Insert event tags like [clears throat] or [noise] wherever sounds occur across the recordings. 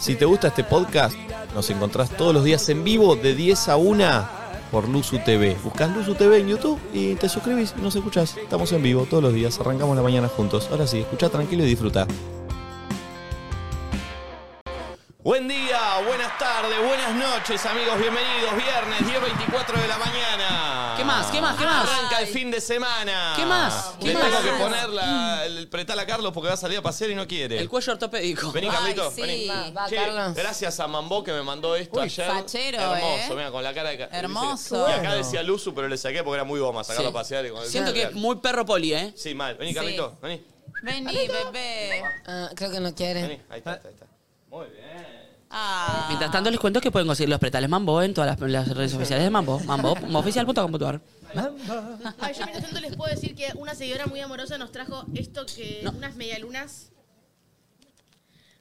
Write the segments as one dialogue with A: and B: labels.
A: Si te gusta este podcast, nos encontrás todos los días en vivo de 10 a 1 por Luzu TV. Buscás Luzu TV en YouTube y te suscribís y nos escuchás. Estamos en vivo todos los días, arrancamos la mañana juntos. Ahora sí, escucha tranquilo y disfruta. Buen día, buenas tardes, buenas noches, amigos, bienvenidos. Viernes 10.24 de la mañana.
B: ¿Qué más? ¿Qué más? ¿Qué más?
A: Arranca el fin de semana.
B: ¿Qué más?
A: Le
B: ¿Qué
A: Ah, tengo
B: más?
A: que poner la, el pretal a Carlos porque va a salir a pasear y no quiere.
B: El cuello ortopédico.
A: Vení,
C: Ay,
A: Carlito,
C: sí.
A: vení.
C: Va,
B: va,
A: Che,
B: Carlos.
A: Gracias a Mambó que me mandó esto ayer.
C: fachero,
A: Hermoso,
C: eh.
A: mira, con la cara de ca-
C: Hermoso.
A: Y acá decía Luzu, pero le saqué porque era muy goma
B: Sí.
A: sacarlo a pasear. y con-
B: Siento que es muy perro poli, ¿eh?
A: Sí, mal. Vení,
C: Sí.
A: Carlito, vení.
C: Vení, bebé.
D: Ah, creo que no quiere.
A: Vení, ahí está, ahí está, ahí está. Muy bien.
C: Ah.
B: Mientras tanto, les cuento que pueden conseguir los pretales Mambo en todas las, las redes oficiales de Mambo. Mambo, oficial.com.ar.
E: Ay, yo mientras tanto les puedo decir que una seguidora muy amorosa nos trajo esto que.
B: No.
E: unas medialunas.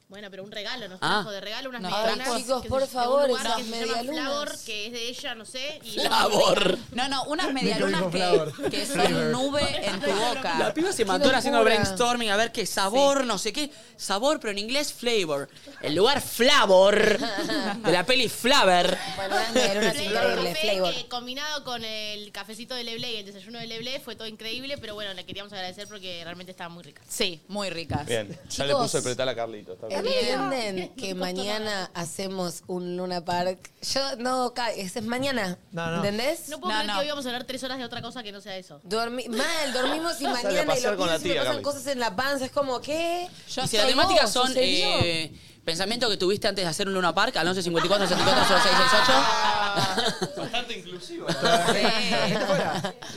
E: Bueno, pero un regalo, nos
B: Ah.
E: trajo de regalo unas
C: Nos
E: medialunas.
D: trajo. Chicos,
E: que
D: por
E: se- de un
D: favor,
E: lugar
D: esas
E: que se llama
D: medialunas.
E: Flavor, que es de ella, no sé. Y
B: Labor.
C: No, no, unas medialunas
F: dijo
C: que,
F: Flower.
C: que son nube en tu
B: La
C: boca.
B: piba se mató haciendo
D: locura.
B: brainstorming a ver qué sabor, no sé qué. Sabor, pero en inglés flavor. El lugar flavor de la peli Flavor.
D: Bueno, Dani, era una
E: Flavor
D: increíble
E: Café,
D: flavor.
E: que combinado con el cafecito de Leblé y el desayuno de Leblé fue todo increíble, pero bueno, le queríamos agradecer porque realmente estaba muy rica.
C: Sí, muy ricas.
A: Bien, ya
D: Chicos.
A: le
D: Eh,
A: puso el pretal a Carlito. Está bien.
D: ¿Entienden que mañana hacemos un Luna Park? Yo no, ca- ese es mañana.
F: No, no.
D: ¿Entendés?
E: No puedo
C: No,
E: creer
C: no.
E: que hoy íbamos a hablar tres horas de otra cosa que no sea eso.
D: Dormi- mal, dormimos y
A: a
D: mañana y
A: pasear
D: lo
A: con la
D: pienso y me
A: tía,
D: pasan
A: Gaby.
D: cosas en la panza. Es como, ¿qué?
C: Yo
B: Y si la
C: soy
B: temática
D: vos,
B: son
D: ¿sucedió?
B: eh, pensamientos que tuviste antes de hacer un Luna Park al 11 54 74 0668.
D: [laughs]
A: Bastante inclusivo.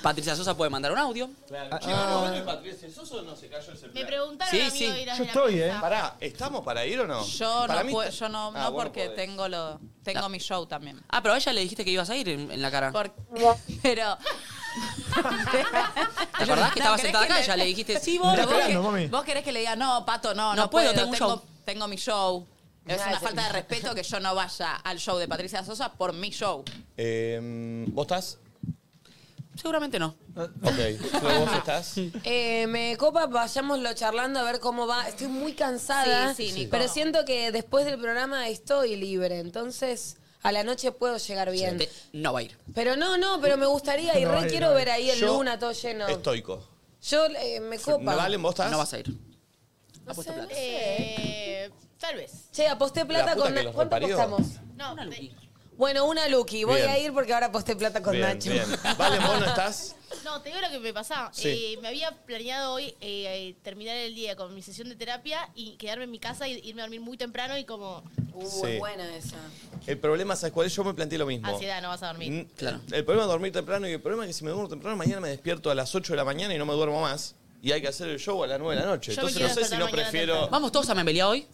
B: Patricia Sosa puede mandar un audio.
A: Claro.
D: Ah.
A: Chicos, ¿no Patricia Soso no se cayó el
E: Me
A: celular?
E: preguntaron
B: Sí,
E: a mí
B: sí.
E: hoy las
F: Yo
E: de la
F: estoy, ¿eh?
E: prensa.
A: Pará, ¿estamos para ir o no?
C: Yo
A: Para
C: no,
A: mí-
C: puedo, yo no,
A: Ah,
C: no
A: vos
C: porque
B: pues.
A: podés.
C: tengo lo tengo mi show también.
B: Ah, pero a ella le dijiste que ibas a ir en, en la cara.
C: Por- [laughs] pero
B: ¿Te acordás que
C: No,
B: estaba
C: ¿querés
B: sentada
C: que
B: acá?
C: le- [laughs]
B: Ya le dijiste, sí, vos.
C: pero vos,
F: esperando,
C: que-
F: mami.
C: vos querés que le diga, no, Pato, no,
B: No
C: no,
B: puedo,
C: puedo,
B: tengo un
C: tengo,
B: show".
C: tengo mi show. Es
D: Ah,
C: una
D: sí.
C: falta de respeto que yo no vaya al show de Patricia Sosa por mi show.
A: Eh, ¿Vos estás?
B: Seguramente no.
A: Ah. Ok. Flo, ¿Vos
F: [laughs]
A: estás?
D: Eh, me copa, vayámoslo charlando a ver cómo va. Estoy muy cansada,
C: Sí, sí, Nico.
D: pero siento que después del programa estoy libre. Entonces, a la noche puedo llegar bien.
B: Te- no va a ir.
D: Pero no, no, pero me gustaría y
F: No,
D: re
F: no,
D: quiero
F: no.
D: ver ahí el
A: Yo
D: Luna todo lleno.
A: Estoico.
D: Yo eh, me copa.
A: ¿Valen, vos estás?
B: No vas a ir.
D: No sé, no sé.
E: Eh, tal vez.
D: Che, aposté plata
A: La puta
D: con
A: que los
D: Nacho. ¿Cuánto
A: reparió.
D: apostamos?
E: No,
B: Una
E: de-
B: luquita.
D: Bueno, una Lucky. Voy
A: Bien.
D: a ir porque ahora aposté plata con
A: Bien,
D: Nacho.
A: bien. ¿Valen, vos
D: [laughs]
A: no estás?
E: No, te digo lo que me pasaba.
A: Sí.
E: Eh, me había planeado hoy eh, eh, terminar el día con mi sesión de terapia y quedarme en mi casa y irme a dormir muy temprano y como
D: Uh,
A: Sí.
D: es buena esa.
A: El problema, ¿sabes cuál es? Yo me planteé lo mismo.
E: ansiedad, no vas a dormir.
A: Mm,
B: Claro.
A: El problema es dormir temprano y el problema es que si me duermo temprano, mañana me despierto a las 8 de la mañana y no me duermo más. Y hay que hacer el show a las 9 de la noche.
E: Yo me
A: Entonces no
E: quiero
A: sé si no
E: despertar mañana
A: prefiero.
E: temprano.
B: ¿Vamos todos a Membelía hoy?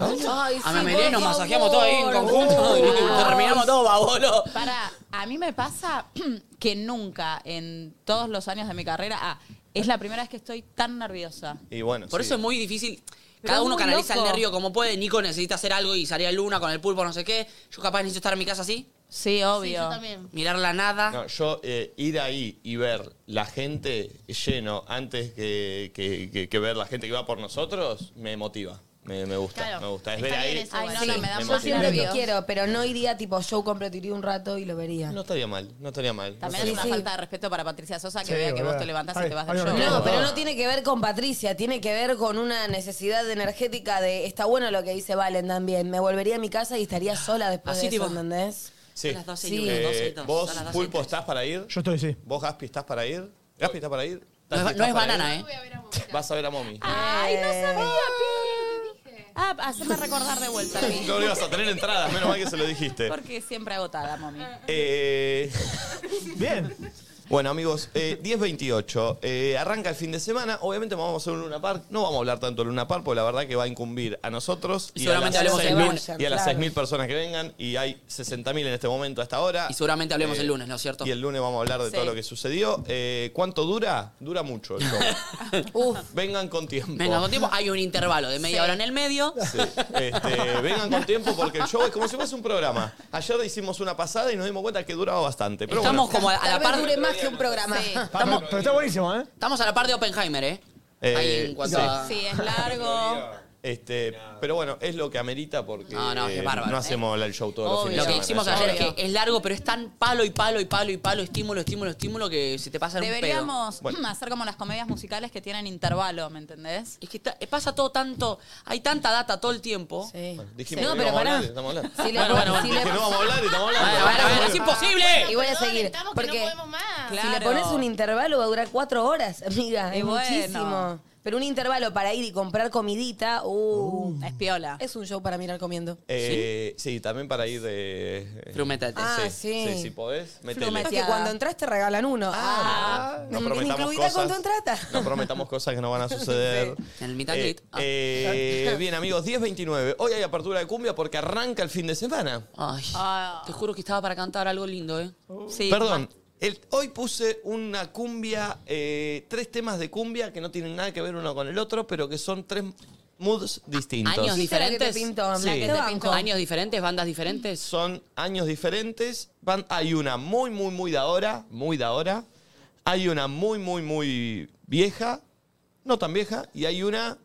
D: Ay,
B: A
D: sí,
B: Membelía
D: por
B: nos
D: favor.
B: masajeamos todos ahí en conjunto. y Terminamos todos babolo.
C: Para, a mí me pasa [clears throat] que nunca en todos los años de mi carrera, ah, es la primera vez que estoy tan nerviosa.
A: Y bueno,
B: Por
A: sí.
B: eso es muy difícil.
D: Pero
B: Cada
D: es
B: uno
D: muy
B: canaliza el
D: loco.
B: nervio como puede. Nico necesita hacer algo y salir a Luna con el pulpo, no sé qué. Yo capaz necesito estar en mi casa así,
C: Sí, obvio.
E: Sí, yo también.
B: mirar la nada.
A: No, yo eh, ir ahí y ver la gente lleno antes que, que- que- que ver la gente que va por nosotros me motiva. Me, me gusta,
E: Claro.
A: me gusta. Es
E: Está
A: ver
E: bien
A: ahí.
E: eso,
C: Ay, no,
E: Sí,
C: no, me da
A: me
D: Yo
C: mucho
A: emociono.
D: siempre que
C: nervio.
D: quiero, pero no iría tipo show completo, iría un rato y lo vería.
A: No
D: No,
A: estaría mal, no estaría mal. no
C: También es
A: estaría
C: una
D: Sí, sí.
C: falta de respeto para Patricia Sosa que
F: Sí,
C: vea que
F: boluda.
C: vos te levantás y
F: Ay,
C: te vas
F: ay,
C: del show.
F: no,
A: no.
D: pero no tiene que ver con Patricia, tiene que ver con una necesidad energética de está bueno lo que dice Valen también. Me volvería a mi casa y estaría sola después
B: Así
D: de eso,
B: tipo-
D: ¿entendés?
A: Sí.
B: A las 12 y
D: Sí.
B: uno,
A: Eh,
B: 12 y dos,
A: ¿Vos,
B: a las 12 y
A: Pulpo,
B: tres.
A: estás para ir?
F: Yo estoy, sí.
A: ¿Vos, Gaspi, estás para ir? ¿Gaspi está para ir?
B: No es, no es banana, ¿eh? Ah.
A: Vas a ver a Momi.
C: Ay, no sabía, Pi. Ah, haceme recordar de vuelta, Pi.
A: No le ibas a tener entradas, menos mal que se lo dijiste.
C: Porque siempre agotada, mami.
A: Eh, [laughs]
F: Bien.
A: bueno, amigos, eh, 10.28. eh, arranca el fin de semana. Obviamente vamos a hacer un Luna Park. No vamos a hablar tanto de Luna Park, porque la verdad que va a incumbir a nosotros
B: Y
A: y, a las
B: seguramente hablemos el
A: 6.000
B: lunes,
A: y a las
D: claro.
A: 6.000 personas que vengan. Y hay 60.000 en este momento hasta ahora. Eh,
B: Y seguramente hablemos el lunes, ¿no es cierto?
A: Y el lunes vamos a hablar de
C: Sí.
A: todo lo que sucedió. Eh, ¿Cuánto dura? Dura mucho el show.
D: Uf,
A: Vengan con tiempo.
B: Venga, con tiempo hay un intervalo de media
C: Sí.
B: hora en el medio.
A: Sí. Este, vengan con tiempo porque el show es como si fuese un programa. Ayer hicimos una pasada y nos dimos cuenta que duraba bastante. Pero
B: Estamos
A: bueno,
B: como a, a
D: tal
B: la
D: vez
B: par.
D: dure más que un programa.
C: Sí.
F: Pero, pero está buenísimo, ¿eh?
B: Estamos a la par de Oppenheimer, ¿eh?
A: Eh,
B: Ahí en cuanto
A: sí.
B: a.
C: Sí, es largo.
A: Este, pero bueno, es lo que amerita porque
B: No, no, es bárbaro. ¿eh?
A: no hacemos el show todos los fines
B: Lo
A: de
B: que
A: semana.
B: hicimos ayer es que es largo, pero es tan palo y palo y palo y palo, estímulo, estímulo, estímulo, que se te pasa en un pedo.
C: Deberíamos
D: [clears throat]
C: [clears throat] hacer como las comedias musicales que tienen intervalo, ¿me entendés?
B: Es que ta- pasa todo tanto, hay tanta data todo el tiempo.
A: Dijimos
D: No,
A: que
D: pero
A: vamos a
D: pará.
A: hablar, estamos hablando.
D: Si le-
B: Bueno, bueno,
D: si
A: Dije,
D: le-
A: no vamos a hablar, estamos hablando.
B: Bueno, bueno, bueno, es
E: Ay,
B: imposible.
D: Ah, Y voy a
E: perdón,
D: seguir,
E: estamos
D: porque-
E: que no podemos más.
D: Si le pones un intervalo va a durar cuatro horas, [laughs] amiga.
C: Y
D: Es
C: bueno.
D: muchísimo. Pero un intervalo para ir y comprar comidita, uh,
C: Es piola.
D: es un show para mirar comiendo.
A: Eh, ¿Sí? también para ir de. eh,
B: Frumétate.
D: Ah,
A: sí,
D: sí.
A: sí, si podés, metele.
D: Es que cuando entras te regalan uno. Ah,
A: No
D: Mm,
A: prometamos
D: incluida
A: cosas.
D: con tu entrata.
A: No prometamos cosas que
D: [laughs]
A: no van a suceder.
B: En el meet and
A: Eh,
B: greet. Ah.
A: eh, bien, amigos, 10.29. Hoy hay apertura de cumbia porque arranca el fin de semana.
B: Ay,
C: Ah.
B: te juro que estaba para cantar algo lindo, ¿eh?
C: Sí.
A: Oh. Perdón. el- hoy puse una cumbia, eh, tres temas de cumbia que no tienen nada que ver uno con el otro, pero que son tres moods distintos.
B: Años
D: ¿Viste la que te
B: diferentes.
D: pintó,
A: Sí. La que
D: te
B: Te
D: banco.
B: pinto. Años diferentes, bandas diferentes.
A: Son años diferentes. Van- hay una muy, muy, muy de ahora. Muy de ahora. Hay una muy, muy, muy vieja. No tan vieja. Y hay una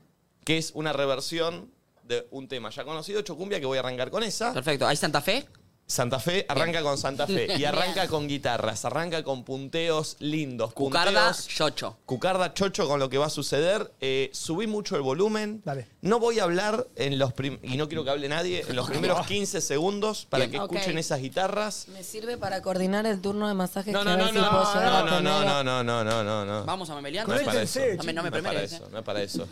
A: que es una reversión de un tema ya conocido, Chocumbia, que voy a arrancar con esa.
B: Perfecto. ¿Hay Santa Fe?
A: Santa Fe arranca con Santa
B: [laughs]
A: Fe. Y arranca con guitarras. Arranca con punteos lindos.
B: Cucarda,
A: punteos-
B: Yocho.
A: Cucarda Chocho con lo que va a suceder. Eh, subí mucho el volumen.
F: Dale.
A: No voy a hablar en los prim- y no quiero que hable nadie en los primeros 15 segundos para que
C: Ok.
A: escuchen esas guitarras.
D: Me sirve para coordinar el turno de masajes
A: No,
D: que
A: no,
D: a ver
A: no, no,
D: si puedo llegar a
A: no, no, no,
D: tener.
A: no, no, no, no, no, no.
B: Vamos a memelear.
A: No es para eso.
F: Conéctense,
B: No me- no me
A: No es para
B: primeres,
A: eso,
B: eh.
A: no es para eso.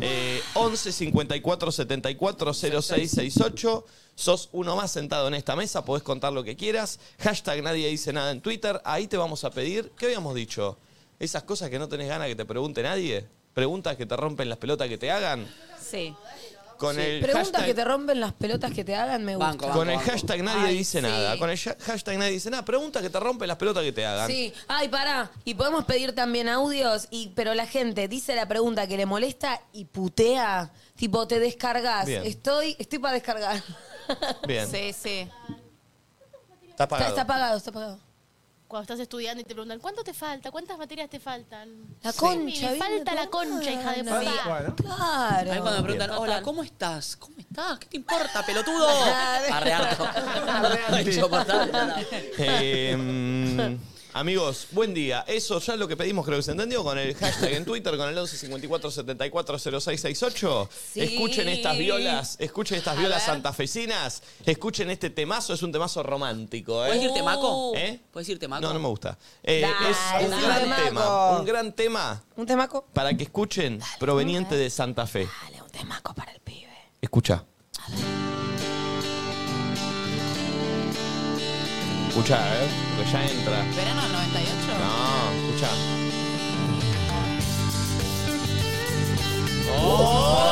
A: Eh, 11 54 74 06 68. Sos uno más sentado en esta mesa, podés contar lo que quieras. Hashtag nadie dice nada en Twitter. Ahí te vamos a pedir. ¿Qué habíamos dicho? Esas cosas que no tenés ganas que te pregunte nadie. Preguntas que te rompen las pelotas que te hagan.
C: Sí.
A: Con el
D: Preguntas
A: hashtag,
D: que te rompen las pelotas que te hagan, me gusta.
B: Banco,
A: con el
B: banco.
A: hashtag nadie
D: Ay,
A: dice
D: sí.
A: nada. Con el ya- hashtag nadie dice nada. Preguntas que te rompen las pelotas que te hagan.
D: Sí, ay, pará. Y podemos pedir también audios, y, pero la gente dice la pregunta que le molesta y putea. Tipo, te descargas.
A: Bien.
D: Estoy, estoy para descargar. [laughs]
A: Bien.
C: Sí, sí.
A: Está
D: Está,
A: pagado.
D: está apagado, está apagado.
E: Cuando estás estudiando y te preguntan, ¿cuánto te falta? ¿Cuántas materias te faltan?
D: La
E: Sí,
D: concha,
E: Me
D: bien,
E: falta la
D: claro.
E: concha, hija de
D: Sí.
E: puta.
F: Bueno.
D: Claro.
B: Ahí cuando me preguntan,
A: ¿eh? Bien.
B: hola, ¿cómo estás? ¿Cómo estás? ¿Qué te importa, pelotudo?
D: [laughs] Claro.
B: Arrearto.
A: [laughs]
B: Insoportable, no, no.
A: Eh, amigos, buen día. Eso ya es lo que pedimos, creo que se entendió, con el hashtag en Twitter, con el 11 54 74 0668.
D: Sí.
A: Escuchen estas violas, escuchen estas violas santafesinas, escuchen este temazo, es un temazo romántico. ¿eh?
B: ¿Puedes irte maco?
A: ¿Eh?
B: ¿Puedes irte maco?
A: No, no me gusta. Eh,
D: Dale,
A: es un
D: dale,
A: gran
D: Marco.
A: tema, un gran tema
D: Un temaco.
A: para que escuchen proveniente de Santa Fe.
D: Dale, un temaco para el pibe.
A: Escucha. Escucha, ¿eh? Porque ya entra.
C: ¿Verano del 98?
A: No, escucha.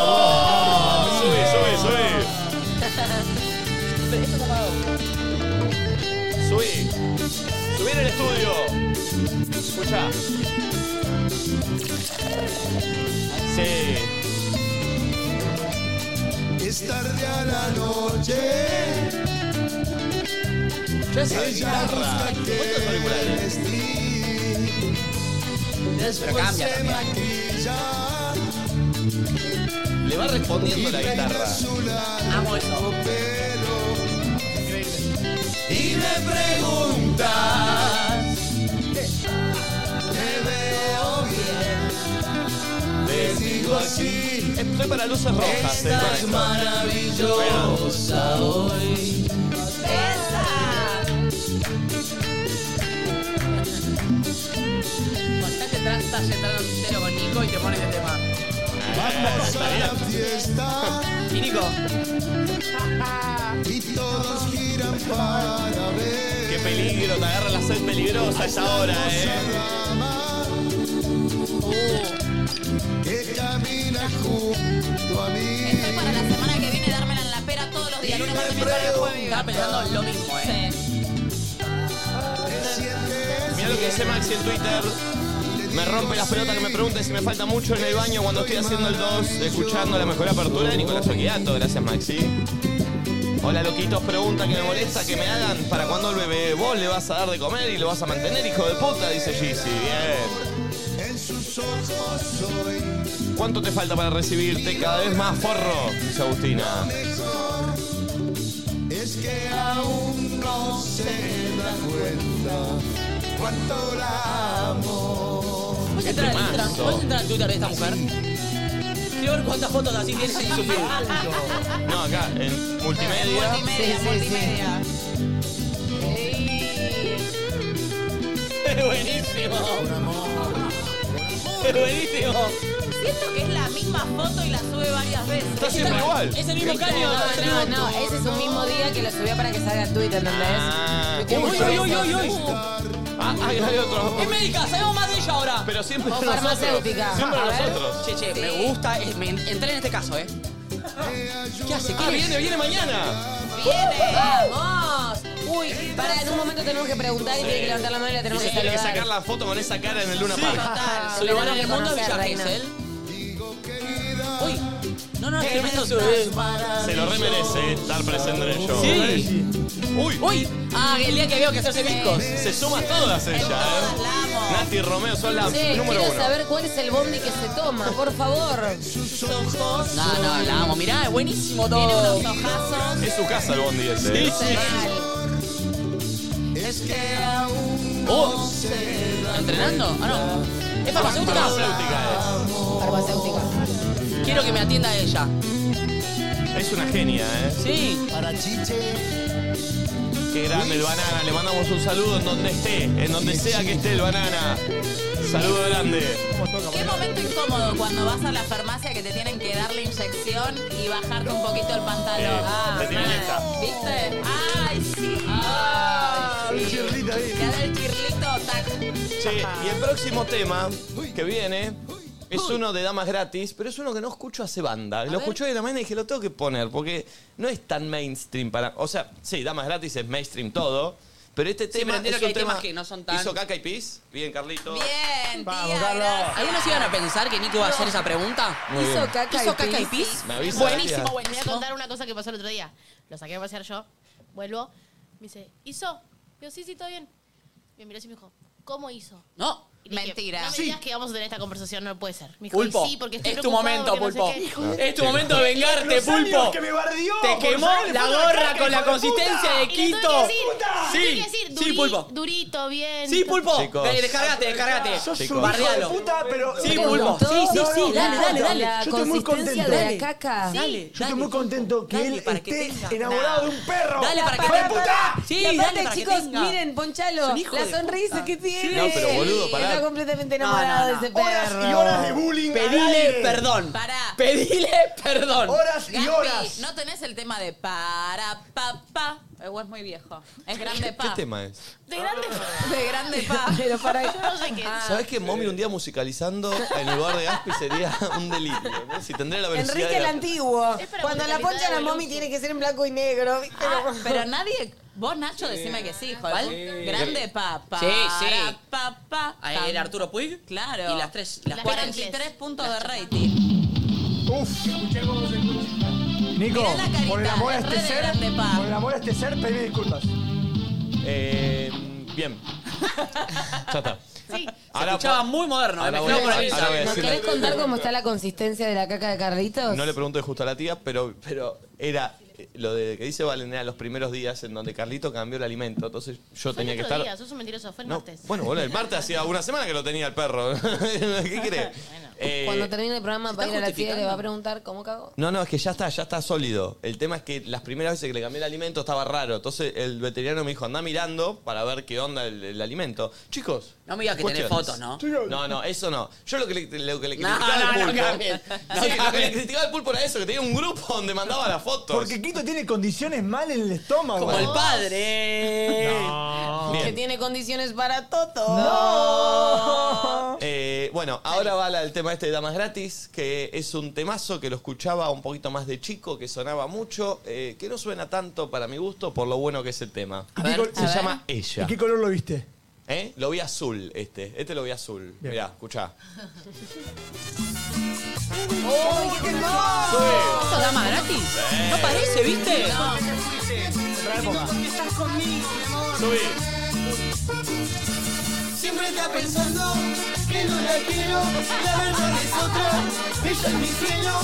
A: ¡Oh! Sube, sube, sube. Subí. Subí en el estudio. Escucha. Sí.
G: Es tarde a la noche,
A: Ya esa
G: ella
A: guitarra.
G: busca
A: ¿Cuántos
G: que
A: auriculares?
G: vestir.
B: Pero
G: Después
B: cambia
G: Pues se
B: también.
G: maquilla
A: Le va respondiendo
G: y
A: la
G: peina
A: guitarra.
G: su largo
B: Amo eso.
G: pelo. Y me preguntas, ¿me veo bien? Te digo así,
A: Estoy para luces rojas. eh, con
G: estás
A: esto.
G: maravillosa hoy.
B: Estás entrando, estás entrando en cero con Nico y te pones el tema.
G: Vamos a la fiesta
B: Y Nico,
G: y todos giran para ver.
A: Qué peligro, te agarra la sed peligrosa a esa hora, eh.
G: Dama que camina junto a mí.
C: Estoy para la semana que viene dármela en la pera todos los días. Lunes, martes, miércoles, jueves y
B: estaba
C: viernes.
B: pensando lo mismo, ¿eh?
C: Sí.
G: Te sientes
A: Mira lo que dice Maxi en Twitter. Me rompe las pelotas que me pregunten si me falta mucho en el baño cuando estoy haciendo el 2, escuchando la mejor apertura de Nicolás Oquiato. Gracias, Maxi. Hola, loquitos. Pregunta que me molesta que me hagan. ¿Para cuándo el bebé vos le vas a dar de comer y lo vas a mantener, hijo de puta? Dice Gizzy. Bien.
G: en sus ojos. como soy,
A: ¿Cuánto te falta para recibirte cada vez más forro? Dice Agustina.
G: mejor es que aún no se da cuenta cuánto la amo.
B: ¿Puedes entrar, al Instagram?
A: temazo.
B: ¿Puedes entrar al Twitter de esta mujer? Quiero ver cuántas fotos así tienes en su feed.
A: No, acá, en multimedia.
C: Multimedia, multimedia. Ey.
B: [laughs] Es buenísimo. Es buenísimo.
C: Siento que es la misma foto y la sube varias veces.
A: Está siempre igual.
B: Es el mismo caño. es el
D: No,
B: mismo-
D: no, ese es un mismo día que lo subió para que salga en Twitter,
A: Ah.
D: ¿entendés?
B: Uy, uy, uy, uy, uy.
A: Ah, hay, hay otro.
B: Es médica, sabemos más de ella ahora. Oh,
A: Pero siempre
D: O
A: nosotros.
D: farmacéutica.
A: Siempre
D: A ver.
A: nosotros.
B: Che, che, me gusta. eh, Me entré en este caso, ¿eh? [laughs] ¿Qué hace?
A: Ah,
B: ¿Qué viene?
A: viene, viene mañana.
D: ¡Viene! ¡Vamos! Uy, para, en un momento tenemos que preguntar y tiene que levantar la mano y la tenemos
A: Sí,
D: que
A: tiene que
D: saludar.
A: sacar la foto con esa cara en el Luna Park.
E: Ah,
B: Su lugar en el mundo es
D: Tenemos que
B: Villa
D: conocer,
B: Gesell. Uy. No, no, es
A: Qué
B: tremendo su
A: Se lo remerece dar presente en el show.
B: Sí.
A: Uy,
B: Uy. Ah, el día que había que hacerse discos.
A: se suma todas ella,
C: Todas
A: ¿eh?
C: la amo.
A: Nati y Romeo son las
D: Che,
A: número
D: quiero
A: uno.
D: saber cuál es el bondi que se toma, por favor.
B: No, no, la amo. Mirá, es buenísimo
C: Tiene
B: todo.
C: unos ojazos.
A: Es su casa el Bondi ese. ¿eh?
D: Mal.
B: Oh. ¿Entrenando? Ah, no. ¿Es farmacéutica?
A: Farmacéutica
D: Farmacéutica.
B: Quiero que me atienda ella.
A: es. Es una genia, ¿eh?
B: Sí.
G: Para chiche,
A: Qué grande el banana. Le mandamos un saludo en donde esté, en donde sea que esté el banana. Saludo grande.
C: Qué momento incómodo cuando vas a la farmacia que te tienen que dar la inyección y bajarte un poquito el pantalón.
A: Sí, te tienen
C: mal.
A: esta.
C: ¿Viste? ¡Ay, sí!
A: Ah,
C: ¡Ay, sí! Te da el chirlito, tac.
A: Che, y el próximo tema que viene es uno de damas gratis, pero es uno que no escucho hace banda. Lo escuché de la mañana y dije, lo tengo que poner, porque no es tan mainstream para. O sea, sí, damas gratis es mainstream todo. Pero este tema
B: pero entiendo
A: es
B: que
A: un
B: hay
A: tema
B: temas que no son tan-
A: hizo caca y pis. Bien, Carlito.
C: Bien,
G: Vamos,
C: tía,
G: Carlos.
C: gracias.
B: ¿Algunos iban a pensar que Nico iba a hacer esa pregunta?
A: Muy bien.
D: Hizo caca
B: ¿Hizo
D: y
B: caca y
D: pis.
B: pis?
A: Me avisa,
B: Buenísimo,
A: gracias.
E: Me voy a
B: buenísimo.
E: contar una cosa que pasó el otro día. Lo saqué a pasear yo, vuelvo, me dice, ¿hizo? Yo, sí, sí, todo bien. Me miró así y me dijo, ¿cómo hizo?
B: No.
E: Y le dije,
C: Mentira.
E: No me digas que vamos a tener esta conversación, no puede ser. Me dijo,
B: Pulpo,
E: "Y sí, porque estoy
B: es tu
E: preocupado,
B: momento,
E: que no sé
B: Pulpo.
A: Ah.
E: qué".
B: Es tu momento de vengarte, Pulpo.
G: bardió.
B: Te quemó la gorra con la consistencia de
E: Y le tuve
B: Quito.
E: que decir, le tuve
B: Sí,
E: que decir,
B: sí,
E: duri-
B: Pulpo.
E: Durito, bien.
B: Sí, Pulpo.
A: Chicos.
B: Dale, descargate, descargate. Bardealo.
G: pero...
B: Sí, Pulpo. Sí, sí, sí. Dale, dale, dale.
D: La
G: Yo estoy muy
D: consistencia
G: contento.
D: de la caca.
B: Dale,
G: Yo
B: dale,
G: estoy muy
B: Pulpo.
G: contento que
B: Dale
G: él
B: para que
G: esté
B: tenga.
G: enamorado
B: Nah.
G: de un perro.
B: Dale para que
G: ¡Hijo de
B: tenga.
G: puta!
B: Sí,
D: y aparte,
B: dale para que
D: chicos,
B: tenga.
D: miren, ponchalo.
B: Es un hijo
D: La
B: de
D: sonrisa
B: puta.
D: que tiene.
A: No, pero boludo, pará.
D: Está completamente
B: No,
D: enamorado
B: no,
D: de ese
B: no.
G: Horas
D: perro.
G: y horas de bullying. al
B: Pedile
G: aire.
B: perdón.
C: Pará.
B: Pedile perdón.
G: Horas y
C: Gaspi,
G: horas.
C: no tenés el tema de para, pa, pa. Eh, vos es muy viejo. Es grande
A: ¿Qué
C: pa.
A: tema es?
E: De grande.
C: De grande pa. Ah.
D: Pero para
E: Yo no sé qué.
B: Ah.
A: ¿Sabes que Mommy un día musicalizando en el lugar de Gaspi sería un delito? ¿no? Si tendría la velocidad.
D: Enrique
A: de
D: el
A: la-
D: Antiguo.
E: Es para
D: Cuando la
E: musicalizar
D: ponchan a
E: el
D: mommy
E: uso.
D: tiene que ser en blanco y negro. ¿viste?
C: Ah,
D: Como- [laughs]
C: pero nadie. Vos, Nacho, decime que sí, joder. Grande pa, pa.
B: Sí, sí.
C: Pa, pa,
B: Ah,
C: pa.
B: El Arturo Puig.
C: Claro.
B: Y las tres.
E: Las
B: Las cuatro.
E: tres.
C: 43 puntos de rating.
G: Nico,
C: Mirá la carita,
G: por el amor a
C: es
G: este
C: re de
G: ser,
C: grande, pa.
G: por el amor a este ser, pedime disculpas.
A: Eh, bien. Ya está.
E: Sí.
B: Se escuchaba muy moderno.
A: ahora
B: eh,
A: voy
B: mezclado con
A: a-
B: el
A: ahora voy a
B: Instagram.
A: decir-
D: ¿Querés contar cómo está la consistencia de la caca de Carlitos?
A: No le pregunto de justo a la tía, pero, pero era eh, lo de que dice Valen era los primeros días en donde Carlito cambió el alimento. Entonces yo
E: Fue el
A: tenía que
E: otro
A: estar.
E: día, sos un mentiroso, fue el
A: No,
E: martes.
A: bueno, bueno, el martes hacía una semana que lo tenía el perro. [laughs]
E: [laughs]
A: ¿Qué crees? Eh,
D: Cuando termine el programa va a ir a la tía y le
B: justificando?
D: va a preguntar cómo cago.
A: no, no, es que ya está, ya está sólido. El tema es que las primeras veces que le cambié el alimento estaba raro. Entonces el veterinario me dijo, anda mirando para ver qué onda el, el alimento. Chicos.
B: No me digas que tenés
A: cuestiones.
B: fotos, ¿no?
A: No, no, eso no. Yo lo que le, lo que le
B: No,
A: criticaba al
B: no, no
A: pulpo.
B: cambies. No
A: Sí, lo que le
B: cambies.
A: criticaba al pulpo era eso, que tenía un grupo donde mandaba las fotos.
G: Porque Quito tiene condiciones mal en el estómago.
B: Como el
H: Ah,
B: padre.
D: Que
A: Bien.
D: tiene condiciones para todo.
A: Eh, bueno, ahora va la- el tema este de Damas Gratis, que es un temazo que lo escuchaba un poquito más de chico, que sonaba mucho, eh, que no suena tanto para mi gusto por lo bueno que es el tema.
G: A ver,
A: se
G: a ver.
A: llama
G: ¿Y
A: Ella.
G: qué color lo viste?
A: ¿Eh? Lo vi azul este, este lo vi azul.
G: Bien.
A: Mirá, escuchá.
B: ¿Eso da más gratis? No parece, ¿viste?
A: Subí.
B: Sí,
G: Siempre está pensando que no la quiero, la verdad es otra, ella es mi cielo.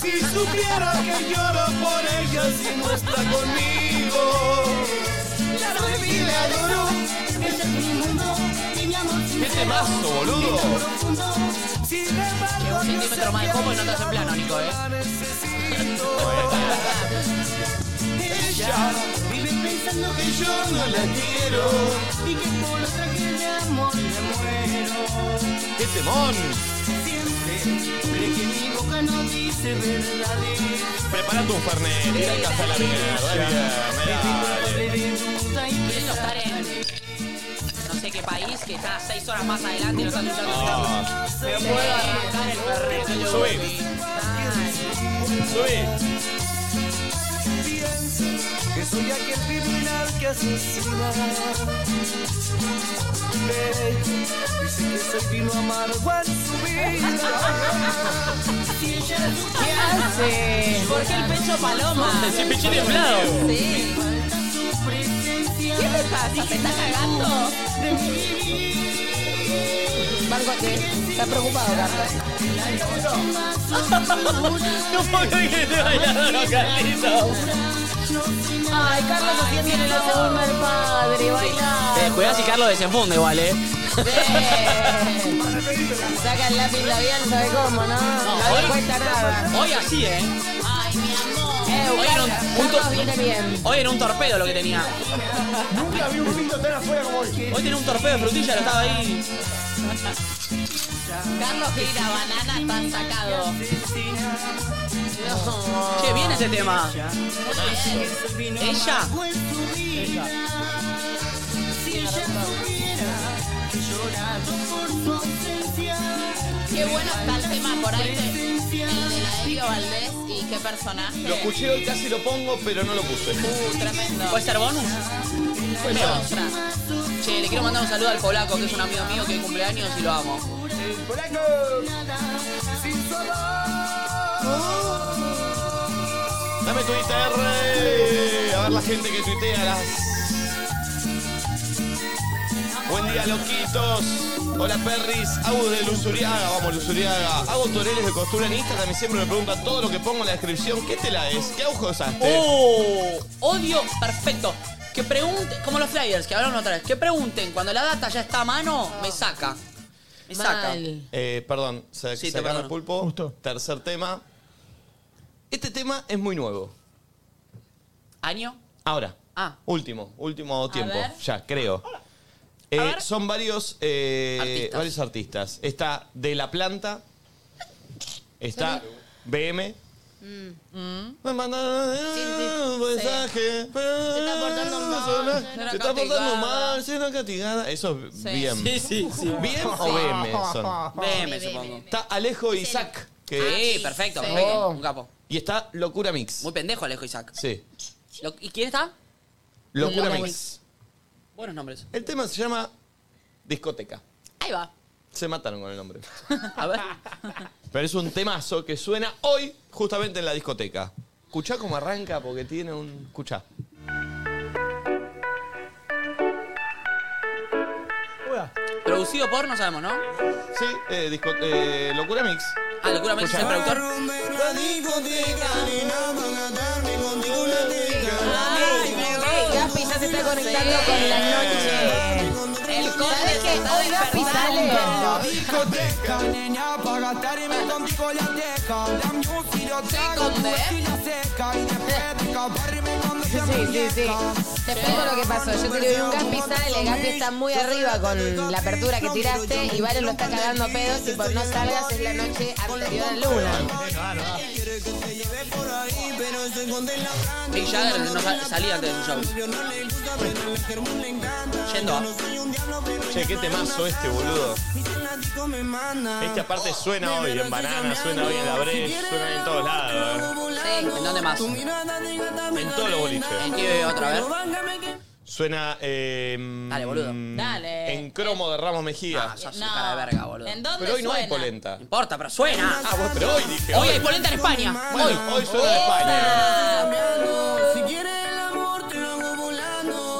G: Si supiera que lloro por ella si no está conmigo. La soy y la adoro, ella es mi mundo, y mi amor
A: ¡Qué temazo, boludo!
G: profundo. Si de
B: Llega un centímetro más de copo y no te hacen plano, Nico, ¿eh?
G: ella vive pensando que yo no la quiero y que por otra que de amor me muero.
A: ¡Qué temón!
G: Siempre cree que mi boca no dice verdades.
A: Preparate un fernet, ir a casa a la mierda, dale, dale.
B: Qué lindo estar en no sé qué país que está seis horas más adelante y los están luchando.
A: Ah,
B: Me puedo arrancar el perrito yo.
A: Subí. subí.
G: Pienso que soy aquel criminal que asesina. Ve, Dice que soy vino amargo en su vida. [laughs] Si ella
C: ¿Qué hace?
B: ¿Por qué el pecho paloma?
A: ¡Ese pichín inflado!
C: Sí.
G: su presencia
C: ¿Qué le pasa? ¿Se está cagando?
G: de mi vivir.
D: Marco, que está preocupado, Carlos.
A: [laughs] ¡No puedo creer que te bailando, Carlito!
I: Ah,
D: Ay, Carlos haciendo la segunda del padre,
B: Eh,
D: baila.
B: cuidado si Carlos desenfunda igual, ¿eh?
D: Ven. Saca el lápiz labial, ¿sabe cómo, no? No
B: hoy-
D: le cuesta nada.
B: Hoy así, ¿eh?
C: Ay, mi amor.
D: Eh,
B: Hoy era un-
D: Carlos,
B: un to-
D: Carlos viene bien.
B: Hoy era un torpedo lo que tenía.
G: Nunca vi un lindo tan afuera como hoy.
B: Hoy tenía un torpedo de frutilla, lo estaba ahí.
C: Carlos Gira Banana está sacado.
B: Che, bien ese tema. Ella.
C: Qué bueno está el tema por ahí de, el de la Elio Valdés y qué personaje.
A: Lo escuché hoy, casi lo pongo, pero no lo puse.
C: Uh, tremendo.
B: ¿Puede ser bonus?
A: Pues no.
C: Otra.
B: Che, le quiero mandar un saludo al polaco, que es un amigo mío que cumple años y lo amo.
G: El polaco. Sin su amor.
A: Dame tu ITR. A ver la gente que tuitea las. Buen día, loquitos. Hola, perris. Agus de Luzuriaga. Vamos, Luzuriaga. Hago tutoriales de costura en Instagram y siempre me preguntan todo lo que pongo en la descripción. ¿Qué tela es? ¿Qué aguja usaste?
B: ¡Oh! Odio perfecto. Que pregunten, como los flyers que hablaron otra vez, que pregunten cuando la data ya está a mano, me saca. Me saca.
D: Mal.
A: Eh, perdón, se,
B: Sí,
A: se
B: te
A: agarra
B: perdono.
A: el pulpo.
F: Justo.
A: Tercer tema. Este tema es muy nuevo.
B: ¿Año?
A: Ahora.
B: Ah.
A: Último, último tiempo.
C: ver.
A: Ya, creo. Eh, son varios, eh,
B: Artistas.
A: varios artistas. Está De La Planta. Está BM.
B: Mm.
A: Me mandaron un mensaje. Te
E: está portando mal,
A: Te
E: será
A: está portando
C: castigada.
A: mal, será castigada. Eso es
C: Sí.
A: bien.
B: sí, sí.
A: [laughs] ¿Bien o BM son?
B: Deme, supongo.
A: Está Alejo Isaac. Que
B: Sí, Oh. perfecto,
E: Sí.
B: perfecto. Un capo.
A: Y está Locura Mix.
B: Muy pendejo Alejo Isaac.
A: Sí.
B: Lo- ¿Y quién está?
A: Locura
B: Locura
A: Mix.
B: Buenos nombres.
A: El tema se llama Discoteca.
C: Ahí va.
A: Se mataron con el nombre.
B: A ver.
A: Pero es un temazo que suena hoy justamente en la discoteca. Escuchá cómo arranca porque tiene un... Escuchá.
F: Hola.
B: Producido por, no sabemos, ¿no?
A: Sí, eh, disco- eh, Locura Mix.
B: Ah, locura, me dice el productor.
G: La discoteca, nena, van a darme contigo la teca.
D: Ey, Gaspi ya se está conectando con la noche.
C: El
D: ¿Sabes
C: conde
D: qué?
C: se está
D: Hoy Gaspi
C: despertando.
D: sale.
G: discoteca, nena, van a darme contigo la teca. La music lo traga,
C: conde,
G: tu
C: ¿eh?
G: estilo seca. Y después de acabarme cuando te
D: Sí, sí, sí. Te explico lo que pasó. Yo tiré un Gaspi sale. Gaspi está muy arriba con la apertura que tiraste y Valen lo está cagando a pedos. Y por no salgas es la noche anterior a la luna.
B: Mick Jagger no sal- salía antes de su show. Yendo. ¿ah?
A: Che, qué temazo este, boludo. Este aparte suena hoy en Banana, suena hoy en La Breche, suena en todos lados.
B: ¿En dónde más? ¿En
A: eh. En todos los boliches.
B: qué veo otra vez?
A: Suena... eh,
B: Dale, boludo.
A: mm,
C: Dale.
A: En cromo de Ramos Mejía.
B: Ah, sos un cara de verga, boludo.
C: ¿En dónde
A: Pero hoy no hay
C: suena?
A: polenta.
B: No importa, pero suena.
A: Ah, vos, pero hoy dije...
B: Hoy hay polenta en España.
A: Hoy, hoy suena de España.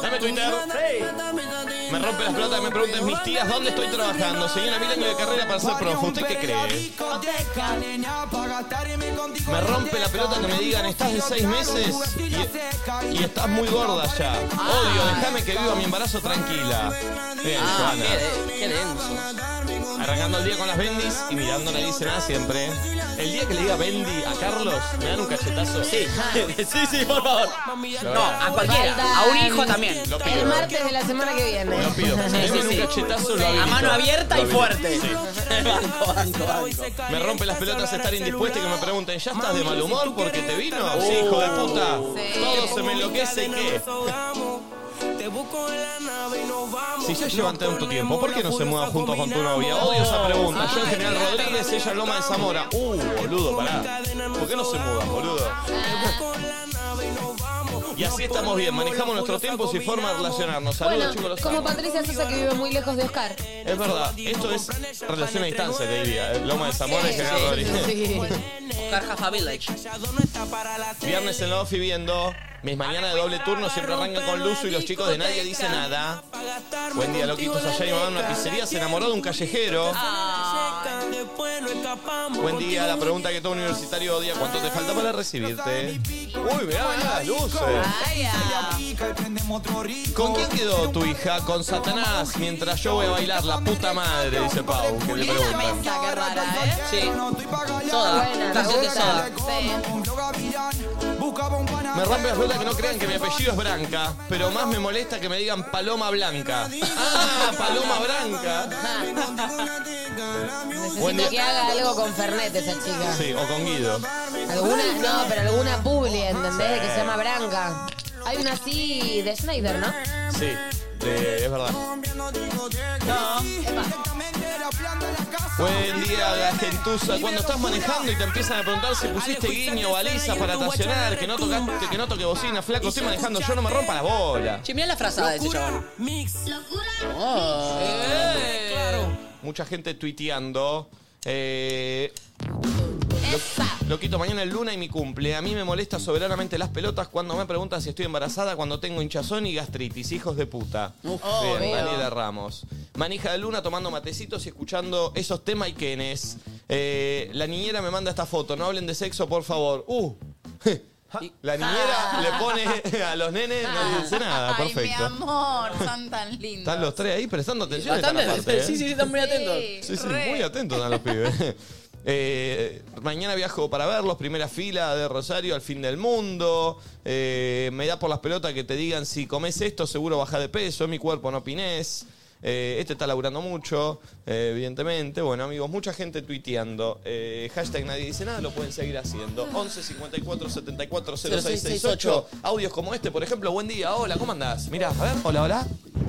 A: Dame Twitter. Me rompe las pelotas y me preguntan mis tías dónde estoy trabajando. Señora, mil años de carrera para ser profe. ¿Usted qué cree? Me rompe la pelota que me digan, estás de seis meses y, y estás muy gorda ya. Odio, déjame que viva mi embarazo tranquila. Bien,
B: Ah,
A: Juana.
B: qué, qué denso.
A: Arrancando el día con las bendis y mirando no le dice nada siempre. El día que le diga bendy a Carlos, me dan un cachetazo. [laughs]
B: Sí, sí, sí, por favor.
A: Lo-
B: No, a cualquiera. A un hijo también.
A: Lo
D: El
A: pido.
D: martes de la semana que viene.
A: Lo pido. Si me
B: sí,
A: dan un
B: sí.
A: cachetazo, lo
B: A
A: habilito.
B: mano abierta
A: Lo
B: y
A: habilito.
B: fuerte.
A: Sí.
B: [laughs] Banco, banco, banco.
A: Me rompe las pelotas estar indispuesta y que me pregunten, ¿ya estás de mal humor porque te vino? Sí, hijo de puta. Todo se me enloquece y qué. Si ya llevan tanto tiempo, ¿por qué no se mudan juntos con tu novia? Odio esa pregunta. Yo en General Rodríguez, ella en Loma de Zamora. Uh, boludo, pará. ¿Por qué no se mudan, boludo? Y así estamos bien, manejamos nuestros tiempos y formas de relacionarnos. Saludos, chicos.
D: Bueno,
A: los
D: como
A: amo.
D: Patricia Sosa que vive muy lejos de Oscar.
A: Es verdad, esto es relación a distancia, te diría. Loma de Zamora y
D: Sí,
A: General Rodríguez.
D: sí.
B: [laughs] Carjafa Village.
A: Viernes en la ofi viendo. Mis mañanas de doble turno siempre arrancan con Luzu y los chicos de nadie dicen nada. Buen día, loquitos. Allá mi mamá en una pizzería se enamoró de un callejero.
B: Ah.
A: Buen día, la pregunta que todo universitario odia: ¿cuánto te falta para recibirte? Uy, mirá, mirá las Ah, luces. ¿Con quién quedó tu hija? Con Satanás, mientras yo voy a bailar la puta madre, dice Pau, que le pregunta.
C: Esa que rara, ¿eh?
B: Sí. Soda.
D: Buena,
B: Canción
D: me
B: de
D: gusta.
B: soda.
A: Me rompe las pelotas que no crean que mi apellido es Branca, pero más me molesta que me digan Paloma Blanca. ¡Ah, Paloma Branca! Buen día.
D: Necesito que haga algo con Fernet esa chica.
A: Sí, o con Guido.
D: Alguna, no, pero alguna publi, ¿entendés? De Que se llama Branca. Hay una así de Schneider, ¿no?
A: Sí, eh, es verdad. Buen día, la gentuza. Cuando estás manejando y te empiezan a preguntar si pusiste guiño o balizas para estacionar, que no tocaste, que no toque bocina, flaco, estoy manejando, yo no me rompa las bolas.
B: Che, mirá la frazada de ese chabón. Oh.
A: Mucha gente tuiteando. Eh, lo- Loquito, mañana es luna y mi cumple. A mí me molesta soberanamente las pelotas cuando me preguntan si estoy embarazada, cuando tengo hinchazón y gastritis. Hijos de puta. Bien, Daniela Ramos. Manija de luna tomando matecitos y escuchando esos temas y quenes. Eh, la niñera me manda esta foto. No hablen de sexo, por favor. Uh. [laughs] La niñera le pone [laughs] a los nenes, no le dice nada.
C: Ay, mi
A: Perfecto.
C: amor, son tan lindos.
A: Están los tres ahí prestando atención. están
B: Bastante.
A: aparte, ¿eh?
B: Sí, sí, sí, están muy atentos.
A: Sí, sí,
C: re.
A: muy atentos están los pibes. [laughs] Eh, mañana viajo para verlos, primera fila de Rosario al fin del mundo. Eh, me da por las pelotas que te digan si comes esto, seguro baja de peso. Es mi cuerpo, no opinés. Eh, este está laburando mucho, eh, evidentemente. Bueno, amigos, mucha gente tuiteando. Eh, hashtag nadie dice nada, lo pueden seguir haciendo. 11 54 74 0668. Audios como este, por ejemplo. Buen día, hola, ¿cómo andás? Mirá, a ver, hola, hola.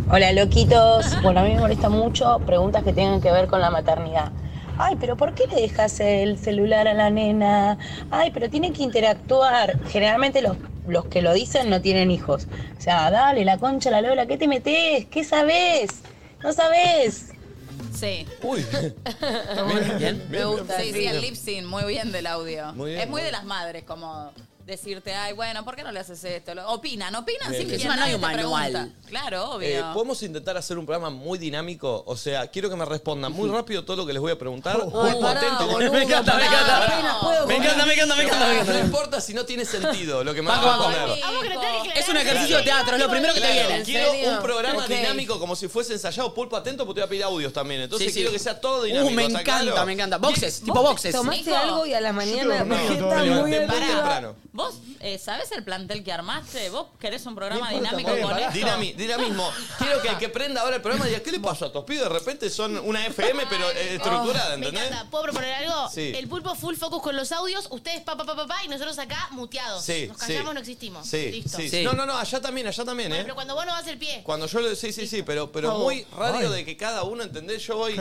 F: Hola, loquitos. Bueno, a mí me molesta mucho preguntas que tengan que ver con la maternidad. Ay, pero ¿por qué le dejas el celular a la nena? Ay, pero tiene que interactuar. Generalmente los, los que lo dicen no tienen hijos. O sea, dale, la concha, la lola, ¿qué te metes? ¿Qué sabes? No sabes.
C: Sí. [laughs]
A: Uy. Bien, bien,
C: Me gusta. Sí,
A: bien.
C: sí, el lip sync, muy bien del audio.
A: Muy bien,
C: es muy
A: muy
C: de las madres, como decirte, ay, bueno, ¿por qué no le haces esto? Lo- Opinan, opinan
A: Bien.
C: sin que
B: Encima no
C: nadie
B: hay un
C: te
B: manual.
C: pregunta. Claro,
A: Eh,
C: obvio.
A: ¿Podemos intentar hacer un programa muy dinámico? O sea, quiero que me respondan muy rápido todo lo que les voy a preguntar.
B: Oh,
C: Ay,
A: Cuerpo
C: pará,
A: atento.
C: boludo,
A: [laughs] me encanta, me
C: pará,
A: encanta.
C: apenas
D: puedo
A: me encanta, me encanta, me encanta.
B: [laughs]
A: me encanta.
B: Banco,
A: No importa si no tiene sentido lo que me
B: Banco,
A: van a
B: banco.
A: poner.
E: Vamos que le tenés que
B: Es un
E: aclarar.
B: ejercicio de teatro, es lo primero que te
A: Claro,
B: viene.
A: quiero
D: serio?
A: un programa
D: Ok.
A: dinámico como si fuese ensayado pulpo atento porque te voy a pedir audios también. Entonces
B: Sí, sí.
A: quiero que sea todo
B: Uh,
A: dinámico.
B: me
A: ¿está
B: encanta,
A: claro?
B: me encanta. Boxes, tipo boxes.
D: Tomaste
C: Hijo.
D: algo y a la mañana
A: dormí,
D: Está
A: Me
D: muy
A: levanté muy
D: arriba.
A: temprano.
C: ¿Vos eh, sabés el plantel que armaste? ¿Vos querés un
A: No
C: programa
A: importa,
C: dinámico
A: María,
C: con
A: pará.
C: esto?
A: Dinami- dinamismo. Quiero que el que prenda ahora el programa diga, ¿qué le pasa a estos pibes? De repente son una FM, pero eh, estructurada,
E: Me
A: ¿entendés?
E: encanta. ¿Puedo proponer algo?
A: Sí.
E: El pulpo full focus con los audios, ustedes pa, pa, pa, pa, pa, y nosotros acá muteados.
A: Sí,
E: Nos callamos,
A: sí.
E: no existimos.
A: Sí,
E: Listo.
A: sí,
B: Sí.
A: No, no, no, allá también, allá también,
E: Bueno,
A: ¿eh?
E: pero cuando vos no vas el pie.
A: Cuando yo le. Sí, sí, sí, pero, pero muy radio de que cada uno, ¿entendés? Yo voy.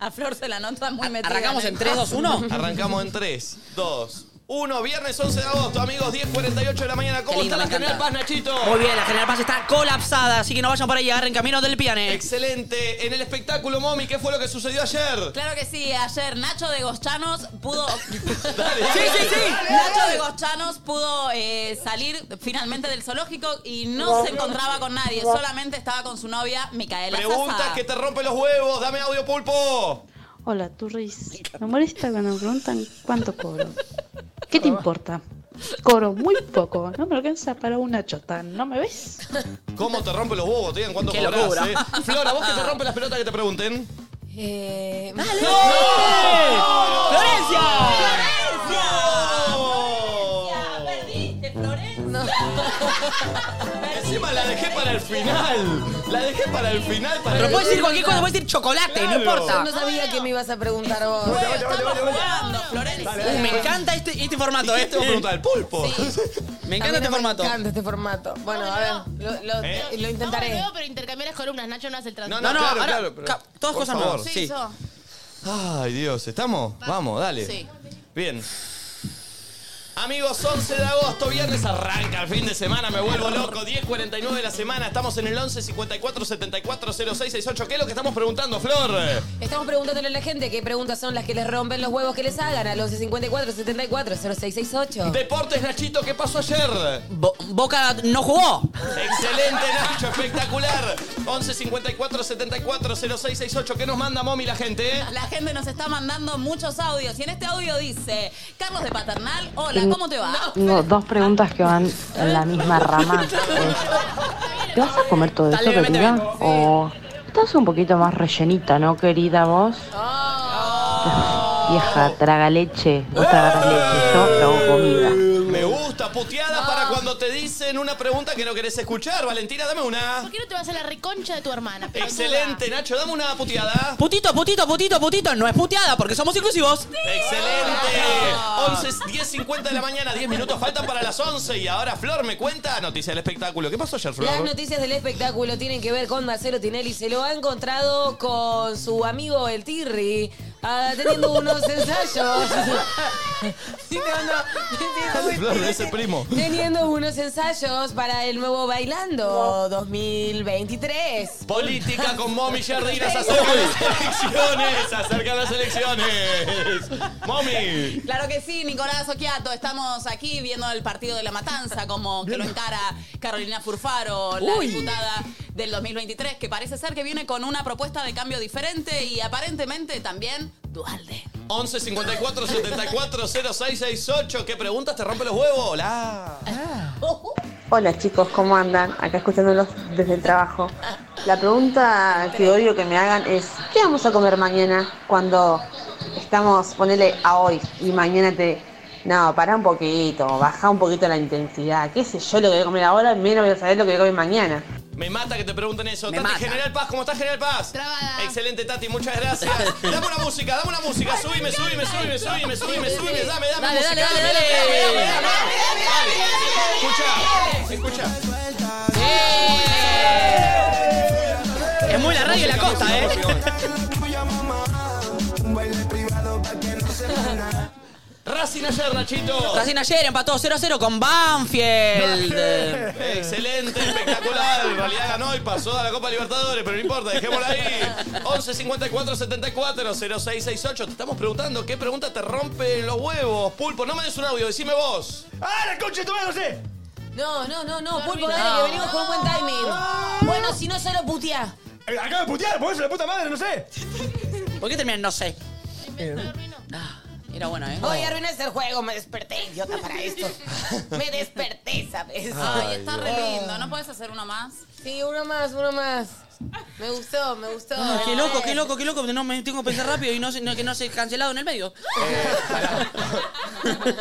C: A Flor se la nota muy metida.
B: Arrancamos
C: el
A: [laughs]
B: en 3, 2, 1.
A: Arrancamos en 3, 2, 1, viernes 11 de agosto, amigos, 10.48 de la mañana. ¿Cómo
B: Qué lindo,
A: está la
B: me
A: General
B: encanta.
A: Paz, Nachito?
B: Muy bien, la General Paz está colapsada, así que no vayan para ahí, agarren camino del piane.
A: Excelente. En el espectáculo, Momi, ¿qué fue lo que sucedió ayer?
C: Claro que sí, ayer Nacho de Gochanos
A: [laughs]
C: pudo.
A: Sí, sí, sí.
C: Nacho de Gochanos pudo eh, salir finalmente del zoológico y no se encontraba con nadie, solamente estaba con su novia Micaela
A: Preguntas
C: Sasa.
A: que te rompen los huevos. Dame audio, pulpo.
I: Hola, Turris. Me molesta cuando me preguntan cuánto cobro. ¿Qué te importa? Cobro muy poco. No me alcanza para una chota. ¿No me ves?
A: ¿Cómo te rompen los huevos? Te digan cuánto
B: Qué
A: cobrás,
B: locura.
A: eh. Flora, ¿vos que te rompen las pelotas que te pregunten?
D: Eh,
B: ¡Florencia!
A: ¡No!
C: Perdiste, Florencia.
A: Encima la dejé para el final. La dejé para el final. Para
B: Pero
A: el-
B: puedes decir cualquier cosa, puedes decir chocolate, no
A: Claro.
B: importa.
D: Eh, no sabía que me ibas a preguntar vos.
C: Estamos jugando, Florencia.
B: Uh, me encanta este, este formato,
A: Dijiste,
B: ¿eh?
A: vos preguntás al pulpo. [laughs]
B: Me
D: A mí
B: encanta este
D: no
B: formato.
D: Me encanta este formato. Bueno,
E: No,
D: a
E: no,
D: ver, lo, lo-
A: ¿Eh?
D: lo
E: No,
D: intentaré.
E: me veo, pero intercambiar las columnas. Nacho no hace el
A: No,
E: traslado.
A: no,
B: No, no,
A: claro,
B: ahora,
A: claro. pero-
B: ca- todas
A: por
B: cosas
A: favor.
B: nuevas.
E: Sí,
B: Sí.
E: yo.
A: Ay, Dios, ¿estamos? Vamos, dale.
C: Sí.
A: Bien. Amigos, 11 de agosto, viernes arranca el fin de semana, me vuelvo loco. 10.49 de la semana, estamos en el 11 54 74 0668. ¿Qué es lo que estamos preguntando, Flor?
D: Estamos preguntándole a la gente qué preguntas son las que les rompen los huevos que les hagan al 11 54 74 0668.
A: Deportes, Nachito, ¿qué pasó ayer?
B: Bo- Boca no jugó.
A: Excelente, Nacho, espectacular. 11 54 74 0668. ¿Qué nos manda Momi la gente? eh?
C: La gente nos está mandando muchos audios y en este audio dice, Carlos de Paternal, hola, ¿cómo te va?
I: Tengo dos preguntas que van en la misma rama. ¿Te vas a comer todo eso, querida? ¿O estás un poquito más rellenita, no, querida, vos?
C: Oh.
I: Vieja, traga leche. Vos tragas leche, yo trago comida.
A: Me gusta, puteada para cuando te dicen una pregunta que no querés escuchar. Valentina, dame una.
E: ¿Por qué no te vas a la reconcha de tu hermana? pelotuda?
A: Excelente, Nacho, dame una puteada.
B: Putito, putito, putito, putito. No es puteada porque somos inclusivos.
A: Excelente. 11, 10, 50 de la mañana, 10 minutos faltan para las 11. Y ahora Flor me cuenta noticia del espectáculo. ¿Qué pasó ayer,
D: Las
A: Flor?
D: noticias del espectáculo tienen que ver con Marcelo Tinelli. Se lo ha encontrado con su amigo el Tirri, ah, teniendo unos ensayos. [laughs] Sí, no, no, teniendo-
A: Flor, ese primo.
D: Teniendo unos ensayos para el nuevo Bailando 2023.
A: Política con Momi Jardín, se acercan las elecciones, se acercan las elecciones. Momi.
C: Claro que sí, Nicolás Oquiato, estamos aquí viendo el partido de la matanza, como que lo encara Carolina Furfaro, la diputada del 2023, que parece ser que viene con una propuesta de cambio diferente y aparentemente también Dualde.
A: 11 54 74 0668. ¿Qué preguntas te rompe los huevos? Hola.
B: Ah.
J: Hola chicos, ¿cómo andan? Acá escuchándolos desde el trabajo. La pregunta que odio que me hagan es, ¿qué vamos a comer mañana cuando estamos, ponele a hoy y mañana te... No, para un poquito, baja un poquito la intensidad. ¿Qué sé yo lo que voy a comer ahora? Menos voy a saber lo que voy a comer mañana.
A: Me mata que te pregunten eso.
B: Me
A: Tati,
B: mata.
A: General Paz, ¿cómo estás, General Paz?
E: Trabada.
A: Excelente, Tati, muchas
B: [laughs]
A: gracias. Dame una música, dame una música. Subime, subime, subime, subime, subime, subime. Dame, dame
B: Dale,
A: música.
B: dale, dale, dale.
A: Escucha, escucha.
B: Es muy la radio de la costa, ¿eh? [laughs]
A: Racing ayer, Nachito.
B: Racing ayer empató 0 a 0 con Banfield. Eh,
A: Excelente, espectacular. En realidad ganó y pasó a la Copa Libertadores, pero no importa, dejémosla ahí. 11 54 74 0668. Te estamos preguntando qué pregunta te rompe los huevos. Pulpo, no me des un audio, decime vos.
G: ¡Ah, la concha de tu madre, José!
D: No, no, no, no, pulpo, dale, que venimos con un buen timing. Bueno, si no, solo putea.
G: Eh, Acabo de putear, por eso la puta madre, no sé.
B: ¿Por qué terminan? No sé. Ah,
C: Era bueno, ¿eh?
D: Hoy arruinaste el juego, me desperté, idiota, para [laughs] esto. Me desperté, ¿sabes?
C: Ay, está re lindo, ¿no puedes hacer uno más?
D: Sí, uno más, uno más. Me gustó, me gustó.
B: Ay, qué loco, qué loco, qué loco. No, me tengo que pensar rápido y no, se- no- que no se cancelado en el medio.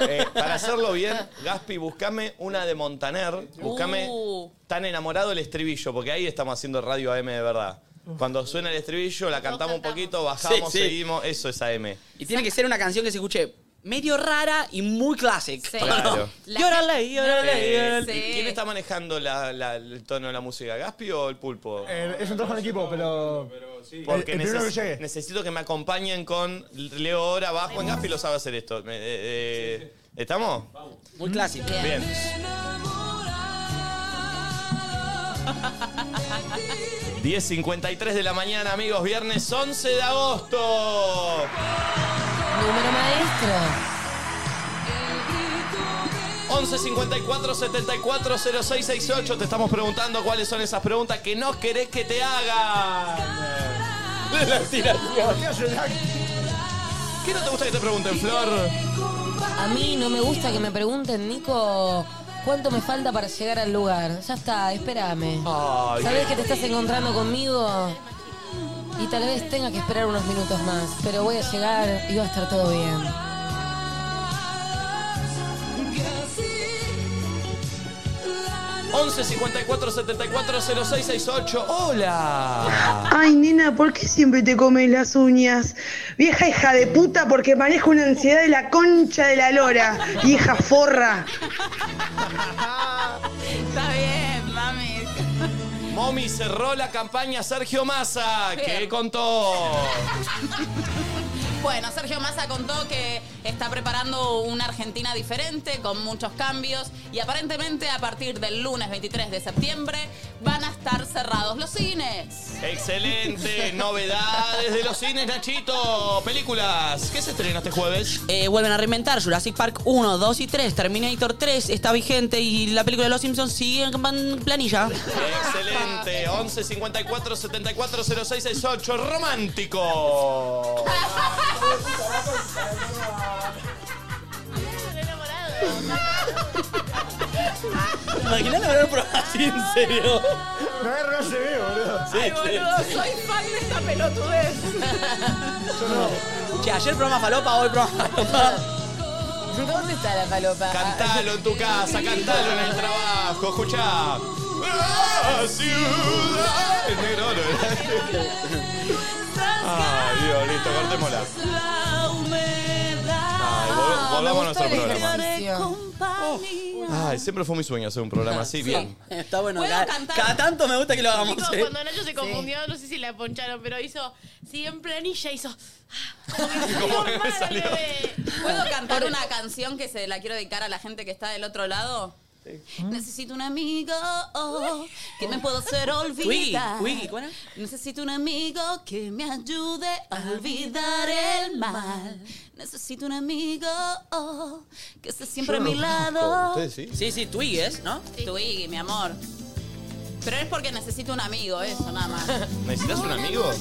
A: Eh, para hacerlo bien, Gaspi, buscame una de Montaner. Buscame
C: Uh.
A: tan enamorado el estribillo, porque ahí estamos haciendo radio AM de verdad. Cuando suena el estribillo, la cantamos un poquito, bajamos,
B: Sí, sí.
A: seguimos. Eso es AM.
B: Y tiene que ser una canción que se escuche medio rara y muy classic. [laughs]
C: Sí.
A: Claro.
C: La-
B: Llórale, llórale,
A: Eh,
B: llórale.
A: ¿Quién está manejando la- la- el tono de la música? ¿Gaspi o el pulpo?
G: Eh, es un trabajo en equipo, pero.
A: Porque
G: el, el primero que
A: neces-
G: llegue.
A: necesito que me acompañen con Leo ahora abajo en Gaspi lo sabe hacer esto. Me- eh, eh, ¿Estamos?
B: Muy clásico.
A: Bien.
B: Bien.
A: 10.53 de la mañana, amigos. Viernes 11 de agosto.
D: Número maestro.
A: 11 54 74 06 68. Te estamos preguntando cuáles son esas preguntas que no querés que te hagan. De la tiración. ¿Qué no te gusta que te pregunten, Flor?
D: A mí no me gusta que me pregunten, Nico, cuánto me falta para llegar al lugar. Ya está, espérame.
A: Ay,
D: Sabés que te estás encontrando conmigo y tal vez tenga que esperar unos minutos más, pero voy a llegar y va a estar todo bien.
G: Que así
A: 11 54 74 06 68. ¡Hola!
K: Ay, nena, ¿por qué siempre te comes las uñas? Vieja hija de puta, porque manejo una ansiedad de la concha de la lora. Vieja forra.
C: [laughs] Está bien, mami.
A: Momi cerró la campaña Sergio Massa. ¿Qué contó?
C: Bueno, Sergio Massa contó que está preparando una Argentina diferente, con muchos cambios, y aparentemente a partir del lunes 23 de septiembre van a estar cerrados los cines.
A: Excelente, novedades de los cines, Nachito. Películas, ¿qué se estrena este jueves?
B: Eh, vuelven a reinventar Jurassic Park 1, 2 y 3. Terminator 3 está vigente y la película de Los Simpsons sigue en plan- planilla.
A: Excelente, 11 54 74 06 68, romántico.
G: Imaginá
A: la verdad así en serio.
G: No agarro se ve, boludo.
A: Sí, Ay, boludo, sí, sí. soy
C: fan de esta pelotudez.
B: Che, ayer programa falopa, hoy programa falopa.
D: ¿Dónde está la palopa?
A: Cantalo en tu casa, cantalo en el trabajo, escuchá. La ciudad. El negro oro, ¿verdad? Ay, Dios, listo, cortémosla.
G: La humedad.
A: Ay, vol- volvamos a nuestro programa.
C: Compañía.
B: Ah,
A: Ay, siempre fue mi sueño hacer un programa así, bien.
B: [laughs] Está bueno,
E: ¿Puedo
B: cada,
E: cantar?
B: cada tanto me gusta que lo hagamos.
E: Chicos,
B: eh.
E: cuando Nacho se confundió, no sé si la poncharon, pero hizo. Sí, en planilla hizo. ah,
C: ¿Puedo cantar una canción que se la quiero dedicar a la gente que está del otro lado? Mm. Necesito un amigo que me pueda hacer olvidar.
B: Twiggy, Twiggy, ¿cuál era?
C: Necesito un amigo que me ayude a olvidar el mal. Necesito un amigo que esté siempre a mi lado.
A: sí?
B: Sí, sí, Twiggy es, ¿no?
C: Twiggy, mi amor. Pero es porque necesito un amigo, eso nada más.
A: ¿Necesitas un amigo?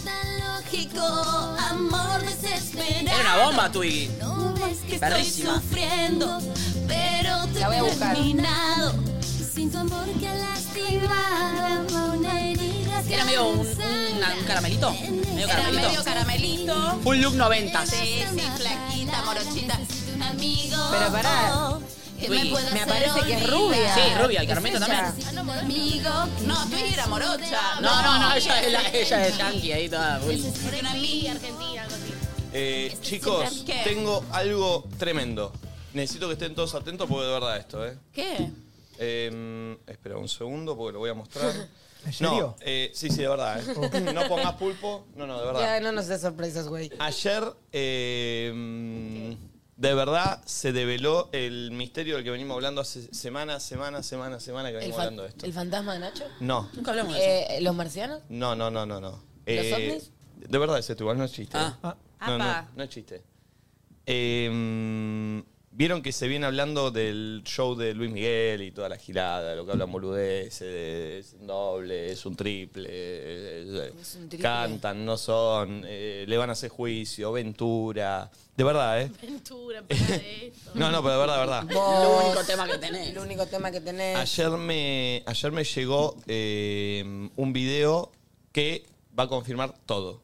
C: Lógico, amor desesperado.
B: Era una bomba, Twiggy.
C: No ves que
B: Perrísima.
C: estoy sufriendo, pero te
D: La voy a
C: he
D: buscar.
C: terminado. Sin tu amor que lastimaba una herida.
B: Era medio un, un- un caramelito. Medio
C: Era medio
B: caramelito.
C: caramelito.
B: Full look 90.
C: Sí, sí, flaquita, morochita. Un amigo.
D: Pero pará.
C: que
B: Twiggy.
C: pueda
D: Me
C: hacer
D: parece que es
C: olvidar.
D: rubia.
B: Sí, rubia, y caramelito también.
C: Amigo. No, Twiggy era morocha.
B: No, no, no, ella es, la, ella es yankee ahí toda. uy.
C: Porque una amiga.
E: Argentina, algo así.
A: Eh, chicos,
C: ¿Qué?
A: tengo algo tremendo. Necesito que estén todos atentos porque de verdad esto, ¿eh?
C: ¿Qué?
A: Eh, espera un segundo porque lo voy a mostrar. ¿En
G: serio?
A: No, eh, sí, sí, de verdad. ¿eh? No pongas pulpo. No, no, de
D: Ya
A: verdad.
D: no nos des sorpresas, güey.
A: Ayer, eh, de verdad, se develó el misterio del que venimos hablando hace semana, semana, semana, semana que
D: ¿El,
A: venimos
D: fan-
A: hablando de esto.
D: el fantasma de Nacho?
A: No,
B: Nunca hablamos de eso.
D: Eh, ¿Los marcianos?
A: no, no, no, no. no.
D: ovnis?
A: De verdad es esto, igual no es chiste.
B: Ah.
A: ¿eh? No, no, no es chiste. Eh, Vieron que se viene hablando del show de Luis Miguel y toda la girada, lo que hablan boludeces, es un doble, es un triple, eh,
D: triple.
A: cantan, no son, eh, le van a hacer juicio, Ventura. De verdad, ¿eh?
E: Ventura,
D: [laughs]
E: para de esto.
A: No, no, pero de verdad, de verdad.
B: Lo único tema que tenés.
D: El único tema que tenés.
A: Ayer me, ayer me llegó eh, un video que va a confirmar todo.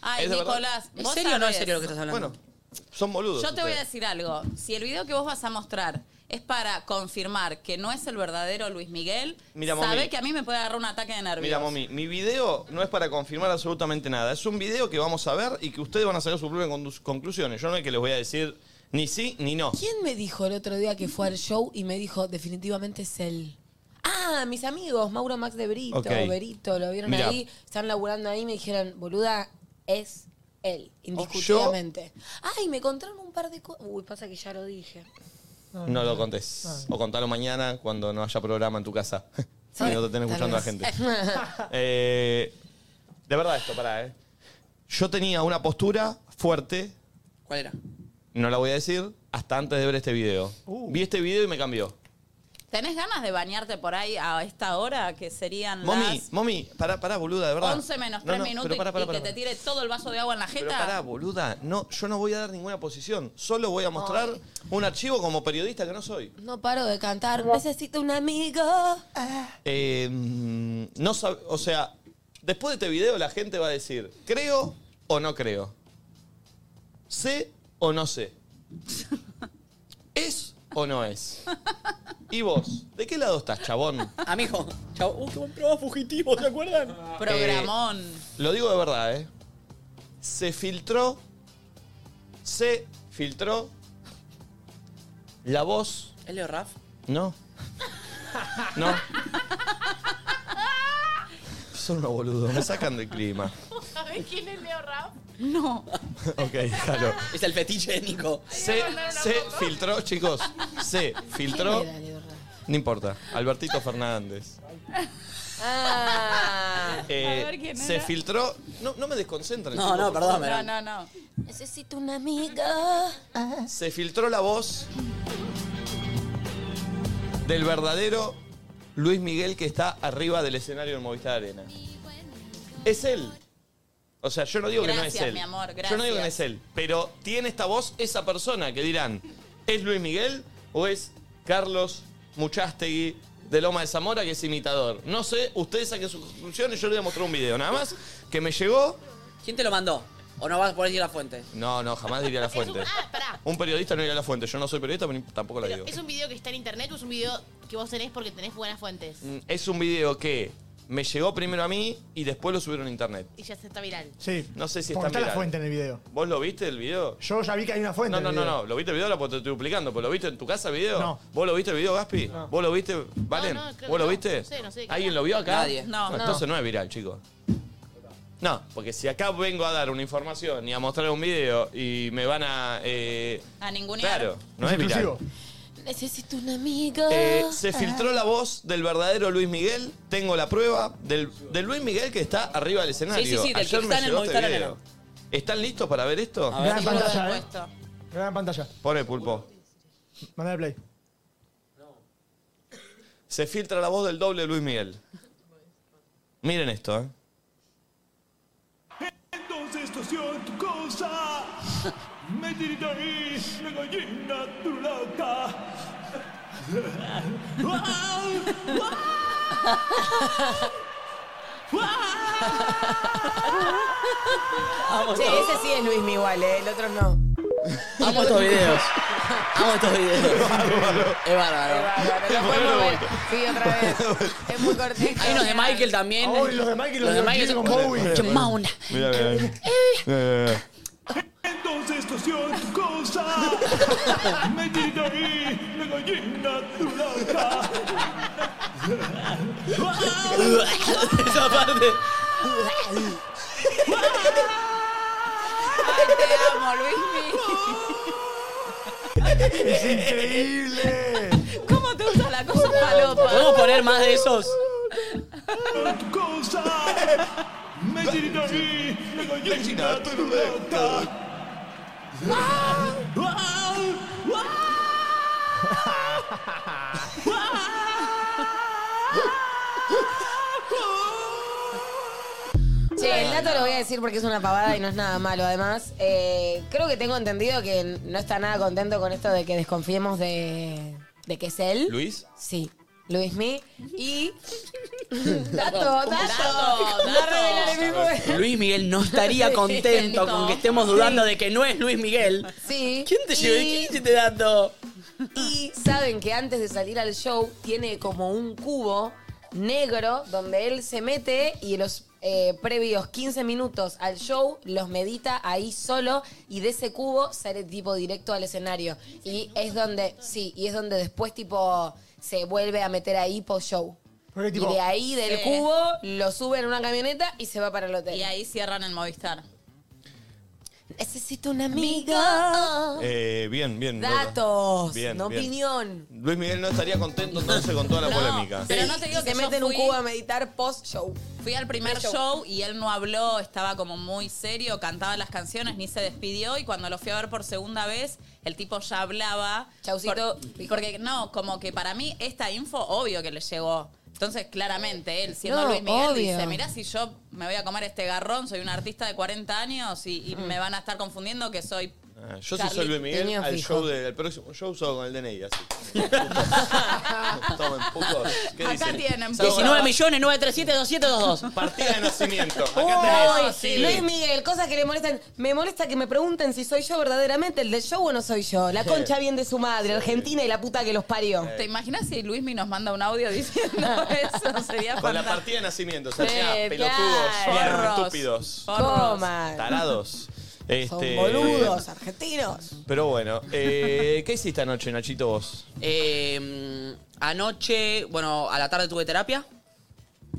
C: Ay,
A: ¿Es de verdad?
C: Nicolás,
B: ¿En
C: vos
B: serio o no es
C: sabés.
B: serio lo que estás hablando?
A: Bueno, son boludos.
C: Yo te voy a
A: ustedes.
C: decir algo. Si el video que vos vas a mostrar es para confirmar que no es el verdadero Luis Miguel,
A: Mira,
C: sabe
A: mami.
C: que a mí me puede agarrar un ataque de nervios.
A: Mira, mami, mi video no es para confirmar absolutamente nada. Es un video que vamos a ver y que ustedes van a sacar sus propias condu- conclusiones. Yo no es que les voy a decir ni sí ni no.
D: ¿Quién me dijo el otro día que fue al show y me dijo definitivamente es él? Ah, mis amigos, Mauro Max de Brito,
A: Ok.
D: Berito, lo vieron
A: Mirá.
D: ahí, están laburando ahí, me dijeron, boluda, es
L: él, indiscutiblemente. Ay, me contaron un par de cosas. Uy, pasa que ya lo dije.
A: No lo contés. O contalo mañana cuando no haya programa en tu casa. [laughs] Si no te estén escuchando la gente. Eh, de verdad esto, pará, ¿eh? Yo tenía una postura fuerte.
B: ¿Cuál era?
A: No la voy a decir hasta antes de ver este video. Vi este video y me cambió.
C: ¿Tenés ganas de bañarte por ahí a esta hora que serían
A: Mami,
C: las
A: mami, pará, pará, boluda, de verdad.
C: 11 menos 3
A: No, no,
C: minutos
A: pero pará,
C: y-
A: pará,
C: y
A: pará.
C: que te tire todo el vaso de agua en la jeta?
A: Pero pará, boluda, no, yo no voy a dar ninguna posición. Solo voy a mostrar un archivo como periodista que no soy.
L: No paro de cantar. Necesito un amigo.
A: Eh, mm, no sab- o sea, después de este video la gente va a decir, creo o no creo. Sé o no sé. ¿Es o no es? ¿Y vos? ¿De qué lado estás, chabón?
B: Amigo, chao. Uh, qué buen programa fugitivo, ¿se acuerdan?
A: Programón. Lo digo de verdad, ¿eh? Se filtró. Se filtró. La voz.
B: ¿Es
D: [laughs]
B: Leo Raf?
A: No. No. Son unos boludos, me sacan del clima.
E: [laughs] ¿Vos sabés quién es Leo Rap?
C: No.
A: [laughs] Ok, déjalo.
B: Es el fetiche de Nico.
A: Se, se filtró, chicos. Se filtró. No importa. Albertito Fernández. Eh, se filtró. No, no me desconcentran.
B: Ah. No,
A: chicos,
B: no,
A: por
B: perdón,
A: favor.
B: perdón.
C: No, no.
L: Necesito un amigo.
A: Se filtró la voz del verdadero Luis Miguel que está arriba del escenario del Movistar Arena. Es él. O sea, yo no digo que no es
C: Gracias,
A: él.
C: mi amor,
A: Yo no digo que no
C: gracias.
A: es él, pero tiene esta voz esa persona que dirán, ¿es Luis Miguel o es Carlos Muchastegui de Loma de Zamora que es imitador? No sé, ustedes saquen sus conclusiones, yo les voy a mostrar un video nada más que me llegó.
B: ¿Quién te lo mandó? ¿O no vas a poder ir a la fuente?
A: No, no, jamás diría la fuente.
H: ah,
A: Un periodista no iría a la fuente, yo no soy periodista, pero ni- tampoco la digo.
E: ¿Es un video que está en internet o es un video que vos tenés porque tenés buenas fuentes?
A: Mm, Es un video que me llegó primero a mí y después lo subieron a internet.
E: Y ya se está viral.
A: Sí. No sé si
H: Porque
A: está
H: está la
A: viral.
H: fuente en el video.
A: ¿Vos lo viste el video?
H: Yo ya vi que hay una fuente.
A: No, no,
H: en el
A: no,
H: video.
A: no. ¿Lo viste el video? Ahora porque te estoy duplicando. ¿Pero lo viste en tu casa el video?
H: No.
A: ¿Vos lo viste el video, Gaspi? ¿Vos lo viste, Valen?
H: no, creo que
A: ¿Vos lo
H: no.
A: viste?
H: No sé, no sé de qué
A: ¿Alguien
H: habla.
A: lo vio acá?
H: Nadie. No. No.
A: Entonces no es viral, chicos. No, porque si acá vengo a dar una información y a mostrar un video y me van a... eh,
C: A ningún
A: claro, no es viral.
L: Necesito un amigo.
A: Eh, se filtró la voz del verdadero Luis Miguel. Tengo la prueba del, del Luis Miguel que está arriba del escenario.
B: Sí, sí, sí, del que
A: Ayer me
B: está en el
A: llegó este
B: Movistar
A: video. ¿Están listos para ver esto?
H: A ver. Gran pantalla, eh. Gran pantalla.
A: Pone pulpo.
H: Mandale play.
A: Se filtra la voz del doble Luis Miguel. Miren esto, ¿eh?
G: Entonces tú hacías tu cosa. Me tirita ahí, la gallina, tu loca.
D: Sí, ese sí es Luis mi igual, ¿eh? el otro no.
A: [laughs]
B: Amo estos videos. Amo estos videos. Es bárbaro.
D: Pero podemos ver. Sí, otra vez. Es muy cortito.
B: Hay unos de Michael también.
D: Ay, los de Michael, los de Michael
B: son-
D: con Bowie.
B: Che,
D: Mira,
B: Mauna.
A: Mira, mira, mira.
G: Entonces tú hacías tu cosa. [laughs] Me tirita ahí, la gallina, tu loca.
B: Esa parte.
C: Ay, te amo, Luismi.
H: ¡Es increíble!
C: ¿Cómo te usa la cosa palopa?
B: ¿Podemos poner más de esos?
G: Tu
A: [laughs]
G: cosa. Me tirita ahí, la gallina, tu loca.
D: Che, el dato lo voy a decir porque es una pavada y no es nada malo. Además, eh, creo que tengo entendido que no está nada contento con esto de que desconfiemos de, de que es él.
A: ¿Luis?
D: Sí, Luis Mi. Y. dato, dato.
C: dato.
D: No revelaré mi poder.
B: Luis Miguel no estaría contento con que estemos dudando de que no es Luis Miguel.
D: Sí.
B: ¿Quién te llevó?
D: Y-
B: ¿Quién te te dando?
D: Y saben que antes de salir al show tiene como un cubo negro donde él se mete y los eh, previos 15 minutos al show los medita ahí solo y de ese cubo sale tipo directo al escenario. Y es donde, sí, y es donde después tipo se vuelve a meter ahí post show.
H: Porque, tipo,
D: Ah. y de ahí del
C: Sí.
D: cubo lo sube en una camioneta y se va para el hotel.
C: Y ahí cierran el Movistar.
D: Necesito un amigo.
A: Eh, bien, bien. Lola.
D: Datos,
A: Bien,
D: no
A: bien.
D: opinión.
A: Luis Miguel no estaría contento entonces con
D: [laughs]
A: toda la polémica.
C: Pero no te digo
D: Y
C: que
D: se
C: yo
D: mete en un
C: fui-
D: cubo a meditar post-show.
C: Fui al primer
D: Pre-show.
C: show y él no habló, estaba como muy serio, cantaba las canciones, ni se despidió. Y cuando lo fui a ver por segunda vez, el tipo ya hablaba.
D: Chaucito.
C: Por- porque no, como que para mí esta info, obvio que le llegó. Entonces, claramente, él, siendo
L: No,
C: Luis Miguel,
L: obvio.
C: dice, mirá si yo me voy a comer este garrón, soy un artista de 40 años y, y me van a estar confundiendo que soy...
A: Ah, yo sí
C: Charlie,
A: soy Luis Miguel
C: tenía
A: al
C: fijo.
A: show del próximo show solo con el DNI, así. Tomen, putos. ¿Qué
C: Acá
A: dicen?
C: tienen,
A: Salgo
B: 19
A: grabado.
B: millones 937 222.
A: Partida
B: [laughs]
A: de nacimiento. Acá
D: Uy,
A: tenés.
D: Luis Miguel, cosas que le molestan. Me molesta que me pregunten si soy yo verdaderamente el del show o no soy yo. La concha bien de su madre, Argentina y la puta que los parió.
C: ¿Te imaginas si Luismi nos manda un audio
D: [laughs]
C: diciendo eso? Sería
A: Con la
C: fantástico.
A: partida de nacimiento, o
C: Sí,
A: sea, pelotudos,
C: claro.
A: estúpidos,
C: Porros.
D: Coman.
A: tarados. Este,
D: Boludos, argentinos.
A: Pero bueno, eh, ¿qué hiciste anoche, Nachito, vos?
B: Eh, anoche, bueno, a la tarde tuve terapia.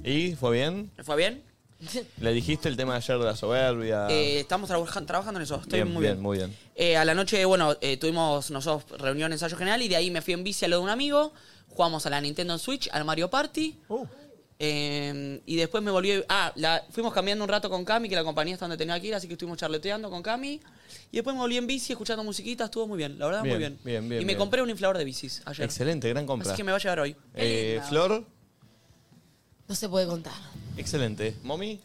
A: ¿Y fue bien?
B: ¿Me
D: [laughs]
B: fue bien?
A: ¿Le dijiste el tema de ayer de la soberbia?
B: Eh, estamos trabaja- trabajando en eso. Estoy muy bien.
A: muy bien.
B: Eh, a la noche, bueno, eh, tuvimos nosotros reunión ensayo general y de ahí me fui en bici a lo de un amigo. Jugamos a la Nintendo Switch, al Mario Party. Eh, y después me volví. Ah, la- fuimos caminando un rato con Cami, que la compañía está donde tenía que ir, así que estuvimos charleteando con Cami. Y después me volví en bici escuchando musiquita, estuvo muy bien, la verdad, muy bien.
A: Bien, bien.
B: y me
A: bien.
B: compré un inflador de bicis ayer.
A: Excelente, gran compra.
B: Así que me va a llegar hoy.
A: Eh, Flor,
L: No se puede contar.
A: excelente. ¿Momi?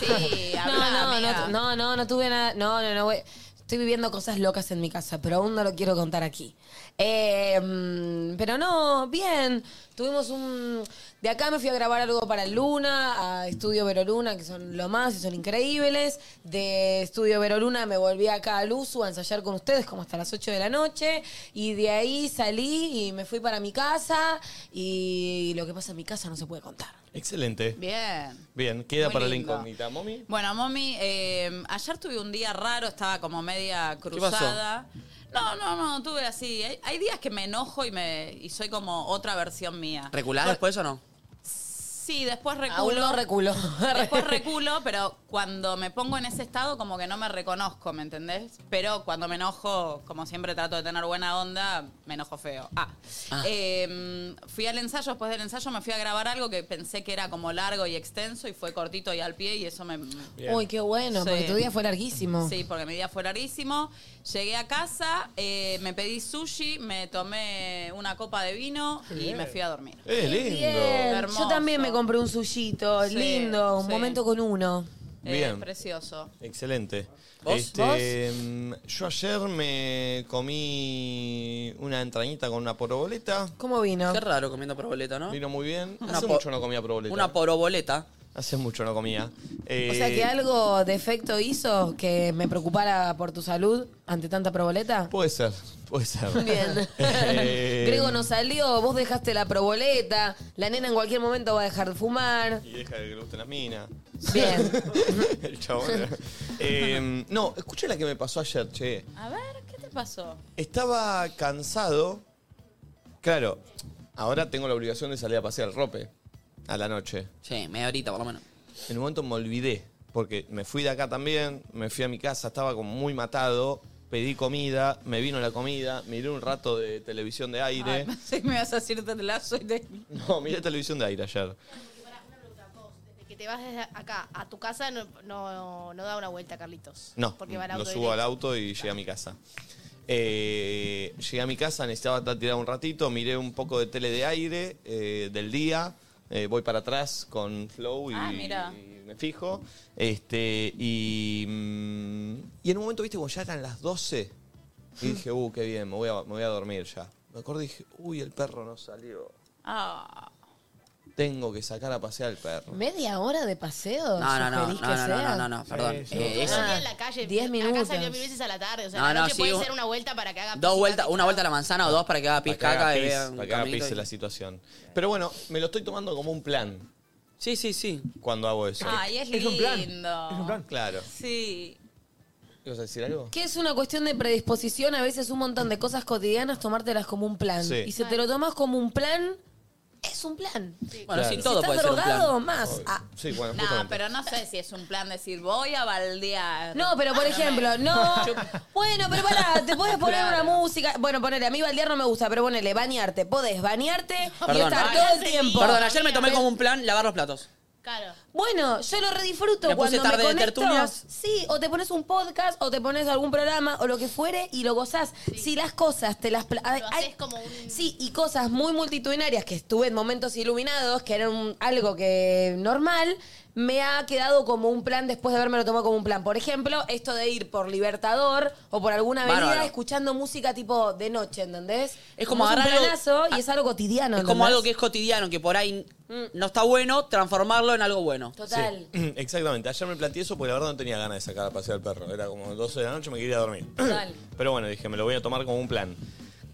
C: Sí,
D: No,
C: habla,
D: no,
C: amiga.
D: no, no, no, no tuve nada. No, no, no. güey. Estoy viviendo cosas locas en mi casa, pero aún no lo quiero contar aquí. Eh, mm, pero no, bien. Tuvimos un. De acá me fui a grabar algo para Luna, a Estudio Veroluna, que son lo más y son increíbles. De Estudio Veroluna me volví acá a Luzu a ensayar con ustedes como hasta las 8 de la noche. Y de ahí salí y me fui para mi casa. Y lo que pasa en mi casa no se puede contar.
A: Excelente.
C: Bien.
A: Bien, queda
C: Muy
A: para
C: lindo.
A: la incógnita. ¿Momi?
C: Bueno, mami, eh, ayer tuve un día raro, estaba como media cruzada. No, no, no, tuve así. Hay, hay días que me enojo y me y soy como otra versión mía.
B: ¿Reculás después o no?
C: Sí, después
D: Aún
C: reculo.
D: no reculo.
C: [laughs] Después reculo, pero cuando me pongo en ese estado como que no me reconozco, ¿me entendés? Pero cuando me enojo, como siempre trato de tener buena onda, me enojo feo. Ah, Eh, fui al ensayo, después del ensayo me fui a grabar algo que pensé que era como largo y extenso y fue cortito y al pie y eso me...
D: Uy, qué bueno,
C: Sí.
D: porque tu día fue larguísimo.
C: Sí, porque mi día fue larguísimo. Llegué a casa, eh, me pedí sushi, me tomé una copa de vino
D: Qué
C: y
D: bien.
C: me fui a dormir.
A: Eh, lindo.
D: Bien,
C: Hermoso.
D: yo también me compré un sushito,
C: Sí,
D: lindo, un
C: sí.
D: momento con uno.
C: Eh,
A: Bien.
C: precioso.
A: Excelente.
C: ¿Vos?
A: Este, mm, Yo ayer me comí una entrañita con una poroboleta.
D: ¿Cómo vino?
B: Qué raro comiendo proboleta, ¿no?
A: Vino muy bien.
B: Una
A: Hace
B: po-
A: mucho no comía poroboleta.
B: Una poroboleta.
A: Hace mucho no comía. Eh,
D: O sea, que algo de efecto hizo que me preocupara por tu salud ante tanta proboleta.
A: Puede ser, puede ser.
D: Bien.
A: pues, [laughs] Eh,
D: Grego no salió, vos dejaste la proboleta, la nena en cualquier momento va a dejar de fumar.
A: Y deja que le gusten las minas.
D: Bien.
A: [laughs]
D: [laughs]
A: El chabón. Eh, no, escuché la que me pasó ayer, che.
C: A ver, ¿qué te pasó?
A: Estaba cansado. Claro, ahora tengo la obligación de salir a pasear el rope a la noche.
B: Sí, media horita por lo menos.
A: En un momento me olvidé, porque me fui de acá también, me fui a mi casa, estaba como muy matado, pedí comida, me vino la comida, miré un rato de televisión de aire.
C: [laughs] Sí, me vas a decir del lazo y te...
A: No, miré televisión de aire ayer.
E: De que te vas desde acá a tu casa no, no, no da una vuelta, Carlitos.
A: No,
E: Porque va el
A: lo
E: auto
A: subo al
E: directo.
A: auto y llegué a mi casa. Eh, llegué a mi casa, necesitaba estar tirado un ratito, miré un poco de tele de aire eh, del día, eh, voy para atrás con Flow y,
C: Ah, mira.
A: y me fijo. Este, y, mm, y en un momento, viste, como ya eran las 12, y dije, uh, qué bien, me voy a, me voy a dormir ya. Me acordé y dije, uy, el perro no salió.
C: [laughs] Ah.
A: Tengo que sacar a pasear al perro.
D: ¿Media hora de paseo?
B: No, no, no,
D: ¿Sugerís
B: no,
D: que
B: no,
D: sea?
B: no, no, no, perdón.
A: Sí, sí.
B: Eh, es-
E: Yo salí en la calle.
D: Diez
E: Acá
D: minutos.
E: salió mil veces a la tarde. O sea,
B: No,
E: la
B: no,
E: noche
B: sí,
E: puede
B: un-
E: ser una vuelta para que haga
B: Dos
E: pis,
B: vueltas,
E: haga
B: una vuelta a la manzana o dos para que haga pis
A: Para que haga
B: caca y
A: pis,
B: vea un
A: para que haga
B: caminito
A: pis
B: y-
A: la situación. Pero bueno, me lo estoy tomando como un plan.
B: Sí, sí, sí.
A: Cuando hago eso.
C: Ay, Ah, es,
H: Es un plan.
C: lindo.
A: Claro.
C: Sí.
A: ¿Ibas a decir algo?
D: Que es una cuestión de predisposición, a veces un montón de cosas cotidianas, tomártelas como un plan.
A: Sí.
D: Y si te lo tomas como un plan, Es un plan.
B: Bueno,
D: si
B: sí, todo
D: estás
B: puede ser un plan.
D: drogado, más. Ah,
A: Sí, bueno,
C: No, pero no sé si es un plan decir voy a baldear.
D: No, pero por ejemplo, no.
C: [laughs]
D: Bueno, pero pará, te puedes poner una música. Bueno, ponele, a mí baldear no me gusta, pero ponele, bañarte. Podés bañarte y
B: Perdón.
D: estar
B: Ay,
D: todo el
B: sí.
D: tiempo.
B: Perdón, ayer me tomé como un plan lavar los platos.
E: Claro.
D: Bueno, yo lo redisfruto
B: ¿Le puse
D: cuando
B: tarde
D: me
B: de
D: conecto.
B: tertulias?
D: sí, o te pones un podcast, o te pones algún programa, o lo que fuere, y lo gozás. Si las cosas te las... pla- hay- Sí, y cosas muy multitudinarias que estuve en momentos iluminados, que eran un- algo que normal, me ha quedado como un plan después de haberme lo tomado como un plan. Por ejemplo, esto de ir por Libertador o por alguna avenida
B: Bárbaro.
D: escuchando música tipo de noche, ¿entendés?
B: Es como
D: un
B: agarrar algo-
D: planazo y es algo cotidiano.
B: Es como
D: ¿entendés?
B: algo que es cotidiano, que por ahí no está bueno, transformarlo en algo bueno.
D: Total.
A: Sí, [clears throat] Exactamente. Ayer me planteé eso porque la verdad no tenía ganas de sacar a pasear al perro. Era como 12 de la noche, me quería ir a dormir.
D: Total.
A: Pero bueno, dije, me lo voy a tomar como un plan.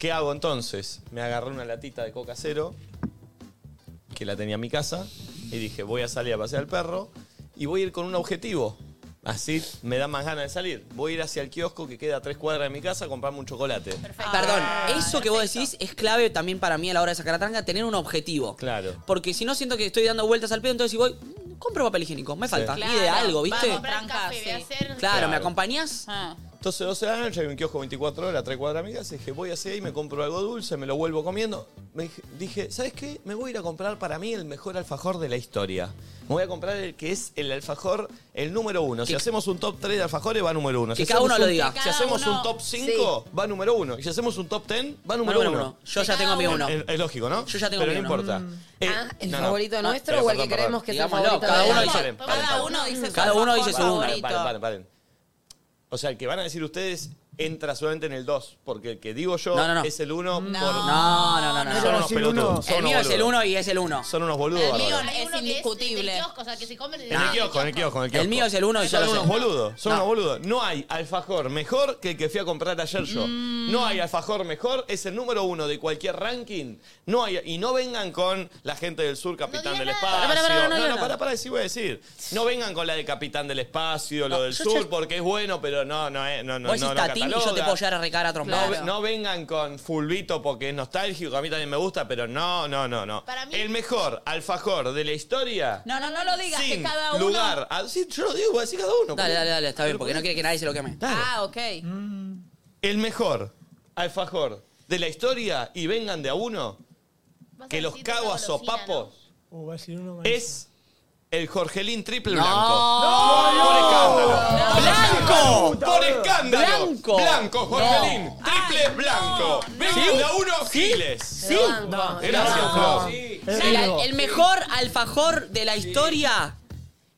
A: ¿Qué hago entonces? Me agarré una latita de coca cero, que la tenía en mi casa, y dije, voy a salir a pasear al perro y voy a ir con un objetivo. Así me da más ganas de salir. Voy a ir hacia el kiosco que queda a tres cuadras de mi casa a comprarme un chocolate.
D: Ah,
B: Perdón, eso que vos decís es clave también para mí a la hora de sacar la tranca, tener un objetivo.
A: Claro.
B: Porque si no siento que estoy dando vueltas al pedo, entonces si voy, mm, compro papel higiénico, me falta.
A: Sí.
B: Y de algo, ¿viste?
C: Vamos, tranca, sí. Ah.
B: claro, ¿me acompañás?
A: Entonces, 12 de la noche, hay un kiosco 24 horas, 3 cuadras de mi casa. Dije, voy hacia ahí, me compro algo dulce, me lo vuelvo comiendo. Me dije- dije, ¿sabes qué? Me voy a ir a comprar para mí el mejor alfajor de la historia. Me voy a comprar el que es el alfajor, el número uno. Si hacemos un top 3 de alfajores, va número uno.
B: que
A: Si
B: cada
A: hacemos
B: uno lo
A: un-
B: diga.
A: Si
B: Cada
A: hacemos
B: uno-
A: un top 5, va número uno. Y si hacemos un top 10, va número
B: número
A: uno.
B: uno. Yo ya tengo mi uno.
A: Es, es lógico, ¿no?
B: Yo ya tengo
A: Pero
B: mi
A: no
B: uno.
A: importa. Eh,
D: Ah, ¿el
A: no, no.
D: favorito
A: Ah,
D: nuestro
A: pero
D: o el que
A: perdón,
D: creemos
A: perdón.
D: que es el
A: Digámoslo,
D: favorito?
A: cada
D: de
A: uno
D: él?
A: dice- Paren, paren,
C: Cada
A: paren.
C: uno dice su
B: Cada uno
C: alfajor
B: dice su uno.
C: favorito.
A: Paren, paren, paren. O sea, el que van a decir ustedes entra solamente en el 2, porque el que digo yo
B: No, no, no.
A: es el 1 no.
B: No, no, no, no.
A: Son unos
B: El
A: pelotudos. son
B: mío
A: unos
B: es el
A: boludos.
B: uno y es el uno.
A: Son unos boludos.
E: El mío
A: bárbaros.
E: es indiscutible. o sea, que se comen
A: En el kiosco, en el kiosco, en el kiosco.
B: mío es el uno y yo
A: Son
B: lo sé.
A: unos boludos, son unos boludos. No hay alfajor mejor que el que fui a comprar ayer yo. No hay alfajor mejor, es el número uno de cualquier ranking. No hay, y no vengan con la gente del sur, Capitán del Espacio.
B: Pará, pará, pará, no,
A: no,
B: no,
A: no,
B: no.
A: pará, pará, sí voy a decir. No vengan con la de Capitán del Espacio, lo del
B: yo
A: sur,
B: ya-
A: porque es bueno, pero no, no, es- no, no,
B: Vos
A: no,
B: decís
A: no
B: Tatín y yo te
A: cataloga.
B: puedo llegar a recagar a trompar.
A: No, ve- no vengan con Fulvito porque es nostálgico, a mí también me gusta, pero no, no, no, no. El mejor alfajor de la historia.
C: No, no, no lo digas,
A: sin
C: que cada uno.
A: lugar. Ah, sí, yo lo digo, voy a decir cada uno.
B: Dale,
A: porque-
B: dale, dale, está bien, porque no quiere que nadie se lo queme.
C: Ah, ok.
A: El mejor alfajor de la historia y vengan de a uno, que los cago a sopapos,
H: Uh, va a decir uno.
A: es el Jorgelín triple
H: No.
A: blanco.
H: No.
A: Por escándalo.
H: No.
A: ¡Blanco!
H: Blanco.
A: ¡Por escándalo!
H: Blanco.
A: ¡Blanco, Jorgelín! ¡Triple blanco! ¡Vengan
B: ¿Sí?
A: de a uno, Giles!
B: Sí.
A: No. Gracias,
B: No.
A: Flor.
B: Sí. El, el mejor alfajor de la historia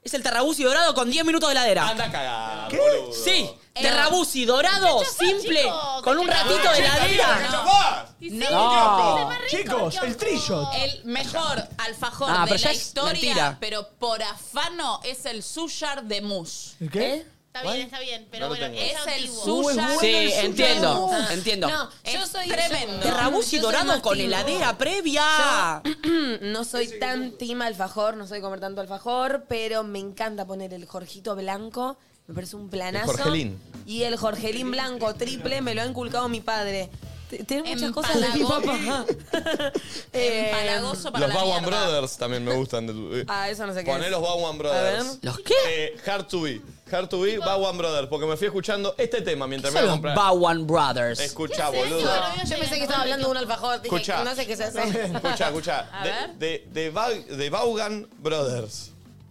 B: es el terrabusi dorado con 10 minutos de heladera.
A: Anda a cagar,
B: ¿Qué?
A: boludo.
B: Sí, terrabusi dorado, simple, con un ratito de heladera.
C: No.
H: Chicos, el trillo.
C: El mejor alfajor
B: Ah,
C: de
B: pero ya
C: la
B: es
C: historia,
B: mentira.
C: pero por afano, es el suyar de mousse.
H: ¿El qué?
E: Está bien, está bien, pero
B: ¿Eh? No lo
E: bueno,
B: tengo.
E: es
C: Es el
E: antiguo.
C: sushi.
B: Sí, entiendo, entiendo.
D: No, yo soy
C: tremendo.
B: Terrabusi
D: Yo soy
B: dorado
D: más
B: con
D: team.
B: heladera previa.
D: [clears throat] no soy tan team alfajor, no soy comer tanto alfajor, pero me encanta poner el Jorgito blanco. Me parece un planazo.
A: El Jorgelín.
D: Y el Jorgelín blanco triple me lo ha inculcado mi padre. T- Tiene muchas cosas de mi
C: Empalagoso.
D: papá. [laughs] Eh,
C: Empalagoso para
A: Los
C: la
A: Bowen
C: mierda.
A: Brothers también me gustan. de- eh.
D: Ah, eso no sé qué
A: Poné
D: es.
A: los Bowen Brothers.
D: ¿Los
B: qué?
A: Eh, Hard to Be. Hard to Be, Bowen Brothers. Porque me fui escuchando este tema mientras me
B: Son
A: lo
B: los
A: compraba.
B: Bowen Brothers.
A: Escucha, boludo.
D: No, yo pensé que estaba hablando de un alfajor. Dije,
A: Escuchá.
D: no sé qué se
A: [laughs]
D: hace. [laughs]
A: Escucha, escucha.
D: A ver.
A: De, de, de, Bau- de Vaughan Brothers.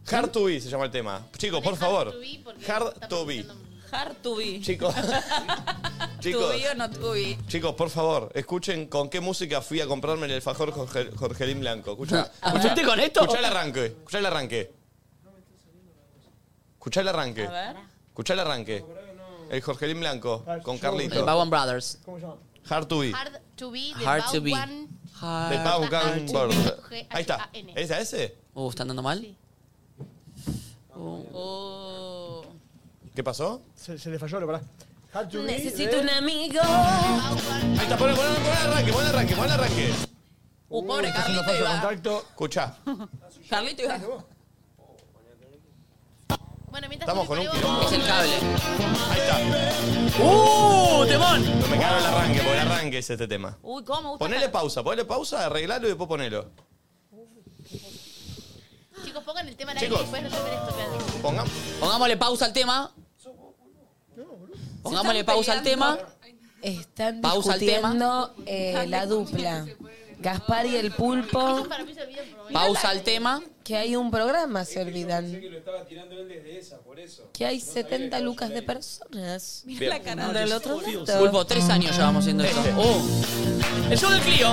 A: Hard to Be se llama el tema. Chicos, por favor. Hard to Be.
C: Hard [laughs] to be.
A: Chicos. Chicos.
C: Tubi o no tubi.
A: Chicos, por favor, escuchen con qué música fui a comprarme el alfajor Jorge, Jorgelín Blanco. Escucha.
B: A ver. ¿Fuiste Ah, con esto?
A: Escuchá el arranque. Escuchá el arranque. Escuchá el arranque.
C: A ver.
A: Escuchá el arranque. El Jorgelín Blanco
H: Ah,
A: con
B: El
A: Carlito.
B: Bowen Brothers.
H: ¿Cómo se llama?
A: Hard to be.
E: Hard to be, the
B: Hard to be.
E: Bauwan-
A: De Pau Gang Border. Ahí está.
E: G-H-A-N.
A: ¿Es a ese?
B: Uh, ¿está andando mal? Uh,
A: ¿Qué pasó?
H: Se, se le falló, lo pará. Had to be
D: Necesito
H: de-
D: un amigo.
A: Ahí está, poné, poné, poné el arranque, poné el arranque, poné el arranque.
C: Uh, pobre
H: está haciendo
C: Carlito
H: falta de
C: iba.
H: contacto.
A: Escuchá.
C: Carlito iba.
E: Bueno, mientras
A: Estamos
E: tú
A: con
E: te
A: un quilombo.
E: pruebas-
B: Es el cable.
A: Ahí está.
B: ¡Uh, temón!
A: No me quedaron el arranque, porque el arranque es este tema.
C: Uy, ¿cómo me gusta?
A: Ponele pausa, ponele pausa, arreglalo y después ponelo.
E: Chicos, pongan el tema al aire y después resolver esto. claro.
B: Pongámosle pausa al tema. Pongámosle pausa al tema.
D: Están
B: Pausa al tema.
D: discutiendo eh, la dupla. Gaspar y el pulpo.
B: Pausa al tema.
D: Que hay un programa, se olvidan. Que hay 70 lucas de personas.
B: Mira la
D: cara del otro lado.
B: Pulpo, tres años llevamos haciendo esto. Oh. El show del Clio.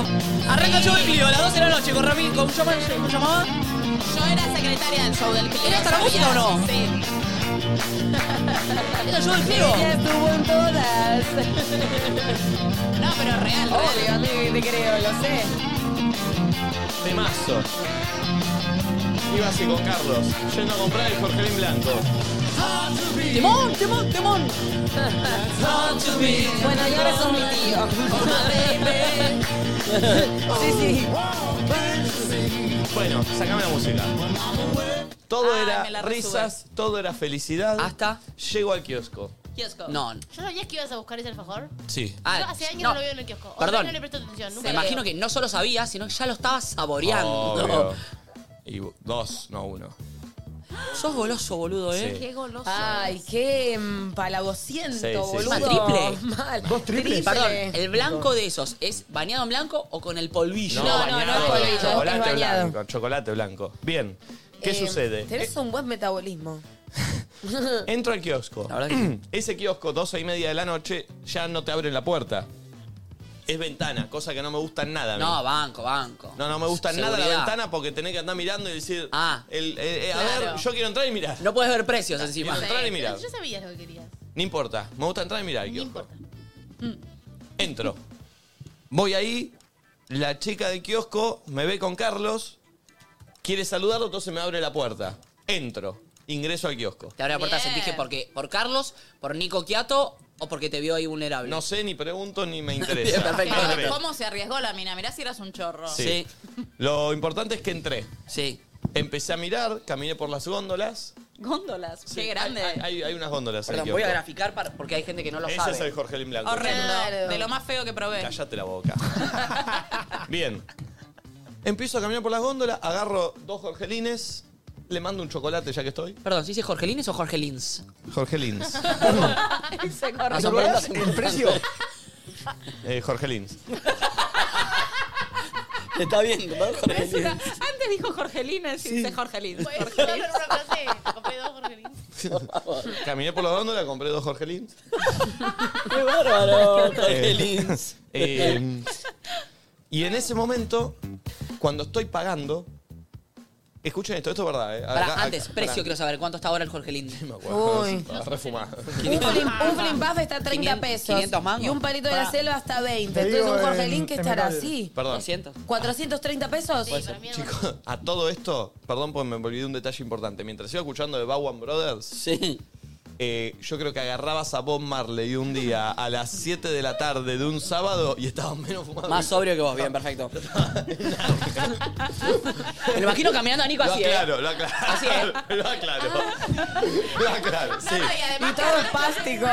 B: Arranca el show del Clio a las 12 de la noche con Ramí. ¿Cómo se llama- cómo se llamaba?
C: Yo era secretaria del show del Clio.
B: ¿Era hasta la
C: ¿sabías?
B: música o no?
C: Sí.
B: [laughs] Era el show del Clio.
D: Ella estuvo en todas.
C: No, pero real,
B: Oh,
D: Obvio, amigo, te creo, lo sé.
G: Temazo. Iba así con Carlos, yendo a comprar el Jorgelín Blanco.
B: Temón, temón, temón.
D: Bueno, y ahora sos mi
A: [laughs]
D: tío. Sí, sí.
G: Bueno, sacame la música.
A: Todo
B: Ay, me
A: era
B: la
A: risas, todo era felicidad.
B: Hasta.
A: Llego al kiosco.
C: Kiosco.
B: No.
E: Yo sabía que ibas a buscar ese alfajor.
A: Sí.
B: Ah,
E: Yo hace años
B: no.
E: no lo veo en el kiosco. O sea,
B: Perdón.
E: No le presto atención. Nunca
B: Me
E: lo
B: imagino
E: veo.
B: que no solo sabías, sino que ya lo estabas saboreando.
A: Obvio. [laughs] Y bu- dos, no uno.
B: Sos goloso, boludo, ¿eh?
A: Sí. Qué
D: goloso. Ay, qué mm, palagociento,
A: Sí, sí, sí.
D: boludo.
B: Mal,
D: Mal.
B: triple. Perdón, ¿el blanco de esos es bañado en blanco o con el polvillo?
A: bañado con chocolate
D: bañado.
A: blanco, chocolate blanco. Bien. ¿Qué
D: Eh,
A: sucede? Eh,
D: Tenés un buen metabolismo.
A: Entro al kiosco. [clears throat] Ese kiosco, 12 y media de la noche, ya no te abren la puerta. Es ventana, cosa que no me gusta en nada. a mí.
B: No, banco, banco.
A: No, no me gusta en nada la
B: Seguridad.
A: ventana porque tenés que andar mirando y decir.
B: Ah.
A: el- eh, eh, a
B: Claro.
A: ver, yo quiero entrar y mirar.
B: No puedes ver precios encima.
A: Quiero entrar y mirar.
E: Pero Yo sabía lo que querías.
A: No importa, me gusta entrar y mirar el
E: No
A: kiosco. Mm.
E: importa.
A: Entro. Voy ahí, la chica del kiosco me ve con Carlos, quiere saludarlo, entonces me abre la puerta. Entro, ingreso al kiosco.
B: Te abre la puerta, sentís que porque, por Carlos, por Nico Quiato o porque te vio ahí vulnerable.
A: No sé, ni pregunto, ni me
B: Bien, [laughs]
A: interesa.
B: perfecto.
A: Entré.
C: ¿Cómo se arriesgó la mina? Mirá si eras un chorro.
A: Sí. Lo importante es que entré.
B: Sí.
A: Empecé a mirar, caminé por las góndolas.
C: Góndolas,
A: Sí,
C: qué
A: hay-
C: grande.
A: Hay, hay- hay unas góndolas.
B: Perdón,
A: aquí,
B: voy a
A: ojo.
B: graficar para- porque hay gente que no lo
A: Ese
B: sabe.
A: es el Jorgelín Blanco.
C: Horrendo. De lo más feo que probé.
A: Cállate
B: [laughs]
A: la boca. Bien. Empiezo a caminar por las góndolas, agarro dos Jorgelines, le mando un chocolate ya que estoy.
B: Perdón, ¿se dice Jorgelines o Jorgelins? [laughs]
A: Jorgelins.
C: Se
B: No
A: ¿Te
B: son
A: acordás
B: preguntas
A: el
B: importantes.
A: precio? Eh, Jorgelins.
B: Está bien, ¿no?
C: Es una-
B: [laughs]
C: Antes dijo Jorgelines y dice Jorgelines. Jorgelines.
A: Caminé por las góndolas, compré dos Eh, Jorgelins.
B: ¡Qué bárbaro!
A: [laughs] Jorgelins. em, eh, y en ese momento, cuando estoy pagando, escuchen esto, esto es verdad. eh.
B: Pará,
A: Acá-
B: antes,
A: acá-
B: precio
A: pará.
B: quiero saber. ¿Cuánto está ahora el Jorgelín?
A: Bueno,
D: Uy.
A: estaba refumado.
D: Un flim, un flim puff está 30
B: 500
D: pesos.
B: 500 Ah. mangos. Ah.
D: Y un palito de la
B: Pará.
D: selva está 20.
A: Te
D: Entonces
A: digo,
D: un
A: eh,
D: Jorgelín que
A: en
D: estará
A: menores.
D: así.
A: Perdón.
B: 200.
D: ¿430 pesos?
A: Chicos, a todo esto, perdón porque me olvidé un detalle importante. Mientras iba escuchando de Bowen Brothers, eh, yo creo que agarrabas a Bob Marley un día a las 7 de la tarde de un sábado y estabas menos fumado.
B: Más sobrio que vos, bien, perfecto. Me lo imagino caminando a Nico
A: Lo
B: así, ¿eh?
A: aclaro, lo aclaro.
B: Así, ¿eh?
A: Lo aclaro.
C: Ah.
A: Lo aclaro, sí.
D: Y todo es pástico.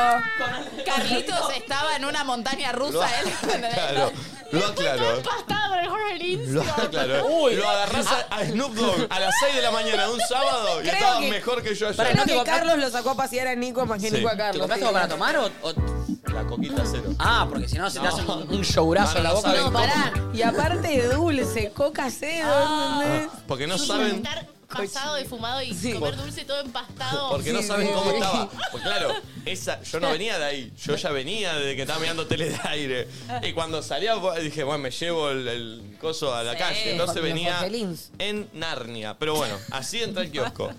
C: Carlitos estaba en una montaña rusa. él.
A: Lo aclaro. Lo aclaro.
E: Pastada por el Jorgelín.
A: Lo aclaro.
B: [laughs] Uy.
A: Lo agarrás a, a Snoop Dogg a las 6 de la mañana de un sábado y
D: Creo
A: estabas
D: que-
A: mejor que yo ayer.
D: Creo que Carlos lo sacó a pasear a Nico más que
A: Sí.
D: Nico a
B: ¿Te
D: Carlos.
B: compraste
D: sí.
B: algo para tomar o, o-
A: La coquita cero.
B: Ah, porque si no se te hace
A: No.
B: [laughs] un, un showbrazo
A: No, no,
B: en la
A: no
B: boca.
A: saben
D: No, pará. Y aparte de dulce, coca cero,
B: Ah.
D: ¿entendés?
A: Ah, Porque no
E: Y
A: saben.
E: Estar pasado y fumado y comer dulce todo empastado.
A: Porque no
D: Sí,
A: saben
D: sí.
A: cómo estaba. Pues claro, esa, yo no venía de ahí. Yo ya venía desde que estaba mirando tele de aire. Y cuando salía pues, dije, bueno, me llevo el, el coso a la
D: Sí.
A: calle. Entonces
D: Los
A: venía
D: Jorgelins.
A: en Narnia. Pero bueno, así entré al kiosco.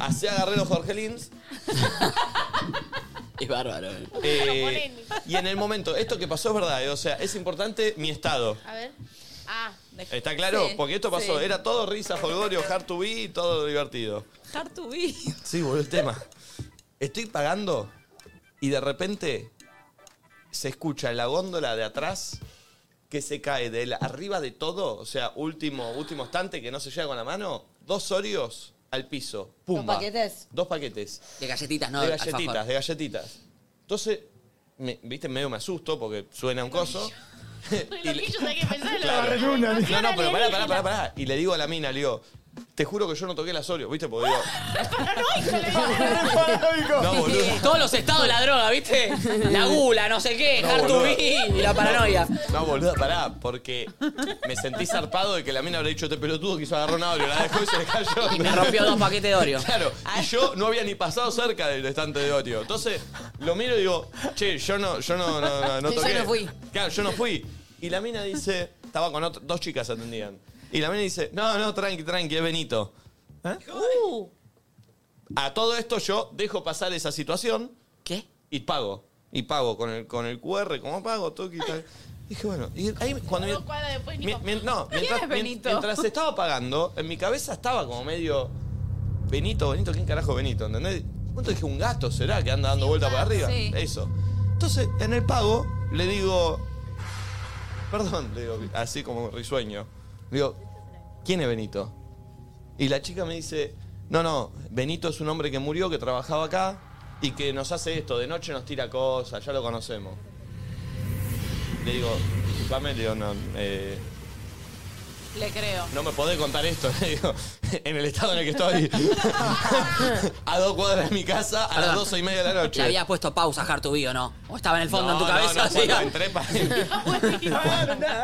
A: Así agarré los Jorgelins.
B: Es bárbaro. eh.
A: eh, y en el momento, esto que pasó es verdad. eh, O sea, es importante mi estado.
E: A ver. Ah.
A: ¿Está claro?
C: Sí,
A: Porque esto pasó.
C: sí.
A: Era todo risa, folgorio, hard to be y todo divertido.
C: Hard to be.
A: Sí, boludo, el tema. Estoy pagando y de repente se escucha en la góndola de atrás que se cae de la- arriba de todo, o sea, último, último estante que no se llega con la mano, dos Oreos al piso. Pumba.
D: paquetes?
A: Dos paquetes.
B: De galletitas, no.
A: de
B: alfajor.
A: galletitas, de galletitas. Entonces, me- viste, medio me asusto porque suena un coso. [laughs]
E: Relojillo, ¿sabes qué pensás?
A: Claro. [laughs]
E: Lo-
A: No, no, pero pará, pará, pará, pará. Y le digo a la mina, le digo, Te juro que yo no toqué las Oreo, ¿viste? Porque digo, No, boludo.
B: Todos los estados de la droga, ¿viste? La gula, no sé qué,
A: No,
B: Hartubin
A: boluda.
B: y la paranoia.
A: No, boluda, pará, porque me sentí zarpado de que la mina habrá dicho este pelotudo quiso agarrar un Oreo, la dejó y se le cayó.
B: [laughs] Y me rompió dos paquetes de Oreo. Ah.
A: Claro, y yo no había ni pasado cerca del estante de Oreo. Entonces, lo miro y digo, che, yo no, yo no, no, no, no
G: Sí, yo
A: toqué.
G: no fui.
A: Claro, yo no fui. Y la mina dice, estaba con ot- dos chicas atendían. Y la mina dice, no, no, tranqui, tranqui, es Benito. ¿Eh?
B: Uh,
A: A todo esto yo dejo pasar esa situación.
B: ¿Qué?
A: Y pago. Y pago con el, con el QR, ¿cómo pago? Todo y tal. Dije, bueno, y ahí cuando...
E: Dos cuadras después,
A: Mi-
E: Nico.
A: mien- no,
E: ¿Quién
A: mientras,
E: es
A: mien-
E: Benito?
A: mientras se estaba pagando, en mi cabeza estaba como medio. Benito, Benito, ¿quién carajo es Benito? ¿Entendés? Punto dije, un gato será que anda dando vuelta para arriba.
G: sí.
A: Eso. Entonces, en el pago, le digo. Perdón, le digo, así como risueño. Le digo, ¿quién es Benito? Y la chica me dice, no, no, Benito es un hombre que murió, que trabajaba acá y que nos hace esto, de noche nos tira cosas, ya lo conocemos. Le digo, disculpame, le digo, no, eh,
C: Le creo.
A: no me podés contar esto, [laughs] le digo, en el estado en el que
B: [laughs]
A: estoy. a dos cuadras de mi casa, a las
B: Perdón.
A: doce y media de la noche.
B: ¿Le habías puesto pausa a Hartubin o no? ¿O estaba en el fondo en
A: No,
B: tu
A: no,
B: cabeza? [laughs]
A: no,
B: así?
A: cuando entré [laughs] paré.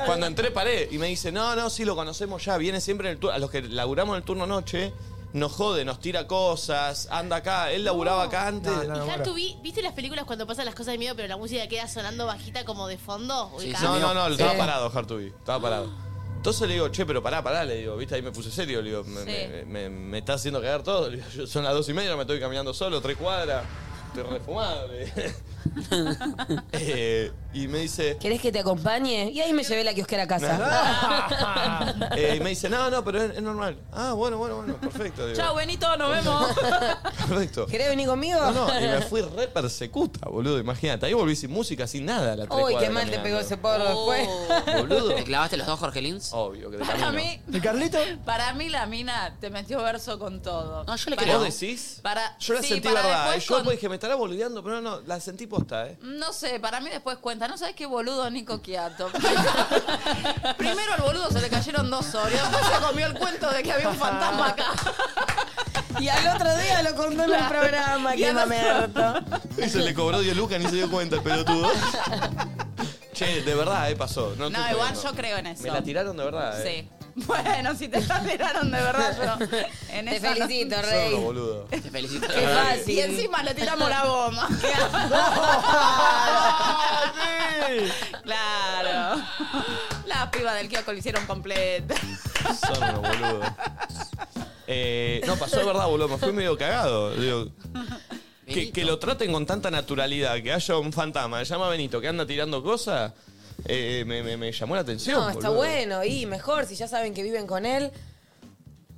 A: cuando entré paré y me dice, no, no, sí lo conocemos ya, viene siempre en el turno. A los que laburamos en el turno noche, nos jode, nos tira cosas, anda acá, él laburaba acá antes.
E: Y Hartubin, ¿viste las películas cuando pasan las cosas de miedo, pero la música queda sonando bajita como de fondo? Ubicada.
A: No, no, no, estaba
E: Sí.
A: parado, Hartubi, estaba parado. Entonces le digo, che, pero pará, pará, le digo, viste, ahí me puse serio, le digo, me,
E: Sí.
A: me- me- me está haciendo cagar todo, le digo, yo- son las dos y media, me estoy caminando solo, tres cuadras, estoy refumado. le dije. [laughs] Eh, y me dice,
D: ¿Querés que te acompañe? Y ahí me llevé la kiosquera a
B: Ah,
D: casa.
A: eh, y me dice, no, no, pero es, es normal. Ah, bueno, bueno, bueno, perfecto. le digo.
C: Chao, Benito, nos vemos.
A: Perfecto.
D: [laughs] ¿Querés venir conmigo?
A: No, no, y me fui re persecuta, boludo, imagínate. Ahí volví sin música, sin nada. a La tres
D: Uy, qué
A: cuadras
D: mal [laughs] te pegó
A: caminando.
D: ese porro
B: Oh.
D: después.
A: Boludo.
B: ¿Te clavaste los dos Jorgelins?
A: Obvio,
C: [laughs]
A: que de
C: Para
A: camino.
C: mí.
A: ¿El Carlito?
C: Para mí la mina te metió verso con todo. No, yo
A: ¿Qué ¿Vos decís?
C: Para-
A: Yo la
C: sí,
A: sentí
C: para
A: verdad. eh.
C: después
A: Yo
C: con-
A: después dije, me estará boludeando, pero no, no, la sentí posta, ¿eh?
C: No sé, para mí después cuenta. No sabes qué boludo Nico
A: [laughs]
C: Quiato. [laughs] Primero al boludo se le cayeron dos Oreos, después se comió el cuento de que había un fantasma acá.
D: [laughs] Y al otro día lo contó en el programa,
C: Y
D: qué
C: al otro-
D: mamerto.
A: [laughs] Y se le cobró 10 lucas, ni se dio cuenta el
C: [laughs]
A: pelotudo. che, de verdad, ¿eh? Pasó. No,
C: No,
A: estoy
C: igual
A: jodiendo.
C: yo creo en eso.
A: Me la tiraron de verdad,
C: Sí.
A: ¿eh?
C: [laughs] Bueno, si te la tiraron de verdad, yo. En
D: Te
C: esa no-
D: felicito,
A: Sordo, boludo. Te
B: felicito.
C: Qué fácil. Y encima le tiramos la
D: [laughs]
C: bomba. [laughs]
A: [laughs]
C: Claro. Las pibas del kiosco lo hicieron completo.
A: Sordo, [laughs] boludo. Eh, no, pasó de verdad, boludo. Me fui medio cagado. Digo, que, que lo traten con tanta naturalidad, que haya un fantasma, que se llama Benito, que anda tirando cosas, eh, me, me- me llamó la atención.
D: No, está
A: boludo.
D: bueno. Y mejor, si ya saben que viven con él,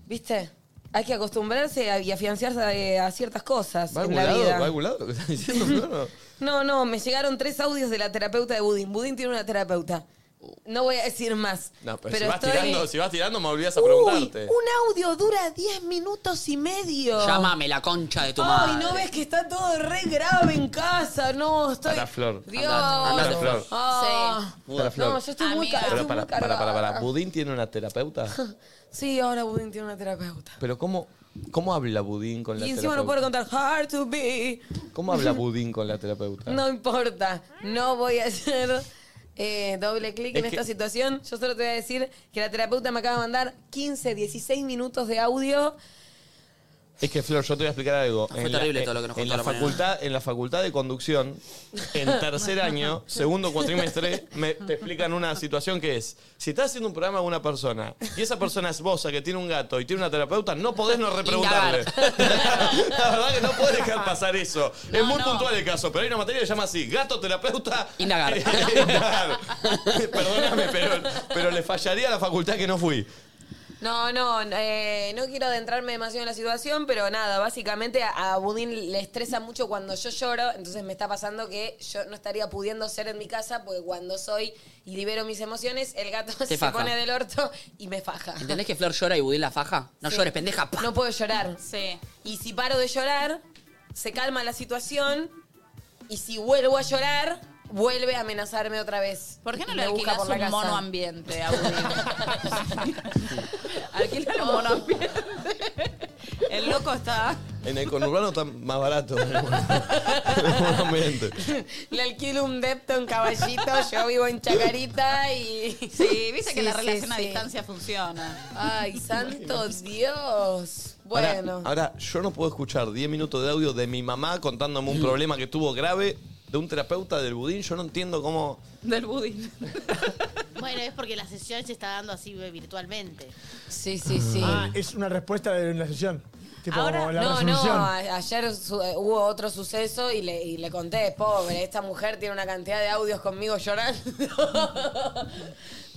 D: ¿viste? Hay que acostumbrarse a- y afianciarse a, a ciertas cosas
A: ¿Va a
D: en
A: algún
D: la
A: lado?
D: vida.
A: ¿Va a algún lado lo que
D: [laughs]
A: estás diciendo? No, no.
D: No, no, me llegaron tres audios de la terapeuta de Budín. Budín tiene una terapeuta. No voy a decir más.
A: No, pero, si,
D: Pero
A: vas
D: estoy-
A: tirando, si vas tirando, me olvidas a
D: Uy,
A: preguntarte.
D: un audio dura 10 minutos y medio.
B: Llámame la concha de tu madre.
D: Ay, no ves que está todo re grave en casa. No, estoy.
A: Andá, Flor.
D: Dios.
A: Andá, andá, Flor.
D: Ah.
A: Andá, Flor.
D: No, yo estoy muy, ca- estoy
A: Pero
D: muy
A: para, para, para,
D: cargada.
A: para, ¿Budín tiene una terapeuta?
D: Sí, ahora Budín tiene una terapeuta.
A: Pero ¿cómo, cómo habla Budín con la
D: Y encima no
A: terapeuta?
D: puedo contar hard to be.
A: ¿Cómo
D: [laughs]
A: habla Budín con la terapeuta?
B: Ah.
D: No importa. No voy a hacer eh, doble clic
A: Es
D: en
A: que-
D: esta situación. Yo solo te voy a decir que la terapeuta me acaba de mandar 15, 16 minutos de audio.
A: Es que, Flor, yo te voy a explicar algo.
B: Ah, Fue terrible todo lo que nos
A: en
B: contó
A: la
B: la
A: facultad, En la facultad de conducción, en
B: [laughs]
A: tercer año, segundo cuatrimestre, me, te explican una situación que es, si estás haciendo un programa a una persona y esa persona es vos, que tiene un gato y tiene una terapeuta, no podés no repreguntarle. [laughs] la verdad que no podés dejar pasar eso. es muy puntual el caso, pero hay una materia que se llama así, gato, terapeuta... [laughs] Indagar. Perdóname, pero, pero le fallaría a la facultad que no fui.
D: No, no, eh, no quiero adentrarme demasiado en la situación, pero nada, básicamente a, a Budín le estresa mucho cuando yo lloro, entonces me está pasando que yo no estaría pudiendo ser en mi casa porque cuando soy y libero mis emociones, el gato [laughs] se
B: faja.
D: pone del orto y me faja.
B: ¿Entendés que Flor llora y Budín la faja? No
D: Sí.
B: llores, pendeja.
D: No puedo llorar. Sí. Y si paro de llorar, se calma la situación y si vuelvo a llorar, vuelve a amenazarme otra vez.
C: ¿Por qué no
D: Y
C: le
D: me busca
C: alquilás
D: por la
C: un
D: casa. [laughs]
C: mono ambiente a Budín? Alquilale un mono ambiente. poco está.
A: En el conurbano está más barato. Seguramente.
D: Le alquilo un depto en caballito, yo vivo en Chacarita y.
C: [laughs] Sí, viste que la relación a
D: sí.
C: distancia funciona.
D: Ay, santo Dios.
A: Ahora-
D: Bueno.
A: Ahora, yo no puedo escuchar 10 minutos de audio de mi mamá contándome un problema que tuvo grave de un terapeuta del budín. Yo no entiendo cómo.
C: Del budín.
E: Bueno, es porque la sesión se está dando así eh, virtualmente.
D: Sí, sí, sí.
H: Ah, es una respuesta
F: [laughs]
H: de la sesión. Tipo,
D: Ahora,
H: la
D: no, no,
H: resolución.
D: a- ayer su- eh, hubo otro suceso y le, y le conté, pobre, esta mujer tiene una cantidad de audios conmigo llorando. [laughs]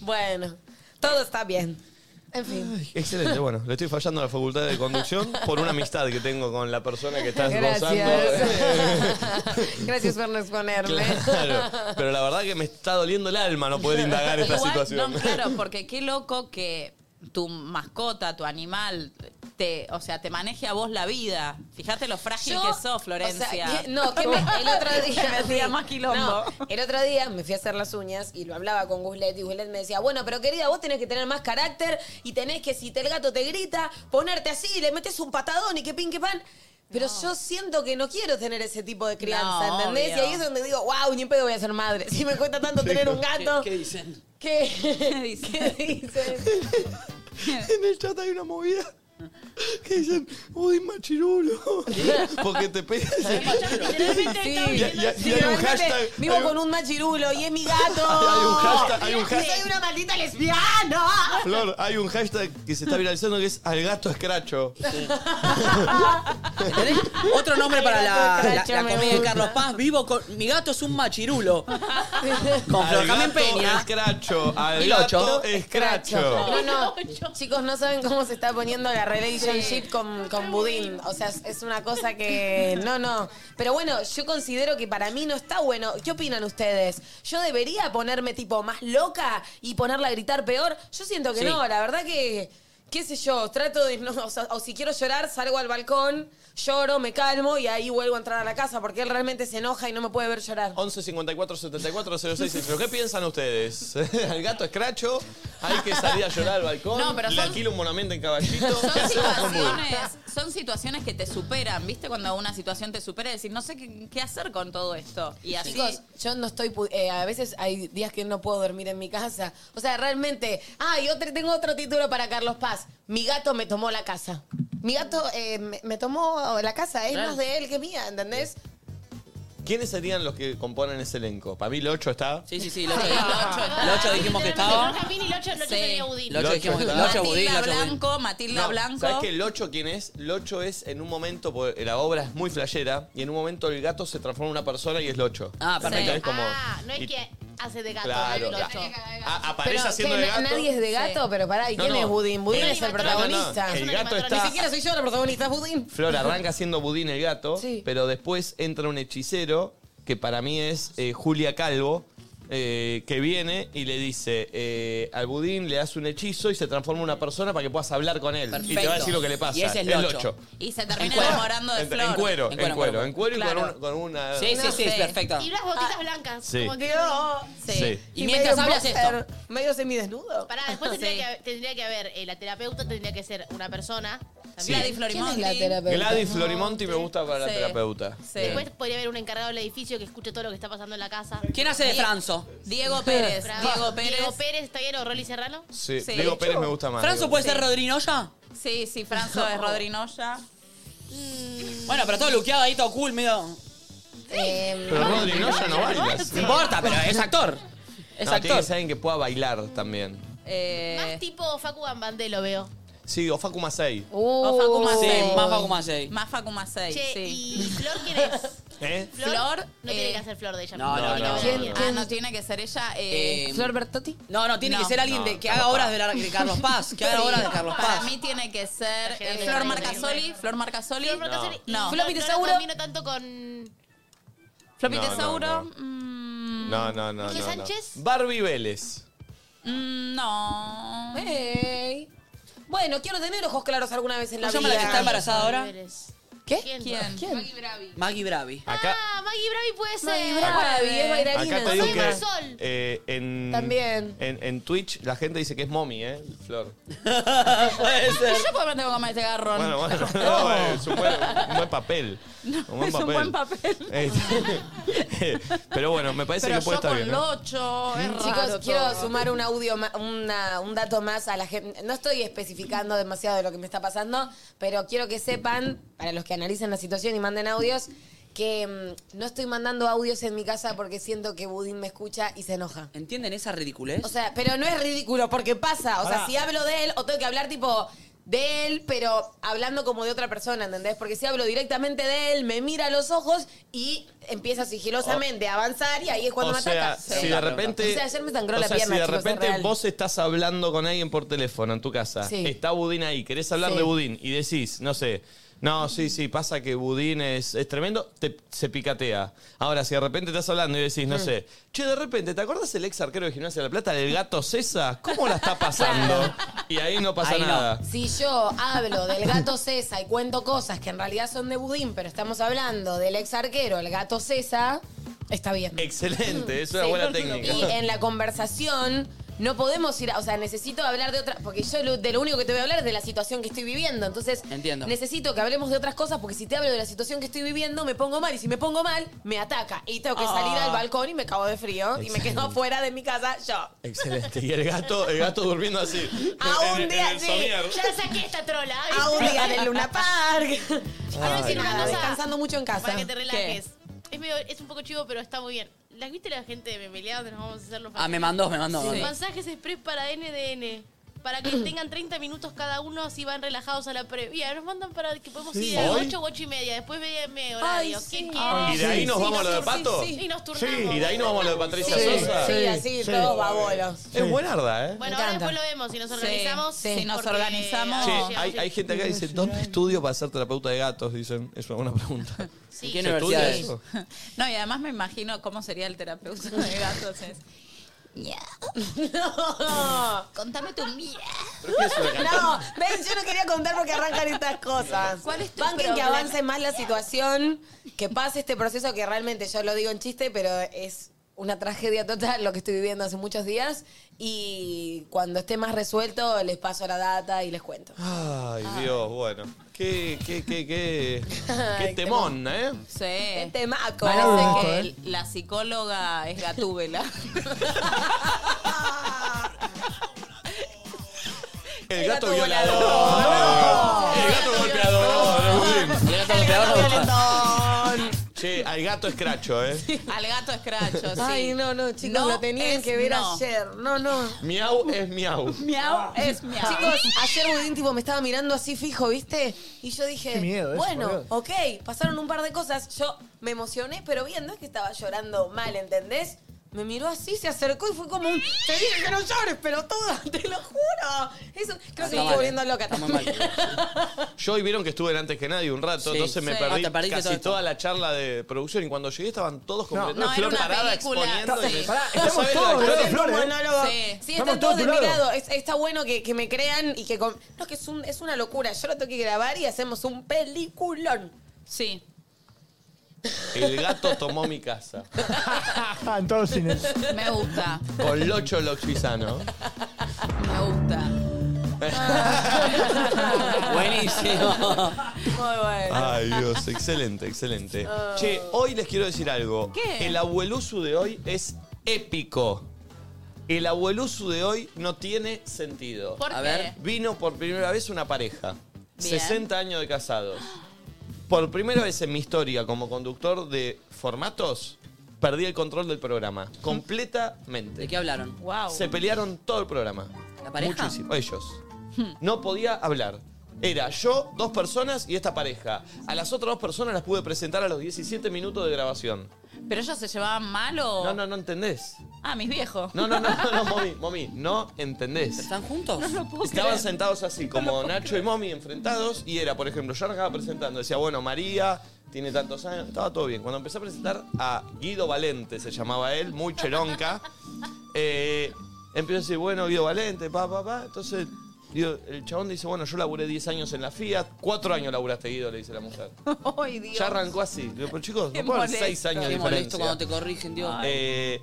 D: bueno, todo está bien. En fin.
A: Excelente, bueno, le estoy fallando a la facultad de conducción por una amistad que tengo con la persona que estás gozando.
D: Gracias. [laughs] Gracias por no exponerme.
A: Claro, [laughs] pero la verdad que me está doliendo el alma no poder indagar esta
C: Igual,
A: situación.
C: No,
A: [laughs]
C: claro, porque qué loco que tu mascota, tu animal, te, o sea, te maneje a vos la vida. Fíjate lo frágil
D: Yo,
C: que sos, Florencia.
D: o sea,
C: [laughs]
D: que- no, que me- el otro día.
C: Que me hacía más quilombo.
D: No, el otro día me fui a hacer las uñas y lo hablaba con Guslet y Guslet me decía, bueno, pero querida, vos tenés que tener más carácter y tenés que, si te- el gato te grita, ponerte así y le metes un patadón y que pin, que pan. Pero yo siento que no quiero tener ese tipo de crianza,
C: No,
D: ¿entendés?
C: obvio.
D: Y ahí es donde digo, wow, ni en pedo voy a ser madre. Si me cuesta
A: [laughs]
D: tanto tener un gato.
B: ¿Qué, qué dicen?
D: [laughs] ¿Qué?
C: dicen?
A: En el chat hay una movida que dicen, uy, machirulo. Porque te pegas.
D: Sí.
A: Y- y- y hay un
D: Realmente
A: hashtag-
D: Vivo
A: hay un-
D: con un machirulo y es mi gato.
A: Hay un [laughs] hashtag, hay un
D: Soy
A: hashtag.
D: una maldita lesbiana. [laughs]
A: Flor, hay un hashtag que se está viralizando que es al gato escracho.
D: [laughs]
A: [laughs]
B: ¿Tenés otro nombre
D: [laughs]
B: para la, la-
D: Cacho,
B: la
D: me
B: comedia de
D: gusta.
B: Carlos Paz? Vivo con. Mi gato es un machirulo. Con Flor Carmen
A: Al gato
B: Peña.
A: escracho. Al
B: Y lo
A: gato
B: ocho.
A: escracho.
D: No, no, chicos, no saben cómo se está poniendo la relationship con, con Budín. O sea, es- es una cosa que. No, no. Pero bueno, yo considero que para mí no está bueno. ¿Qué opinan ustedes? ¿Yo debería ponerme tipo más loca y ponerla a gritar peor? Yo siento que
B: Sí.
D: no, la verdad que. ¿Qué sé yo? Trato de. no, o, sea, o si quiero llorar, salgo al balcón, lloro, me calmo y ahí vuelvo a entrar a la casa porque él realmente se enoja y no me puede ver llorar.
A: 11 54 74 06 68. ¿Qué piensan ustedes? [laughs] ¿Al gato escracho? ¿Hay que salir a llorar al balcón?
C: No, pero
A: ¿Le
C: son-
A: alquilo un monumento en caballito? ¿Qué
C: Son
A: hacemos con Budín?
C: situaciones, son situaciones que te superan, ¿viste? Cuando una situación te supera, decir, no sé qué, qué hacer con todo esto. Y así.
D: Chicos, yo no estoy. pu- eh, a veces hay días que no puedo dormir en mi casa. O sea, realmente. Ah, y otro, tengo otro título para Carlos Paz. Mi gato me tomó la casa. Mi gato eh, me, me tomó la casa. Es
B: Claro.
D: más de él que mía, ¿entendés?
A: ¿Quiénes serían los que componen ese elenco? Para mí, el 8 está.
B: Sí, sí, sí. El 8, dijimos que estaba.
E: También el 8
C: Sí.
E: sería Udin.
B: Locho dijimos que estaba. Locho Budín,
C: Matilda
B: Locho Budín.
C: Blanco, Matilda
A: No,
C: Blanco.
A: ¿Sabes que el 8 quién es? El 8 es en un momento, porque la obra es muy flashera, y en un momento el gato se transforma en una persona y es el 8.
B: Ah, perfecto.
A: Es como,
E: Ah, no
A: y-
E: es que hace de gato.
A: Claro.
E: no es Locho.
A: Ah, aparece
D: Pero
A: haciendo
D: que
A: de
D: na-
A: gato.
D: nadie es de gato, pero pará, ¿y
A: No,
D: quién
A: no.
D: es Budín? Budín
A: El-
D: es el
A: no, no, no.
D: protagonista.
A: El gato
D: Ni
A: está.
D: siquiera soy yo la protagonista, es Budín.
A: Flor arranca siendo budín el gato,
D: Sí.
A: pero después entra un hechicero, que para mí es eh, Julia Calvo, eh, que viene y le dice eh, al budín, le hace un hechizo y se transforma en una persona para que puedas hablar con él. Y te va a
B: Perfecto.
A: decir lo que le pasa.
B: Y ese es el ocho.
A: ocho.
C: Y se termina
B: cuero.
C: enamorando de
A: En,
C: Flor.
A: en cuero, en cuero, en cuero, y con
C: Claro.
A: un- con una...
B: Sí, sí, sí, es
C: Sí.
B: perfecto.
E: Y unas botitas
C: Ah.
E: blancas.
A: Sí.
E: Como que,
A: Sí.
B: Y mientras
D: oh, medio
B: hablas esto.
D: boxer, Medio semidesnudo.
E: Pará, después tendría,
C: Sí.
E: que, haber- tendría que haber, eh, la terapeuta tendría que ser una persona.
A: Sí.
E: También.
C: Gladys Florimonti.
D: ¿Quién es la terapeuta?
A: Gladys Florimonti me gusta para
C: Sí.
A: la
C: Sí.
A: terapeuta. Bien.
B: Pues,
E: Después podría haber un encargado del edificio que escuche todo lo que está pasando en la casa.
B: ¿Quién hace de Franzo?
C: Diego
B: [laughs]
C: Pérez.
E: Bravo.
C: Diego Pérez.
E: Diego Pérez, ¿está bien? ¿O Rolly Serrano?
A: Sí,
C: Sí.
A: Diego Pérez me gusta más.
B: ¿Franzo
A: Diego.
B: puede ser Rodrinoya?
C: Sí, sí, Franzo de Rodrinoya.
E: Mm.
B: Bueno, pero todo luqueado ahí, todo cool, medio.
D: Eh,
A: Pero Rodri, no, ya no bailas.
B: No importa, pero es actor. Es
A: No, tiene
B: actor.
A: que ser alguien que pueda bailar también.
E: Más
C: Eh,
E: tipo Facu Gambandé lo veo.
A: Sí, o Facu Masei.
B: Uh.
D: Oh.
C: o Facu
B: Sí,
C: Macei.
B: más Facu Macei.
C: Más Facu Macei,
E: Che,
C: sí.
E: ¿y Flor quién es?
A: ¿Eh?
C: Flor,
E: No tiene
C: eh,
E: que hacer Flor de ella.
B: no,
E: porque
B: no,
E: tiene que
A: no.
E: haber
A: ¿Quién-
E: alguien.
C: Ah, no tiene que ser ella. eh,
B: Eh,
D: ¿Flor Bertotti?
B: No, no, tiene
C: No,
B: que ser alguien
A: no,
B: de, que
A: Carlos
B: haga obras
A: Paz.
B: de, la- de Carlos Paz. Que haga obras de Carlos
C: Para
B: Paz.
C: mí tiene que ser eh,
E: Gerardo
C: Flor
E: Reyes.
C: Marcasoli. Flor Marcasoli.
E: Flor Marcasoli. y
C: No.
E: No,
D: Floppy
E: no la
D: Tesauro.
E: combino tanto con...
C: Floppy
A: No, no,
C: Tesauro.
A: no.
C: mm,
A: No, no, no.
E: ¿Miguel
A: no, no.
E: Sánchez?
A: Barbie Vélez.
C: mm, No.
D: Ey. Bueno, quiero tener ojos claros alguna vez en la
B: ¿Cómo se llama la que
D: vida.
B: está embarazada ahora?
E: Pérez.
D: ¿Qué?
E: ¿Quién?
D: ¿Quién?
E: Maggie Bravi.
B: Maggie Bravi.
A: Acá,
E: Ah, Maggie Bravi puede
D: Maggie
E: ser.
D: Bravi, es bailarina.
A: acá te digo
E: Soy
A: que
E: Marisol.
A: eh, en,
D: También.
A: En, en Twitch la gente dice que es mommy, ¿eh? Flor.
B: Puede
C: Yo puedo aprender con más este garrón.
A: Bueno, bueno, [laughs] no, eh, es un buen, un buen papel. un buen
C: es un
A: papel.
C: buen papel.
A: [laughs] Este, pero bueno, me parece
C: Pero
A: que puede
C: yo
A: estar
C: con
A: bien. ¿no?
C: locho, es
D: Chicos,
C: raro
D: quiero
C: todo.
D: sumar un audio, ma- una- un dato más a la gente. No estoy especificando demasiado de lo que me está pasando, pero quiero que sepan, para los que analicen la situación y manden audios, que mm, no estoy mandando audios en mi casa porque siento que Budín me escucha y se enoja.
B: ¿Entienden esa ridiculez?
D: O sea, pero no es ridículo porque pasa. O sea,
B: Pará.
D: si hablo de él o tengo que hablar tipo de él, pero hablando como de otra persona, ¿entendés? Porque si hablo directamente de él, me mira a los ojos y empieza sigilosamente a avanzar y ahí es cuando
A: o
D: me
A: sea,
D: ataca.
A: si de repente.
D: O sea, ayer me sangró
A: o
D: la
A: sea,
D: pierna.
A: si de
D: chicos, es
A: repente
D: real.
A: vos estás hablando con alguien por teléfono en tu casa,
D: Sí.
A: está Budín ahí, querés hablar
D: Sí.
A: de Budín y decís, no sé. No, sí, sí, pasa que Budín es, es tremendo, te- se picatea. Ahora, si de repente estás hablando y decís,
D: Mm.
A: no sé, che, de repente, ¿te acordás el ex arquero de Gimnasia de la Plata, del gato César? ¿Cómo la está pasando? Y ahí no pasa
B: Ahí no.
A: nada.
D: Si yo hablo del gato César y cuento cosas que en realidad son de Budín, pero estamos hablando del ex arquero, el gato César, está bien.
A: Excelente, es una
D: Sí.
A: buena técnica.
D: Y en la conversación no podemos ir, a- o sea, necesito hablar de otra, porque yo lo- de lo único que te voy a hablar es de la situación que estoy viviendo, entonces
B: Entiendo.
D: necesito que hablemos de otras cosas, porque si te hablo de la situación que estoy viviendo, me pongo mal, y si me pongo mal, me ataca, y tengo que
B: Ah.
D: salir al balcón y me cago de frío, y me quedo
A: Excelente.
D: afuera de mi casa yo.
A: Excelente. Y el gato, el gato durmiendo así.
D: A un
A: en- en
D: día
A: el
D: sí.
A: somier.
E: Ya la saqué esta
A: [laughs]
E: trola.
D: A un día en el Luna [laughs] Park.
E: Quiero decir una
D: Nada,
E: cosa.
D: descansando mucho en casa.
E: Para que te relajes. Es, medio- es un poco chivo, pero está muy bien. ¿Las viste la gente de Memeleado donde nos vamos a hacer los
B: Ah, me mandó, me mandó, me mandó.
E: Pasajes express para NDN. Para que tengan 30 minutos cada uno si van relajados a la previa. Nos mandan para que podemos
A: Sí.
E: ir a
A: ¿Hoy?
E: 8 u 8 y media. Después me horario. ¿Quién quiere?
A: ¿Y de ahí nos vamos a lo de Pato?
E: Y nos turnamos.
A: ¿Y de ahí nos vamos a lo de Patricia
E: Sí,
A: Sosa?
E: sí, así, Sí. todos babolos.
A: Es buenarda, ¿eh?
E: Bueno, ahora después lo vemos. Si nos organizamos.
C: sí, nos
E: porque-
C: organizamos.
A: Che, hay, hay gente acá que dice, ¿dónde estudio para ser terapeuta de gatos? Dicen, es una buena pregunta.
E: Sí.
B: ¿Qué
A: ¿Se
B: universidad
A: estudia eso?
C: [laughs] No, y además me imagino cómo sería el terapeuta de gatos. Es... [laughs]
D: No.
C: Contame tu mía.
D: No, ven, yo no quería contar porque arrancan estas cosas.
C: ¿Cuál es tu
D: Banquen que
C: problema?
D: avance más la situación, que pase este proceso que realmente yo lo digo en chiste, pero es una tragedia total lo que estoy viviendo hace muchos días. Y cuando esté más resuelto, les paso la data y les cuento.
A: Ay,
E: Ah.
A: Dios, bueno. Qué, qué, qué,
E: [laughs]
A: qué, qué temón, ¿eh?
C: Sí. Qué
D: temaco.
C: Parece que el- la psicóloga es [laughs] gatúbela.
A: El gato
C: gato
A: violador.
G: volador.
A: El gato golpeador. Budín.
C: Violentón.
A: Che, al gato escracho, ¿eh?
C: Al gato escracho, sí.
D: Ay, no, no, chicos,
C: No
D: lo tenían
C: es
D: que ver
C: no.
D: ayer. No, no.
A: Miau es miau.
C: Miau es miau.
D: Ah. Chicos, ayer Budín tipo, me estaba mirando así fijo, ¿viste? Y yo dije,
H: Qué miedo eso,
D: bueno,
H: boludo.
D: ok, pasaron un par de cosas. Yo me emocioné, pero bien, no es que estaba llorando mal, ¿entendés? Me miró así, se acercó y fue como un. Te dije que no llores, pero toda, [laughs] te lo juro. Eso, creo que me
A: mal, eh.
D: estoy volviendo loca
A: Está muy
D: también.
A: Yo hoy vieron que estuve antes que nadie un rato,
B: Sí.
A: entonces me
B: Sí.
A: perdí
B: Ah, te perdiste todo
A: casi
B: esto.
A: toda la charla de producción y cuando llegué estaban todos
H: No,
A: completamente
H: no, era una
A: parada
H: película.
A: exponiendo. y me-
H: Pará,
A: ¿No
H: estamos
A: sabés la
H: todos,
A: historia?
H: boludo, Flor, ¿eh?
D: monólogo.
C: Sí.
D: Sí,
H: Estamos
D: están
H: todos
D: todos
H: de
D: de
H: tu
D: mi
H: lado.
D: lado. Es- está bueno que, que me crean y que. con- No, es que es, un- es una locura. Yo lo tengo que grabar y hacemos un peliculón.
C: Sí.
A: El gato tomó mi casa.
H: Ah, en todos los cines.
C: Me gusta,
A: Con Locho Loxisano.
C: me gusta.
A: [laughs]
B: Buenísimo.
D: Muy bueno.
A: Ay, Dios,
B: [laughs]
A: excelente, excelente.
B: Oh.
A: Che, hoy les quiero decir algo.
D: ¿Qué?
A: El abuelusu de hoy es épico. El abuelusu de hoy no tiene sentido.
B: ¿Por A qué? ver.
A: Vino por primera vez una pareja.
B: Bien.
A: 60 años de casados. Por primera vez en mi historia como conductor de formatos, perdí el control del programa. Completamente.
B: ¿De qué hablaron?
C: Wow.
A: Se pelearon todo el programa.
B: ¿La pareja? Hmm.
A: Muchísimo. Ellos. No podía hablar. Era yo, dos personas y esta pareja. A las otras dos personas las pude presentar a los 17 minutos de grabación.
C: ¿Pero ellos se llevaban mal o...?
A: No, no, no entendés.
C: Ah, mis viejos.
A: No, no, no, no, no, mami, mami, no
C: [laughs]
A: entendés.
B: ¿Están juntos?
A: Estaban sentados así, como Nacho y Mommy enfrentados, y era, por ejemplo, yo arrancaba presentando, decía, bueno, María tiene tantos años, estaba todo bien. Cuando empecé a presentar a Guido Valente, se llamaba él, muy [laughs] cheronca, eh, empiezo a decir, bueno, Guido Valente, pa, pa, pa, entonces Digo, el chabón dice, bueno, yo laburé 10 años en la Fiat, 4 años laburaste Guido, le dice la mujer.
C: Ay, Dios.
A: Ya arrancó así. Digo, pero chicos,
C: Qué
A: no pueden
C: molesto.
A: 6 años de
B: Qué molesto
A: diferencia.
B: cuando te corrigen, Dios.
A: Eh,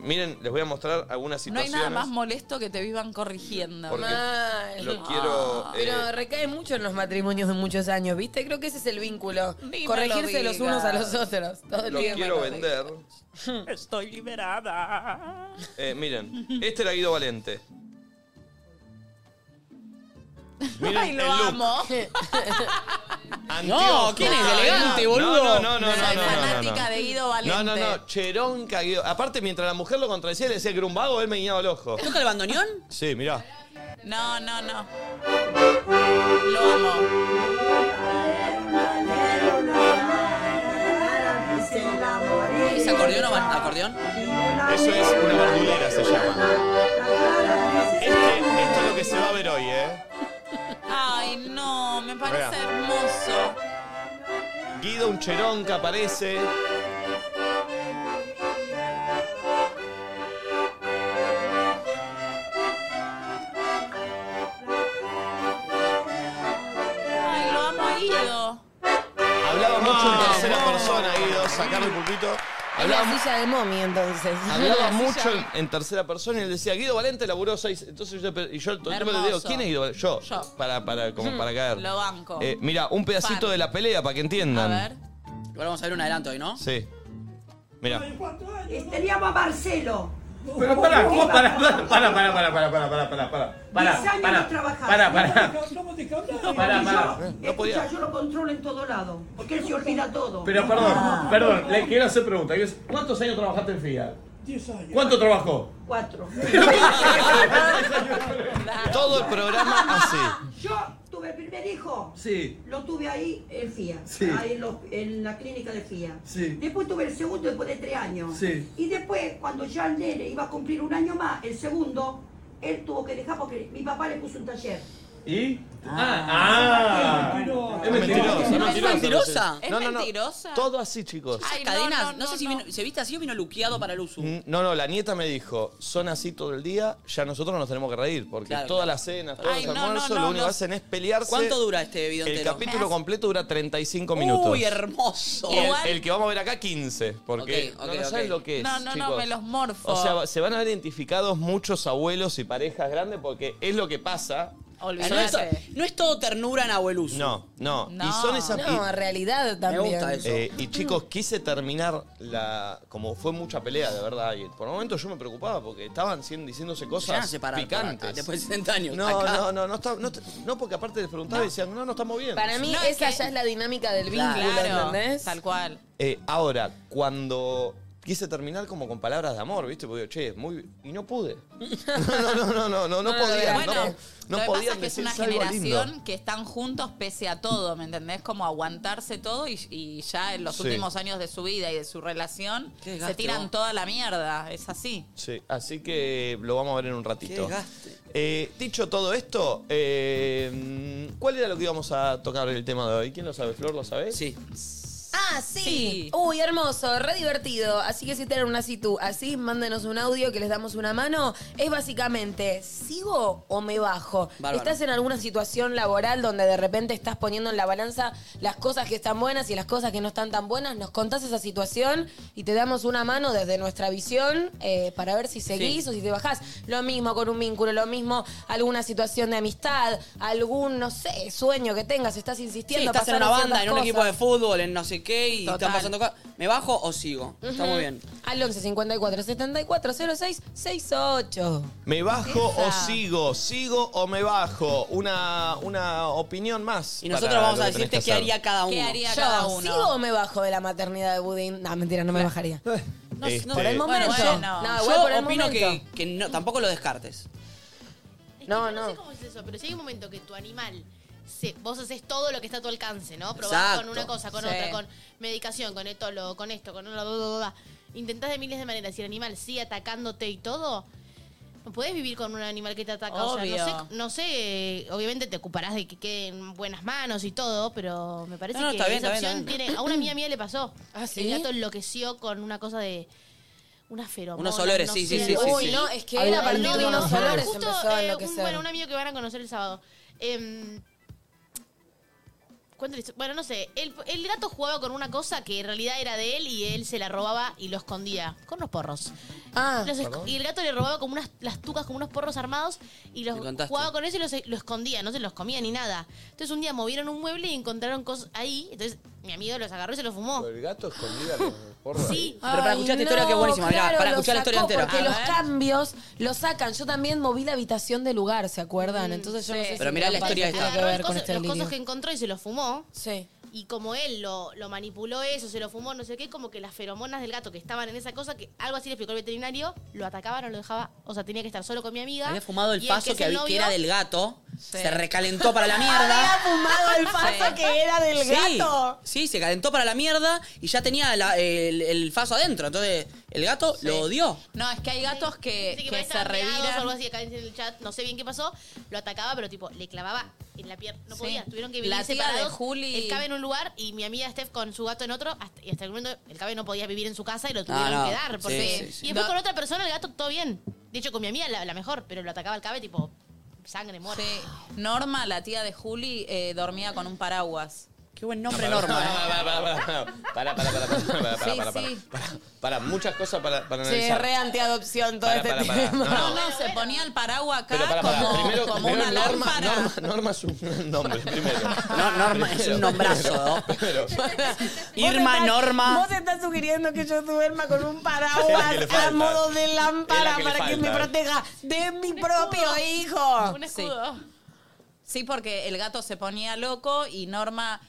A: miren, les voy a mostrar algunas
C: No hay
A: situaciones.
C: nada más Ah, molesto que te vivan corrigiendo.
A: Porque
D: Mal.
A: lo quiero,
D: Pero
A: eh,
D: recae mucho en los matrimonios de muchos años, ¿viste? Creo que ese es el vínculo.
C: Ni me
D: Corregirse
C: lo
D: los unos a los
C: digas.
D: otros. Todo el
A: Lo
D: tiempo.
A: quiero vender.
C: Estoy liberada.
A: Eh, miren, este era Guido Valente. Miren
C: Ay, lo
A: el look.
C: amo.
A: Anteojos.
B: ¿quién es elegante, boludo?
A: No, no, no, no,
B: Soy
A: no, no, no,
B: fanática
A: no.
B: de Guido Valente.
A: No, no, no, cheronca Guido. Aparte, mientras la mujer lo contradecía, le decía que era un vago, él me guiñaba el ojo.
B: ¿Toca el bandoneón?
A: Sí, mirá.
C: No, no, no.
B: ¿Es acordeón o ba- acordeón?
A: Eso es una bandulera, se llama. Este, esto es lo que se va a ver hoy, ¿eh?
C: [laughs] Ay, no, me parece
A: Vea.
C: hermoso.
A: Guido, un cheronca, aparece.
C: Ay, lo amo a Guido.
A: Hablaba mucho
B: Ah,
A: en tercera persona, Guido. Sacame el pulpito.
D: Es
A: Hablaba,
D: la silla de momia, entonces.
C: [laughs]
A: hablaba mucho en, en tercera persona y él decía, Guido Valente laburó seis. Entonces yo, y yo todo el tiempo le digo,
C: Hermoso.
A: ¿quién es Guido Valente? Yo.
C: Yo. Mm.
A: Para, para, como para caer.
C: Lo banco.
A: Eh, mira, un pedacito
C: Fan.
A: de la pelea para que entiendan.
B: A ver. Igual vamos a ver un adelanto hoy, ¿no?
A: Sí. Mira.
M: Teníamos a Marcelo.
N: Pero pará, ¿cómo pará? Pará, pará, pará, pará, pará, pará, pará, pará. Pará,
M: Diez años
N: pará,
M: no trabajaste.
N: pará, pará.
M: No,
N: Pará,
M: y
N: pará.
M: yo,
N: No podía.
M: escucha, yo lo controlo en todo lado, porque él se olvida todo.
N: Pero
M: Ah.
N: perdón, perdón, le quiero hacer pregunta. ¿Cuántos años trabajaste en FIA?
M: 10 años.
N: ¿Cuánto trabajó? [laughs]
M: Cuatro.
A: Todo el programa así.
M: Yo tuve el primer hijo.
N: Sí.
M: Lo tuve ahí en FIA,
N: Sí.
M: ahí en, lo- en la clínica de FIA.
N: Sí.
M: Después tuve el segundo después de tres años.
N: Sí.
M: Y después, cuando ya el nene iba a cumplir un año más, el segundo, él tuvo que dejar porque mi papá le puso un taller.
N: ¿Y? Ah, ah.
A: Es mentirosa, es mentirosa.
B: mentirosa?
A: No, no, no.
B: mentirosa?
A: Todo así, chicos.
B: Esas cadenas, no, sé si vino- se viste así o vino luqueado para el uso.
A: Mm, No, no, la nieta me dijo, son así todo el día, ya nosotros nos tenemos que reír, porque
B: Claro,
A: todas
B: claro.
A: las cenas, todos
B: Ay,
A: los
B: no,
A: almuerzos,
B: no, no,
A: lo único que
B: no.
A: hacen es pelearse.
B: ¿Cuánto dura este video
A: El
B: entero? Me
A: capítulo
B: hace-
A: completo dura 35 minutos.
B: Uy, hermoso.
A: Y el, el que vamos a ver acá, 15, porque
B: Ok,
A: no,
B: ok,
A: no
B: ok.
A: saben lo que es,
C: No, no, no,
A: chicos.
C: me los morfo.
A: O sea, se van a ver identificados muchos abuelos y parejas grandes porque es lo que pasa.
B: Ah, no, es to- no es todo ternura en abueluso.
A: No, no. Y son esas... y-
D: No, en realidad también.
A: Eh, y chicos, quise terminar la. Como fue mucha pelea, de verdad. Y por momentos yo me preocupaba porque estaban siendo- diciéndiciéndose
B: Llegan a
A: cosas
B: separar,
A: picantes.
B: para acá, después de 70 años,
A: No,
B: acá.
A: no, no, no, está- no, te- no, porque aparte les preguntaba y decían, no, no estamos bien.
D: Para mí, esa ya es la dinámica del vínculo,
C: Claro,
D: ¿entendés?
C: Tal cual.
A: Eh, ahora, cuando quise terminar como con palabras de amor, ¿viste? Porque digo, che, es muy. Y no pude. [laughs] No, no, no, no, no, no, no podía.
C: Bueno,
A: no, no
C: lo que pasa
A: podían
C: es que es una
A: decirse algo lindo.
C: generación que están juntos pese a todo, ¿me entendés? Como aguantarse todo y, y ya en los
A: Sí.
C: últimos años de su vida y de su relación
B: Qué
C: se
B: desgaste,
C: tiran
B: vos.
C: toda la mierda. Es así.
A: Sí, así que lo vamos a ver en un ratito.
C: Qué gaste.
A: Eh, dicho todo esto, eh, ¿cuál era lo que íbamos a tocar el tema de hoy? ¿Quién lo sabe? ¿Flor lo sabe?
B: Sí.
D: Ah, sí. Uy, hermoso, re divertido. Así que si tienen una situ así, mándenos un audio que les damos una mano. Es básicamente, ¿sigo o me bajo?
L: Bárbaro.
D: Estás en alguna situación laboral donde de repente estás poniendo en la balanza las cosas que están buenas y las cosas que no están tan buenas. Nos contás esa situación y te damos una mano desde nuestra visión eh, para ver si seguís
L: Sí.
D: o si te bajás. Lo mismo con un vínculo, lo mismo alguna situación de amistad, algún, no sé, sueño que tengas, estás
B: Sí,
D: insistiendo.
B: estás en
D: pasaron
B: una banda,
D: ciertas
B: en un equipo
D: cosas.
B: de fútbol, en no sé qué, y
D: Total.
B: están pasando cosas. ¿Me bajo o sigo? Está muy
D: Ujú.
B: bien.
D: Al 11 54 74 06 68.
A: ¿Me bajo
D: Esa.
A: o sigo? ¿Sigo o me bajo? Una, una opinión más.
B: Y nosotros
A: para
B: vamos
A: lo
B: a
A: que tenés
B: decirte
A: que
B: qué
A: hacer.
B: haría cada uno.
D: ¿Qué haría cada uno? ¿Sigo o me bajo de la maternidad de Budín? No, mentira,
A: Eh.
D: no me bajaría.
A: Este,
D: por el momento.
B: Bueno,
D: No,
B: yo
D: igual por el
B: opino que,
D: momento.
B: que no, tampoco lo descartes.
D: No,
E: No sé
D: no.
E: cómo es eso, pero si hay un momento que tu animal, se- vos haces todo lo que está a tu alcance, ¿no? Probás
B: Exacto.
E: con una cosa, con
B: Sí.
E: otra, con medicación, con etólogo, con esto, con bla, bla, bla, bla. Intentás de miles de maneras y el animal sigue atacándote y todo. No podés vivir con un animal que te ataca. O sea, no
C: Obvio.
E: sé, no sé, eh, obviamente te ocuparás de que queden en buenas manos y todo, pero me parece
B: No, no,
E: que
B: está bien, Ah,
E: esa
B: está bien, [clears throat]
E: opción
B: está bien.
E: tiene. A una mía mía le pasó.
D: ¿Ah, sí?
E: El gato enloqueció con una cosa de unas feromonas.
B: Unos olores, sí, sí,
E: sé,
B: sí,
E: algo
B: sí,
E: así.
B: sí. Uy, no, es que él a partir de
E: no,
B: unos
E: no,
B: olores
E: justo,
B: empezó a
E: eh, un-
B: enloquecer.
E: bueno, un amigo que van a conocer el sábado. Em, ¿cuánto le hizo? bueno, no sé. El, el gato jugaba con una cosa que en realidad era de él y él se la robaba y lo escondía. Con unos porros.
D: Ah.
E: Los esc-
D: Perdón.
E: y el gato le robaba como unas las tucas, como unos porros armados y los
B: Me contaste.
E: jugaba con eso y los, lo escondía, no se los comía ni nada. Entonces un día movieron un mueble y encontraron cosas ahí. Entonces mi amigo los agarró y se los fumó.
A: El gato escondía los porros. Sí,
B: Pero para escuchar esta historia que es buenísima, mirá,
D: claro,
B: para
D: lo
B: escuchar la historia
D: sacó
B: entera.
D: Porque
B: A
D: los
B: ver.
D: cambios los sacan. Yo también moví la habitación del lugar, ¿se acuerdan? Entonces yo no sé
B: Mm, Pero
D: si
B: mirá la
D: capaz
B: historia
D: que
B: esta.
D: tiene que ver
E: Los
D: con
E: cosos-
D: este
E: los
D: delirio.
E: cosas que encontró y se los fumó.
D: Sí.
E: Y como él lo, lo manipuló eso, se lo fumó, no sé qué, como que las feromonas del gato que estaban en esa cosa, que algo así le explicó el veterinario, lo atacaba, no lo dejaba, o sea, tenía que estar solo con mi amiga.
B: Había fumado
E: Y
B: el
E: él,
B: paso
E: es
B: que,
E: el
B: había- que
E: novio,
B: era del gato. Se recalentó
E: Todo
B: para la mierda.
D: fumado el
B: [laughs]
D: paso que era del
B: Sí,
D: gato.
B: Sí, se calentó para la mierda y ya tenía la- el, el faso adentro. Entonces, el gato lo odió.
E: No, es que hay gatos que,
C: que se reviran.
E: O algo así, acá en el chat, no sé bien qué pasó. Lo atacaba, pero tipo, le clavaba en la pierna. No
C: Sí.
E: podía, tuvieron que
C: La
E: vivir
C: tía
E: separados.
C: de Juli-
E: Él cabe en un lugar y mi amiga Steph con su gato en otro. hasta- y hasta el momento el cabe no podía vivir en su casa y lo tuvieron
B: Ah, no.
E: que dar.
B: Sí,
E: Porque,
B: sí, sí.
E: Y después
B: No.
E: con otra persona el gato todo bien. De hecho, con mi amiga la, la mejor, pero lo atacaba el cabe tipo, sangre muerta.
C: Norma, la tía de Juli, eh, dormía con un paraguas.
B: Qué buen nombre,
A: Para, para, para, para, para, para, para, para.
C: sí.
A: Para, muchas cosas para, para
D: Se
A: analizar.
D: re antiadopción todo
A: Para,
D: este
A: para, para.
D: tema.
A: No,
C: No, no, se ponía el paraguas acá
A: Pero para, para.
C: como,
A: primero,
C: como
A: primero
C: una
A: Norma,
C: lámpara.
A: Norma, Norma es un nombre, primero.
B: Norma es un nombrazo.
A: Primero.
B: Irma, Norma.
D: Vos estás sugiriendo que yo duerma con un
A: Es la que le
D: paraguas
A: falta.
D: a modo de
A: Es la
D: lámpara
A: que le
D: para que me
A: falta.
D: proteja de mi propio hijo.
C: Sí. Sí, porque el gato se ponía loco y Norma.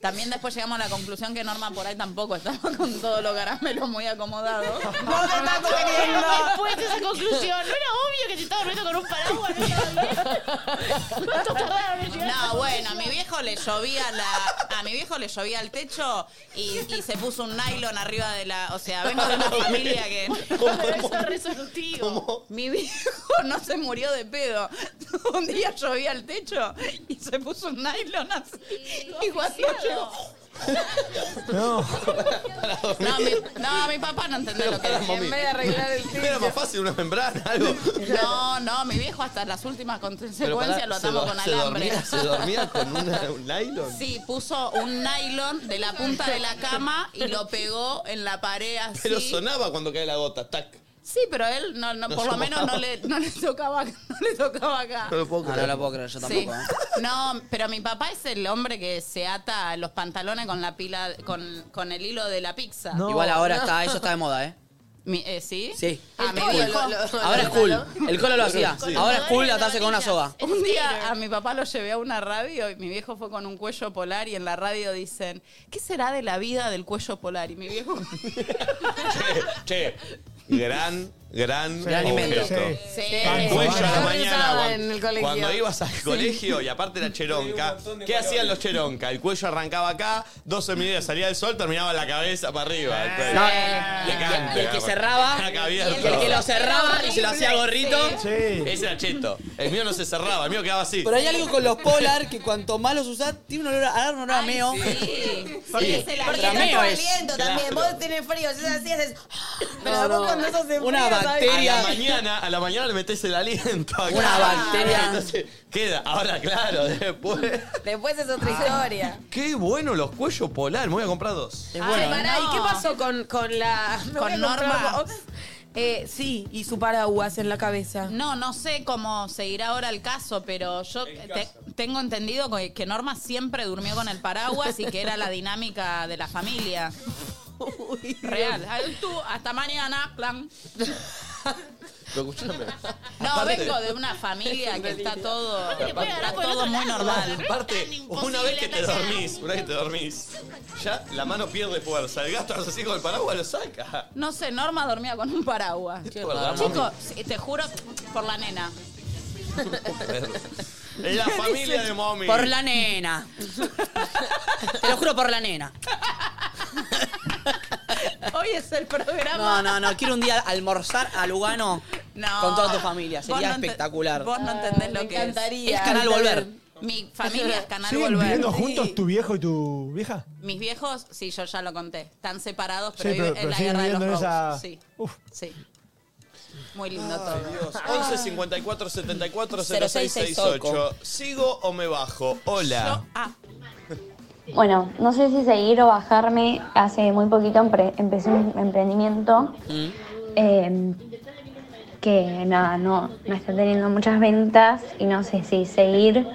C: También después llegamos a la conclusión que Norma por ahí tampoco estaba con todos los caramelos muy acomodados.
D: ¿Vos estás sugiriendo?
E: Después de esa conclusión, no era obvio que se estaba durmiendo con un paraguas.
C: No, bueno, a mi viejo le llovía la, a mi viejo le llovía el techo y, y se puso un nylon arriba de la, o sea, vengo [laughs] de una familia que [laughs] Mi viejo no se murió de pedo. Un día llovía el techo y se puso un nylon así. Y cuando llegó.
G: No.
C: No, mi, no, mi papá no entendió lo que
A: Para,
C: dije.
A: mami. ¿No Era más fácil una membrana, algo.
C: No, no, mi viejo hasta las últimas
A: Pero
C: consecuencias
A: pará,
C: lo
A: se,
C: atamos
A: do-
C: con
A: se
C: alambre.
A: dormía, se dormía con una- un nylon.
C: Sí, puso un nylon de la punta de la cama y lo pegó en la pared así.
A: Pero sonaba cuando cae la gota, tac.
C: Sí, pero él no, no,
A: No
C: por lo
A: sonaba.
C: menos no le, no le tocaba acá, no le tocaba acá.
A: No lo puedo creer.
B: Ah, No, no lo puedo creer, yo
C: Sí.
B: tampoco. ¿eh?
C: No, pero mi papá es el hombre que se ata los pantalones con la pila, con, con el hilo de la pizza.
B: Igual ahora está, eso está de moda, ¿eh?
C: Mi- eh, ¿Sí?
B: Sí.
C: A mi
B: Cool.
C: viejo.
B: Ahora es cool. El colo lo hacía.
C: Sí.
B: Ahora es cool atarse con una soga.
C: Un día a mi papá lo llevé a una radio y mi viejo fue con un cuello polar y en la radio dicen, ¿qué será de la vida del cuello polar? Y mi viejo...
A: Che, gran, gran,
B: Gran invento.
A: objeto.
C: Sí. Eh,
A: Cuello a la
D: Yo
A: mañana.
D: pensaba
A: cuan-
D: en el
A: Cuando,
D: colegio.
A: ibas al colegio y aparte era cheronca, ¿qué hacían los cheronca? El cuello arrancaba acá, 12 medidas salía el sol, terminaba la cabeza para arriba. el cuello.
B: Ah, No, eh,
A: Le canta,
B: y el que
A: capaz.
B: cerraba,
A: Acá abierto.
B: y el que lo cerraba y se lo hacía gorrito. Sí.
A: Ese era cheto. El mío no se cerraba, el mío quedaba así.
B: Pero hay algo con los [laughs] polar que cuanto más los usás, tiene un olor a, a un olor a meo. [laughs]
D: Porque
B: Sí.
D: se la
B: Porque
D: porque está
B: meo
D: todo
B: es.
D: aliento también.
A: Claro.
D: Vos tenés frío, yo así haces. Pero
B: No,
D: vos
B: no.
D: cuando sos en
B: Una
D: frío, ¿sabés?
B: bacteria.
A: A la mañana, a la mañana le metes el aliento acá.
B: Una bacteria.
A: Entonces, queda. Ahora, claro, después.
D: Después es otra historia.
A: Qué bueno los cuellos polar. Me voy a comprar dos.
D: Ay, pará, ¿y qué pasó con, con la. me voy a comprar
C: Norma?
D: dos. Eh, sí, y su paraguas en la cabeza.
C: No, no sé cómo seguirá ahora el caso, pero yo te- tengo entendido que- que Norma siempre durmió con el paraguas y que era la dinámica de la familia. Real. Ay, tú, hasta mañana, plan.
A: Pero escúchame.
C: No,
A: Aparte-
C: vengo de una
D: [laughs]
C: familia que está todo,
A: Aparte-
C: está todo muy normal.
A: Aparte, una vez que te dormís, una vez que te dormís, ya la mano pierde fuerza. El gasto así con el paraguas lo saca.
C: No sé, Norma dormía con un paraguas.
A: raro.
C: Chicos, sí, te juro por la nena.
B: [laughs]
A: La familia de mommy.
B: Por la nena. Te lo juro por la nena.
C: Hoy es el programa.
B: No, no, no. Quiero un día almorzar a Lugano
C: No.
B: con toda tu familia.
C: Vos
B: Sería
C: no ente-
B: espectacular.
C: Vos no entendés lo que
D: Ah, encantaría.
B: Es canal volver.
C: Mi familia es Canal
H: ¿Siguen
C: Volver.
H: viviendo
C: Sí.
H: juntos tu viejo y tu vieja?
C: Mis viejos, sí, yo ya lo conté. Están separados, pero,
H: Sí, pero-
C: viven en
H: pero
C: la
H: siguen
C: guerra de los
H: viviendo en
C: Rose.
H: esa-
C: Sí. Sí. Muy lindo todo.
B: Ah.
A: 11 54 74
C: 0668.
A: 0668. ¿Sigo o me bajo? Hola.
O: Bueno, no sé si seguir o bajarme. Hace muy poquito empre- empecé un emprendimiento
A: Mm.
O: eh, que nada, no, no está teniendo muchas ventas y no sé si seguir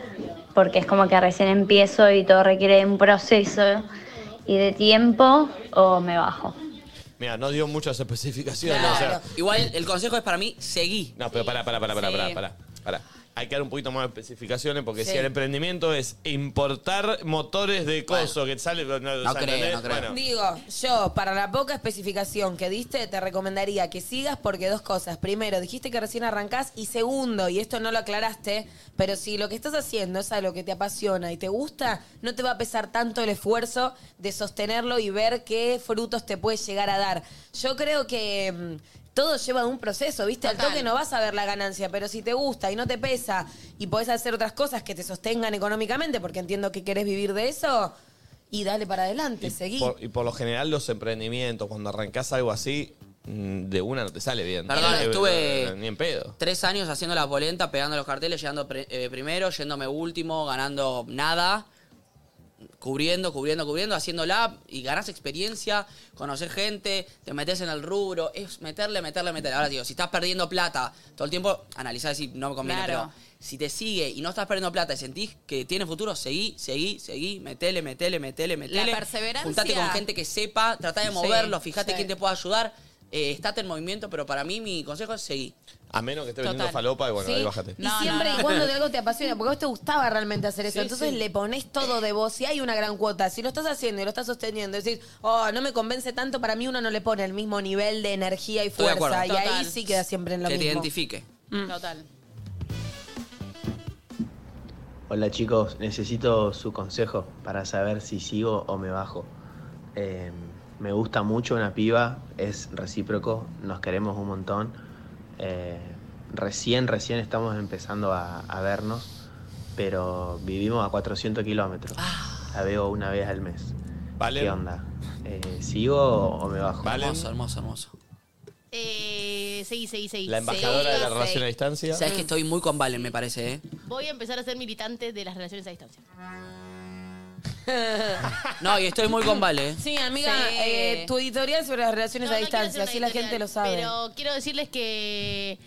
O: porque es como que recién empiezo y todo requiere de un proceso y de tiempo o me bajo.
A: Mira, no dio muchas especificaciones. o sea.
B: Igual el consejo es para mí, seguí.
A: No, pero pará, pará, pará, pará,
B: Sí.
A: pará, pará, pará. Hay que dar un poquito más de especificaciones porque
B: Sí.
A: si el emprendimiento es importar motores de coso que sale... No, o sea,
B: creo,
A: ¿entendés?
B: no creo.
A: Bueno.
D: Digo, yo, para la poca especificación que diste, te recomendaría que sigas porque dos cosas. Primero, dijiste que recién arrancás y segundo, y esto no lo aclaraste, pero si lo que estás haciendo es algo que te apasiona y te gusta, no te va a pesar tanto el esfuerzo de sostenerlo y ver qué frutos te puede llegar a dar. Yo creo que... mm, todo lleva un proceso, ¿viste? Al toque no vas a ver la ganancia, pero si te gusta y no te pesa y podés hacer otras cosas que te sostengan económicamente, porque entiendo que querés vivir de eso, y dale para adelante, seguí.
A: Por- y por lo general los emprendimientos, cuando arrancás algo así, mm, de una no te sale bien.
B: Perdón,
A: Eh,
B: estuve-
A: Ni en pedo.
B: Tres años haciendo la polenta, pegando los carteles, llegando pre- eh, primero, yéndome último, ganando nada, cubriendo, cubriendo, cubriendo, haciéndola y ganás experiencia, conoces gente, te metes en el rubro, es meterle, meterle, meterle. Ahora digo, si estás perdiendo plata todo el tiempo, analizá si no me conviene,
C: Claro.
B: pero si te sigue y no estás perdiendo plata y sentís que tiene futuro, seguí, seguí, seguí, metele, metele, metele, metele.
C: perseverancia.
B: Juntate con gente que sepa, tratá de
C: Sí,
B: moverlo, fíjate
C: sí.
B: quién te puede ayudar. Eh, estate en movimiento, pero para mí mi consejo es seguir.
A: A menos que esté vendiendo
B: Total.
A: falopa y bueno,
B: Sí.
A: ahí bájate.
D: Y
E: Ah,
D: siempre y cuando de algo te apasiona, porque a vos te gustaba realmente hacer eso,
B: Sí,
D: entonces
B: sí.
D: le pones todo de vos y hay una gran cuota. Si lo estás haciendo y lo estás sosteniendo, decís, oh, no me convence tanto, para mí uno no le pone el mismo nivel de energía y
B: Estoy de
D: fuerza. Y
B: acuerdo.
D: ahí
B: Total.
D: sí queda siempre en lo
B: que te
D: mismo. Mm.
B: identifique.
C: Total.
G: Hola chicos, necesito su consejo para saber si sigo o me bajo. Eh, me gusta mucho una piba, es recíproco, nos queremos un montón. Eh, recién, recién estamos empezando a, a vernos, pero vivimos a 400 kilómetros. La veo una vez al mes.
A: Vale.
G: ¿Qué onda? Eh, ¿Sigo o me bajo?
A: Vale.
B: Hermoso, hermoso, hermoso.
E: Eh, seguí, seguí, seguí. Seguí, seguí.
A: distancia.
B: Sabes que estoy muy con Valen, me parece, ¿eh?
E: Voy a empezar a ser militante de las relaciones a distancia.
B: No, y estoy muy con Vale, ¿eh?
D: Sí, amiga,
E: Sí.
D: eh, tu editorial sobre las relaciones
E: No,
D: a
E: no quiero hacer
D: distancia,
E: una
D: así la
E: editorial,
D: gente lo sabe.
E: Pero quiero decirles que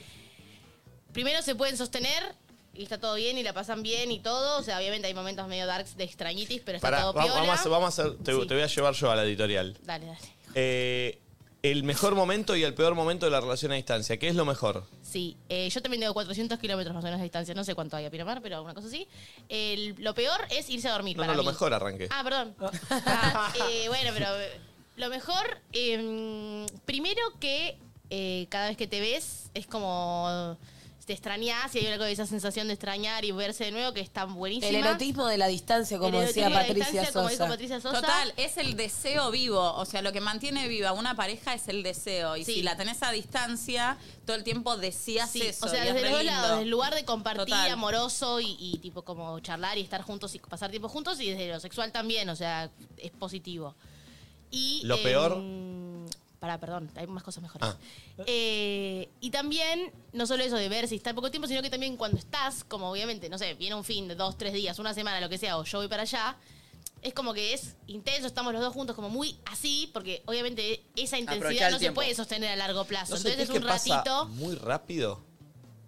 E: primero se pueden sostener y está todo bien y la pasan bien y todo. O sea, obviamente hay momentos medio darks de extrañitis, pero está
A: Pará,
E: todo
A: va-
E: piola.
A: vamos, a hacer, vamos a hacer- te, te voy a llevar yo a la editorial.
E: Dale, dale.
A: Eh, el mejor momento y el peor momento de la relación a distancia. ¿Qué es lo mejor?
E: Sí, eh, yo también tengo 400 kilómetros más o menos de distancia. No sé cuánto hay a Piramar, pero una cosa así. El- lo peor es irse a dormir.
A: No,
E: para
A: no, lo
E: mí.
A: mejor arranqué.
E: Ah, perdón. Ah, eh, bueno, pero eh, lo mejor, eh, primero que eh, cada vez que te ves es como te extrañas y hay algo de esa sensación de extrañar y verse de nuevo que es tan buenísima.
D: El erotismo de la distancia, como
E: El
D: decía
E: erotismo de la
D: Patricia
E: distancia, como dijo
D: Sosa.
E: Patricia Sosa.
C: Total, es el deseo vivo. O sea, lo que mantiene viva una pareja es el deseo. Y si la tenés a distancia, todo el tiempo decías
E: Sí,
C: eso.
E: o sea,
C: y es
E: desde
C: re
E: los dos
C: lindo.
E: lados, desde el lugar de compartir
C: Total.
E: amoroso y, y tipo como charlar y estar juntos y pasar tiempo juntos y desde lo sexual también, o sea, es positivo. Y
A: ¿Lo peor? Ah.
E: Para, perdón, hay más cosas mejores. Eh, y también, no solo eso de verse y estar poco tiempo, sino que también cuando estás, como obviamente, no sé, viene un fin de dos, tres días, una semana, lo que sea, o yo voy para allá, es como que es intenso, estamos los dos juntos como muy así, porque obviamente esa
A: Aprovechá
E: intensidad
A: el
E: no se
A: tiempo.
E: puede sostener a largo plazo.
A: ¿No
E: Entonces
A: sentís
E: es
A: que
E: un ratito,
A: pasa muy rápido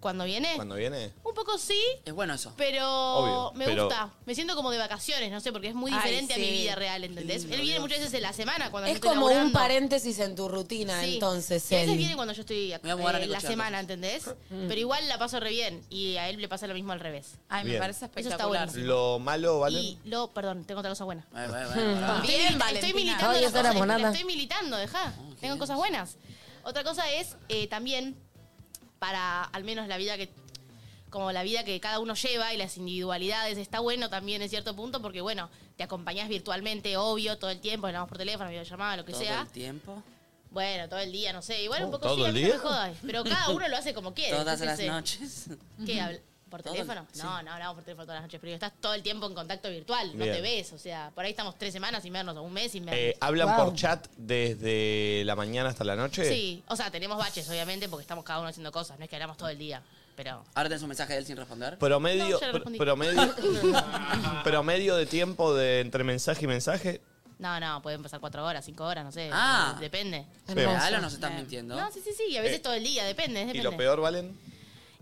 E: cuando viene,
A: cuando viene?
E: un poco sí,
B: Es bueno eso.
E: pero
A: Obvio,
E: me
A: pero-
E: gusta. Me siento como de vacaciones, no sé, porque es muy
D: Ay,
E: diferente a mi
D: sí.
E: vida real, ¿entendés?
D: Lindo,
E: Él viene
D: Dios.
E: muchas veces en la semana cuando yo
D: Es
E: estoy
D: como un
E: laburando.
D: paréntesis en tu rutina,
E: Sí.
D: entonces.
E: Y a veces
D: él.
E: viene cuando yo estoy eh,
D: voy a mudar a
E: la
D: Necochea,
E: semana, ¿entendés?
A: Mm.
E: Pero igual la paso re bien y a él le pasa lo mismo al revés.
C: Ay,
A: me Bien. parece
E: Eso está bueno.
A: Lo malo, ¿vale?
E: Y lo, perdón, tengo otra cosa buena.
A: bueno.
E: Estoy
C: Bien,
E: milita-
C: Valentina.
E: Estoy militando.
D: Ay,
E: las
D: esa era
E: cosas-
D: monada.
E: Estoy militando, dejá. Tengo cosas buenas. Otra cosa es eh, también para al menos la vida que como la vida que cada uno lleva y las individualidades está bueno también en cierto punto porque bueno, te acompañás virtualmente, obvio, todo el tiempo, hablamos por teléfono, videollamada, lo que
B: Todo
E: sea.
B: el tiempo.
E: Bueno, todo el día, no sé, igual
B: Oh,
E: un poco
B: ¿todo
E: sí, a
B: el
E: mí
B: día?
E: no me jodas, pero cada uno lo hace como quiere.
B: Todas
E: entonces,
B: las
E: eh,
B: noches.
E: ¿Qué habla? ¿Por
B: ¿Todo el-
E: teléfono?
B: sí.
E: No, no hablamos por teléfono todas las noches, pero estás todo el tiempo en contacto virtual, no
A: Bien.
E: te ves, o sea, por ahí estamos tres semanas sin vernos, o un mes sin vernos.
A: Eh, ¿Hablan
E: Wow.
A: por chat desde la mañana hasta la noche?
E: Sí, o sea, tenemos baches, obviamente, porque estamos cada uno haciendo cosas, no es que hablamos todo el día, pero...
B: Ahora tenés un mensaje de él sin responder.
A: Promedio,
E: No, ya lo
A: pr-
E: respondí. [laughs]
A: promedio, promedio de tiempo de entre mensaje y mensaje.
E: No, no, pueden pasar cuatro horas, cinco horas, no sé,
B: Ah.
E: depende.
A: Hermoso.
B: Real o nos estás
E: Eh.
B: mintiendo?
E: No, sí, sí, sí, a veces
A: Eh,
E: todo el día, depende, depende.
A: ¿Y lo peor, Valen?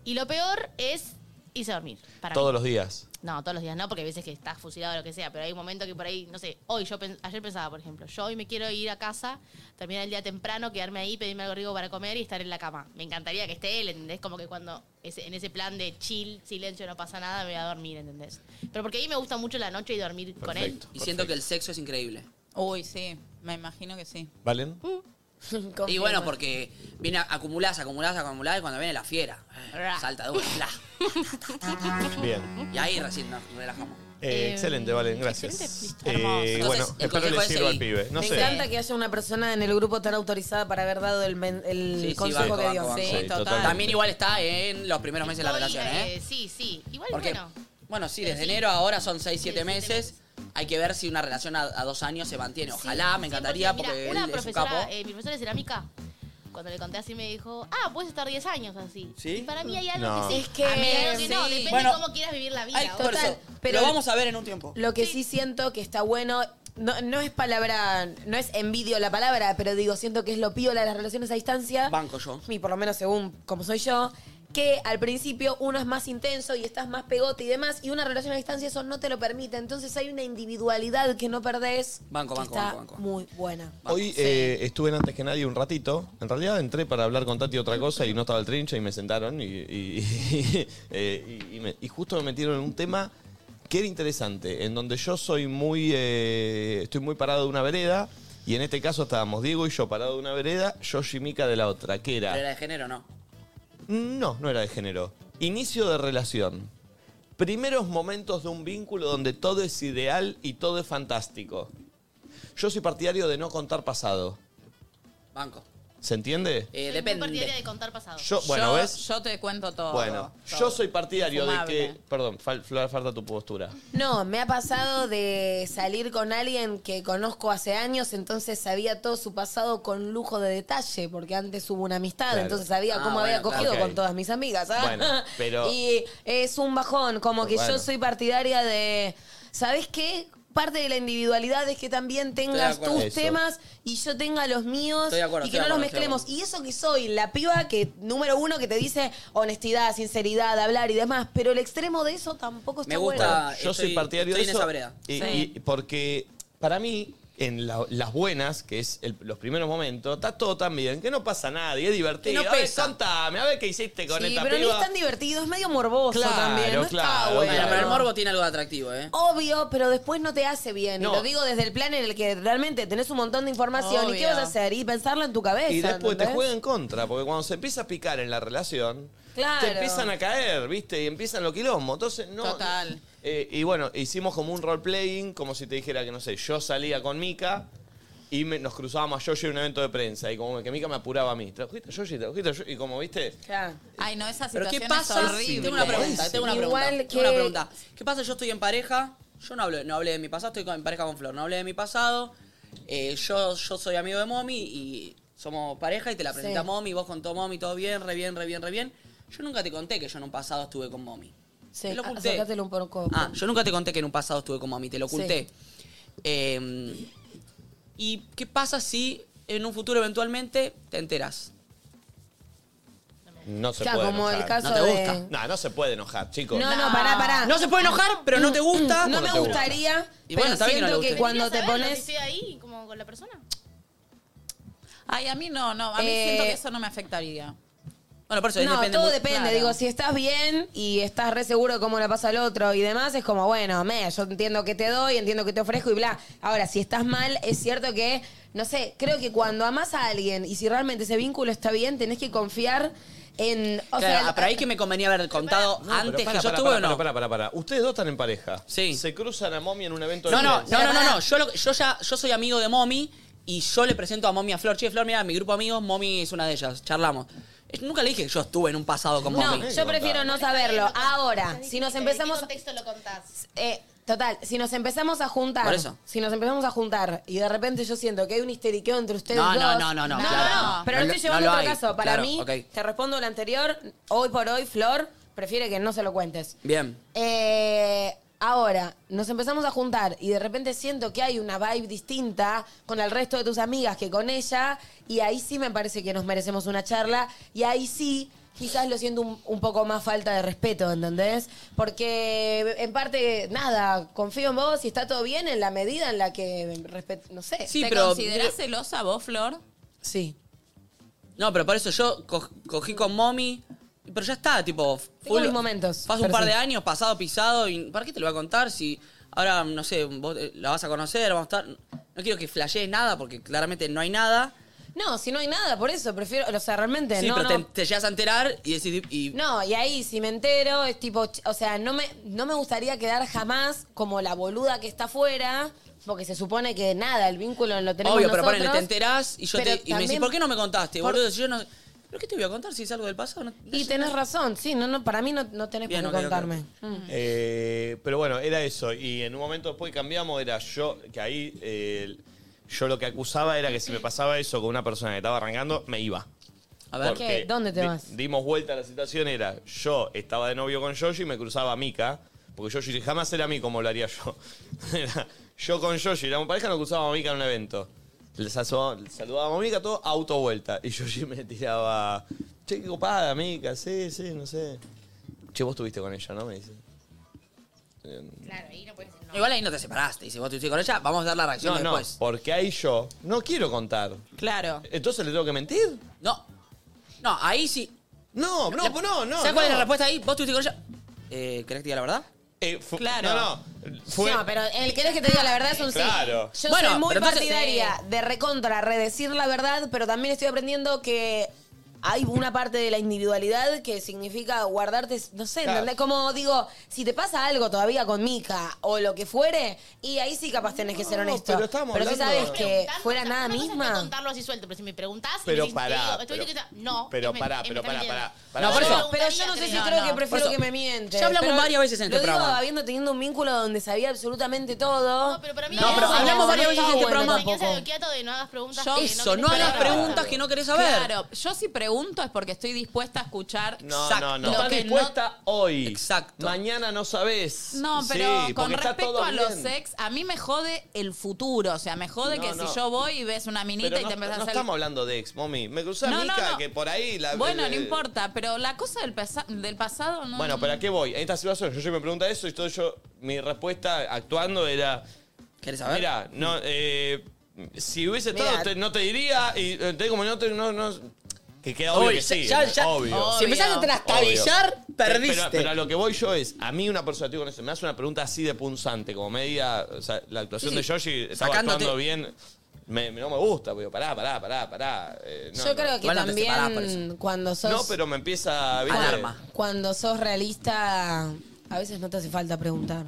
E: Y lo peor es irse a dormir. Para
A: Todos
E: mí.
A: los días.
E: No, todos los días no, porque hay veces que estás fusilado o lo que sea, pero hay un momento que por ahí, no sé, hoy yo pens- ayer pensaba, por ejemplo, yo hoy me quiero ir a casa, terminar el día temprano, quedarme ahí, pedirme algo rico para comer y estar en la cama. Me encantaría que esté él, ¿entendés? Como que cuando ese- en ese plan de chill, silencio, no pasa nada, me voy a dormir, ¿entendés? Pero porque a mí me gusta mucho la noche y dormir con él.
B: Y siento que el sexo es increíble.
C: Uy, sí, me imagino que [laughs] sí.
A: ¿Valen?
B: Y bueno, porque viene, a- acumulás, acumulás, acumulás y cuando viene la fiera, eh, salta de una. bla.
A: Bien.
B: Y ahí recién nos relajamos.
A: Eh, excelente, Valen, gracias.
B: excelente, listo.
A: Eh,
B: Hermoso.
A: bueno,
B: Entonces, el
A: espero
B: consejo
A: le
B: es
A: sirva al
B: seguir.
A: pibe. No
D: Me
A: sé.
D: encanta que haya una persona en el grupo tan autorizada para haber dado el, men- el
B: Sí, sí,
D: consejo
B: banco,
D: que dio.
B: banco, banco.
A: Sí, total. total.
B: También igual está en los primeros meses de la
E: Estoy,
B: relación, ¿eh?
E: eh, sí, sí. Igual,
B: Porque-
E: bueno.
B: Bueno, sí, desde enero a ahora son 6, 7 meses. Hay que ver si una relación a, a dos años se mantiene. Ojalá, me encantaría,
E: Mira,
B: porque
E: una
B: él es un
E: profesora,
B: capo.
E: eh, mi profesora de cerámica, cuando le conté así me dijo, ah, puedes estar 10 años así.
B: ¿Sí?
E: Y para mí hay algo
B: No.
E: que sí.
B: Es que-
E: A mí hay algo que no,
D: sí.
E: depende
D: Bueno,
E: de cómo quieras vivir la vida.
D: Ay,
E: obvio.
D: total, pero-
B: Lo vamos a ver en un tiempo.
D: Lo que sí siento que está bueno, no, no es palabra, no es envidio la palabra, pero digo, siento que es lo piola de las relaciones a distancia.
B: Banco yo.
D: Y por lo menos según como soy yo, que al principio uno es más intenso y estás más pegote y demás, y una relación a distancia eso no te lo permite. Entonces hay una individualidad que no perdés.
B: Banco,
D: que
B: banco,
D: está
B: banco, banco.
D: Muy buena.
A: Hoy eh, estuve en antes que nadie un ratito. En realidad entré para hablar con Tati otra cosa y no estaba el trinche y me sentaron y, [laughs] y- eh, y- y me- y justo me metieron en un tema que era interesante, en donde yo soy muy, eh, estoy muy parado de una vereda y en este caso estábamos Diego y yo parado de una vereda, yo y Mica de la otra, que
B: Pero era
A: era,
B: de género, ¿no?
A: no, no era de género, inicio de relación. Primeros momentos de un vínculo donde todo es ideal y todo es fantástico. Yo soy partidario de no contar pasado.
B: Banco.
A: ¿Se entiende?
B: Eh,
E: Soy muy partidaria de contar pasado.
A: Yo- bueno,
C: yo,
A: ¿ves?
C: Yo te cuento Oh, todo.
A: bueno, yo soy partidario de que. Perdón, fal- Flor, falta tu postura.
D: No, me ha pasado de salir con alguien que conozco hace años, entonces sabía todo su pasado con lujo de detalle, porque antes hubo una amistad,
A: Claro.
D: entonces sabía
A: Ah,
D: cómo había
A: bueno, claro.
D: cogido
A: Ok.
D: con todas mis amigas. ¿ah?
A: Bueno, pero-
D: [laughs] Y es un bajón, como que
A: Bueno.
D: yo soy partidaria de, ¿sabes qué? Parte de la individualidad es que también tengas
B: acuerdo.
D: tus
B: Eso.
D: temas y yo tenga los míos
B: Estoy de acuerdo,
D: y que no
B: estoy de
D: los
B: acuerdo, estoy de
D: mezclemos. Y eso que soy, la piba que número uno que te dice honestidad, sinceridad, hablar y demás, pero el extremo de eso tampoco está
B: Me gusta
D: bueno.
B: Ah,
A: Yo soy
B: estoy-
A: partidario
B: estoy en
A: de eso.
B: esa vereda.
A: Y,
B: Sí.
A: y- porque para mí, en la- las buenas, que es el- los primeros momentos, está todo tan bien, que no pasa nada y es divertido.
D: Que no
A: a ver,
D: pesa.
A: contame, a ver qué hiciste con
D: Sí,
A: esta
D: pero no
A: piba.
D: es tan divertido, es medio morboso
A: Claro,
D: también. No está
A: claro,
D: bueno.
A: claro.
B: Pero el morbo tiene algo de atractivo, ¿eh?
D: Obvio, pero después no te hace bien.
B: No.
D: Y lo digo desde el plan en el que realmente tenés un montón de información. ¿Y qué
B: Obvio.
D: vas a hacer? Y pensarlo en tu cabeza.
A: Y después te
D: ¿entendés?
A: juega en contra, porque cuando se empieza a picar en la relación,
D: Claro.
A: te empiezan a caer, ¿viste? Y empiezan los quilombos. Entonces, no.
C: Total.
A: Eh, y bueno, hicimos como un role-playing, como si te dijera que, no sé, yo salía con Mika y me- nos cruzábamos a Yoshi en un evento de prensa. Y como que Mika me apuraba a mí. ¿Trajiste a Yoshi? ¿Trajiste a Yoshi? Y como, ¿viste?
C: Ay, no, esa
B: Pero
C: situación
B: ¿qué pasa?
C: es horrible.
B: Tengo una pregunta, eh, tengo una pregunta.
D: Igual
B: tengo una
D: que-
B: pregunta. ¿Qué pasa? Yo estoy en pareja, yo no hablé, no hablé de mi pasado, estoy con- en pareja con Flor, no hablé de mi pasado. eh, yo, yo soy amigo de Momi y somos pareja y te la presenté
D: Sí.
B: a Momi, vos contó Momi, todo bien, re bien, re bien, re bien. Yo nunca te conté que yo en un pasado estuve con Momi.
D: Sí, ah,
B: Te lo oculté.
D: acércatelo un poco.
B: Ah, yo nunca te conté que en un pasado estuve con Momi, te lo
D: Sí.
B: oculté. Eh, ¿Y qué pasa si en un futuro eventualmente te enteras?
A: No se
B: Claro,
A: puede
B: como el
A: enojar.
B: caso
A: no te
B: de-
A: gusta. No, no se puede enojar, chicos.
D: No, no, pará, pará.
B: No se puede enojar, pero no te gusta.
D: No me
A: te gusta.
D: gustaría.
B: Y bueno,
D: pero
B: está bien que no
D: siento
B: le
D: que
B: guste.
D: cuando te
E: ¿Sabés lo que
D: pones.
E: estoy ahí, como con la persona?
C: Ay, a mí no, no. A mí
D: Eh,
C: siento que eso no me afectaría.
B: Bueno, por eso
D: no,
B: depende.
D: todo
B: mu-
D: depende.
B: Claro.
D: Digo, si estás bien y estás re seguro de cómo le pasa al otro y demás, es como, bueno, me, yo entiendo que te doy, entiendo que te ofrezco y bla. Ahora, si estás mal, es cierto que, no sé, creo que cuando amas a alguien y si realmente ese vínculo está bien, tenés que confiar en. O
B: Claro,
D: sea,
B: ah, por ahí que me convenía haber contado
A: No, pero
B: antes
A: pará,
B: que yo
A: pará,
B: estuve o
A: pará,
B: no.
A: Pará, pará, pará. Ustedes dos están en pareja.
B: Sí.
A: Se cruzan a Momi en un evento
B: No,
A: de
B: no,
A: prensa.
B: no, no, no, no. Yo, lo- yo ya yo soy amigo de Momi y yo le presento a Momi a Flor. Che, Flor, mira, mi grupo de amigos, Momi es una de ellas. Charlamos. Eh, Nunca le dije que yo estuve en un pasado con
D: No,
B: Poppy.
D: yo prefiero no saberlo. Ahora, si nos empezamos.
E: ¿En qué contexto lo contás?
D: Eh, total, si nos empezamos a juntar.
B: Por eso.
D: Si nos empezamos a juntar y de repente yo siento que hay un histeriqueo entre ustedes
B: No,
D: dos.
B: no, no, no, no, claro, no.
D: Pero
B: No
D: no,
B: lo-
D: estoy llevando
B: no lo
D: otro
B: hay,
D: caso. Para
B: claro,
D: mí,
B: ok.
D: te respondo lo anterior. Hoy por hoy, Flor prefiere que no se lo cuentes.
B: Bien.
D: Eh, ahora, nos empezamos a juntar y de repente siento que hay una vibe distinta con el resto de tus amigas que con ella. Y ahí sí me parece que nos merecemos una charla. Y ahí sí. Quizás lo siento un, un poco más falta de respeto, ¿entendés? Porque en parte, nada, confío en vos y está todo bien en la medida en la que respeto, no sé.
C: Eh, ¿Te considerás celosa vos, Flor?
D: Sí.
B: No, pero por eso yo co- cogí con mommy. Pero ya está, tipo.
D: Tengo mis momentos,
B: Pasa un
D: pero
B: par
D: sí.
B: de años, pasado, pisado. y ¿Para qué te lo voy a contar si ahora, no sé, vos eh, la vas a conocer, vamos a estar. No quiero que flashees nada porque claramente no hay nada.
D: No, si no hay nada, por eso prefiero, o sea, realmente
B: Sí,
D: no,
B: pero
D: no.
B: Te, te llegas a enterar y decís. y-
D: No, y ahí si me entero, es tipo, ch- o sea, no me, no me gustaría quedar jamás como la boluda que está afuera, porque se supone que nada, el vínculo lo tenemos
B: Obvio, pero
D: nosotros.
B: ponele, te enterás y yo
D: Pero
B: te, y me decís,
D: también-
B: ¿por qué no me contaste?
D: por-
B: Boludo, si yo no. ¿Pero qué te voy a contar si es algo del pasado? No-
D: Y tenés razón, sí, no, no, para mí no, no tenés
B: Bien,
D: por qué
B: ok, ok,
D: contarme. Mm.
A: Eh, pero bueno, era eso. Y en un momento después cambiamos, era yo, que ahí eh, yo lo que acusaba era que si me pasaba eso con una persona que estaba arrancando, me iba.
D: A ver. ¿Qué? ¿Dónde te
A: di-
D: vas?
A: Dimos vuelta a la situación, era yo estaba de novio con Yoshi y me cruzaba a Mika, porque Yoshi jamás era a mí como lo haría yo. [laughs] Era yo con Yoshi, éramos pareja, nos cruzábamos a Mika en un evento. Le sazo- le saludábamos a Mika, todo auto vuelta. Y Yoshi me tiraba, che, qué copada Mika, sí, sí, no sé. Che, vos estuviste con ella, ¿no? Me dice.
E: Claro, ahí no puedes decir no.
B: Igual ahí no te separaste. Y si vos estuviste con ella, vamos a dar la reacción
A: No, no,
B: después.
A: porque ahí yo no quiero contar.
C: Claro.
A: Entonces le tengo que mentir.
B: No. No, ahí sí.
A: No, no, pues
B: La-
A: no, no.
B: ¿Sabes cuál es
A: no.
B: la respuesta ahí? ¿Vos estuviste con ella? Eh, ¿Querés que te diga la verdad?
A: Eh, fu-
B: Claro.
A: No, no. Fue,
B: Pues-
D: No, pero el querés que te diga la verdad es un sí.
A: Claro.
D: Yo
B: Bueno,
D: soy muy
B: pero entonces- eh,
D: partidaria de recontra, redecir la verdad, pero también estoy aprendiendo que hay una parte de la individualidad que significa guardarte, no sé,
P: Claro.
D: ¿entendés? Como digo, si te pasa algo todavía con Mica o lo que fuere, y ahí sí capaz tenés que ser
A: No,
D: honesto.
A: pero estamos
D: si
A: hablando-
D: sabes que fuera nada
E: No
D: misma.
E: contarlo así suelto, pero si me preguntás, y
A: Pero
E: me decís,
A: pará,
E: te digo, estuviste
A: pero-
E: con esta- No.
A: pero
E: es
A: pará,
E: men- es-
A: pero
E: me
A: pará,
E: está
A: pará,
E: mintiendo.
A: pará.
B: No, por
D: Yo-
B: eso.
D: pero yo no sé si
B: No,
D: creo
B: no,
D: que
B: por
D: prefiero
B: eso.
D: que me miente.
B: Ya hablamos
D: Pero
B: varias veces en
D: lo
B: este
D: digo
B: programa.
D: habiendo tenido un vínculo donde sabía absolutamente todo. No, pero
E: para mí
B: No, pero hablamos varias veces en este programa.
E: Enseñanza de Okiato de no hagas preguntas.
C: Yo-
E: que
B: Eso, no
E: querés
B: hagas
E: saber.
B: preguntas que no querés saber.
C: Claro, yo si pregunto es porque estoy dispuesta a escuchar
A: No,
C: exacto
A: no, no.
C: lo
A: Estás
C: que
A: dispuesta hoy. Exacto. Mañana no sabés.
C: No,
A: Sí,
C: pero
A: porque
C: con
A: está
C: respecto
A: todo
C: a los
A: bien.
C: ex, a mí me jode el futuro. O sea, me jode
A: No,
C: que
A: no.
C: si yo voy y ves una minita
A: Pero
C: y
A: no,
C: te empezás
A: no
C: a hacer.
A: estamos hablando de ex, mommy. Me cruzó a
C: No, no,
A: Mica,
C: no.
A: que por ahí la.
C: Bueno, no
A: eh,
C: importa, pero la cosa del, pasa- del pasado no.
A: Bueno, pero ¿a qué voy? En esta situación, yo, yo me pregunta eso y todo yo, mi respuesta actuando era.
B: ¿Querés saber?
A: Mira, no, eh, si hubiese estado,
B: Mirá.
A: te- no te diría y eh, te como no te. No, no, que queda obvio,
B: Obvio,
A: que sí.
B: ya- ya-
A: obvio.
B: si empezás a trastabillar,
A: Obvio.
B: perdiste.
A: Pero, pero a lo que voy yo es, a mí una persona, te digo, no sé, me hace una pregunta así de punzante, como media. O sea, la actuación
B: Sí,
A: de
B: sí.
A: Yoshi estaba
B: Sacándote-
A: actuando bien. Me, no me gusta, pero pará, pará, pará, pará. eh, no,
D: Yo
A: no.
D: creo que también cuando sos.
A: No, pero me empieza a.
D: Alarma. Cuando sos realista, a veces no te hace falta preguntar.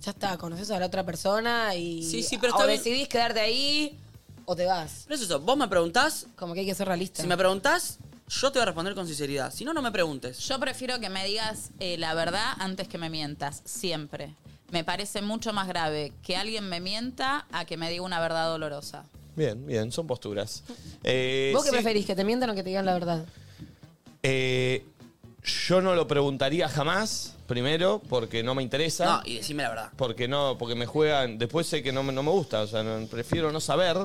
D: Ya está, conoces a la otra persona y.
B: Sí, sí, pero está
D: o
B: bien.
D: decidís quedarte ahí o te vas.
B: Pero es eso, vos me preguntás.
D: Como que hay que ser realista.
B: Si me preguntás, yo te voy a responder con sinceridad. Si no, no me
D: [laughs]
B: preguntes.
C: Yo prefiero que me digas eh, la verdad antes que me mientas, siempre. Me parece mucho más grave que alguien me mienta a que me diga una verdad dolorosa.
A: Bien, bien, son posturas. Eh,
D: ¿Vos qué
A: sí,
D: preferís? ¿Que te mientan o que te digan la verdad?
A: eh, yo no lo preguntaría jamás, primero, porque no me interesa.
B: No, y decime la verdad.
A: Porque no, porque me juegan. Después sé que no, me- no me gusta, o sea, no- prefiero no saber.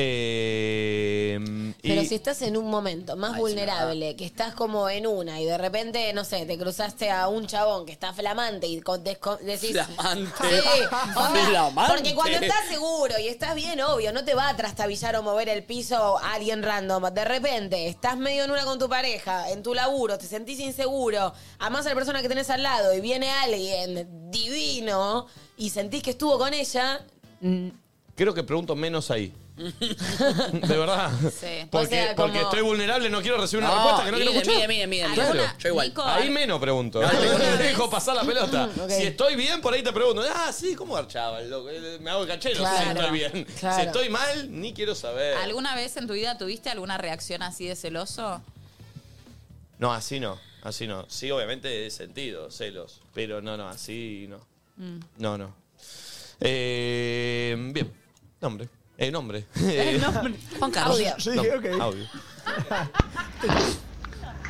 A: Eh, y-
D: Pero si estás en un momento más
A: Ay,
D: vulnerable, que estás como en una y de repente, no sé, te cruzaste a un chabón que está flamante y con- desco- decís...
B: Flamante.
D: Sí, o sea,
B: Flamante.
D: porque cuando estás seguro y estás bien, obvio, no te va a trastabillar o mover el piso a alguien random. De repente estás medio en una con tu pareja, en tu laburo, te sentís inseguro, amás a la persona que tenés al lado y viene alguien divino y sentís que estuvo con ella,
A: Creo que pregunto
B: [laughs]
A: menos ahí. De verdad.
D: Sí.
A: Porque,
D: O sea,
A: porque
D: como-
A: estoy vulnerable, no quiero recibir una
B: No,
A: respuesta que no
B: y
A: quiero
B: de-
A: escuchar.
B: mide, mide, mide, mide. Yo igual. Nico,
A: ahí
B: a-
A: menos [laughs] pregunto. dejo pasar la pelota. Si estoy bien, por ahí te pregunto. Ah, sí, ¿cómo archaba el loco? Eh, Me hago el cachero si
C: Claro,
A: estoy bien.
C: claro.
A: Si estoy mal, ni quiero saber.
C: ¿Alguna vez en tu vida tuviste alguna reacción así de celoso?
A: No, así no, así no. Sí, obviamente de sentido, celos. Pero no, no, así no.
I: Mm.
A: No, no. Eh, bien, nombre. Eh, nombre. [laughs]
B: Juan Carlos.
I: Audio. Sí,
A: Nom-
I: ok.
A: audio.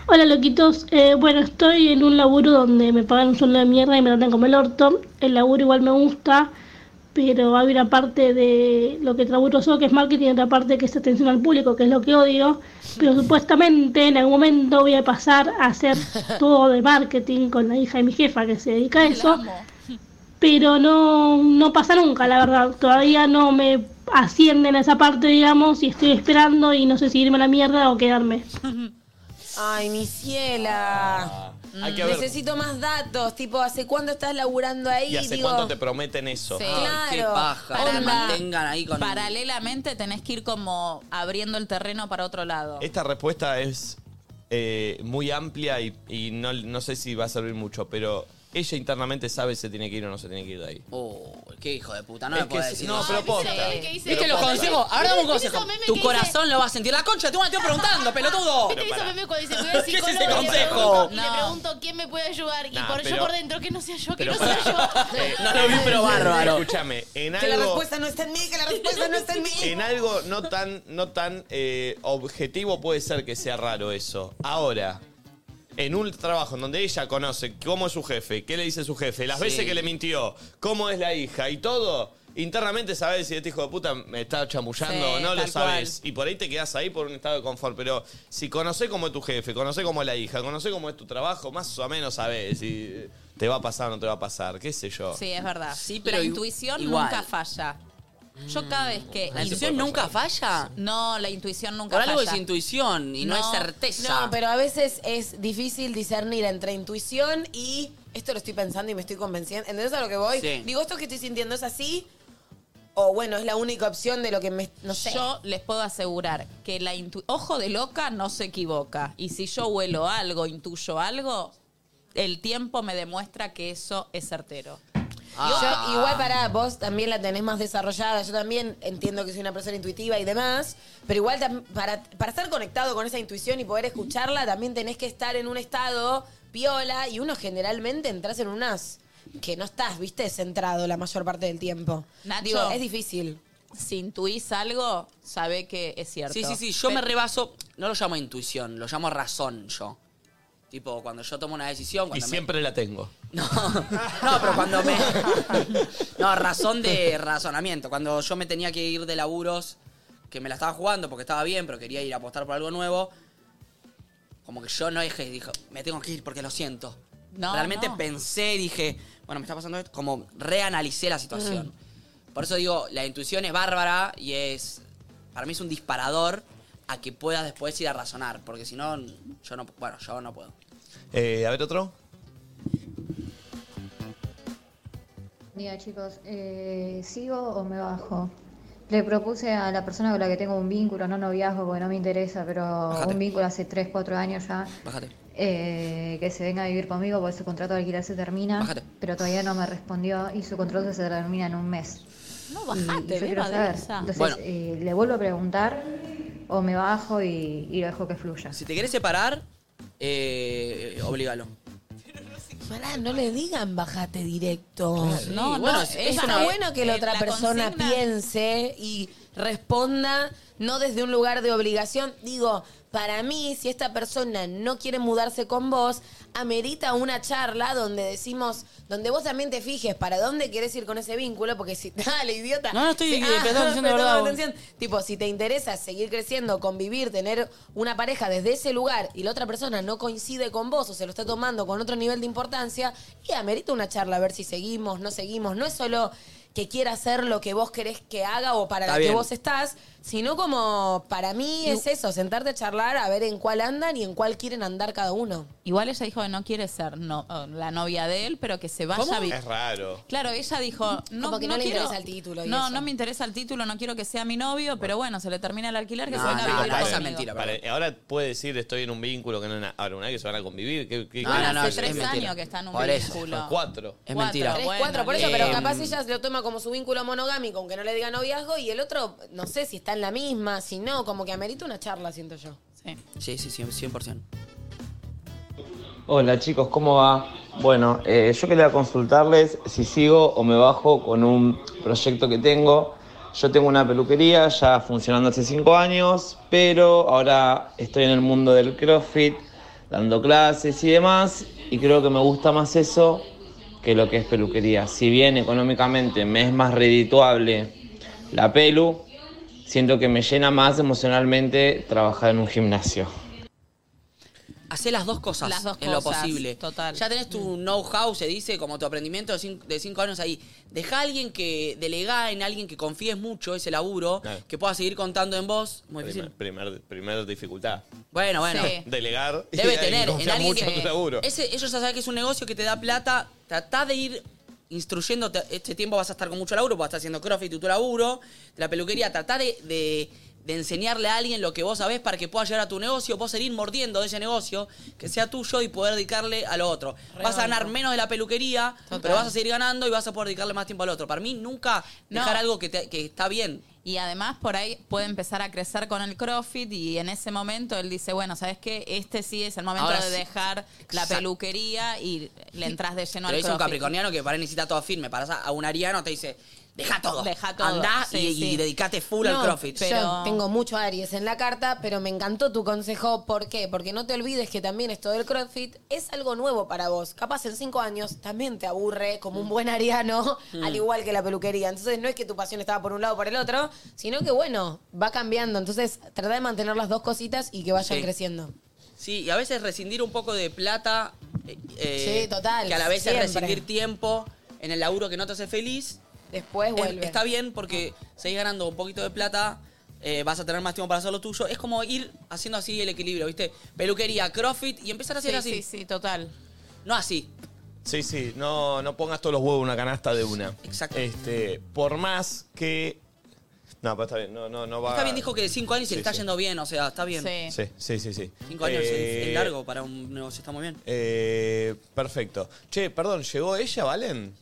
Q: Hola loquitos, Eh, bueno, estoy en un laburo donde me pagan un sueldo de mierda y me tratan como el orto. El laburo igual me gusta, pero hay una parte de lo que laburo yo que es marketing y otra parte que es atención al público, que es lo que odio. Pero supuestamente en algún momento voy a pasar a hacer todo de marketing con la hija de mi jefa que se dedica a eso. Pero no, no pasa nunca, la verdad. Todavía no me ascienden a esa parte, digamos, y estoy esperando y no sé si irme a la mierda o quedarme.
D: Ay, mi ciela.
A: Ah, hay que
D: Mm.
A: ver-
D: Necesito más datos, tipo, ¿hace cuándo estás laburando ahí?
A: ¿Y hace
D: Digo,
A: cuánto te prometen eso?
D: Sí.
C: Claro.
B: Qué paja.
C: Para
B: que
C: nada.
B: mantengan ahí con...
C: Paralelamente tenés que ir como abriendo el terreno para otro lado.
A: Esta respuesta es eh, muy amplia y, y no, no sé si va a servir mucho, pero ella internamente sabe si se tiene que ir o no se tiene que ir de ahí.
B: Oh, qué hijo de puta, no
A: Es
B: me
A: que
B: puedes
A: sí,
B: decir
A: no,
B: eso.
A: pero posta. Sí, que hice-
B: ¿Viste los
A: posta.
B: consejos? Ahora dame un
E: ¿Viste esos
B: consejo.
E: memes
B: Tu
E: que
B: corazón lo va a sentir. La concha, tú me estoy preguntando, pelotudo.
E: ¿Viste que hizo meme cuando dice,
B: [laughs]
E: voy
B: ¿Qué
E: al
B: es ese
E: psicólogo y le
B: consejo?
E: pregunto- y le
B: No.
E: pregunto quién me puede ayudar? Y
A: Nah,
E: por yo
A: pero-
E: por dentro, que no sea yo, que
A: pero Eh,
E: no sea yo.
B: [laughs] Eh, No lo vi,
D: [laughs]
B: pero bárbaro.
A: Escúchame, en
D: Que la
A: algo,
D: respuesta no está en mí, que la respuesta no está en mí.
A: en algo no tan, no tan eh, objetivo puede ser que sea raro eso. Ahora, en un trabajo en donde ella conoce cómo es su jefe, qué le dice su jefe, las
B: Sí.
A: veces que le mintió, cómo es la hija y todo, internamente sabes si este hijo de puta me está chamullando
B: Sí,
A: o no, lo
B: tal
A: sabes. Y por ahí te quedas ahí por un estado de confort. Pero si conocés cómo es tu jefe, conocés cómo es la hija, conocés cómo es tu trabajo, más o menos sabes si te va a pasar o no te va a pasar, qué sé yo.
C: Sí, es verdad.
B: Sí, pero
C: la
B: i-
C: intuición
B: igual.
C: nunca falla. Yo cada vez que...
B: ¿La intuición nunca falla?
C: No, la intuición nunca
B: Por algo
C: falla.
B: es intuición y no, es certeza.
D: No, pero a veces es difícil discernir entre intuición y esto lo estoy pensando y me estoy convenciendo. ¿Entendés a lo que voy?
B: Sí.
D: Digo, esto que estoy sintiendo es así. O bueno, es la única opción de lo que me. No sé.
C: Yo les puedo asegurar que la intu- ojo de loca no se equivoca. Y si yo huelo algo, intuyo algo, el tiempo me demuestra que eso es certero. Ah.
D: Yo, igual para vos también la tenés más desarrollada. Yo también entiendo que soy una persona intuitiva y demás. Pero igual tam- para, para estar conectado con esa intuición y poder escucharla, también tenés que estar en un estado piola. Y uno generalmente entras en unas que no estás, viste, centrado la mayor parte del tiempo.
C: Nacho.
D: Digo, es difícil.
C: Si intuís algo, sabe que es cierto.
B: Sí, sí, sí. Yo me
C: Pe-
B: rebaso. No lo llamo intuición, lo llamo razón yo. Tipo, cuando yo tomo una decisión.
A: Y
B: Cuando me-
A: siempre la tengo.
B: [laughs] No, pero cuando me. [laughs] No, razón de razonamiento. Cuando yo me tenía que ir de laburos, que me la estaba jugando porque estaba bien, pero quería ir a apostar por algo nuevo. Como que yo no dije, dije, me tengo que ir porque lo siento.
C: No,
B: Realmente
C: no.
B: pensé, dije, bueno, me está pasando esto. Como reanalicé la situación. Por eso digo, la intuición es bárbara y es. Para mí es un disparador a que puedas después ir a razonar. Porque si no, yo no. Bueno, yo no puedo.
A: Eh, a ver otro.
R: Mira chicos, eh, ¿sigo o me bajo? Le propuse a la persona con la que tengo un vínculo, no noviazgo porque no me interesa, pero
B: Bájate.
R: un vínculo hace 3, 4 años ya,
B: Bájate.
R: eh, que se venga a vivir conmigo porque su contrato de alquiler se termina, pero todavía no me respondió y su contrato se termina en un mes.
C: No,
R: Y- y
C: bajate,
R: yo
C: ve,
R: quiero saber.
C: Madersa.
R: Entonces,
B: Bueno.
R: eh, ¿le vuelvo a preguntar o me bajo y, y lo dejo que fluya?
B: Si te querés separar, eh, obligalo.
D: Pará, no le digan bajate directo.
B: Claro. No, Sí, bueno, no, es- es
D: está
B: una- eh,
D: bueno que la otra persona piense y responda, no desde un lugar de obligación. Digo, para mí, si esta persona no quiere mudarse con vos, amerita una charla donde decimos, donde vos también te fijes para dónde querés ir con ese vínculo, porque si. [laughs] Dale, idiota.
B: No, no estoy,
D: Si- ah,
B: eh,
D: [laughs]
B: prestando atención de verdad, vos.
D: atención. Tipo, si te interesa seguir creciendo, convivir, tener una pareja desde ese lugar y la otra persona no coincide con vos o se lo está tomando con otro nivel de importancia, y amerita una charla a ver si seguimos, no seguimos. No es solo que quiera hacer lo que vos querés que haga o para
B: Está
D: la
B: bien.
D: que vos estás, sino como para mí es eso, sentarte a charlar a ver en cuál andan y en cuál quieren andar cada uno.
C: Igual ella dijo que no quiere ser no- oh, la novia de él, pero que se vaya a vi-
A: Es raro.
C: Claro, ella dijo, no,
D: Como que
C: no,
D: Ah, no le
C: quiero-
D: interesa el título y
C: no,
D: eso.
C: no me interesa el título, no quiero que sea mi novio, pero bueno, se le termina el alquiler que
A: No,
C: se venga
A: no,
C: a vivir
A: pará,
C: conmigo.
A: pará. Pará, ahora puede decir estoy en un vínculo que no es nada. Ahora, una vez que se van a convivir, ¿qué, qué-
C: No, no,
A: qué-
C: no,
A: qué-
C: hace
A: Ah, es
C: tres
A: mentira.
C: años que está en un
A: Por eso.
C: vínculo.
A: Cuatro.
B: Es mentira.
D: Tres,
C: bueno,
D: cuatro, por eso,
B: eh,
D: pero capaz ella lo toma como su vínculo monogámico, aunque no le diga noviazgo, y el otro, no sé si está en la misma, si no, como que amerita una charla, siento yo.
B: Sí, sí, sí, 100%.
S: Hola chicos, ¿cómo va? Bueno, eh, yo quería consultarles si sigo o me bajo con un proyecto que tengo. Yo tengo una peluquería ya funcionando hace 5 años, pero ahora estoy en el mundo del CrossFit, dando clases y demás, y creo que me gusta más eso que lo que es peluquería. Si bien económicamente me es más redituable la pelu, siento que me llena más emocionalmente trabajar en un gimnasio.
B: Hacé las dos cosas
C: Las dos
B: en lo
C: cosas,
B: posible.
C: total. Mm.
B: Ya tenés tu know-how, se dice, como tu aprendimiento de cin- de cinco años ahí. Deja a alguien que delega en alguien que confíes mucho ese laburo,
A: Claro.
B: que pueda seguir contando en vos. Muy
A: Primer,
B: difícil.
A: primer, primer dificultad.
B: Bueno, bueno. Sí.
A: Delegar. [laughs] y
B: Debe
A: alguien
B: tener en
A: confía
B: alguien
A: mucho
B: que-
A: en tu laburo.
B: Ese, ellos ya saben que es un negocio que te da plata. Tratá de ir instruyéndote. Este tiempo vas a estar con mucho laburo, vas a estar haciendo crossfit y tu laburo, de la peluquería. Tratá de, de- de enseñarle a alguien lo que vos sabés para que pueda llegar a tu negocio, vos seguir mordiendo de ese negocio, que sea tuyo y poder dedicarle a lo otro.
C: Re
B: vas a ganar
C: banco.
B: menos de la peluquería,
C: Total.
B: pero vas a seguir ganando y vas a poder dedicarle más tiempo al otro. Para mí, nunca
C: No.
B: dejar algo que, te- que está bien.
C: Y además por ahí puede empezar a crecer con el CrossFit y en ese momento él dice, bueno, ¿sabes qué? Este sí es el momento
B: Ahora
C: de
B: sí.
C: dejar la
B: Exacto.
C: peluquería y le entras de lleno
B: Te lo
C: al
B: dice
C: CrossFit.
B: un capricorniano que para él necesita todo firme. Para a un ariano te dice, deja todo.
C: Deja todo,
B: Andá
C: sí,
B: y, y
C: sí.
B: dedicate full al
D: No,
B: CrossFit.
D: Yo tengo mucho Aries en la carta, pero me encantó tu consejo. ¿Por qué? Porque no te olvides que también esto del CrossFit es algo nuevo para vos. Capaz en cinco años también te aburre como un buen ariano,
L: Mm.
D: al igual que la peluquería. Entonces no es que tu pasión estaba por un lado o por el otro, sino que bueno, va cambiando. Entonces trata de mantener las dos cositas y que vayan
B: Sí.
D: creciendo.
B: Sí, y a veces rescindir un poco de plata. eh, eh,
D: Sí, total,
B: Que a la vez
D: siempre.
B: es rescindir tiempo en el laburo que no te hace feliz.
D: Después
B: Eh,
D: vuelve.
B: Está bien porque seguís ganando un poquito de plata. eh, vas a tener más tiempo para hacer lo tuyo. Es como ir haciendo así el equilibrio, ¿viste? Peluquería, CrossFit y empezar a hacer
C: Sí,
B: así.
C: sí, sí, total.
B: No así.
A: Sí, sí, no, no pongas todos los huevos en una canasta de una. Exacto. Este, por más que. No, pero está bien, no, no, no va.
B: Está bien, dijo que de 5 años y
A: Sí,
B: le está
A: sí.
B: yendo bien, o sea, está bien.
A: Sí, sí, sí. sí.
B: 5 años es-
A: Eh,
B: es largo para un negocio, está muy bien.
A: eh, perfecto. Che, perdón, ¿llegó ella, Valen?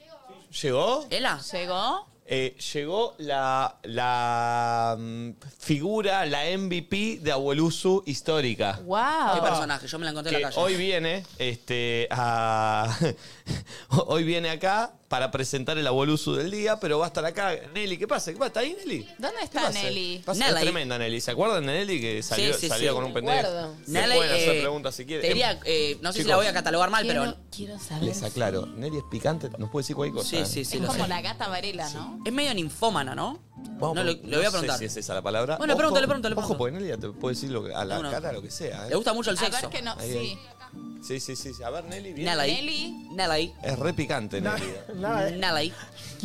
A: ¿Llegó?
B: ¿Ela?
C: ¿Llegó?
A: Eh, llegó la, la mm, figura, la MVP de Abuelusu histórica.
C: ¡Wow!
B: Qué personaje, yo me la encontré en
A: que
B: la calle.
A: hoy viene este a- [laughs] hoy viene acá para presentar el abuelusu del día, pero va a estar acá Nelly, ¿qué pasa? ¿Qué pasa? ¿Está ahí Nelly?
C: ¿Dónde
A: ¿Qué
C: está
A: pasa?
C: Nelly?
A: Pasa- Es tremenda Nelly, ¿se acuerdan de Nelly que salió,
B: sí,
A: salía
B: sí.
A: con un
B: Me
A: pendejo?
B: acuerdo.
A: Se
B: Nelly,
A: pueden hacer
B: eh,
A: preguntas si quieren.
B: te diría, eh, no sé si la voy a catalogar mal, pero- Quiero-
C: quiero
A: Les aclaro, Nelly es picante, nos puede decir cualquier cosa.
B: Sí, sí, sí.
C: Es
B: lo
C: como
B: sé.
C: la gata varela, ¿no?
B: Es medio ninfómana, ¿no?
A: Vamos,
B: no, lo- le,
A: no
B: voy
A: sé
B: a preguntar.
A: si es esa la palabra.
B: Bueno,
A: Ojo,
B: pregúntale, pregúntale,
A: Ojo, porque Nelly te puede decir lo que- a la
B: No, no.
A: cara lo que sea. ¿eh?
B: Le gusta mucho el
C: A ver
B: sexo.
C: que no-
A: Ahí,
C: sí.
A: ahí. Sí, sí, sí. sí. A ver, Nelly, bien.
B: Nelly.
C: Nelly.
B: Nelly.
A: Es re picante, Nelly. eh.
L: eh.
B: Nelly.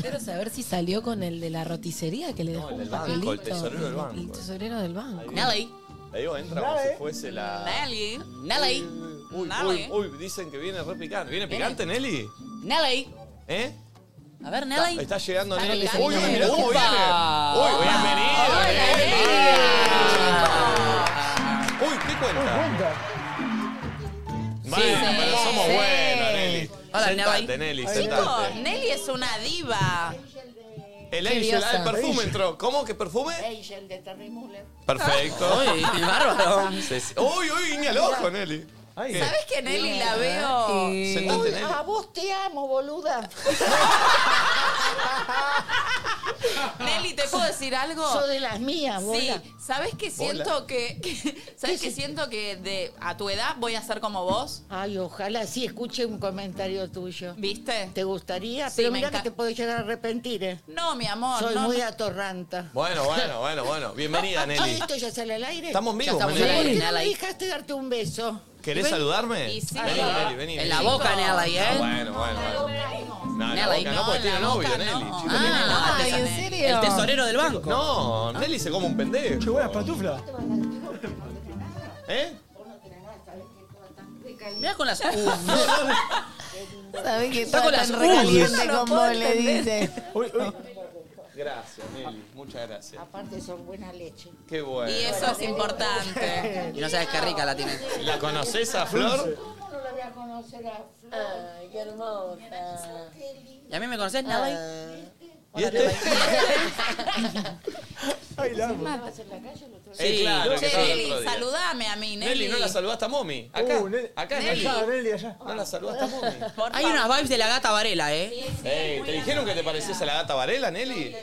D: Quiero saber si salió con el de la roticería que le dejó un
A: banco,
D: papelito.
A: el tesorero del banco.
D: El tesorero del banco.
B: Nelly.
A: Le digo, entra como si fuese la.
C: Nelly.
B: Nelly. eh.
A: Uy, uy, uy, dicen que viene re picante. ¿Viene picante, Nelly?
B: Nelly.
A: ¿Eh?
B: A ver, Nelly.
A: [laughs] Está, está llegando
B: Está
A: Nelly.
B: picante.
A: Uy, uy, mirá cómo viene.
B: Opa.
A: Uy, eh. bienvenido. Nelly. Uy, ¿qué cuenta? Bueno,
C: Sí.
A: pero somos
C: Sí.
A: buenos, Nelly.
C: Hola,
A: sentate, Nelly,
C: Chicos,
A: sentate.
C: Nelly es una diva.
A: El Angel, ah, el perfume entró. ¿Cómo? ¿Qué perfume?
L: Angel de Terry Muller.
A: Perfecto.
B: Uy, qué bárbaro.
A: Sí, sí. Uy, uy, ni al ojo, Nelly. ¿Qué?
C: ¿Sabes que Nelly la veo?
A: Sentate, Nelly.
L: A vos te amo, boluda.
C: [laughs] Nelly, ¿te puedo decir algo?
L: Sos de las mías,
C: Sí,
L: bola.
C: ¿sabes que siento que, que- ¿Sabes que siento que de a tu edad voy a ser como vos?
L: Ay, ojalá sí escuche un comentario tuyo.
C: ¿Viste?
L: ¿Te gustaría?
C: Sí,
L: Pero
C: me
L: mira que
C: enca-
L: te podés llegar a arrepentir, ¿eh?
C: No, mi amor,
L: Soy
C: no,
L: muy
C: no.
L: atorranta.
A: Bueno, bueno, bueno, bueno. Bienvenida,
L: Ah,
A: Nelly.
L: ¿Esto ya sale al aire?
A: Estamos vivos,
L: Ya
A: Nelly.
L: ¿Por qué no me
A: Nelly.
L: dejaste darte un beso?
A: ¿Querés
L: Ven-
A: saludarme?
L: Y sí.
A: Vení, Nelly, vení.
B: En
A: Nelly.
B: la boca, Nelly, ¿eh?
A: Ah, bueno, bueno, bueno. No, en la
B: Nelly,
A: boca
B: no,
A: no, porque
B: en
A: tiene
B: la
A: novio,
B: boca
A: Nelly.
B: no.
A: Chico,
B: Ah,
A: tiene novio.
B: Ay, ¿en serio? El tesorero del banco.
A: No, Nelly se come un pendejo. Che, buenas
G: pantuflas.
A: ¿Eh?
B: Mirá con las.
L: Sabés que
B: Está con las uñas.
G: Uy, uy.
A: Gracias, Nelly. Muchas gracias.
L: Aparte son buena leche.
A: Qué bueno.
C: Y eso es importante.
B: Eh, Y no sabes qué rica la tiene.
A: ¿La conoces a Flor?
L: ¿Cómo no la voy a conocer a Flor? Ay, qué hermosa.
A: Eh,
B: [laughs] ¿Y a mí me conoces, Nelly?
A: ¿Y este?
G: Ay, la amo.
C: Sí,
A: Eh, claro, que
C: che,
A: estaba el
C: Nelly,
A: otro día.
C: saludame a mí, Nelly.
A: Nelly, no la saludaste a Mommy. Acá,
C: Uh, Nelly.
A: acá
C: Nelly.
A: Nelly.
C: Allá,
A: Nelly, allá. No la saludaste a Mommy.
B: Hay unas vibes de la gata Varela, ¿eh?
A: Ey, ¿te dijeron que te parecías a la gata Varela, Nelly?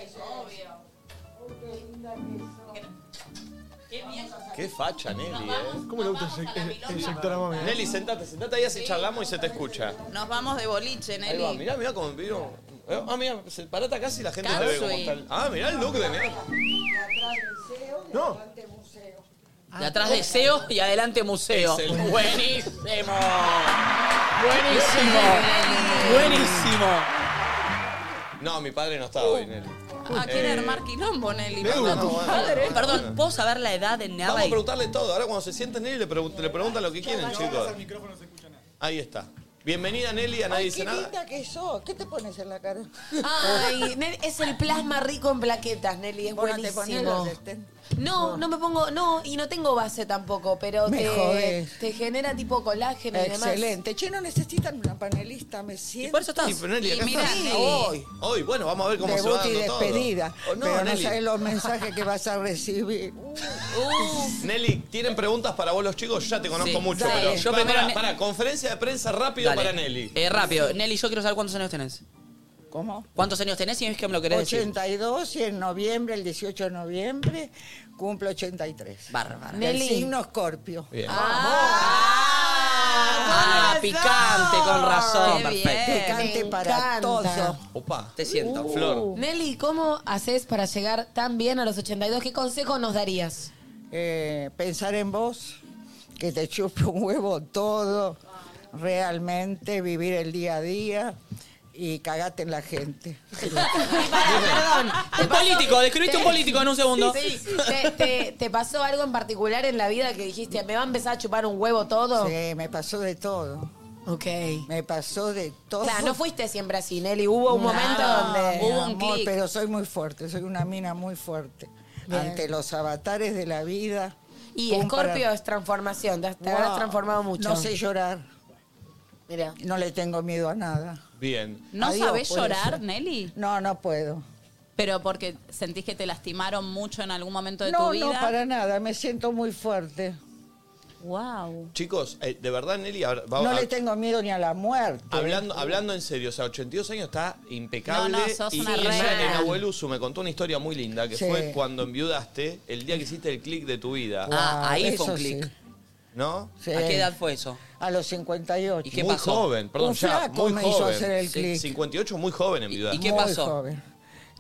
A: Qué facha, Nelly, eh.
G: ¿Cómo le gusta inyec- inyectar a mami? eh?
A: Nelly, sentate, sentate ahí, así charlamos y se te escucha.
C: Nos vamos de boliche,
A: eh. Ahí va,
C: Nelly.
A: mirá, mirá cómo vino. Eh, Ah, mirá, se- parate acá si la gente te ve
C: Calzo
A: cómo
C: y-
A: está. el- Ah, mirá el look de Nelly.
G: No.
B: De atrás deseo y adelante museo.
G: Excelente.
B: Buenísimo. Buenísimo. Buenísimo.
A: No, mi padre no estaba hoy, Nelly.
C: Ah, quiere
A: Eh,
C: armar quilombo, Nelly.
A: Leo,
C: Perdón,
A: no, bueno.
B: Perdón, ¿puedo saber la edad de
A: Vamos a
B: Navai?
A: preguntarle todo. Ahora cuando se sienten Nelly le, pregun- le preguntan lo que quieren, chicos. Ahí está. Bienvenida Nelly, a nadie dice
L: qué
A: nada.
L: linda que sos. ¿Qué te pones en la cara? [laughs]
D: Ay, Nel- es el plasma rico en plaquetas, Nelly, es
L: Vos no te ponés
D: buenísimo.
L: los
C: este.
L: este. estén.
D: No, no me pongo, no, y no tengo base tampoco, pero
L: Me
D: te,
L: jodés.
D: te genera tipo colágeno y demás.
L: Excelente. Che, no necesitan una panelista, me siento.
D: por eso estás.
A: Sí, pero Nelly, acá
L: Y mirá,
A: estás.
L: Nelly.
A: Hoy. Hoy, bueno, vamos a ver cómo se
L: Debut
A: va
L: y
A: dando todo.
L: despedida.
A: Oh, no,
L: pero no
A: Nelly.
L: sabes los mensajes que vas a recibir.
A: Nelly, ¿tienen preguntas para vos los chicos? Yo ya te conozco
B: Sí.
A: mucho,
B: Dale.
A: pero...
B: Yo
A: Pará,
B: primero
A: pará,
B: Ne-
A: pará, conferencia de prensa rápido
B: Dale.
A: para Nelly.
B: Eh, rápido. Nelly, yo quiero saber cuántos años tenés.
L: ¿Cómo?
B: ¿Cuántos años tenés y es que me lo querés decir?
L: 82 y en noviembre, el 18 de noviembre, cumplo 83.
B: Bárbara.
L: Del
B: Nelly.
L: signo Scorpio.
B: Ah, picante, con razón.
L: Ah, Qué bien.
B: Perfecto.
L: Picante
D: Me
L: para
D: encanta.
L: todo.
A: Opa.
B: Te siento, Flor.
D: Uh. Nelly, ¿cómo haces para llegar tan bien a los 82? ¿Qué consejo nos darías?
L: Eh, pensar en vos, que te chupe un huevo todo, realmente vivir el día a día y cagate en la gente.
B: Un político, describiste un político en un segundo.
D: Sí, sí. ¿Te, te, te pasó algo en particular en la vida que dijiste, me va a empezar a chupar un huevo todo?
L: Sí, me pasó de todo.
D: Oh. Ok.
L: Me pasó de todo.
D: Claro, no fuiste siempre así, Nelly. Hubo un
L: No,
D: momento donde...
L: hubo un amor, pero soy muy fuerte, soy una mina muy fuerte.
D: Bien.
L: Ante los avatares de la vida.
D: Y
L: pum,
D: Scorpio
L: para-
D: es transformación, te, te
L: Wow.
D: habrás transformado mucho.
L: No sé llorar,
D: Mira.
L: no le tengo miedo a nada.
A: Bien.
C: ¿No
L: Adiós,
C: sabés
L: pues. puede
C: llorar,
L: ser.
C: Nelly?
L: No, no puedo.
C: Pero porque sentís que te lastimaron mucho en algún momento de tu
L: No,
C: vida.
L: no, para nada, me siento muy fuerte.
C: Wow.
A: Chicos, eh, de verdad, Nelly, ahora, vamos
L: No
A: a-
L: le tengo miedo ni a la muerte.
A: Hablando, hablando en serio, o sea, 82 años está impecable.
L: No, no, sos
A: y
L: una
A: ella
L: reina.
A: en Abuelusu me contó una historia muy linda que
L: Sí.
A: fue cuando enviudaste, el día que hiciste el clic de tu vida.
B: Ah, ahí fue
L: eso
B: un clic.
L: sí.
A: ¿No?
L: Sí.
B: ¿A qué edad fue eso?
L: A los 58.
A: muy joven, perdón,
L: Un
A: ya,
L: flaco
A: muy
L: me
A: joven.
L: hizo hacer el
A: Sí,
L: clic.
A: 58, muy joven enviudar.
B: ¿Y qué
L: Muy
B: pasó?
L: joven.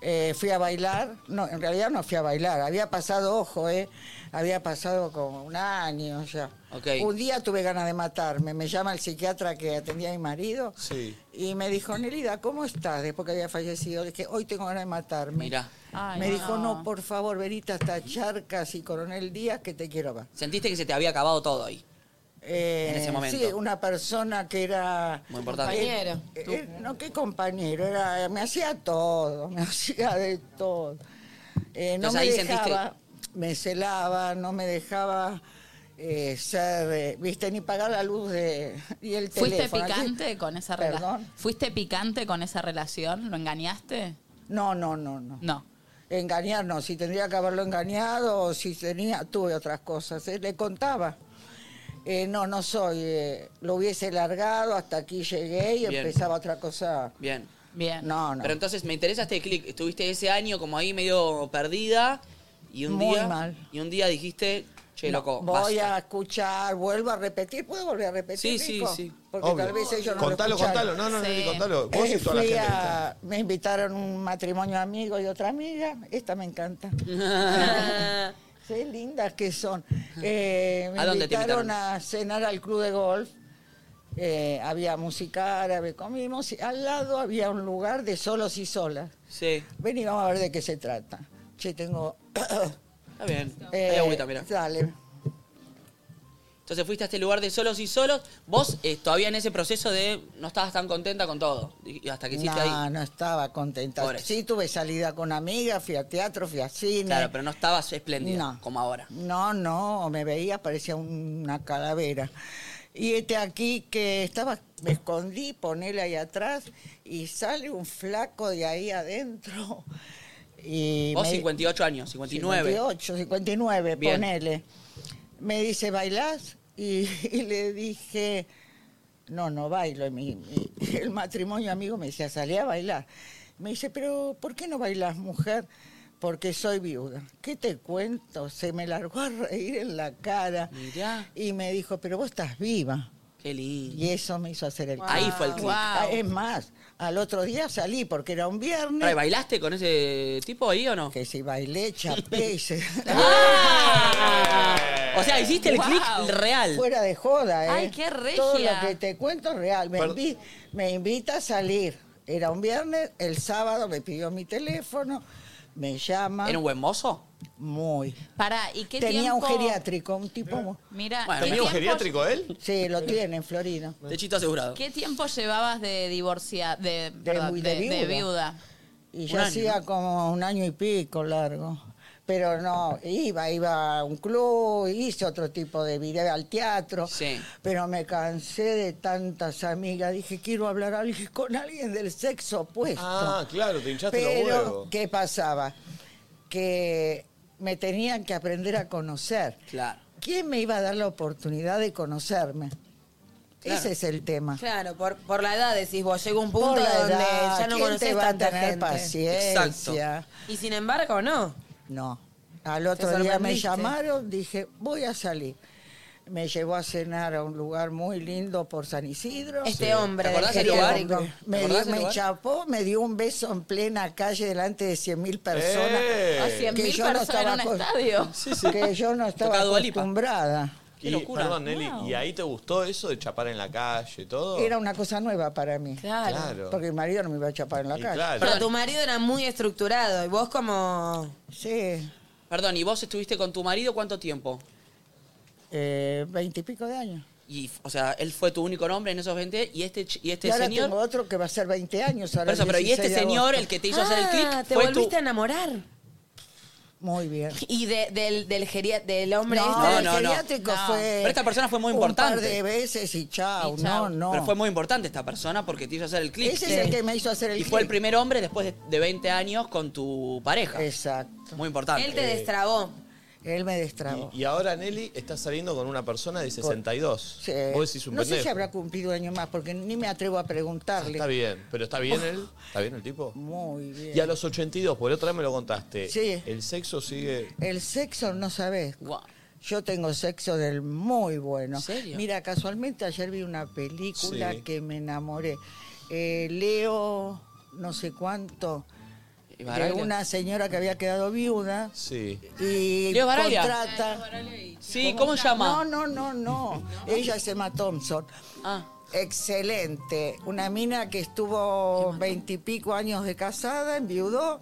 L: Eh, fui a bailar, no, en realidad no fui a bailar, había pasado, ojo, eh, había pasado como un año ya.
B: Ok.
L: Un día tuve ganas de matarme, me llama el psiquiatra que atendía a mi marido
A: Sí.
L: y me dijo, Nelida, ¿cómo estás? Después que había fallecido, le dije, hoy tengo ganas de matarme.
B: Mirá.
L: me dijo, no, por favor, venite hasta Charcas y Coronel Díaz que te quiero ver.
B: Sentiste que se te había acabado todo ahí.
L: Eh,
B: En ese momento.
L: Sí, una persona que era...
B: Muy importante.
L: Eh, eh, eh, no, qué compañero, era, me hacía todo, [laughs] me hacía de todo. Eh, no
B: Entonces
L: me
B: ahí
L: dejaba,
B: sentiste-
L: me celaba, no me dejaba eh, ser, eh, viste, ni pagar la luz de, y el
C: ¿Fuiste
L: teléfono. Así-
C: picante con esa
L: Perdón.
C: relación? ¿Fuiste picante con esa relación? ¿Lo engañaste?
L: No, no, no, no.
C: No.
L: Engañar no, si tendría que haberlo engañado o si tenía, tuve otras cosas, eh, le contaba. Eh, no, no soy, eh, lo hubiese largado, hasta aquí llegué y
B: Bien.
L: empezaba otra cosa.
B: Bien.
C: Bien.
L: No, no.
B: Pero entonces me interesa este clic. Estuviste ese año como ahí medio perdida y un
L: Muy
B: día.
L: mal.
B: Y un día dijiste, che,
L: No,
B: loco,
L: voy
B: basta.
L: a escuchar, vuelvo a repetir, ¿puedo volver a
B: Sí,
L: repetir?
B: sí,
L: Nico?
B: sí.
L: Porque
A: Obvio.
L: tal vez ellos no
A: Contalo,
L: lo escucharon.
A: contalo. No, no, Nelly, contalo. Vos y
L: Eh,
A: toda la
L: fui
A: gente
L: a- Me invitaron un matrimonio amigo y otra amiga, esta me encanta. Qué lindas que son. Eh, me
B: ¿A dónde te invitaron?
L: invitaron a cenar al club de golf. Eh, había música árabe, comimos. y Al lado había un lugar de solos y solas.
B: Sí,
L: Ven y vamos a ver de qué se trata. Che, tengo.
B: está bien.
L: eh,
B: Hay agüita, mirá.
L: Dale.
B: Entonces fuiste a este lugar de solos y solos. Vos eh, todavía en ese proceso de no estabas tan contenta con todo. Y hasta que hiciste
L: no,
B: ahí.
L: no estaba contenta.
B: Por eso.
L: Sí, tuve salida con amigas, fui a teatro, fui a cine.
B: Claro, pero no estabas espléndida
L: No.
B: como ahora.
L: No, no, me veía, parecía una calavera. Y este aquí que estaba, me escondí, ponele ahí atrás, y sale un flaco de ahí adentro Y
B: Vos
L: me-
B: 58 años, 59.
L: 58, 59,
B: Bien.
L: ponele. Me dice, ¿bailás? Y, [laughs] y le dije, no, no bailo. Y mi- mi- [laughs] el matrimonio amigo me decía, salí a bailar. Me dice, pero ¿por qué no bailas, mujer? Porque soy viuda. ¿Qué te cuento? Se me largó a reír en la cara. Y me dijo, pero vos estás viva.
B: Qué lindo.
L: Y eso me hizo hacer el
B: Ahí fue el clic.
L: Ah, Es más, al otro día salí porque era un viernes.
B: Pará, ¿y ¿Bailaste con ese tipo ahí o no?
L: Que sí, bailé, chapé
B: [laughs]
L: y se...
B: O sea, hiciste el
L: Wow.
B: clic real.
L: Fuera de joda, ¿eh?
B: Ay, qué regia.
L: Todo lo que te cuento es real. Me, invi- me invita a salir. Era un viernes, el sábado me pidió mi teléfono, me llama.
B: ¿Era un buen mozo?
L: Muy.
C: Pará, ¿y qué
L: Tenía
C: tiempo?
L: un geriátrico, un tipo.
C: Mira,
B: Bueno,
C: ¿qué
B: ¿tenía un
C: tiempo-
B: geriátrico él?
L: Sí, lo tiene en Florida.
B: Techito asegurado.
C: ¿Qué tiempo llevabas de divorciada? De, perdón,
L: muy- de
C: de- de
L: viuda.
C: viuda.
L: Y
C: Un
L: yo
C: año,
L: hacía como un año y pico largo. Pero no, iba, iba a un club, hice otro tipo de video al teatro. Pero me cansé de tantas amigas. Dije, quiero hablar a alguien- con alguien del sexo opuesto.
T: Ah, claro, te hinchaste los
L: Pero,
T: huevos.
L: ¿qué pasaba? Que me tenían que aprender a conocer.
B: Claro.
L: ¿Quién me iba a dar la oportunidad de conocerme?
D: Claro.
L: Ese es el tema.
D: Claro, por, por la edad decís vos, llega un punto
L: Por la
D: donde
L: edad,
D: ya no
L: ¿quién te
D: conoces
L: va a
D: tanta
L: tener
D: gente.
L: paciencia? Exacto.
D: Y sin embargo, no.
L: No. Al otro
D: Te
L: día me
D: sorprendiste.
L: llamaron, dije, voy a salir. Me llevó a cenar a un lugar muy lindo por San Isidro.
D: Este Sí. hombre
L: ¿Te
D: del
L: acordás
D: que
L: del
D: te
L: lugar?
D: digo? ¿Te
L: Me, dio-
D: acordás del
L: me
D: lugar?
L: chapó, me dio un beso en plena calle delante de 100.000 personas.
T: ¡Eh!
L: Que
T: Ah, 100.000
L: yo no
T: personas en
L: estaba
T: un
L: acos-
T: estadio. Sí, sí.
L: Que yo no estaba
T: Tocaba Dua Lipa.
L: acostumbrada.
T: Y, Perdón, Nelly, ¿y ahí te gustó eso de chapar en la calle y todo?
L: Era una cosa nueva para mí.
D: Claro.
T: Claro.
L: Porque mi marido no me iba a chapar en la
T: Y
L: calle.
T: claro.
D: Pero tu marido era muy estructurado y vos como...
L: Sí.
B: Perdón, ¿y vos estuviste con tu marido cuánto tiempo?
L: Eh, Veintipico de años.
B: Y, o sea, él fue tu único nombre en esos 20 y este, ch- y este
L: y ahora
B: señor...
L: tengo otro que va a ser 20 años. Ahora
B: Por eso,
L: el
B: pero ¿y este
L: 16 de
B: señor,
L: agosto.
B: el que te hizo hacer el
D: Ah,
B: clic?
D: te
B: fue
D: volviste
B: tu-
D: a enamorar.
L: Muy bien.
D: Y de- del, del, geria- del hombre
L: No,
D: este...
L: el
B: no, no.
L: geriátrico fue.
B: Pero esta persona fue muy
L: Eh, un
B: importante.
L: par de veces y chao.
B: Y chao.
L: No, no.
B: Pero fue muy importante esta persona porque te hizo hacer el clic.
L: Ese es el que me hizo hacer el
B: Y fue el
L: clic.
B: primer hombre después de, de 20 años con tu pareja.
L: Exacto.
B: Muy importante. Eh,
D: destrabó.
L: Él me destrabó.
T: Y ahora Nelly está saliendo con una persona de 62.
L: Sí.
T: Vos decís un
L: no sé
T: pendejo. Ah,
L: si habrá cumplido año más porque ni me atrevo a preguntarle.
T: Está bien, pero ¿está bien él? ¿Está bien el tipo?
L: Muy bien.
T: Y a los 82, por otra vez me lo contaste.
L: Sí.
T: El sexo sigue...
L: El sexo no sabes. Yo tengo sexo del muy bueno.
T: serio?
L: Mira, casualmente ayer vi una película
T: Sí.
L: que me enamoré. Eh, Leo, no sé cuánto,
T: ¿Y
L: de
T: Baraglia?
L: una señora que había quedado viuda
T: Sí.
L: y
B: Leo Baraglia.
L: contrata.
B: Sí, ¿cómo se llama?
L: No, no, no, no. Ella se llama Thompson.
B: Ah.
L: Excelente. Una mina que estuvo veintipico años de casada, enviudó.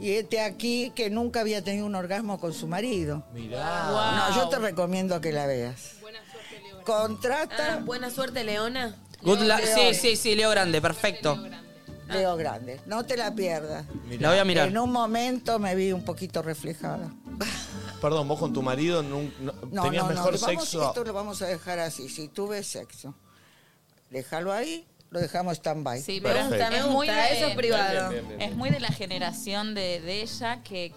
L: Y este aquí que nunca había tenido un orgasmo con su marido.
T: Mirá.
L: No, yo te recomiendo que la veas. Contrata.
D: buena suerte, Leona.
B: Good luck.
L: Leo
B: Sí,
L: Grande.
B: sí, sí, Leo Grande, perfecto.
L: Leo Grande. No te la pierdas.
T: La voy a mirar.
L: En un momento me vi un poquito reflejada.
T: Perdón, vos con tu marido nun- no-
L: No,
T: tenías
L: no, no,
T: mejor
L: lo vamos-
T: sexo...
L: esto lo vamos a dejar así. Si tuve sexo, déjalo ahí, lo dejamos stand-by.
C: Sí, me
L: pero
C: gusta, me
D: Es
C: gusta.
D: muy de-
C: eso es
D: Bien,
C: privado.
D: bien, bien, bien.
C: Es muy de la generación de, de ella que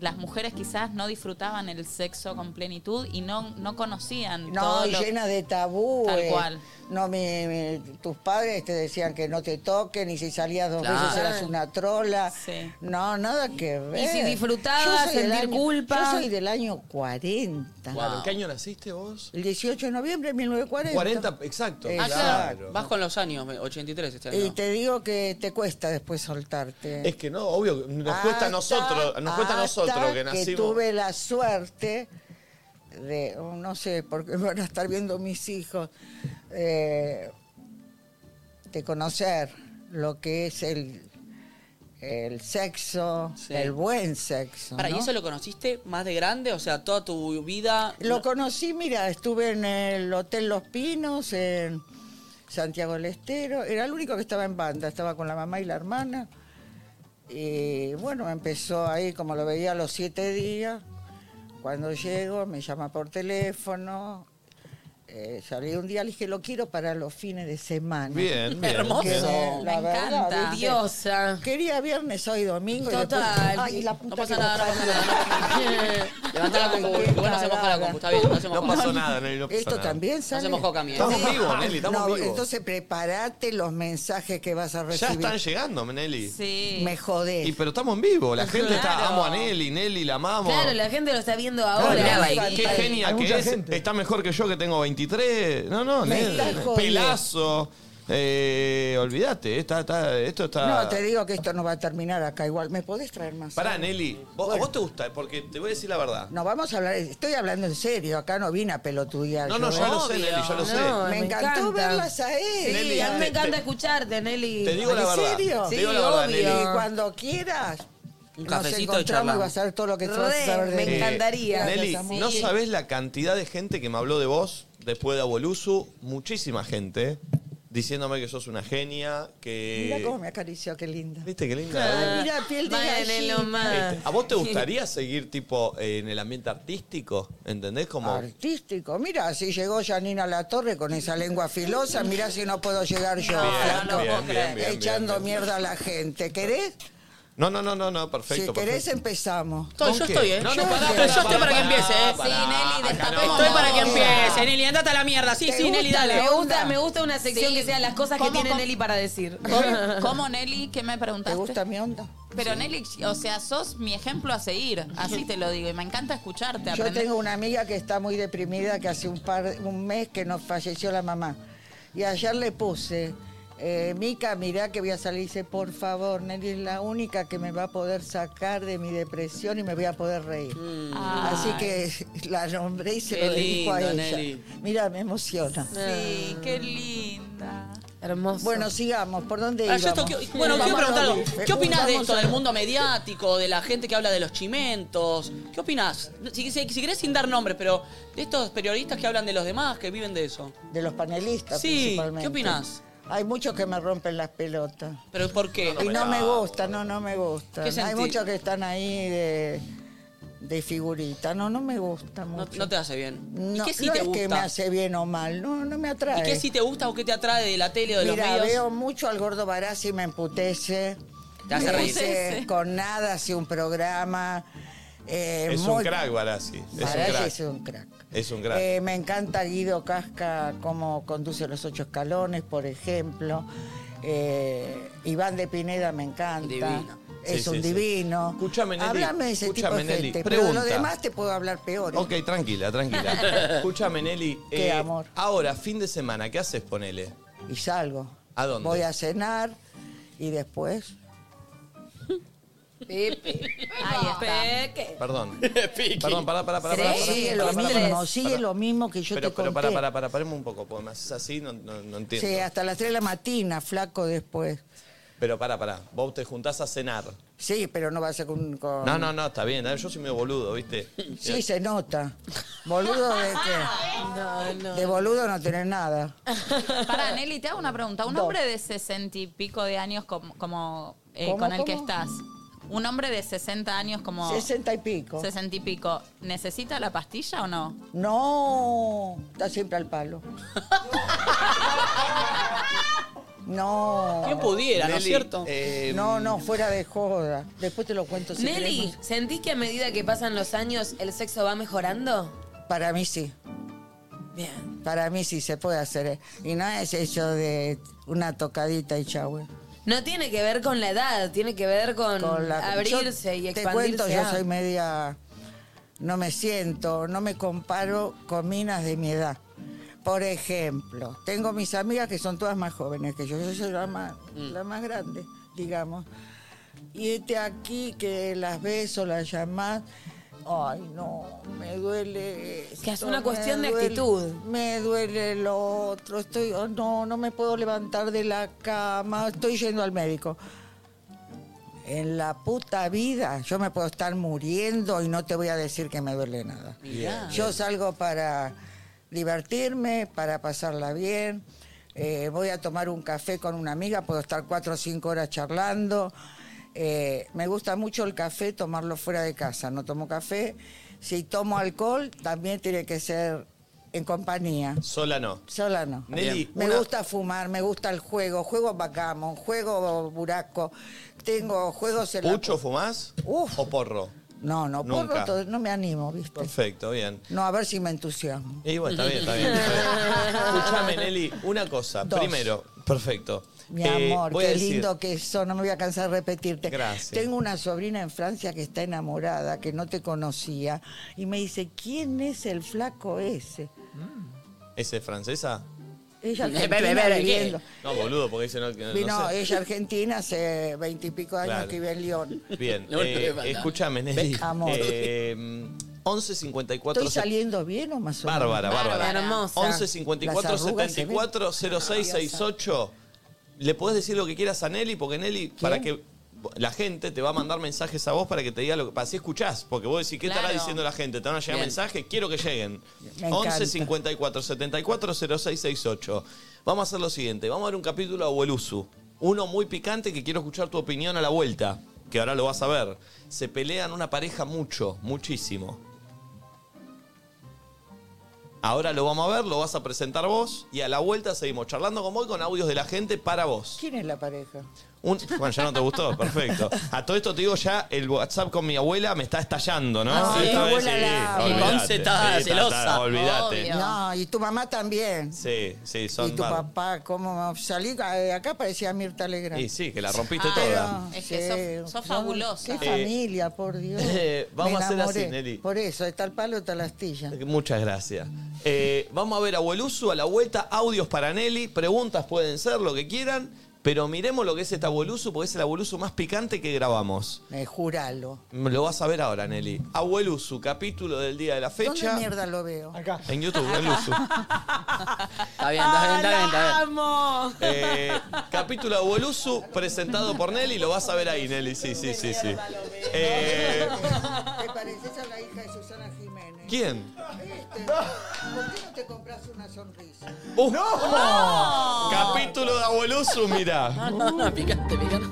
C: las mujeres quizás no disfrutaban el sexo con plenitud y no, no conocían
L: No,
C: todo
L: y
C: lo-
L: llena de tabú.
C: Tal cual.
L: No, mi- mi- tus padres te decían que no te toquen y si salías dos
C: Claro.
L: veces eras una trola. No, nada que ver.
D: si disfrutabas,
L: Yo soy del
D: sentir
L: año-
D: culpa.
L: Yo soy del año 40.
T: Claro, ¿En qué año naciste vos?
L: El 18 de noviembre de 1940.
T: 40, exacto.
L: Ah, claro.
B: Vas con los años, 83 este año.
L: Y te digo que te cuesta después soltarte.
T: Es que no, obvio, nos cuesta
L: Hasta-
T: a nosotros, nos cuesta a nosotros
L: hasta
T: que nacimos.
L: tuve la suerte de, oh, no sé, porque [laughs] van a estar viendo mis hijos, eh, de conocer lo que es el, el sexo, el buen sexo.
B: Para, ¿y
L: ¿no?
B: eso lo conociste más de grande? O sea, toda tu vida.
L: Lo conocí, mira, estuve en el Hotel Los Pinos, en Santiago del Estero. Era el único que estaba en banda, estaba con la mamá y la hermana. Y bueno, empezó ahí, como lo veía a los siete días. Cuando llego, me llama por teléfono. eh, salí un día, le dije, lo quiero para los fines de semana.
A: Bien, bien. Hermoso.
L: Quedé, la
D: Me
L: verdad,
D: encanta.
L: dije,
D: Diosa.
L: Quería viernes, hoy domingo. y después-
B: Total.
L: ay, la puta
B: No pasa
L: que
B: nada, no
L: lo
B: pasa nada.
L: [laughs]
B: Levantá la compu, igual no se moja la compu, está bien, no se moja.
A: No pasó nada, Nelly, no pasó
L: Esto
A: nada.
L: también sale.
B: No se mojó Cami, ¿eh?
A: Estamos vivos,
L: [laughs]
A: Nelly, estamos vivos.
L: Entonces prepárate los mensajes que vas a
A: Ya
L: recibir.
A: están llegando, Nelly.
C: Sí.
L: Me jodé.
A: Y, pero estamos en vivo, la gente está,
D: Claro.
A: amo a Nelly, Nelly, la amamos.
D: Claro, la gente lo está viendo
A: Claro,
D: ahora.
A: Qué genia que es. Está mejor que yo que tengo 23. No, no,
L: Me
A: Nelly.
L: estás jodiendo.
A: Pelazo. Eh, olvídate, está, está, esto está.
L: No, te digo que esto no va a terminar acá igual. ¿Me podés traer más?
A: Pará,
L: agua?
A: Nelly. ¿Vos, a vos te gusta? Porque te voy a decir la verdad.
L: No, vamos a hablar, estoy hablando en serio, acá no vine a pelotudear.
A: No, no,
L: yo,
A: ya
L: ¿eh?
A: lo sé, Nelly, ya lo sé.
D: No,
L: Me encantó
D: encanta.
L: verlas a
D: Sí,
L: él.
D: a mí me encanta escucharte, Nelly.
A: te digo la
L: ¿En
A: verdad,
L: serio?
A: te digo la verdad,
L: obvio.
A: Nelly.
L: Y cuando quieras,
A: Un
L: nos
A: cafecito y
L: encontramos y
A: charlamos.
L: vas a ver todo lo que tú vas a
D: Re,
L: saber de
D: me
L: mí.
D: encantaría.
A: Nelly,
L: Gracias, amor.
A: no sabés la cantidad de gente que me habló de vos después de Abolusu. Muchísima gente diciéndome que sos una genia,
L: Mira cómo
A: que...
L: me acarició, qué linda.
A: eh, ¿Viste qué
L: Ay,
A: linda?
L: mira, piel de
D: Báilelo
L: gallina.
D: más.
A: Este, ¿A vos te gustaría seguir tipo eh, en el ambiente artístico? ¿Entendés? Como...
L: Artístico, mira, si llegó Janina La Torre con esa lengua filosa, mira si no puedo llegar yo.
A: Bien,
L: flaco,
A: bien, bien, bien, bien,
L: echando
A: bien.
L: mierda a la gente. ¿Querés?
A: No, no, no, no, no, perfecto.
L: si querés
A: perfecto.
L: empezamos.
B: Estoy, yo
A: qué?
B: estoy, ¿eh?
A: No,
B: yo
A: no, pará,
B: estoy,
A: pará,
B: yo estoy
A: pará,
B: para que empiece, ¿eh?
A: pará, Sí, Nelly, pará, destapemos acá no.
B: Estoy para que
A: todo.
B: empiece, Nelly, andate a la mierda. Sí,
D: ¿Te
B: sí,
D: gusta?
B: Nelly, dale.
D: Me gusta, me gusta una sección
C: Sí.
D: que sea las cosas que
C: ¿Cómo,
D: tiene
C: cómo?
D: Nelly para decir.
C: [laughs] ¿Cómo, Nelly? ¿Qué me preguntaste?
L: ¿Te gusta mi onda?
C: Pero Nelly, o sea, sos mi ejemplo a seguir, así te lo digo, y me encanta escucharte.
L: Yo
C: aprender.
L: tengo una amiga que está muy deprimida, que hace un par, un mes que nos falleció la mamá. Y ayer le puse, eh, Mica, mirá que voy a salir. Dice, por favor, Nelly es la única que me va a poder sacar de mi depresión y me voy a poder reír. Así que la nombré y se
B: Mm. Qué
L: lo dedico a
B: lindo,
L: ella.
B: Nelly.
L: Mira, me emociona.
C: Sí, qué linda.
D: Hermoso.
L: Bueno, sigamos. ¿Por dónde
B: Ah, yo esto
L: íbamos?
B: quiero- bueno,
L: Vamos
B: quiero
L: a
B: preguntar
L: lo-
B: algo. ¿Qué opinás de
L: vamos
B: esto,
L: a-
B: del mundo mediático, de la gente que habla de los chimentos? ¿Qué opinás? Si, si, si querés sin dar nombres, pero de estos periodistas que hablan de los demás, que viven de eso.
L: De los panelistas
B: Sí,
L: principalmente.
B: ¿qué opinás?
L: Hay muchos que me rompen las pelotas.
B: ¿Pero por qué?
L: Y no me gusta, no, no me gusta.
B: ¿Qué
L: Hay
B: sentís?
L: muchos que están ahí de, de figurita. No, no me gusta
B: No,
L: mucho.
B: no te hace bien.
L: No,
B: ¿Y qué sí
L: no
B: te
L: es
B: gusta?
L: que me hace bien o mal, no, no me atrae.
B: ¿Y qué sí te gusta o qué te atrae de la tele o de
L: Mira,
B: los medios?
L: veo mucho al gordo Barassi me emputece.
B: Te hace
L: Me
B: reír.
L: dice, Con nada, hace un programa. eh,
A: Es un
L: muy-
A: crack, Barassi. Es un
L: Barassi
A: crack.
L: es un crack.
A: Es un gran.
L: Eh, me encanta Guido Casca, cómo conduce los ocho escalones, por ejemplo. Eh, Iván de Pineda me encanta.
A: Divino.
L: Es
A: Sí,
L: un
A: sí, sí.
L: divino.
A: Escúchame, Nelly.
L: Háblame de ese
A: Escúchame,
L: tipo de
A: Nelly.
L: gente. Pero de lo
A: Pregunta.
L: demás te puedo hablar peor. ¿eh?
A: Ok, tranquila,
L: [laughs]
A: tranquila. Escúchame, Nelly. eh,
L: Qué amor.
A: Ahora, fin de semana, ¿qué haces, ponele?
L: Y salgo.
A: ¿A dónde?
L: Voy a cenar y después.
D: Ahí está.
L: [laughs]
A: Perdón. Perdón, pará, pará, pará. pará,
L: Pero sigue lo
A: pará, pará, pará,
L: mismo,
A: pará.
L: sigue lo mismo que yo
A: pero,
L: te
A: pero
L: conté.
A: pará, pará, pará, paremos un poco, porque me haces así, no, no- no entiendo.
L: Sí, hasta las 3 de la mañana, flaco después.
A: Pero pará, pará. Vos te juntás a cenar.
L: Sí, pero no va a ser con. con-
A: No, no, no, está bien. eh, Yo soy medio boludo, ¿viste?
L: Ah. Sí, se nota. Boludo de qué? De boludo no tenés nada.
C: Pará, Nelly, te hago una pregunta. Un
L: Dos.
C: hombre de sesenta y pico de años como, como, eh,
L: ¿Cómo,
C: con el que
L: cómo?
C: estás. Un hombre de 60 años como...
L: 60 y pico.
C: 60 y pico. ¿Necesita la pastilla o no?
L: No, está siempre al palo. No.
B: ¿Quién pudiera, no es
A: Nelly,
B: cierto?
A: eh,
L: No, no, fuera de joda. Después te lo cuento si
D: Nelly,
L: querés más.
D: ¿sentís que a medida que pasan los años el sexo va mejorando?
L: Para mí sí.
D: Bien.
L: Para mí sí se puede hacer. eh. Y no es eso de una tocadita y chau. eh.
D: No tiene que ver con la edad, tiene que ver con,
L: Con la-
D: abrirse
L: yo
D: y
L: Te
D: expandirse.
L: cuento, yo
D: a-
L: soy media. No me siento, no me comparo con minas de mi edad. Por ejemplo, tengo mis amigas que son todas más jóvenes que yo. Yo soy la más,
D: Mm.
L: la más grande, digamos. Y este aquí que las ves o las llamás. Ay, no, me duele.
D: Que es
L: esto,
D: una cuestión
L: me
D: de
L: duele-
D: actitud.
L: Me duele lo otro, estoy. oh, no, no me puedo levantar de la cama, estoy yendo al médico. En la puta vida, yo me puedo estar muriendo y no te voy a decir que me duele nada.
B: Mirá.
L: Yo salgo para divertirme, para pasarla bien. eh, voy a tomar un café con una amiga, puedo estar cuatro o cinco horas charlando. Eh, me gusta mucho el café, tomarlo fuera de casa. No tomo café. Si tomo alcohol, también tiene que ser en compañía.
A: Sola no.
L: Sola no.
A: Nelly,
L: me
A: una-
L: gusta fumar, me gusta el juego, juego backgammon, juego buraco, tengo juegos en la-
A: ¿Pucho fumás? ¿O porro?
L: No, no, porro
A: Nunca.
L: to- no me animo, ¿viste?
A: Perfecto, bien.
L: No, a ver si me entusiasmo.
A: Y bueno, está bien, está bien.
L: [laughs]
A: Escuchame, Nelly, una cosa.
L: Dos.
A: Primero, perfecto.
L: Mi
A: Eh,
L: amor,
A: voy a
L: qué
A: decir-
L: lindo que eso, no me voy a cansar de repetirte.
A: Gracias.
L: Tengo una sobrina en Francia que está enamorada, que no te conocía, y me dice, ¿quién es el flaco ese?
A: Mm. ¿Ese es francesa?
L: Ella
G: Bebe,
L: argentina
G: bebe, bebe,
L: viviendo.
A: No, boludo, porque dice no. no
L: Vino
A: sé.
L: ella argentina hace veintipico años
A: Claro.
L: que vive en León.
A: Bien,
L: No, no
A: eh,
L: le manda.
A: escúchame, Nelly.
L: Amor.
A: Eh, 11 54
L: ¿Estoy saliendo bien o más o menos?
A: Bárbara, Bárbara.
U: hermosa.
A: 11 54
L: Las arrugas se ven.
A: 74 06 68. Le podés decir lo que quieras a Nelly, porque Nelly, para que la gente te va a mandar mensajes a vos para que te diga lo que. Para si escuchás, porque vos decís, ¿qué estará
L: Claro.
A: diciendo la gente? ¿Te van a llegar
L: Bien.
A: mensajes? Quiero que lleguen.
L: Me encanta.
A: 11 54 74 06 68. Vamos a hacer lo siguiente: vamos a ver un capítulo a Abuelusu. Uno muy picante que quiero escuchar tu opinión a la vuelta, que ahora lo vas a ver. Se pelean una pareja mucho, muchísimo. Ahora lo vamos a ver, lo vas a presentar vos y a la vuelta seguimos charlando con vos y con audios de la gente para vos.
L: ¿Quién es la pareja?
A: Un- bueno, ya no te
L: [laughs]
A: gustó, perfecto. A todo esto te digo ya, el WhatsApp con mi abuela me está estallando, ¿no?
L: Ah, sí,
A: Esta
L: tu
A: vez
L: abuela la-
A: olvidate,
L: Y Conce está
G: celosa.
A: olvidate.
L: No, y tu mamá también.
A: Sí, sí, son
L: Y tu
A: bar-
L: papá, ¿cómo salí? De acá parecía Mirta Legrand.
A: Y sí, que la rompiste
L: Ah,
A: toda.
L: no,
C: Es que sos- sos
L: no,
C: fabulosa.
L: Qué
A: Eh,
L: familia, por Dios.
A: [laughs] eh, [laughs] vamos
L: Me
A: a hacer así,
L: enamoré.
A: Nelly.
L: Por eso, está el palo, está la astilla.
A: Muchas gracias. Eh, vamos a ver a Bolusu a la vuelta, audios para Nelly, preguntas pueden ser, lo que quieran, pero miremos lo que es esta Bolusu, porque es el Bolusu más picante que grabamos.
L: Me juralo.
A: Lo vas a ver ahora, Nelly. Abuelusu, capítulo del día de la fecha.
L: ¿Dónde mierda lo veo? Acá.
A: En YouTube,
C: [laughs]
A: Abuelusu.
G: Está bien, está bien, está bien. Está bien.
L: ¡Vamos!
A: Eh, capítulo de Abuelusu, presentado por Nelly. Lo vas a ver ahí, Nelly. Sí, sí, sí, sí. Eh,
L: ¿Te pareces a la hija de Susana Jiménez?
A: ¿Quién?
L: Este. ¿Por qué no te compras una sonrisa?
A: Uh. Oh.
L: ¡No!
A: Capítulo de Abuelusu, mirá.
G: No, no, no, picante, picante.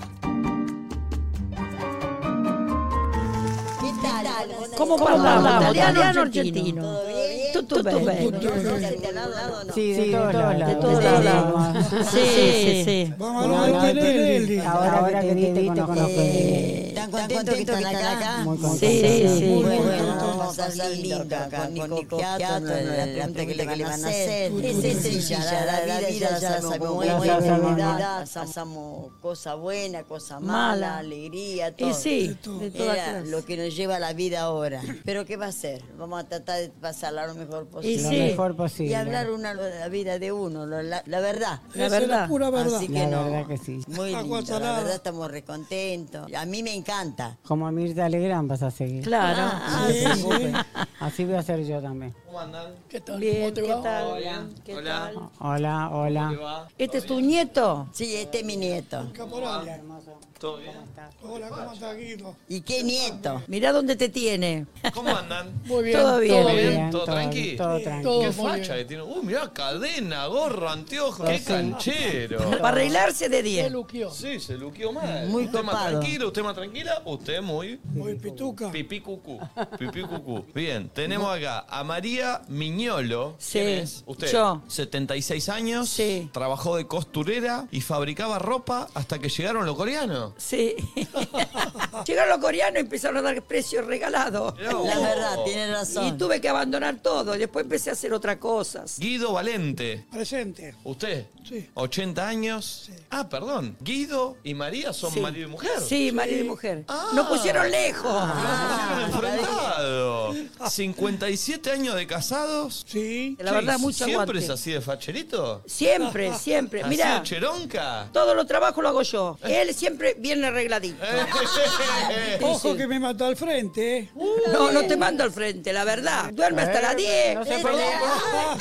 L: ¿Qué tal?
V: ¿Cómo
L: ¿Cómo
V: parlamos?
L: andamos?
V: Italiano
L: Italiano,
V: argentino.
L: argentino.
V: Tutto bene.
I: Sí, de,
V: Sí,
I: todos lados.
V: de todos
I: Desde
V: lados.
I: Lima.
V: Sí, sí, sí.
I: Vamos
V: Ahora
I: a ver,
V: que te
I: Nelly.
V: viste, ahora que te viste,
I: con
V: conozco.
I: Eh,
V: ¿Están contentos que están acá? Muy
I: contentos.
V: Sí, sí, sí.
I: Muy
V: Bueno,
I: bueno,
V: vamos a pasar lindo acá con Nico Piatto, la pregunta que le van a hacer.
I: Tú, tú,
V: Es
I: tú,
V: sencilla,
I: tú, tú,
V: la,
I: tú,
V: la
I: tú,
V: vida
I: tú,
V: ya
I: tú,
V: la
I: tú,
V: sabemos,
I: tú,
V: buena
I: tú,
V: y
I: tú,
V: enfermedad,
I: tú,
V: pasamos cosa buena, cosa
I: Mala.
V: mala, alegría, todo.
I: Y sí, De todo. de todas
V: Era
I: clases.
V: lo que nos lleva a la vida ahora. Pero ¿qué va a hacer? Vamos a tratar de pasarla lo mejor posible.
I: Lo sí. mejor posible.
V: Y hablar una, la vida de uno, lo- la, la verdad.
I: La Esa es la verdad. pura verdad.
V: Así que
I: La
V: no.
I: verdad que sí.
V: Muy
I: Agua
V: lindo, la
I: salada.
V: verdad estamos recontentos. A mí me encanta.
I: Como a Mirta Legrand vas a seguir.
V: Claro. Ah,
I: No te
V: sí.
I: preocupes. Así voy a ser yo también.
A: ¿Cómo andan?
V: ¿Qué tal?
I: Bien, ¿Cómo te ¿qué va? tal?
V: Hola.
A: Hola.
I: Hola, hola.
V: ¿Este es tu nieto? Sí, este es mi nieto.
A: ¿Todo bien?
I: Hola, ¿cómo estás, Guido?
V: ¿Y qué nieto? Mirá dónde te tiene.
A: ¿Cómo andan?
V: Muy
I: bien.
V: Todo bien.
A: ¿Todo bien?
I: bien,
A: ¿Todo
I: todo-
A: tranqui?
I: todo
A: Sí.
I: tranqui. Todo
A: Qué
I: muy
A: facha que tiene. Uh, mirá, cadena, gorro, anteojo,
I: Todo
A: qué
I: sí.
A: canchero.
I: Para
V: arreglarse de 10. Se
A: luqueó. Sí, se luqueó mal.
V: Muy
A: usted más
V: copado.
A: tranquilo, usted más tranquila, usted muy... Muy pituca. Pipí cucú, pipí cucú. Bien, tenemos acá a María Miñolo.
W: Sí,
A: ¿Quién es? Usted.
W: yo.
A: 76 años. Sí. Trabajó de costurera y fabricaba ropa hasta que llegaron los coreanos.
W: Sí. Llegaron los coreanos y empezaron a dar precios regalados.
A: La verdad, tiene razón.
W: Y tuve que abandonar todo. Después empecé a hacer otras cosas.
A: Guido Valente.
W: Presente.
A: ¿Usted?
W: Sí.
A: 80 años. Ah, perdón. Guido y María son
W: Sí.
A: marido y mujer.
W: Sí, marido y mujer. Nos pusieron lejos.
A: Enfrentado. 57 años de casados. Sí.
W: La verdad, mucho
A: ¿Siempre
W: aguante.
A: es así de facherito?
W: Siempre, siempre.
A: ¿Así
W: Mirá.
A: de cheronca?
W: Todo lo trabajo lo hago yo. Él siempre viene arregladito. [laughs]
I: Ojo que me mató al frente, ¿eh?
W: No, no te mando al frente, la verdad. Duerme hasta
I: Eh,
W: las 10.
I: no se
W: Eh,
I: peleen.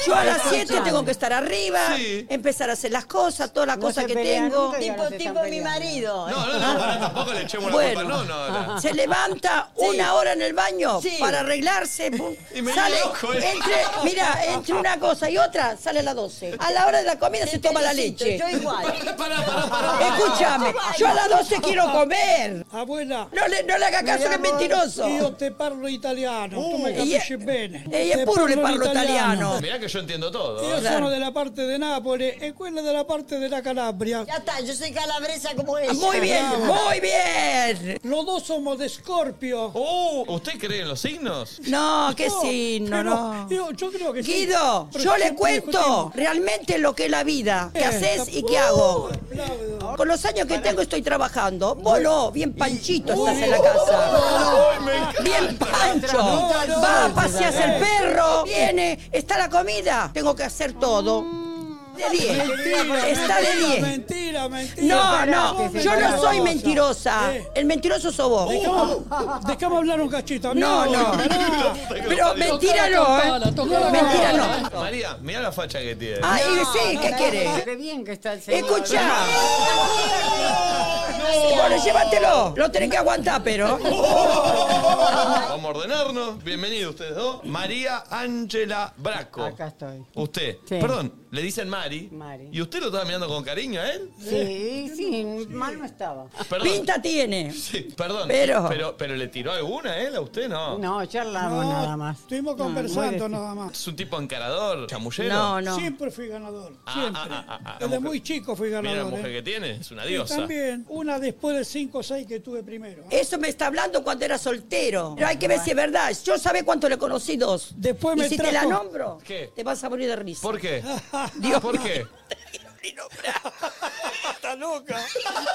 W: Yo a las
I: Escuchame.
W: 7 tengo que estar arriba,
I: Sí.
W: empezar a hacer las cosas, todas las
I: No
W: cosas
I: se
W: que
I: pelean
W: tengo.
I: nunca y ahora se están
W: mi marido.
A: No, no, no, pará, tampoco le echemos la
W: Bueno,
A: culpa
T: no, ahora.
W: Se levanta
T: Sí.
W: una hora en el baño
T: Sí.
W: para arreglarse. pum,
T: Y me
W: sale
T: loco, eh.
W: entre, mira, entre una cosa y otra sale a las 12. A la hora de la comida se toma la leche.
V: Yo igual.
W: Escúchame, yo a las 12 quiero comer.
F: Abuela.
W: No le- no le haga caso,
F: Mi
W: que es mentiroso.
F: Io te parlo italiano, tu
W: Oh.
F: me capisci bene.
W: e
F: Te
W: pure le parlo
T: Mirá que yo entiendo todo. ¿eh?
F: Io sono della parte di Napoli e quella della parte della Calabria.
V: Ya está, yo soy calabresa como ella.
F: Muy bien,
W: Ah, muy bien.
F: Los dos somos de Scorpio.
T: Oh, ¿Usted cree en los signos?
W: No, qué signo,
F: pero
W: no.
F: Yo, yo creo que sí.
W: Guido,
F: Pero
W: yo
F: siempre
W: le cuento
F: discutimos.
W: realmente lo que es la vida, qué
F: Eh,
W: haces y qué
F: uh,
W: hago. Con los años que tengo estoy trabajando. Vos no, bien panchito estás
F: Uh,
W: en la casa. Bien pancho. Va, a paseas el perro, viene, está la comida. Tengo que hacer todo. De 10.
F: Mentira,
W: Está
F: mentira,
W: de 10.
F: Mentira, mentira.
W: No, no, yo no soy mentirosa.
F: Eh,
W: El mentiroso sos vos.
F: dejamos- Dejamos hablar un cachito.
W: No,
F: amigo,
W: no.
F: pará.
W: Pero mentira no, ¿eh? Mentira no.
T: María, mirá la facha que tiene.
W: Ah, y sí, ¿qué quiere?
V: Qué bien que está el señor.
W: Escucha. Bueno, llévatelo. Lo tenés que aguantar, pero.
T: Vamos a ordenarnos. Bienvenidos ustedes dos. María Ángela Braco.
V: Acá estoy.
T: Usted.
V: Sí.
T: Perdón, le dicen Mari.
V: Mari.
T: ¿Y usted lo estaba mirando con cariño a él?
V: Sí, sí, mal no estaba.
T: Perdón.
W: Pinta tiene.
T: Sí, perdón.
W: Pero-
T: pero. pero le tiró alguna a él, a usted no.
V: No, charlamos
F: No,
V: nada más.
W: Ah,
F: Estuvimos
V: No,
F: conversando
W: este.
V: muy
F: nada más.
T: Es un tipo encarador, chamullero.
F: Siempre fui ganador.
T: Ah,
F: Siempre.
T: ah, ah, ah, ah, la
F: Desde
T: mujer-
F: muy chico fui
T: Mira la
F: ganador.
T: mujer
F: ¿eh?
T: que tiene, es una
F: Y
T: diosa.
F: también una después del 5 o 6 que tuve primero.
W: Eso me está hablando cuando era soltero. Pero hay que ver si es verdad. Yo sabé cuánto le conocí dos.
F: Después
W: y
F: me
W: si te
F: trajo-
W: la nombro,
T: ¿Qué?
W: te vas a morir de risa.
T: ¿Por qué?
W: Dios
T: ¿Por qué?
F: Está loca.
W: Ah.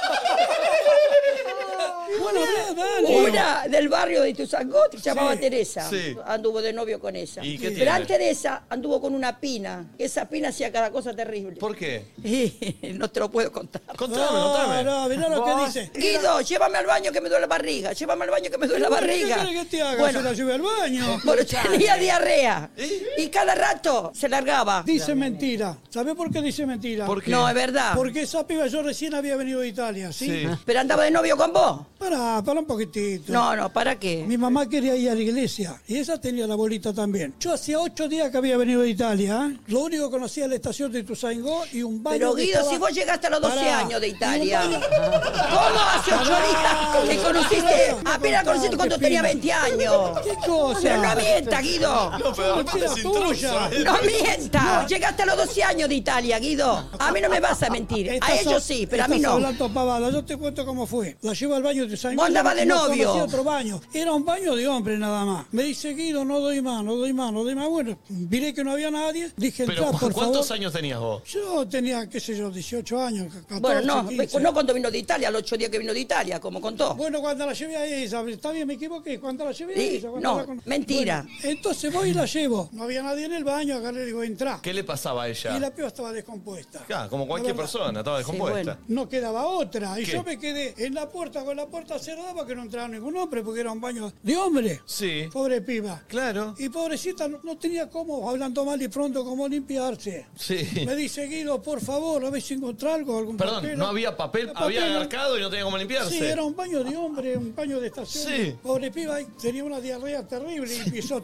F: bueno, da- dale.
W: Una del barrio de Tuzangot que se llamaba
F: Sí,
W: Teresa.
F: sí.
W: Anduvo de novio con ella.
T: ¿Y qué tiene?
W: Pero antes de esa, anduvo con una pina. Esa pina hacía cada cosa terrible.
T: ¿Por qué?
W: [laughs] no te lo puedo contar.
T: Contame, contame.
F: No, no, mirá lo que dice.
W: Guido, llévame al baño que me duele la barriga. Llévame al baño que me duele la barriga.
F: ¿Qué querés que te haga?
W: Bueno,
F: Se la lleve al baño.
W: [laughs] bueno, tenía diarrea. Y cada rato se largaba.
F: Dice mentira. ¿Sabés por qué dice mentira?
W: ¿Por qué? No, es verdad.
F: Porque esa piba yo recién había venido de Italia, ¿sí?
W: Sí. [laughs] Pero andaba de novio con vos.
F: Pará, pará un poquitito.
W: No, no, ¿para qué?
F: Mi mamá quería ir a la iglesia y esa tenía la bolita también. Yo hacía ocho días que había venido de Italia. ¿eh? Lo único que conocía era la estación de Ituzaingó y un baño.
W: Pero
F: que
W: Guido,
F: estaba-
W: si vos llegaste a los 12
F: Pará.
W: años de
F: Y un
W: Italia,
F: baño-
W: ¿cómo hace 8 días que conociste? Apenas conociste cuando tenía 20 años.
F: ¿Qué cosa?
W: Pero no mientas, Guido.
T: No, pero aparte
F: Mentira
T: es intruso.
F: tuya.
T: ¿eh?
W: No mientas. Llegaste a los 12 años de Italia, Guido. A mí no me vas a mentir. A
F: Estás
W: ellos sí, pero a mí
F: estás
W: no.
F: hablando pavada. Yo te cuento cómo fue. La llevo al baño de San
W: Vos andabas de novio.
F: otro baño. Era un baño de hombre nada más. Me dice Guido, no doy más, no doy más, no doy más. Bueno, miré que no había nadie. Dije,
T: Pero
F: entrá,
T: ¿cu-
F: por
T: ¿cuántos
F: favor.
T: años tenías vos?
F: Yo tenía, qué sé yo, 18 años, 14,
W: Bueno, no, pues,
F: 15.
W: no cuando vino de Italia, los 8 días que vino de Italia, como contó.
F: Bueno, cuando la llevé a ella, está bien, me equivoqué, cuando la llevé a
W: Sí,
F: ella. cuando
W: no,
F: la con-
W: mentira.
F: Bueno, entonces voy y la llevo. No había nadie en el baño, acá le digo, entrá.
T: ¿Qué le pasaba a
F: Y
T: ella?
F: la piba estaba descompuesta.
T: Ah, como cualquier
F: La verdad.
T: persona, estaba descompuesta.
F: No quedaba otra. Y
T: ¿Qué?
F: yo me quedé en la puerta con la puerta cerrada porque no entraba ningún hombre, porque era un baño de hombre.
T: Sí.
F: Pobre piba.
T: Claro.
F: Y pobrecita no, no tenía cómo, hablando mal y pronto, cómo limpiarse.
T: Sí.
F: Me dice Guido, por favor, a ver si encontrá algo, algún
T: Perdón,
F: papel.
T: no había papel, había
F: papel.
T: agarcado y no tenía cómo limpiarse.
F: Sí, era un baño de hombre, un baño de estación.
T: Sí.
F: Pobre piba, y tenía una diarrea terrible y empezó.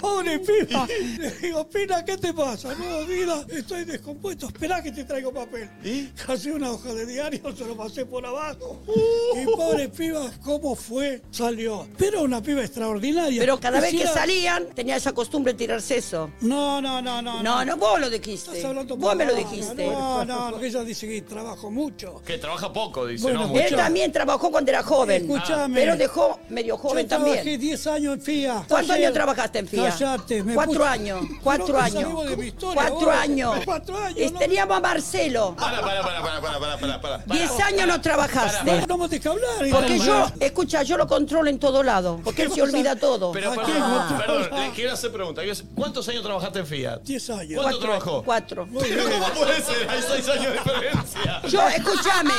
F: Pobre piba. Le digo, Pina, ¿qué te pasa? No, mira, estoy descompuesto. Esperá que te traigo papel. ¿Y? Casé una hoja de diario, se lo pasé por abajo. Y pobre piba, ¿cómo fue? Salió. Pero una piba extraordinaria.
W: Pero cada vez que
F: Quisiera-
W: salían, tenía esa costumbre de tirarse eso.
F: No, no, no, no.
W: No, no, vos lo dijiste.
F: Estás hablando
W: Vos me lo
F: pavada.
W: dijiste.
F: No, no, no, ella dice que trabajo mucho.
T: Que trabaja poco, dice,
F: Bueno,
T: ¿no?
F: escuchá.
T: Mucho.
W: Él también trabajó cuando era joven.
F: Escuchame.
W: Pero dejó medio joven
F: Yo
W: también.
F: Trabajé 10 años en FIA.
W: ¿Cuántos
F: Ayer-
W: años trabajaste en FIA?
F: Callate, me
W: Cuatro
F: puse-
W: años.
F: No
W: Cuatro
F: te
W: años.
F: salgo de mi historia,
W: Cuatro
F: vos.
W: años.
F: [laughs] Cuatro años,
W: Es-
F: no-
W: Teníamos a Marcelo.
T: Para, para, para, para, para, para, para, para.
W: Diez años no trabajaste.
F: No me dejes hablar.
W: Porque
F: Iván.
W: yo, escucha, yo lo controlo en todo lado. Porque él se olvida todo.
T: Pero perdón, perdón, le quiero hacer pregunta. Quiero hacer- ¿Cuántos años trabajaste en Fiat?
F: 10 años.
T: ¿Cuánto trabajó?
W: Cuatro.
T: Pero ¿Cómo puede ser? Hay seis años de diferencia.
W: Yo, escúchame,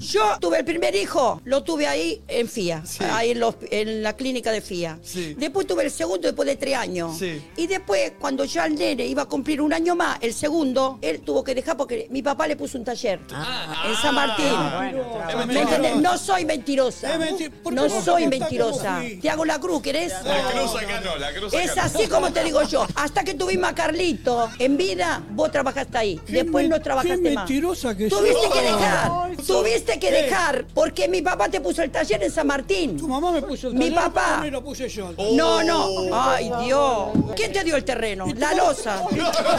W: yo tuve el primer hijo, lo tuve ahí en FIA, ahí en, los- en la clínica de fotografía.
G: Sí.
W: Después tuve el segundo después de tres años.
G: Sí.
W: Y después, cuando ya el nene iba a cumplir un año más, el segundo, él tuvo que dejar porque mi papá le puso un taller
G: Ah,
W: en San Martín.
I: Ah,
G: bueno,
W: ¿Me entendés? No soy mentirosa.
G: ¿por
W: No
G: qué vos
W: soy
G: no estás
W: mentirosa.
G: como fui?
W: Te hago la cruz, ¿querés?
A: La cruz acá no, la cruz acá
W: Es
A: no.
W: así como te digo yo. Hasta que tuvimos a Carlito en vida, vos trabajaste ahí. Después no trabajaste
F: qué
W: más.
F: mentirosa que
W: Tuviste
F: sos.
W: que dejar.
F: Ay,
W: tuviste que
F: ¿Qué?
W: dejar. Porque mi papá te puso el taller en San Martín. Tu mamá me puso
F: el
W: Mi
F: taller,
W: papá.
F: pero me lo puse yo.
W: No, no. Ay, Dios. ¿Quién te dio el terreno?
F: [laughs]
W: La losa.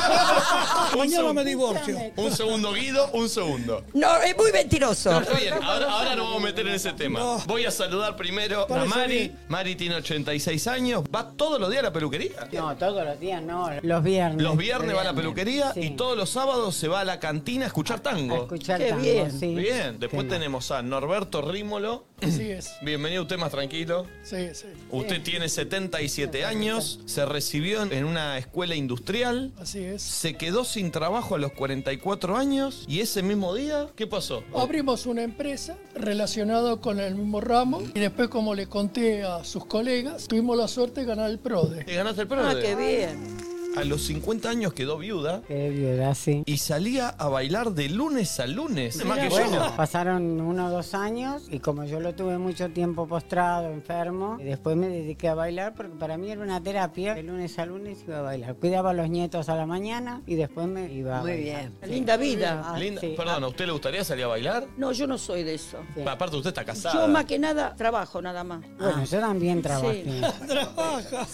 A: Ah, Mañana
F: me divorcio.
A: Un segundo, Guido, un segundo.
W: No, es muy mentiroso.
A: Está bien, ahora, ahora nos vamos a meter en ese tema. Voy a saludar primero a
I: Parece
A: Mari. Mari tiene 86 años. ¿Va todos los días a la peluquería?
I: No, todos los días no.
A: Los
I: viernes.
A: Los viernes va a la peluquería y todos los sábados se va a la cantina a escuchar tango.
I: A escuchar Qué tango, bien. sí.
A: Bien. Después tenemos a Norberto Rímolo.
F: Así es.
A: Bienvenido, usted más tranquilo.
F: Sí, sí.
A: Usted tiene 77 años, se recibió en una escuela industrial.
F: Así es.
A: Se quedó sin trabajo a los 44 años y ese mismo día, ¿qué pasó?
I: Oh,
F: Eh, Abrimos una empresa relacionada con el mismo ramo y después, como le conté a sus colegas, tuvimos la suerte de ganar el PRODE.
A: Te ganaste el PRODE.
W: bien.
A: A los 50 años quedó viuda
I: Qué viuda, sí.
A: y salía a bailar de lunes a lunes. Más que yo.
I: Bueno, pasaron uno o dos años y como yo lo tuve mucho tiempo postrado, enfermo, y después me dediqué a bailar porque para mí era una terapia. De lunes a lunes iba a bailar. Cuidaba a los nietos a la mañana y después me iba a
W: Muy
I: bailar.
W: bien. Linda vida.
I: Ah,
A: Linda-
I: sí.
A: Perdón, ¿a usted le gustaría salir a bailar?
W: No, yo no soy de eso.
A: Aparte, usted está casada.
W: Yo más que nada trabajo nada más.
F: Ah,
I: Bueno,
W: [laughs]
I: yo también trabajé.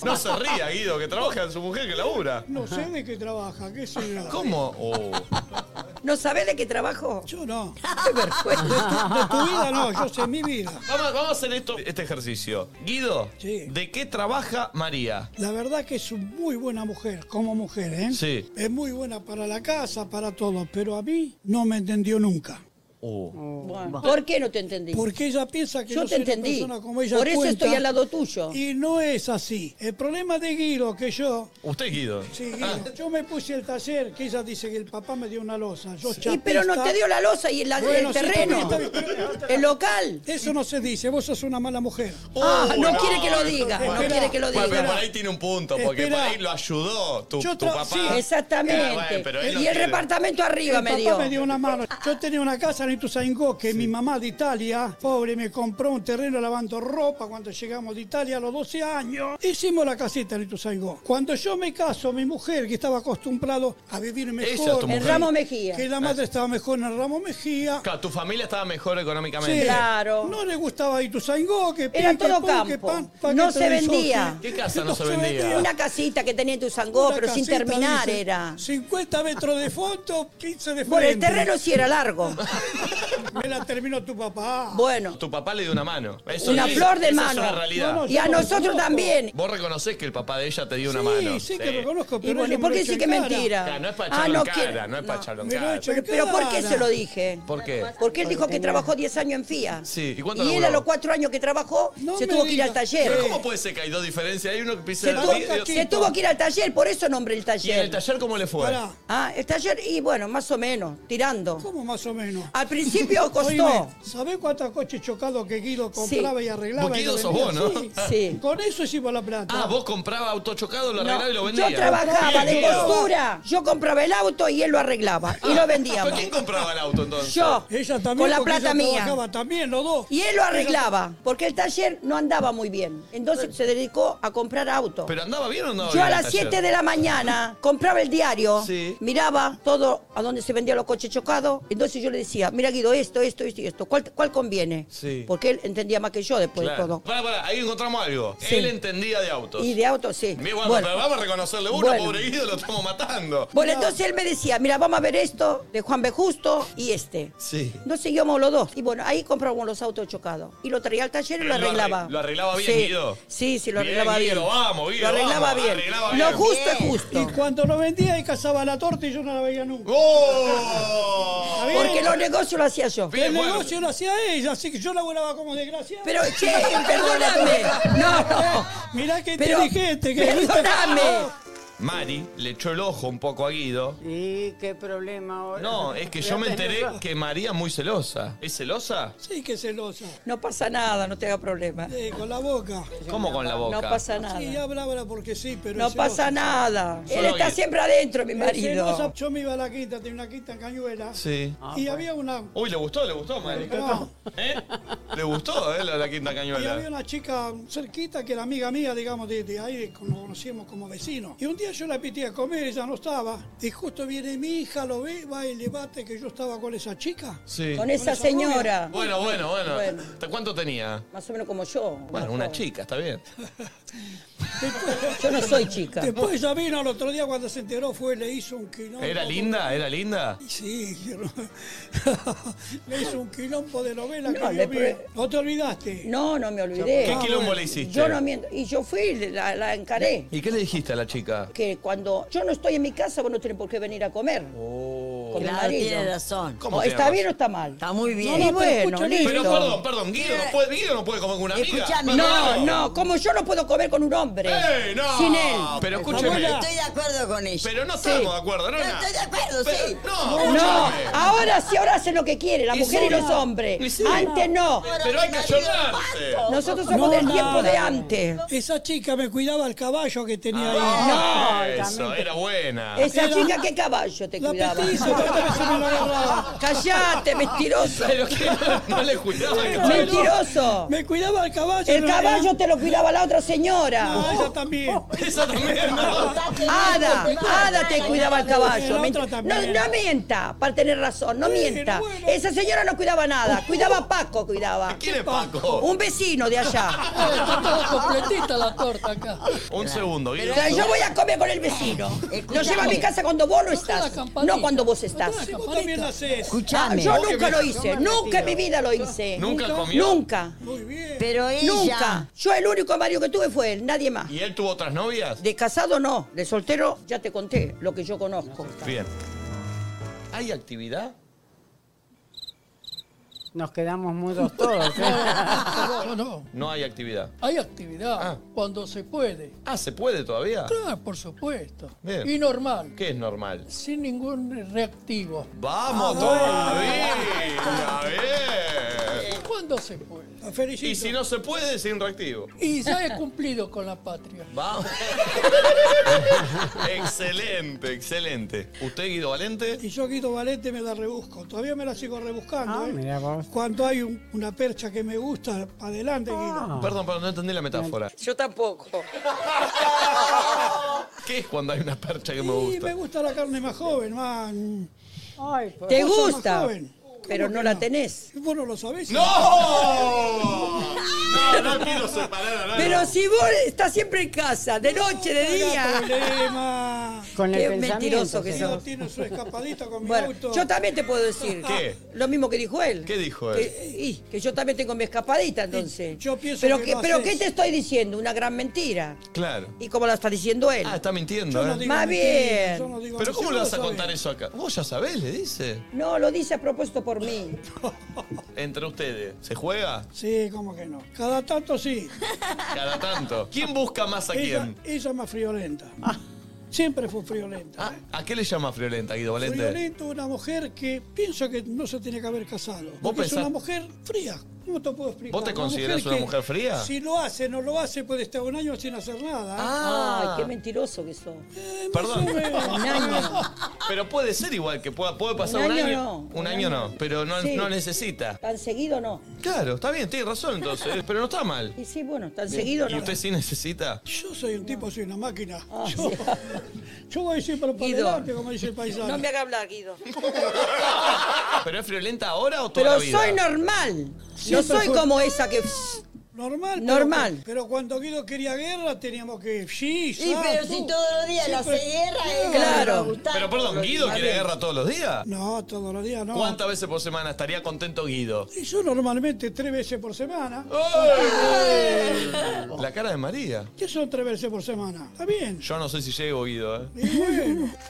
A: No se ría, Guido, que trabaja en su mujer que labura.
F: No sé de qué trabaja, qué sé yo. [laughs]
A: ¿Cómo? Oh.
W: ¿No sabés de qué trabajo?
F: Yo no.
W: Qué vergüenza.
F: Pues, De tu vida no, yo sé mi vida.
A: Vamos, vamos a hacer esto, este ejercicio. Guido,
F: Sí.
A: ¿de qué trabaja María?
F: La verdad que es un muy buena mujer, como mujer, ¿eh?
A: Sí.
F: Es muy buena para la casa, para todo, pero a mí no me entendió nunca.
A: Oh.
W: ¿Por qué no te entendí?
F: Porque ella piensa que yo
W: yo te
F: soy una
W: entendí.
F: persona como ella
W: Por eso
F: cuenta.
W: estoy al lado tuyo.
F: Y no es así. El problema de Guido que yo,
A: Usted, Guido.
F: sí,
W: Ah.
F: Guido, yo me puse el taller, que ella dice que el papá me dio una losa. Yo
W: Y pero no
F: chapista.
W: te dio la losa y el, la-
F: Bueno,
W: el
F: sí,
W: terreno.
F: está bien, está bien, pero-
W: el local.
F: Eso no se dice, vos sos una mala mujer.
W: Ah, no quiere que lo diga, Ah, no
A: Bueno,
W: quiere que lo
A: bueno, pero
W: diga.
A: por ahí tiene un punto, porque
F: Espera.
A: por ahí lo ayudó tu,
F: Yo
A: tu
F: tra-
A: papá.
F: sí,
W: exactamente.
A: Ah, bueno, pero él no
W: y el
A: quiere.
W: repartamento arriba
F: El
W: me
F: papá
W: dio.
F: me dio una mano. Yo tenía una casa en Ituzaingó que mi mamá de Italia, pobre, me compró un terreno lavando ropa cuando llegamos de Italia a los 12 años. Hicimos la casita en Ituzaingó. Cuando yo me caso, mi mujer, que estaba acostumbrado a vivir
A: Ella es
F: mejor.
A: tu En mujer. Ah. Ramos
W: Mejía.
F: Que la madre estaba mejor en el Ramo Mejía.
A: Claro, tu familia estaba mejor
F: Sí.
A: económicamente.
F: No le gustaba Ituzaingó, que
W: Era
F: pin, que
W: todo
F: pon, que
W: campo.
F: pan, pa'
W: No
F: que
W: se
F: te
W: vendía.
F: desoje.
A: ¿Qué casa no se vendía?
W: Una casita que tenía en tu sangó,
F: Una
W: Oh, pero sin
F: casita,
W: terminar
F: dice,
W: era.
F: 50 metros de fondo, 15 de frente.
W: Bueno, el terreno sí era largo.
F: [laughs] Me la terminó tu papá.
W: Bueno,
A: Tu papá le dio una mano. Eso
W: una
A: es-
W: flor de
A: esa
W: mano.
A: Es una realidad.
W: y a nosotros también.
A: Vos reconocés que el papá de ella te dio una
F: Sí,
A: mano.
F: sí que reconozco,
W: Y bueno, ¿y por qué dice que es mentira?
A: Claro, no es para
W: Ah,
A: echarlo
W: no
A: en
W: quiere-
A: cara, no es para echarlo en
W: Me lo
A: cara.
W: he hecho en Pero ¿por qué cara. se lo dije?
A: ¿Por qué?
W: Porque él dijo que trabajó 10 años en FIA.
A: Sí, ¿y
W: Y él
A: cuánto
W: a
A: laburó?
W: los 4 años que trabajó, se
F: me
W: tuvo que ir
F: digas.
W: al taller.
A: Pero ¿cómo puede ser que hay dos diferencias? Hay uno que pisa
W: Se,
A: la-
W: tuvo,
A: y- y-
W: se tuvo que ir al taller, por eso nombré el
A: ¿Y en el
W: taller.
A: taller cómo le fue?
W: Pará. Ah, el taller, y bueno, más o menos, tirando.
F: ¿Cómo más o menos?
W: Al principio costó.
F: [laughs] Oíme, ¿Sabés cuántos coches chocados que Guido compraba
W: Sí.
F: y arreglaba?
A: Vos,
F: y
A: Guido,
F: lo
A: sos
F: vendía?
A: vos, ¿no?
W: [laughs]
F: Sí. Con eso hicimos la plata.
A: Ah, vos comprabas auto chocado, lo arreglabas y lo vendías.
W: Yo trabajaba
A: Bien,
W: de
A: Guido.
W: costura. Yo compraba el auto y él lo arreglaba. Y lo
A: ¿Pero
W: vendíamos.
A: Ah. quién compraba el auto entonces?
W: Yo,
F: Ah. Ella también,
W: con la
F: porque
W: plata
F: ella
W: mía.
F: trabajaba también, los dos.
W: Y él lo arreglaba, porque el taller no andaba muy bien. Entonces se dedicó a comprar auto.
A: ¿Pero andaba bien o no?
W: Yo a las 7 de la mañana compraba el diario,
A: Sí.
W: miraba todo a donde se vendían los coches chocados. Entonces yo le decía, mira Guido, esto, esto, esto y esto. ¿Cuál, cuál conviene?
A: Sí.
W: Porque él entendía más que yo después de todo.
A: Para, para, ahí encontramos algo.
W: Sí.
A: Él entendía de autos.
W: Y de auto, sí.
A: Bien, bueno,
W: Bueno.
A: pero vamos a reconocerle uno,
W: Bueno.
A: pobre Guido, lo estamos matando.
W: Bueno, entonces él me decía, mira, vamos a ver esto de Juan B. Justo y este.
A: Sí.
W: Entonces seguíamos los dos. Y bueno, ahí compramos los autos chocados. Y lo traía al taller y lo
A: Pero arre-
W: arreglaba.
A: Lo arreglaba bien,
W: Sí.
A: Guido.
W: Sí, sí, lo
A: Bien,
W: arreglaba bien.
A: Guido, vamos, Guido,
W: Lo arreglaba
A: vamos,
W: bien.
A: arreglaba
W: lo
A: bien.
W: justo es justo.
F: Y cuando lo vendía y cazaba la torta y yo no la veía nunca.
A: ¡Oh!
W: Porque los negocios lo hacía yo.
F: el negocio lo hacía ella, así que yo laburaba como desgraciada.
W: Pero, che, perdóname. No, no.
F: Mirá qué
W: Pero,
F: inteligente que
A: [laughs]
W: perdóname.
A: Mari le echó el ojo un poco a Guido.
I: Y qué problema ahora.
A: No, es que yo me enteré que María es muy celosa. ¿Es celosa?
F: Sí, que celosa.
W: No pasa nada, no te haga problema.
F: Eh, con la boca.
A: ¿Cómo con la boca?
W: No pasa nada.
F: Sí, habla habla porque sí, pero.
W: No
F: es celosa.
W: pasa nada.
F: Solo
W: Él está
F: que-
W: siempre adentro, mi
F: Es
W: marido.
F: celosa. Yo me iba a la quinta, tenía una quinta en Cañuela.
A: Sí.
F: y había una.
A: Uy, le gustó, le gustó, Mari. ¿Eh? Le gustó, ¿eh? La, la quinta
F: Y había
A: cañuela.
F: una chica cerquita que era amiga mía, digamos, de, de ahí, nos conocíamos como vecinos. Y un día yo la invité a comer, ella no estaba. Y justo viene mi hija, lo ve, va y le bate que yo estaba con esa chica.
A: Sí.
W: Con esa señora.
A: Bueno, bueno, bueno.
W: Bueno.
A: ¿Te- ¿Cuánto tenía?
W: Más o menos como yo.
A: Bueno, una chica, está bien.
W: Yo no soy chica.
F: Después ella vino al otro día cuando se enteró, fue, le hizo un quilombo.
A: ¿Era
F: [laughs]
A: linda? ¿Era linda?
F: Sí, le hizo un quilombo de novela
W: No,
F: que
W: le
F: yo vi.
W: pre-
F: ¿No te olvidaste?
W: No, no me olvidé.
A: ¿Qué quilombo le hiciste?
W: Yo no miento. Y yo fui, la, la encaré.
A: ¿Y qué le dijiste a la chica?
W: Que cuando yo no estoy en mi casa, vos no tenés por qué venir a comer. Con
V: Claro,
W: mi marido.
V: tiene razón.
A: Oh. ¿Cómo
W: O
A: tiene
W: ¿Está
A: razón?
W: bien o está mal? Está muy
A: bien.
W: Y bueno, listo.
A: Pero perdón, perdón, Guido no puede, Guido no puede comer con una amiga.
V: Escuchame.
A: Perdón.
W: No, no, como yo no puedo comer con un hombre.
A: ¡Ey, no!
W: Sin él.
A: Pero escúcheme. Abuela.
V: Estoy de acuerdo con ella.
A: Pero no estamos de acuerdo,
V: Pero
A: Nona.
V: estoy de acuerdo, sí.
A: No,
W: No,
A: escúchame.
W: ahora sí, ahora hacen lo que quieren, las
A: Y
W: mujeres y
A: sí.
W: los hombres.
A: Y sí.
W: Antes no.
A: Pero hay que ayudarse.
W: Nosotros somos del tiempo de antes.
F: Esa chica me cuidaba el caballo que tenía
A: Ah,
F: ahí.
A: Eso, era buena.
W: Esa
F: Era-
W: chica que caballo te
F: La
W: cuidaba.
F: petiza, otra vez se me la agarraba. [laughs]
W: Callate, mentiroso.
A: Pero que no, no le cuidaba el caballo.
W: Mentiroso.
F: Me cuidaba el caballo.
W: El
F: no era-
W: caballo te lo cuidaba la otra señora. [laughs]
F: No, ella también.
A: Esa también, no.
W: Ada, Ada te cuidaba el
F: La
W: caballo.
F: otra
W: Menti- No,
F: también.
W: no mienta, para tener razón, no mienta. Esa señora no cuidaba
F: Uh,
W: nada, cuidaba a Paco, cuidaba.
A: ¿Quién es Paco?
W: Un vecino de
F: [laughs]
W: allá.
F: Estaba Eh, completita la torta acá.
A: Un segundo, Guido.
W: O sea, yo voy a comer con el vecino. Lo lleva a mi casa cuando vos no estás, no cuando vos estás.
F: Sí, vos también la haces.
W: Ah,
V: Escuchame.
W: yo nunca lo hice, nunca en mi vida lo hice.
A: ¿Nunca comió?
W: Nunca,
V: Pero ella.
W: nunca. Yo el único marido que tuve fue él, nadie más.
A: ¿Y él tuvo otras novias?
W: De casado no, de soltero ya te conté lo que yo conozco.
A: Bien. ¿Hay actividad?
I: Nos quedamos mudos todos. ¿eh?
F: No, no.
A: No hay actividad.
F: Hay actividad cuando se puede.
A: Ah, ¿se puede todavía?
F: Claro, por supuesto.
A: Bien.
F: Y normal,
A: ¿Qué es normal?
F: sin ningún reactivo.
A: ¡Vamos todavía! Bien.
F: Cuando se puede.
A: Y si no se puede, sin reactivo.
F: Y ya he cumplido con la patria.
A: Vamos. excelente, excelente. ¿Usted, Guido Valente?
F: Y yo Guido Valente me la rebusco. Todavía me la sigo rebuscando.
I: Ah,
F: ¿eh?
I: mira vos.
F: Cuando hay un- una percha que me gusta, para adelante,
I: Ah.
F: Guido.
A: Perdón, perdón, no entendí la metáfora.
W: Yo tampoco.
A: ¿Qué es cuando hay una percha que me
F: Y me
A: gusta?
F: gusta la carne más joven, más.
I: Ay, por-
W: Te
F: vos sos más
W: gusta,
F: joven.
W: pero
F: ¿Cómo
W: no
F: que
W: la
F: no?
W: tenés.
F: Vos no lo sabés. ¿eh?
A: ¡No! No, no quiero separar a nadie.
W: Pero si vos estás siempre en casa, de noche, de día.
F: problema.
I: Con el
W: Qué
I: pensamiento.
W: mentiroso que
I: sí.
F: Guido
W: sos.
F: tiene su escapadita con mi
W: Bueno,
F: auto.
W: yo también te puedo decir
A: ¿Qué?
W: lo mismo que dijo él.
A: ¿Qué dijo él?
W: Que, y, que yo también tengo mi escapadita, entonces.
F: Yo pienso
W: pero
F: que
W: qué-
F: lo
W: pero
F: haces.
W: ¿qué te estoy diciendo? Una gran mentira.
A: Claro.
W: Y como la está diciendo él.
A: Ah, está mintiendo,
F: Yo no
A: ¿eh?
F: digo
W: Más
F: mentira,
W: bien.
F: yo no
A: Pero
F: digo mentira,
A: ¿cómo le
F: vos
A: vas a
F: sabés.
A: contar eso acá? Vos ya sabés, le dice.
W: No, lo dice a propósito por mí.
A: Entre ustedes. ¿Se juega?
F: Sí, cómo que no. Cada tanto sí.
A: Cada tanto. ¿Quién busca más a
F: Ella,
A: quién?
F: ella es más friolenta. Siempre fue friolenta. ¿eh?
A: Ah, ¿A qué le llama friolenta, Guido Valente?
F: Friolento, una mujer que pienso que no se tiene que haber casado. porque
A: pensás-
F: Es una mujer fría. ¿Cómo te puedo explicar?
A: ¿Vos te considerás una
F: que
A: mujer fría?
F: Si lo hace, no lo hace, puede estar un año sin hacer nada. ¿eh?
A: Ah.
W: Ay, qué mentiroso que sos.
A: Perdón.
W: Un año.
A: Pero puede ser igual, que pueda, puede pasar
W: Un
A: un
W: año
A: año.
W: no.
A: Un año no, pero no,
W: Sí.
A: no necesita.
W: Tan seguido no.
A: Claro, está bien, tiene razón entonces, [laughs] pero no está mal.
W: Y sí, bueno, tan seguido
A: ¿Y
W: no.
A: usted sí necesita?
F: Yo soy un tipo, soy una máquina. yo, yo voy siempre para
W: Ah, Guido.
F: adelante, como dice el paisano.
W: No me haga
A: [laughs]
W: hablar, Guido.
A: ¿Pero es friolenta ahora o toda
W: Pero
A: la vida?
W: soy normal. No
F: Siempre
W: soy
F: fue-
W: como esa que.
F: Normal. pero-
W: Normal.
F: Pero, cuando Guido quería guerra, teníamos que... Sí,
V: Y
F: sa,
V: pero
F: tú.
V: si todos los días la hace
F: Siempre-
V: guerra, es
W: Claro.
A: Pero perdón, ¿Guido quiere guerra todos los días?
F: No, todos los días no.
A: ¿Cuántas veces por semana estaría contento Guido?
F: Y yo normalmente tres veces por semana.
A: Oh. La cara de María.
F: ¿Qué son tres veces por semana? Está bien.
A: Yo no sé si llego, Guido, ¿eh?
F: Y bueno,
A: [laughs]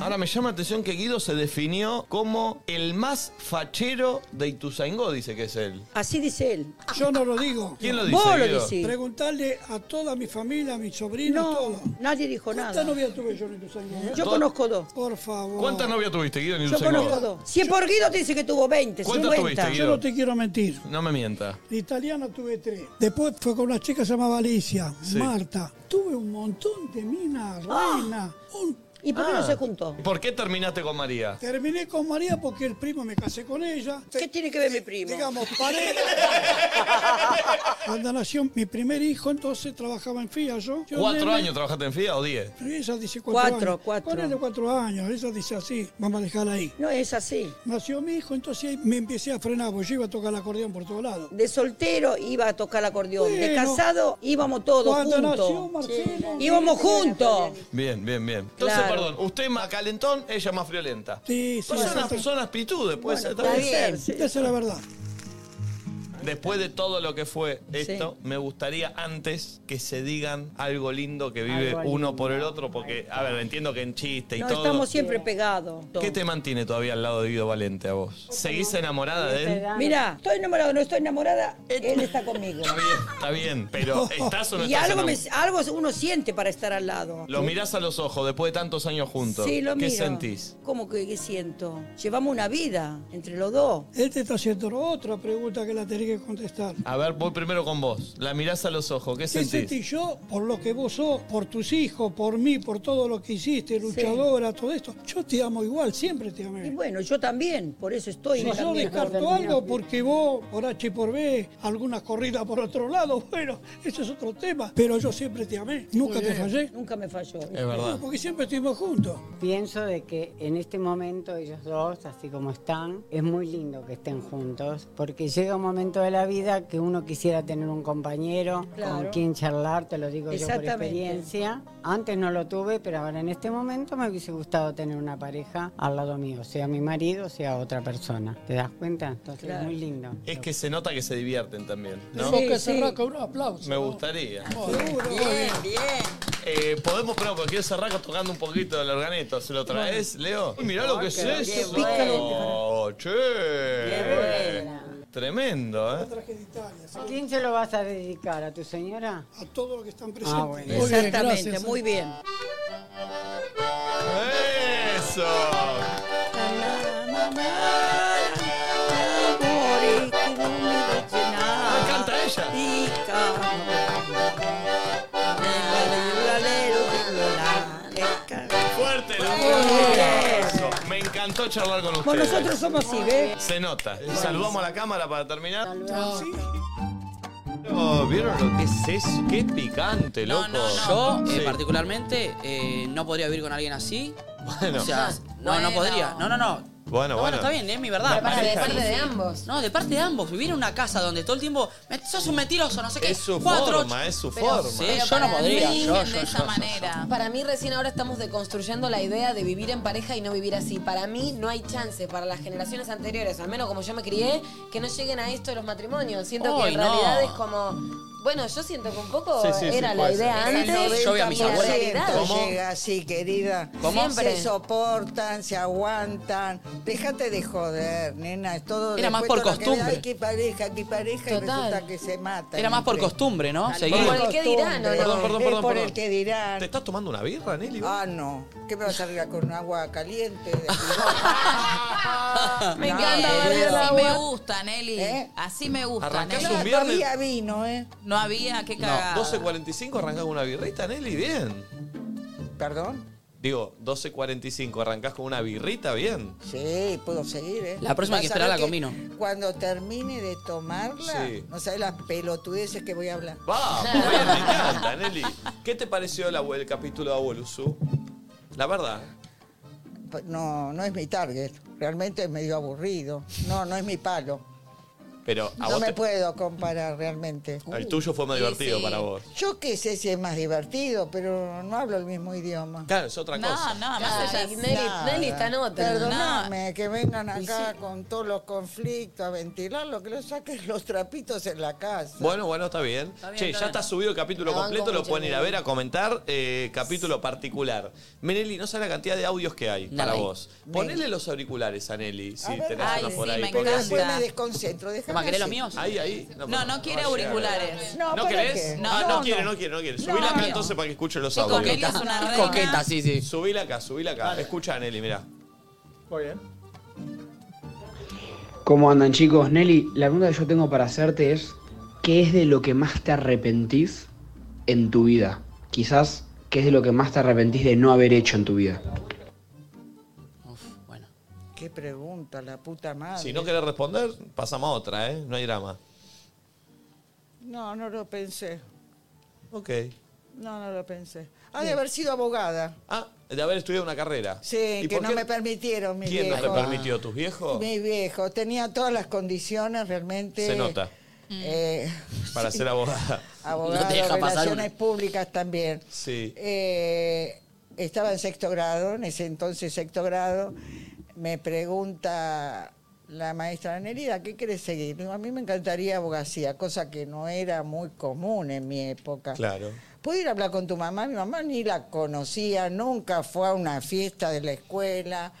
A: Ahora me llama la atención que Guido se definió como el más fachero de Ituzaingó, dice que es él.
W: Así dice él.
F: Yo no lo digo.
A: ¿Quién lo dice, Vos lo Guido? decís.
F: Preguntarle a toda mi familia, a mis sobrinos,
W: No,
F: todo.
W: nadie dijo nada.
F: ¿Cuántas novias tuve yo en Ituzaingó?
W: Yo conozco dos.
F: Por favor.
A: ¿Cuántas novias tuviste, Guido, en
W: Yo
A: Ituzaingó?
W: conozco dos. Si es por Guido te dice que tuvo 20,
A: ¿Cuántas
W: 50.
A: tuviste, Guido?
F: Yo no te quiero mentir.
A: No me mienta.
F: De italiana tuve tres. Después fue con una chica que se llamaba Alicia,
A: Sí.
F: Marta. Tuve un montón de minas, reina.
W: ¿Y
A: por qué no Ah. se
W: Oh.
A: juntó? ¿Por qué terminaste con María?
F: Terminé con María porque el primo me casé con ella.
W: ¿Qué tiene que ver mi primo?
F: Digamos,
W: [laughs]
F: paré. Cuando nació mi primer hijo, entonces trabajaba en FIA yo. Yo
A: ¿Cuatro
F: nene-
A: años trabajaste en FIA o diez?
F: Ella dice
W: Cuatro,
F: cuatro,
W: cuatro.
F: años. Ponele cuatro años. Ella dice así, vamos a dejarla ahí.
W: No es así.
F: Nació mi hijo, entonces ahí me empecé a frenar, porque yo iba a tocar el acordeón por todos lados.
W: De soltero iba a tocar el acordeón. De
F: Bueno.
W: casado íbamos todos
F: Cuando
W: juntos.
F: nació Marcelo.
W: íbamos juntos.
A: Bien, bien, bien. Entonces,
W: Claro.
A: perdón, usted más calentón, ella más friolenta.
F: Sí, sí.
A: Pues son,
F: sí.
A: as- son actitudes, puede ser,
F: Puede
A: también.
F: ser, Esa es la verdad.
A: Después de todo lo que fue esto, me gustaría antes que se digan algo lindo que vive
W: Algo
A: uno por el otro, porque, a ver, entiendo que en chiste y
W: No,
A: todo.
W: estamos siempre pegados.
A: ¿Qué te mantiene todavía al lado de Guido Valente a vos? ¿Seguís enamorada de él?
W: Mira, estoy enamorada, no estoy enamorada, él está conmigo.
A: Está bien, está bien,
W: [laughs]
A: pero ¿estás o no
W: Y
A: estás
W: algo, me-
A: enamorada?
W: algo uno siente para estar al lado.
A: Lo mirás a los ojos después de tantos años juntos.
W: Sí, lo
A: ¿Qué
W: miro.
A: sentís?
W: ¿Cómo que qué siento? Llevamos una vida entre los dos.
F: Él te está haciendo otra pregunta que la tenés que contestar.
A: A ver, voy primero con vos. La mirás a los ojos, ¿qué
F: ¿Qué
A: sentís?
F: sentí yo por lo que vos sos, por tus hijos, por mí, por todo lo que hiciste, luchadora, todo esto? Yo te amo igual, siempre te amé.
W: Y bueno, yo también, por eso estoy.
F: Si yo
W: también.
F: descarto algo porque vos, por H y por B, algunas corridas por otro lado, [laughs] bueno, eso es otro tema. Pero yo siempre te amé, nunca
W: Muy
F: te
W: bien.
F: fallé.
W: Nunca me falló.
A: Es verdad.
F: Porque siempre estuvimos juntos.
I: Pienso de que en este momento ellos dos, así como están, es muy lindo que estén juntos, porque llega un momento de la vida que uno quisiera tener un compañero con
W: Claro.
I: quien charlar, te lo digo yo por
W: Exactamente.
I: experiencia. Antes no lo tuve, pero ahora en este momento me hubiese gustado tener una pareja al lado mío, sea mi marido, sea otra persona. ¿Te das cuenta? Entonces
W: Claro.
I: es muy lindo.
A: Es que se nota que se divierten también, ¿no?
F: Tenemos que cerrar con un aplauso.
A: Me gustaría.
W: Bien, bien.
A: Eh, podemos, pero porque quiero cerrar tocando un poquito del organeto. ¿Se lo traes, Leo? Uy, mirá lo que es
G: Qué
A: eso.
G: bueno.
A: Oh, che. Tremendo, ¿eh?
I: ¿A quién se lo vas a dedicar? ¿A tu señora?
F: A todos los que están presentes.
I: Ah, bueno.
F: Muy bien,
W: Exactamente,
F: gracias.
W: muy bien.
A: Eso.
W: Canta
A: ella. Fuerte el aplauso. Me encantó charlar con ustedes.
W: Bueno, nosotros somos así, ¿ves?
A: Se nota. Saludamos a la cámara para terminar. Oh, ¿Vieron lo que es eso? Qué picante, loco.
B: Yo, eh,
A: Sí.
B: particularmente, eh, no podría vivir con alguien así.
A: Bueno.
B: O sea, no, no podría. No, no, no.
A: Bueno,
B: No,
A: bueno.
B: bueno, está bien, es mi verdad.
D: Pero aparte, de parte de
B: ambos. No, de parte de ambos. Vivir en una casa donde todo el tiempo. "Me- Sos un mentiroso, no sé qué.
A: Es su
B: Cuatro,
A: forma,
B: ocho".
A: es su
B: Pero-
A: forma.
B: Sí,
A: Pero
B: Eh, yo no
A: para
B: podría.
A: mí,
B: Yo,
A: de
B: yo,
A: esa
B: yo.
D: manera. Para mí recién ahora estamos deconstruyendo la idea de vivir en pareja y no vivir así. Para mí no hay chance para las generaciones anteriores, al menos como yo me crié, que no lleguen a esto de los matrimonios. Siento que
B: Ay,
D: en
B: no.
D: realidad es como... Bueno, yo siento que un poco
B: Sí, sí, sí,
D: era la
B: puede ser.
D: idea
B: Exacto.
D: antes.
B: Yo vi a mis
D: y la
B: abuelos.
D: realidad.
A: ¿Cómo?
L: Llega así, querida.
B: ¿Cómo?
L: Se
D: Siempre.
L: soportan, se aguantan. Déjate de joder, nena. Es todo
B: Era más
L: después
B: por
L: todo lo que-
B: costumbre.
L: Ay, qué pareja, qué pareja. Y
D: Total.
L: resulta que se matan.
B: Era más por
L: entre-
B: costumbre, ¿no?
L: Tal
B: Seguir.
L: cual.
D: Por el que dirán, ¿o no?
L: Costumbre.
A: Perdón, perdón,
L: Es
A: perdón,
L: por
A: perdón.
L: el que dirán.
A: ¿Te estás tomando una birra, Nelly? vos?
L: Ah, no. ¿Qué me vas a arreglar con agua caliente?
B: Ah.
A: Ah,
C: Me
L: No,
C: encanta
L: querido.
C: beber el agua. Así me
L: ¿Eh?
C: gusta, Nelly. Así me gusta.
A: Arrancás
C: Nelly.
A: un viernes- Todavía
L: vino, ¿eh?
C: No había, qué
A: No,
C: cagada.
A: 12.45 arrancás con una birrita, Nelly, bien.
L: ¿Perdón?
A: Digo, 12.45 arrancás con una birrita, bien.
L: Sí, puedo seguir, ¿eh?
A: La próxima hay que
L: Vas a ver
A: esperarla con vino.
L: Cuando termine de tomarla,
A: Sí.
L: no sabes las pelotudeces que voy a hablar. [laughs]
A: Vamos, bien, me encanta, Nelly. ¿Qué te pareció el, abuel- el capítulo de Abuelusu? La verdad.
L: Pues No, no es mi target. Realmente es medio aburrido. No, no es mi palo.
A: Pero a
L: No
A: vos
L: me
A: te-
L: puedo comparar realmente.
A: el tuyo fue más divertido para vos.
L: Yo qué sé si es más divertido, pero no hablo el mismo idioma.
A: Claro, es otra cosa.
L: no,
D: más allá- Nelly- Nelly está en otra.
L: Perdóname, que vengan acá con todos los conflictos a ventilar lo que le saquen los trapitos en la casa.
A: Bueno, bueno, está bien.
L: bien,
A: che,
L: está
A: ya
L: bien.
A: está subido el capítulo
L: La banco
A: completo, lo
L: mucho,
A: pueden ir a
L: Nelly.
A: ver, a comentar, eh, capítulo particular. Meneli, no sabes la cantidad de audios que hay para
B: hay.
A: vos. Ponele los auriculares a Nelly, si tenés
L: Ay,
A: unos por
L: sí,
A: ahí.
L: me
A: porque-
L: encanta. Después me desconcentro. déjame
B: ¿Mamá, querés los
L: así.
B: míos?
A: Ahí, ahí.
C: No, no quiere
A: llega.
C: auriculares.
A: ¿No,
C: No, ¿para
A: querés?
C: qué?
A: ah, no,
C: No, no.
A: quiere, no quiere, no quiere.
C: No,
A: Subila acá
C: no.
A: entonces para que escuche los
C: Qué
A: audios.
C: coqueta, es una reina.
B: coqueta, sí, sí.
A: Subila acá, subila acá. Escucha a Nelly, mirá.
T: Muy bien.
G: ¿Cómo andan chicos? Nelly, la pregunta que yo tengo para hacerte es, ¿qué es de lo que más te arrepentís en tu vida? Quizás, ¿qué es de lo que más te arrepentís de no haber hecho en tu vida?
L: Qué pregunta, la puta madre.
A: Si no querés responder, pasamos a otra, ¿eh? No hay drama.
L: No, no lo pensé.
A: Ok.
L: No, no lo pensé. Ha de
A: Bien.
L: haber sido abogada.
A: Ah, de haber estudiado una carrera.
L: Sí,
A: ¿Y
L: que
A: por
L: no
A: qué-
L: me permitieron, mi
A: ¿Quién no te
L: viejo.
A: permitió? ¿Tus viejos?
L: Mi viejo. Tenía todas las condiciones realmente.
A: Se nota.
L: Eh,
A: Para ser abogada.
L: [laughs] abogado, relaciones públicas también.
A: Sí.
L: Eh, estaba en sexto grado, en ese entonces sexto grado. Me pregunta la maestra Nerida, ¿qué quieres seguir? Digo, a mí me encantaría abogacía, cosa que no era muy común en mi época.
A: Claro.
L: ¿Puedo ir a hablar con tu mamá? Mi mamá ni la conocía, nunca fue a una fiesta de la escuela,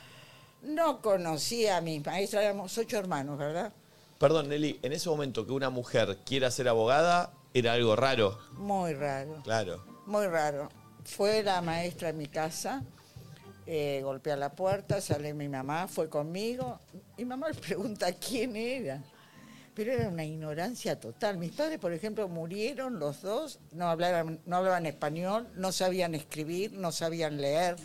L: no conocía a mis maestras, éramos ocho hermanos, ¿verdad?
A: Perdón, Nelly, en ese momento que una mujer quiera ser abogada, era algo raro.
L: Muy raro.
A: Claro.
L: Muy raro. Fue la maestra en mi casa, eh, golpeé a la puerta, sale mi mamá, fue conmigo. Y mamá le pregunta quién era. Pero era una ignorancia total. Mis padres, por ejemplo, murieron los dos, no hablaban, no hablaban español, no sabían escribir, no sabían leer.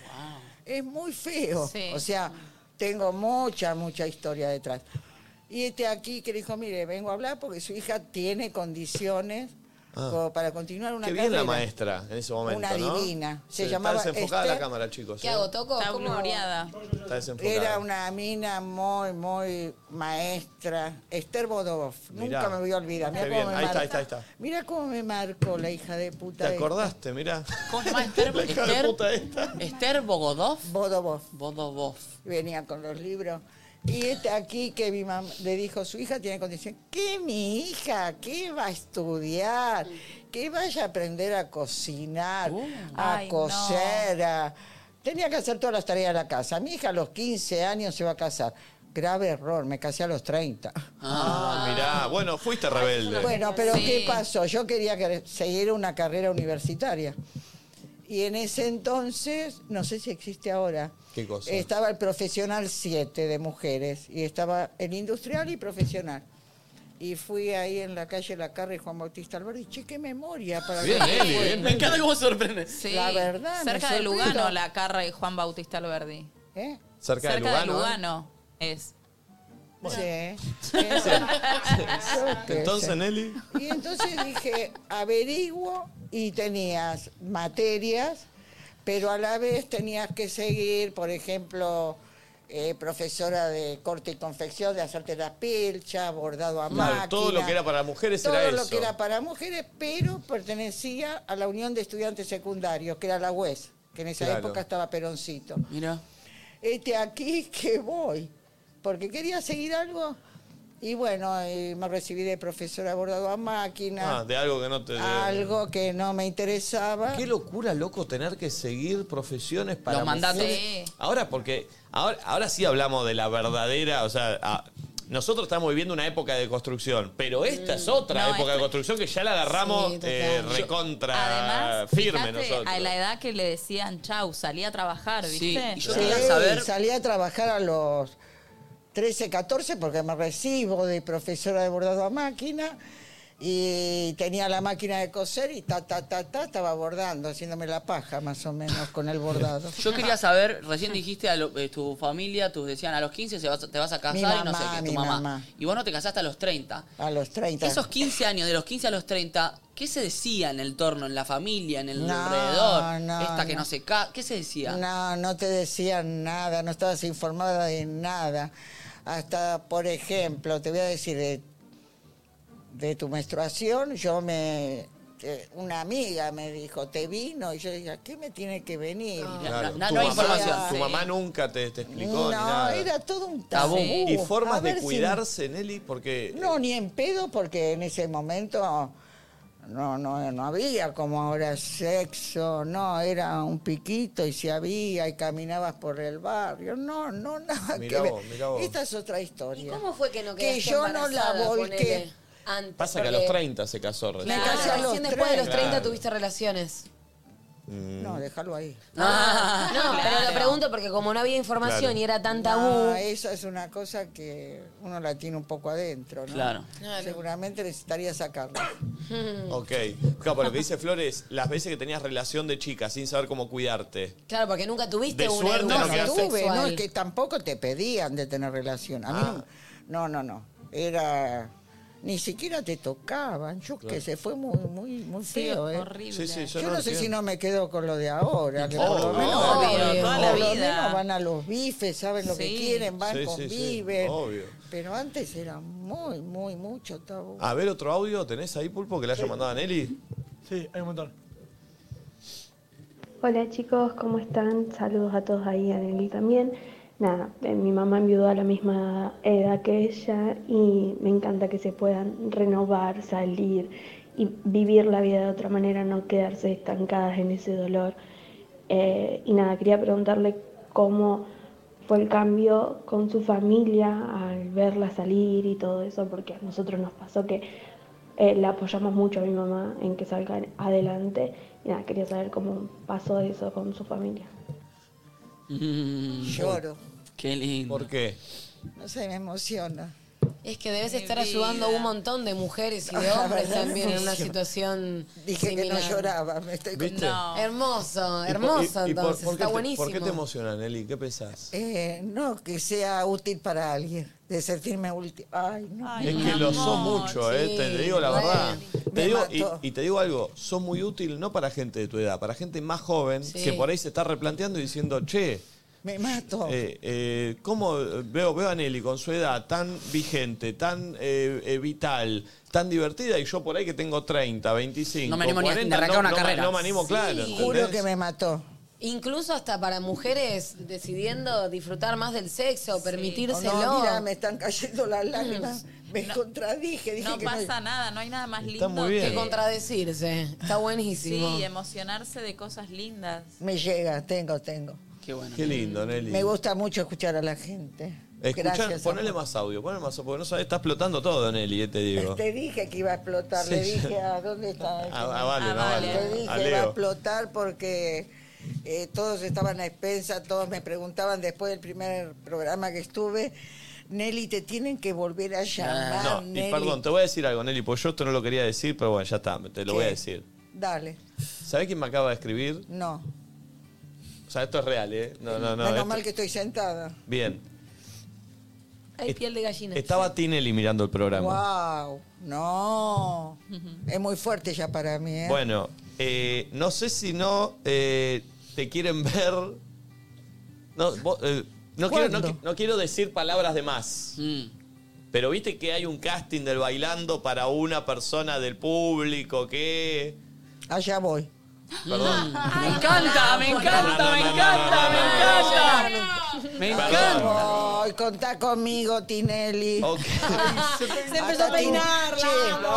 L: Es muy feo.
H: Sí.
L: O sea, tengo mucha, mucha historia detrás. Y este aquí que dijo, mire, vengo a hablar porque su hija tiene condiciones
A: Ah.
L: como para continuar una
A: Qué bien la
L: carrera.
A: maestra en ese momento,
L: Una
A: ¿no?
L: divina. Se
A: está
L: llamaba
A: desenfocada
L: Esther.
A: la cámara, chicos. ¿eh?
L: Toco?
C: Está gloriada.
A: Está desenfocada.
L: Era una mina muy, muy maestra. Esther Bodoff.
A: Mirá.
L: Nunca me voy a olvidar. Mirá
A: Qué
L: cómo
A: bien.
L: me
A: Ahí está,
L: marcó.
A: ahí está, ahí está.
L: Mirá cómo me marcó la hija de
A: ¿Te
L: puta. esta.
A: acordaste? Mirá. [laughs]
B: Esther,
A: hija de puta
B: Esther Bogodov.
L: Bodobov.
B: Bodobov.
L: Venía con los libros. Y este aquí que mi mamá le dijo, su hija tiene condición. ¿Qué mi hija? ¿Qué va a estudiar? Que vaya a aprender a cocinar, a
H: Ay, no.
L: coser. a- Tenía que hacer todas las tareas de la casa. Mi hija a los 15 años se va a casar. Grave error, me casé a los 30.
A: Ah, mirá. Bueno, fuiste rebelde.
L: Bueno, pero ¿qué pasó? Yo quería que- seguir una carrera universitaria. Y en ese entonces, no sé si existe ahora,
A: ¿Qué cosa?
L: estaba el profesional 7 de mujeres y estaba el industrial y profesional. Y fui ahí en la calle La Carre Juan Bautista Alberdi. Che, qué memoria para
B: Bien,
L: lo que
B: Eli,
L: fue.
B: bien. Me
L: [laughs]
B: encanta cómo sorprende.
C: Sí.
L: La verdad, me
C: Cerca de
L: sorprendo.
C: Lugano, la Carra y Juan Bautista Alberdi.
L: ¿Eh?
A: Cerca de
C: de
A: Lugano, ¿eh?
C: Lugano es. [laughs]
L: Sí.
A: Entonces, Nelly.
L: Y entonces dije, averiguo y tenías materias, pero a la vez tenías que seguir, por ejemplo, eh, profesora de corte y confección, de hacerte las pilchas, bordado a
A: Claro,
L: máquina.
A: todo lo que era para mujeres
L: Todo
A: era
L: lo
A: eso.
L: que era para mujeres, pero pertenecía a la Unión de Estudiantes Secundarios, que era la UES, que en esa
H: Claro.
L: época estaba Peroncito
B: Mira.
L: este aquí [laughs] que voy, porque quería seguir algo. Y bueno, y me recibí de profesora bordado a máquina,
A: Ah, de algo que no te.
L: algo que no me interesaba.
A: Qué locura, loco, tener que seguir profesiones para.
B: Los mandatos.
A: mujeres.
B: Sí.
A: Ahora, porque. Ahora, ahora sí hablamos de la verdadera. O sea, a- nosotros estamos viviendo una época de construcción, pero esta es otra
C: No,
A: época de construcción que ya la agarramos
C: Sí, total.
A: eh, recontra
C: Además,
A: firme
C: fíjate
A: nosotros.
C: a la edad que le decían, chau, salí a trabajar, ¿viste?
L: Sí, Salí a trabajar a los 13, 14 porque me recibo de profesora de bordado a máquina y tenía la máquina de coser y ta, ta, ta, ta, estaba bordando, haciéndome la paja más o menos con el bordado.
B: Yo [laughs] quería saber, recién dijiste a lo- eh, tu familia, tus decían a los 15 se vas- te vas a casar
L: Mi
B: y no sé
L: mamá,
B: qué, tu
L: mi
B: mamá.
L: mamá.
B: Y vos no te casaste a los 30.
L: A los 30.
B: Esos 15 años, de los 15 a los 30, ¿qué se decía en el torno, en la familia, en el
L: No,
B: alrededor?
L: no,
B: Esta que no,
L: no.
B: se casa, ¿qué se decía?
L: No, no te decían nada, no estabas informada de nada. Hasta, por ejemplo, te voy a decir, eh, de tu menstruación, yo me... eh, Una amiga me dijo, ¿te vino? Y yo dije, ¿qué me tiene que venir?
A: Claro,
L: O
A: tu
L: sea,
A: mamá, Tu mamá nunca te, te explicó
L: No,
A: ni nada.
L: era todo un
A: Tabú.
L: tabú.
A: Y formas
L: A ver
A: de
L: si-
A: cuidarse, Nelly, porque. eh,
L: No, ni en pedo, porque en ese momento no, no, no había como ahora sexo, no, era un piquito y si había y caminabas por el barrio, no, no, nada
A: Mirá
L: que ver.
A: vos, mirá vos.
L: Esta es otra historia.
D: ¿Cómo fue que no
L: Que
D: quedaste
L: yo no la
D: embarazada,
L: volqué.
D: ponele, Antes,
A: Pasa que a los 30 se casó recién.
D: Claro, recién después de los 30
A: Claro.
D: tuviste relaciones.
A: Mm.
L: No, déjalo ahí.
D: Ah, no, pero lo pregunto porque como no había información
L: Claro.
D: y era tan
L: No,
D: tabú.
L: eso es una cosa que uno la tiene un poco adentro, ¿no?
A: Claro.
L: Seguramente necesitaría
D: [laughs]
L: sacarla.
A: Ok. Claro, pero lo que dice Flores, las veces que tenías relación de chica sin saber cómo cuidarte.
D: Claro, porque nunca tuviste
A: De
D: una
A: suerte no
D: educación
A: quedaste.
L: tuve,
D: sexual.
L: no, es que tampoco te pedían de tener relación. A mí
A: Ah.
L: no, no, no. Era ni siquiera te tocaban. Yo que se fue muy muy muy feo, ¿eh?
A: horrible. Sí, sí, yo
L: yo
A: no
L: no, sé
A: entiendo.
L: si no me quedo con lo de ahora, que por lo
A: Obvio,
L: menos,
A: obvio, toda la
L: por lo
A: vida.
L: menos van a los bifes, saben lo
A: Sí.
L: que quieren, van,
A: Sí, sí, sí,
L: conviven.
A: obvio.
L: Pero antes era muy, muy, mucho tabú.
A: A ver, otro audio, ¿tenés ahí, Pulpo, que le haya mandado a Nelly?
T: Sí, hay un montón.
K: Hola chicos, ¿cómo están? Saludos a todos ahí, a Nelly también. Nada, eh, mi mamá enviudó a la misma edad que ella y me encanta que se puedan renovar, salir y vivir la vida de otra manera, no quedarse estancadas en ese dolor. Eh, y nada, quería preguntarle cómo fue el cambio con su familia al verla salir y todo eso, porque a nosotros nos pasó que eh, la apoyamos mucho a mi mamá en que salga adelante. Y nada, quería saber cómo pasó eso con su familia.
L: Lloro.
B: Mm. Qué lindo.
A: ¿Por qué?
L: No sé, me emociona.
D: Es que debes
L: Mi
D: estar
L: vida.
D: ayudando a un montón de mujeres y
L: [laughs]
D: de
L: La
D: hombres
L: verdad,
D: también en una
L: sí.
D: situación
L: Dije que no
D: similar.
L: lloraba, me estoy
A: ¿Viste? No.
D: Hermoso,
A: ¿Y por-
D: hermoso
A: y- y por-
D: entonces,
A: por qué
D: está
A: te-
D: buenísimo.
A: ¿Por qué te emociona, Nelly? ¿Qué pensás?
L: Eh, no, que sea útil para alguien, de sentirme útil. Ay, no.
A: es que lo sos mucho, eh, te, te digo la
L: Bueno,
A: verdad. Te
L: me
A: digo,
L: mató.
A: y, y te digo algo, sos muy útil no para gente de tu edad, para gente más joven
L: Sí.
A: que por ahí se está replanteando y diciendo, che,
L: Me mato.
A: eh, eh, ¿cómo veo, veo a Nelly con su edad tan vigente, tan eh, eh, vital, tan divertida y yo por ahí que tengo 30, 25,
B: No me animo ni a- ni
A: 40,
B: arrancar
A: no-
B: una
A: no me-
B: carrera.
A: No me animo,
B: Sí.
A: claro.
L: Juro
A: ¿entendés?
L: que me mató.
D: Incluso hasta para mujeres decidiendo disfrutar más del sexo, permitírselo.
L: Oh, No, mira, me están cayendo las lágrimas. Me contradije, dije
C: No
L: que no-
C: pasa nada, no hay nada más lindo
L: Está muy bien.
C: que
D: Que contradecirse. Está buenísimo.
C: Sí, emocionarse de cosas lindas.
L: Me llega, tengo, tengo.
B: Qué bueno.
A: Qué lindo, Nelly.
L: Me gusta mucho escuchar a la gente.
A: Escuchá,
L: Gracias.
A: ponele
L: amor.
A: más audio, ponele más audio, porque no sabes, está explotando todo, Nelly, eh, te digo.
L: Te dije que iba a explotar,
A: Sí.
L: le dije a dónde está.
A: A- a Vale, no, Vale.
L: Te dije
A: a
L: iba a
A: Leo.
L: explotar porque eh, todos estaban a expensa, todos me preguntaban después del primer programa que estuve. Nelly, te tienen que volver a llamar.
A: No,
L: Nelly.
A: y perdón, te voy a decir algo, Nelly, porque yo esto no lo quería decir, pero bueno, ya está, te lo voy a decir.
L: Dale,
A: ¿Sabés quién me acaba de escribir?
L: no.
A: O sea, esto es real, ¿eh? No, no, no.
L: Menos
A: esto-
L: mal que estoy sentada.
A: Bien.
D: Hay piel de gallina.
A: Estaba Tinelli mirando el programa.
L: Wow, no. Es muy fuerte ya para mí, ¿eh?
A: Bueno, eh, no sé si no eh, te quieren ver. No, vos, eh, no, quiero, no,
L: ¿Cuándo?
A: qui- no quiero decir palabras de más. Pero viste que hay un casting del bailando para una persona del público que.
L: Allá voy.
A: Perdón.
B: Me encanta, me encanta, me encanta, me encanta. Me encanta.
L: Ay, contá conmigo, Tinelli. [laughs]
D: Se empezó a peinar.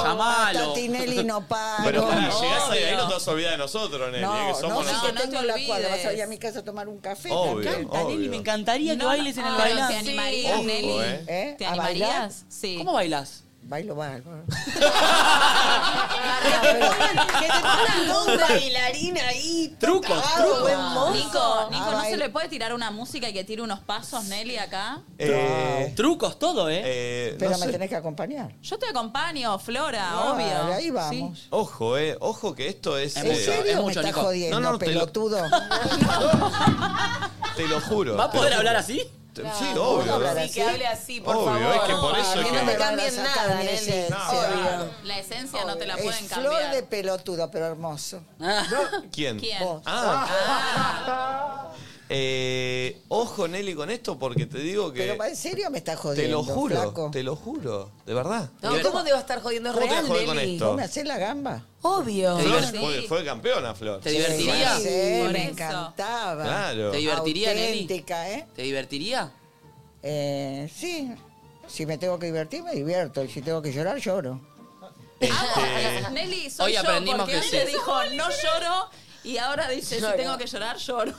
B: Llamalo.
L: Hasta Tinelli no
A: [laughs]
L: paro.
A: Pero pará, llegás ahí,
L: Obvio.
A: ahí no te vas a olvidar de nosotros, Nelly.
L: No,
A: eh, que somos
L: no, si te
A: nosotros.
L: tengo
C: te
L: la
C: olvides.
L: cuadra, vas a ir a mi casa a tomar un café.
A: Obvio,
L: me encanta.
A: obvio.
B: Me encantaría que bailes en el
C: no,
B: bailando.
C: ¿te animarías,
B: Sí.
C: Nelly?
B: Ojo, eh.
L: ¿Eh?
C: ¿Te
L: ¿A bailar?
C: animarías? Sí.
B: ¿Cómo bailas?
L: Bailo,
B: Eh.
L: bailo.
D: Que te pongan un bailarín ahí.
B: Trucos,
D: tocado,
B: trucos.
D: buen mozo.
C: Nico, Nico,
D: Ah,
C: ¿no se
D: baila.
C: le puede tirar una música y que tire unos pasos, Nelly, acá?
A: Eh,
B: Trucos, todo, ¿eh?
A: eh,
L: Pero
A: no
L: me
A: sé.
L: tenés que acompañar.
C: Yo te acompaño, Flora,
L: Ah,
C: obvio.
L: ahí vamos.
A: Ojo, eh. Ojo que esto es.
L: ¿En
A: eh,
L: serio me estás
A: Nico.
L: jodiendo,
A: No, no, te lo,
L: pelotudo?
A: [laughs] te lo juro.
B: ¿Va a
A: te
B: poder
A: lo
B: hablar
A: juro.
B: así?
A: Te- Sí, obvio.
D: Sí, que hable así, por
A: Obvio,
D: favor.
A: es que por eso es
D: que no
A: que-
D: te
L: Van
D: cambien
L: a sacar
D: nada,
L: mi
D: Nelly.
L: esencia.
D: Obvio.
C: La esencia no te la
L: Es
C: pueden
L: flor
C: cambiar. Ah,
L: de pelotudo, pero hermoso.
A: ¿Quién?
C: ¿Quién?
A: Ah. Eh, ojo, Nelly, con esto porque te digo que.
L: Pero ¿en serio me estás jodiendo?
A: Te lo juro,
L: flaco?
A: te lo juro, de verdad.
D: No,
A: Mira,
D: ¿cómo te va a estar jodiendo? Es
A: ¿Cómo te
D: real,
A: jode con
D: Nelly.
A: esto? ¿Vos me
L: hacés la gamba?
D: Obvio.
A: Flor fue, fue campeona, Flor.
B: ¿Te divertirías?
L: Sí,
B: Por
L: me
B: eso.
L: encantaba.
A: Claro. ¿Te
B: divertiría, Nelly?
L: Auténtica, ¿eh?
B: ¿Te divertiría?
L: Eh, sí. Si me tengo que divertir, me divierto. Y si tengo que llorar, lloro.
C: Nelly, soy
L: Hoy
C: yo,
L: aprendimos
C: porque
L: que
C: antes
L: sí.
C: dijo no lloro y ahora dice
L: Lloro.
C: si tengo que llorar,
L: [laughs]
C: lloro.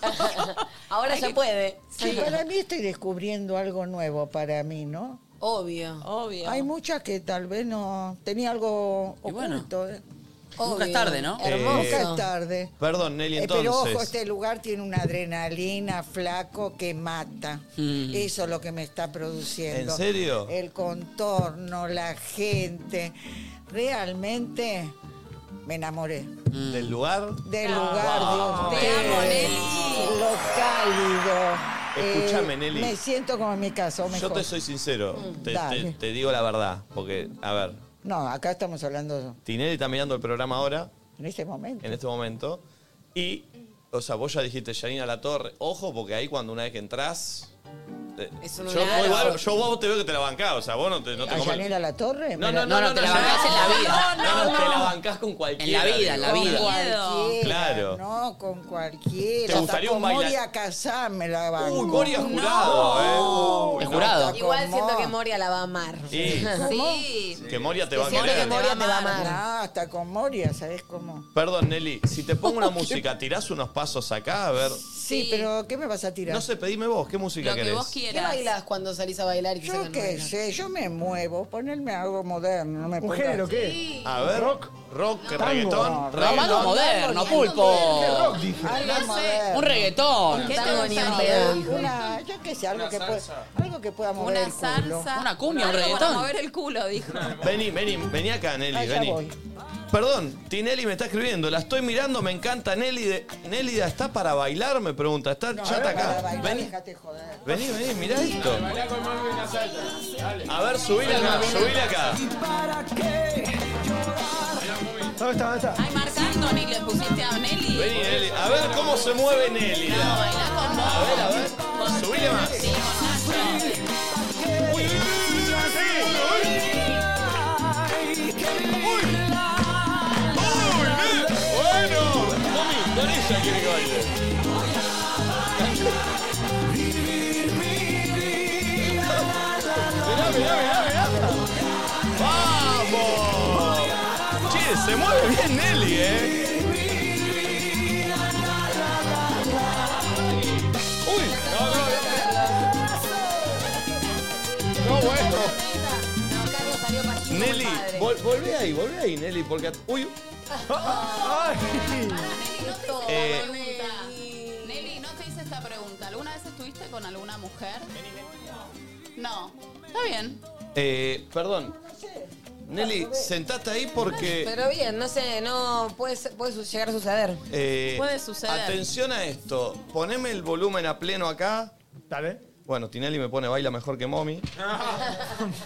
C: [laughs]
D: Ahora
C: Hay
D: se
C: que-
D: puede.
L: Sí, para mí estoy descubriendo algo nuevo para mí, ¿no?
D: Obvio.
C: Obvio.
L: Hay muchas que tal vez no tenía algo
B: bueno.
L: oculto. ¿eh?
B: Nunca es tarde, ¿no?
L: Nunca es tarde.
A: Eh, Perdón, Nelly,
L: Eh, pero
A: entonces.
L: ojo, este lugar tiene una adrenalina flaco que mata.
A: Mm.
L: Eso es lo que me está produciendo.
A: ¿En serio?
L: El contorno, la gente. Realmente me enamoré
A: ¿Del lugar?
L: del lugar de ustedes. Lo cálido.
A: Escúchame, Nelly.
L: Me siento como en mi casa. o
A: Yo
L: mejor. Mm,
A: te soy sincero, te, te-
L: Dale.
A: te digo la verdad, porque, a ver,
L: No, acá estamos hablando
A: Tinelli está mirando el programa ahora,
L: en este momento.
A: en este momento, y, o sea, vos ya dijiste, Yanina La Torre, ojo, porque ahí cuando una vez que entras... eh,
L: Es
A: yo,
L: un
A: vos,
L: halago.
A: igual- yo vos te veo que te la bancás, o sea, vos no te, no te
L: ¿A
A: comes-
L: Yanela La Torre?
A: No,
L: Me
A: no, no, no, no,
L: la
A: no,
L: bancás en la
A: no,
L: vida.
A: No, no,
L: No,
A: te
L: no.
A: la bancás con cualquiera.
B: En la vida, en la
A: digo.
B: vida.
L: Con
A: Miedo.
L: cualquiera.
A: Claro.
L: No, con cualquiera.
A: ¿Te gustaría
L: Hasta
A: un
L: con
A: baila-
L: Moria Casá me la banco.
A: Uy, Moria es jurado, ¿eh? Uy, no.
D: Igual siento que Moria la va a amar.
L: [laughs]
A: Sí.
D: Sí.
A: Que Moria te va a
D: siento
A: querer.
D: que Moria te va a amar.
L: No, hasta con Moria, ¿sabes cómo?
A: Perdón, Nelly, si te
L: [laughs]
A: pongo una música, tirás unos pasos acá, a ver.
L: Sí, pero ¿qué me vas a tirar?
A: No sé, pedime vos, ¿qué música querés?
D: ¿Qué bailas cuando salís a bailar y te
L: Yo
D: sacan
L: qué
D: bailar?
L: sé, yo me muevo, ponerme algo moderno, no me
D: ¿Un
L: pongas-
D: género qué?
A: A ver, rock, rock,
L: Tango.
A: reggaetón,
L: No,
A: reggaetón.
B: Algo moderno, pulpo. No sé, Un reggaetón.
L: ¿Qué
D: Tango ni en
L: gustaría?
D: pedo,
L: Una, yo qué sé, algo que pueda, algo que pueda mover
C: Una
L: el culo.
C: salsa.
B: Una cumbia, un
C: Algo
B: reggaetón.
C: Para mover el culo, dijo.
A: [laughs] Vení, vení, vení acá, Nelly,
C: Ah, ya
A: vení.
C: voy.
A: Perdón, Tinelli me está escribiendo, la estoy mirando, me encanta Nelly. De, Nelly, ¿está para bailar? Me pregunta, está
L: No,
A: chata
L: para
A: acá.
L: bailar,
A: Vení,
L: déjate joder.
A: vení, vení, mirá esto.
G: Bailá con mami una salsa. Dale.
A: A ver, subile acá, subile acá.
F: ¿Dónde está? ¿Dónde está?
C: Ay, Marc Anthony, le pusiste a Nelly.
A: Vení, Nelly. A ver cómo se mueve Nelly. A ver, a ver. Subile más. Bueno, mami, con ella quiere que baile. Mirá, mirá, mirá, mirá. ¡Vamos! Che, se mueve bien Nelly, ¿eh? ¡Uy! No, no, no. No, bueno. Nelly, vol- volvé ahí, volvé ahí, Nelly, porque... at- ¡Uy! Eh,
C: Nelly, no te hice esta pregunta. ¿Alguna vez estuviste con alguna mujer? No. Está bien.
A: eh, perdón. Nelly, sentate ahí porque...
D: Pero bien, no sé, no puede, ser- puede su- llegar a suceder.
A: eh,
D: Puede suceder.
A: Atención a esto. Poneme el volumen a pleno acá. Dale. Bueno, Tinelli me pone baila mejor que mommy.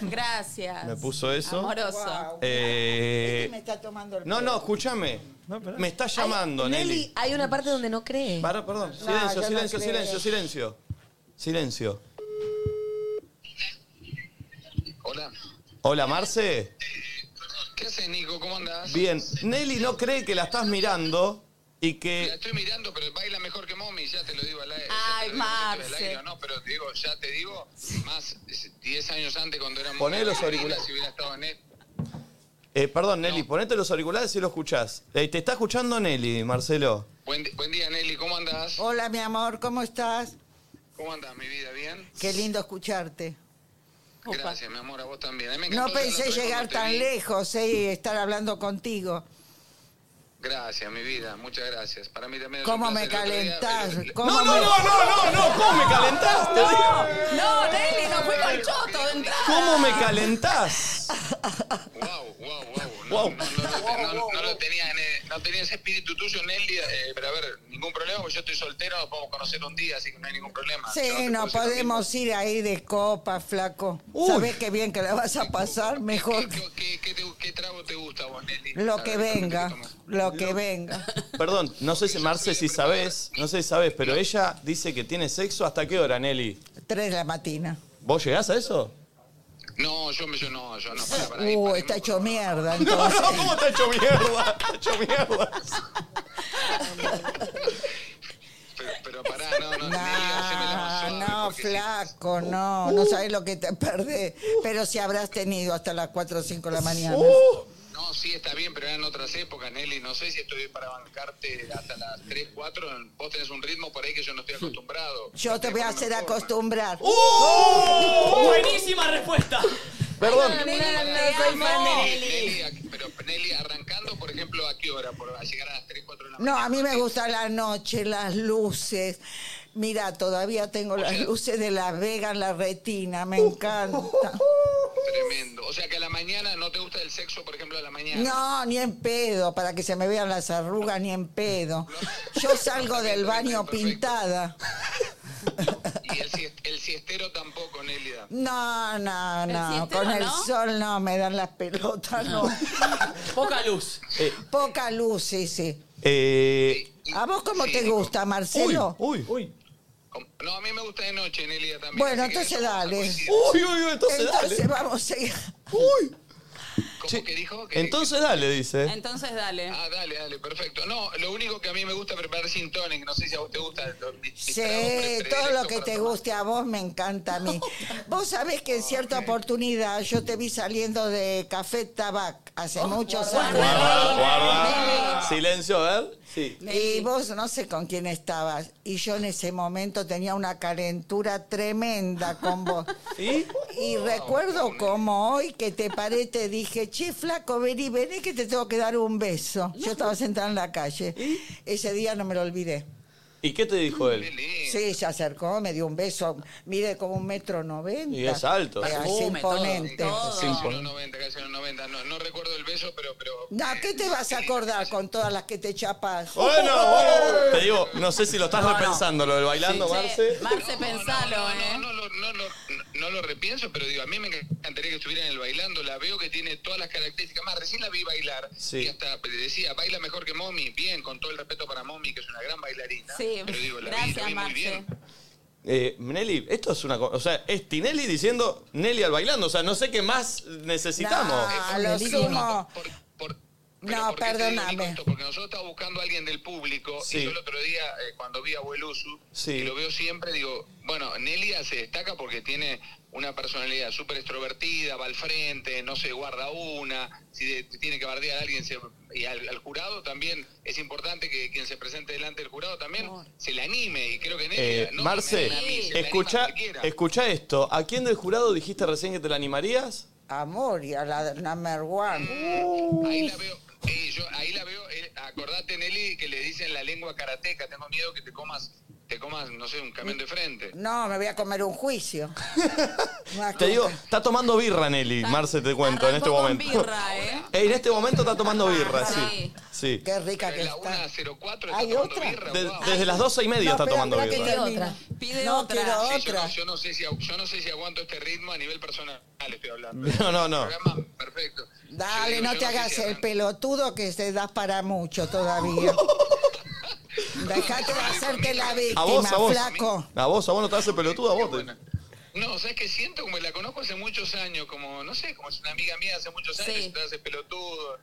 C: Gracias.
A: Me puso eso.
C: Amoroso.
A: Eh,
L: Me está tomando el
A: no, no, escúchame. Me está llamando, Nelly.
D: Hay una parte donde no cree.
A: Pará, perdón.
D: No,
A: Silencio,
D: yo no
A: silencio,
D: creo.
A: silencio, silencio. Silencio.
J: Hola.
A: Hola, Marce.
J: ¿Qué haces, Nico? ¿Cómo andás?
A: Bien. Nelly no cree que la estás mirando y
J: La
A: que.
J: estoy mirando, pero baila mejor que mommy, ya te lo digo al aire.
C: Ay,
J: Eh, ya te lo digo, esto es
C: Marce.
J: al aire o no, pero te digo, ya te digo, más es- 10 años antes cuando éramos...
A: Poné los auriculares.
J: Si hubiera estado en él.
A: Eh, perdón, Nelly, ponete los auriculares y lo escuchás. Eh, te está escuchando Nelly, Marcelo.
J: Buen, di- buen día, Nelly, ¿cómo andás?
L: Hola, mi amor, ¿cómo estás?
J: ¿Cómo andás, mi vida? ¿Bien?
L: Qué lindo escucharte.
J: Gracias, mi amor, a vos también. A mí me
L: No
J: encantó ya la
L: pensé
J: otra vez
L: llegar
J: cuando te
L: tan
J: vi.
L: lejos eh, y estar hablando contigo.
J: Gracias, mi vida, muchas gracias. Para mí también... es un
L: ¿Cómo me
J: placer. El otro día-
L: calentás? ¿Cómo
J: No, no,
L: me-
J: no, no, no, no, ¿cómo me calentás? Te digo.
C: No, Nelly, no fue con Choto de entrada.
A: ¿Cómo me calentás?
J: No, no, no, no, no lo tenía, en el- no tenía ese espíritu tuyo, Nelly, eh, pero a ver, ningún problema, porque yo estoy soltero, nos podemos conocer un día, así que no hay ningún problema. Yo
L: Sí,
J: te puedo
L: no
J: decir lo
L: podemos ir ahí de copa, flaco. ¿Sabés qué bien que la vas a pasar? Mejor
J: mismo. ¿Qué, qué te- qué trago te gusta a vos, Nelly?
L: lo
J: A
L: que
J: ver,
L: venga, lo que venga.
A: Perdón, no sé si Marce si sabes, no sé si sabes, pero ella dice que tiene sexo hasta qué hora, Nelly.
L: Tres de la matina.
A: ¿Vos llegás a eso?
J: No, yo, me- yo no, yo no. Para, para,
L: Uh, está hecho mierda.
J: No, [laughs] no,
L: entonces.
J: ¿cómo está hecho mierda? Está hecho mierda.
L: Ah, no, flaco, no. No sabes lo que te perdés. Pero si habrás tenido hasta las 4 o 5 de
J: Uh.
L: la mañana.
J: No, sí, está bien, pero eran otras épocas, Nelly. No sé si estoy para bancarte hasta las 3, 4. Vos tenés un ritmo por ahí que yo no estoy acostumbrado.
L: Yo te voy a hacer acostumbrar.
J: ¡Oh!
L: ¡Oh!
J: ¡Uh!
G: Buenísima respuesta.
A: ¡Oh! Perdón.
L: No, no,
J: Nelly,
L: no, soy fan de Nelly.
J: Nelly, a- pero Nelly, arrancando, por ejemplo, ¿a qué hora? Por, a llegar a las 3, 4 de la
L: No,
J: mañana.
L: a mí me gusta la noche, las luces. Mira, todavía tengo las luces de Las Vegas, en la retina,
J: Uh.
L: me encanta.
J: Tremendo. O sea que a la mañana no te gusta el sexo, por ejemplo, a la mañana.
L: No, ni en pedo, para que se me vean las arrugas, ni en pedo. Yo salgo del baño pintada.
J: Y el, sies- el siestero tampoco, Nelly.
L: No, no,
J: ¿El
L: no,
J: siestero
L: con el
J: no?
L: sol no, me dan las pelotas, no.
G: Poca luz.
J: Eh.
L: Poca luz, sí, sí.
A: Eh,
L: ¿A vos cómo te gusta, Marcelo?
A: Uy, uy.
J: No, a mí me gusta de noche, Nelia, también.
L: Bueno, entonces dale.
A: Uy, uy, uy, entonces dale.
L: Entonces vamos a seguir.
A: Uy.
J: ¿Cómo que dijo? Que-
A: Entonces dale, dice.
J: Entonces dale. Ah, dale, dale, perfecto. No, lo único que a mí me gusta es preparar sin tonic, no sé si a vos te gusta. lo- mi- mi trago
L: Sí,
J: predilecto
L: todo lo que
J: para
L: te
J: tomar.
L: guste a vos me encanta a mí. Vos sabés que en cierta oportunidad yo te vi saliendo de Café Tabac hace muchos años.
A: Oh, Guarda, guarda. Silencio, a ver. Sí.
L: Y vos no sé con quién estabas. Y yo en ese momento tenía una calentura tremenda con vos.
A: ¿Sí?
L: Y recuerdo como hoy que te paré, te dije, che, flaco, vení, vení que te tengo que dar un beso. Yo estaba sentada en la calle. Ese día no me lo olvidé.
A: ¿Y qué te dijo él?
L: Sí, se acercó, me dio un beso. Mide como un metro noventa.
A: Y es alto.
L: Es
A: Perfume, todo.
L: imponente.
A: Todo.
J: Casi unos 90, casi unos 90. No, no recuerdo el beso, pero. pero
L: No, ¿qué te vas a acordar con todas las que te chapas?
A: Bueno, bueno. Te digo, no sé si lo estás
J: No, no.
A: repensando, lo del bailando,
J: Sí.
A: Marce.
J: Marce, pensalo, ¿eh? No, no, no, no, no, no lo repienso, pero digo, a mí me encantaría que estuviera en el bailando. La veo que tiene todas las características. Más, recién la vi bailar.
A: Sí.
J: Y hasta le decía, baila mejor que Mommy. Bien, con todo el respeto para Mommy, que es una gran bailarina.
C: Sí,
J: Pero digo, la vi, la
C: gracias,
J: vi muy
C: Marce.
J: bien.
A: Eh, Nelly, esto es una. co- O sea, es Tinelli diciendo Nelly al bailando. O sea, no sé qué más necesitamos.
L: No, Ah, lo sumo. No, perdóname.
J: Porque nosotros estamos buscando a alguien del público.
A: Sí.
J: Y yo el otro día, eh, cuando vi a Abuelusu,
A: Sí.
J: que lo veo siempre, digo, bueno, Nelia se destaca porque tiene una personalidad súper extrovertida, va al frente, no se guarda una. Si de- tiene que bardear a alguien se- y al, al jurado también, es importante que quien se presente delante del jurado también se le anime. Y creo que Nelia.
A: Eh, Marce, escucha, escucha esto. ¿A quién del jurado dijiste recién que te la animarías?
L: Amor, y a la number one.
J: Uh. Ahí la veo, eh, yo ahí la veo, eh, acordate Nelly que le dicen la lengua karateca, tengo miedo que te comas, te comas, no sé, un camión de frente.
L: No, me voy a comer un juicio. Ah,
A: Te digo, está tomando birra, Nelly. Marce, te cuento, en este momento.
L: ¿eh?
A: Eh, en este momento está tomando
L: Ah,
A: birra, sí. Sí.
L: Qué rica que está. ¿Hay otra?
A: De- desde las doce y media está tomando
L: espera que
A: birra.
L: te otra.
C: Pide
L: no,
C: otra.
L: quiero
J: Sí, yo,
L: otra.
J: no, yo no sé si, agu- yo no sé si aguanto este ritmo a nivel personal, estoy hablando.
A: No, no, no.
L: Dale,
J: Yo
L: no
J: no sé
L: te hagas
J: si
L: el pelotudo que te das para
J: [laughs]
L: mucho todavía. Dejate de hacerte la víctima,
A: A vos, a vos.
L: flaco.
A: A vos, a vos no te hace pelotudo, a vos. te-
J: No, sabes que siento como la conozco hace muchos años, como, no sé, como es una amiga mía hace muchos años, y te hace pelotudo.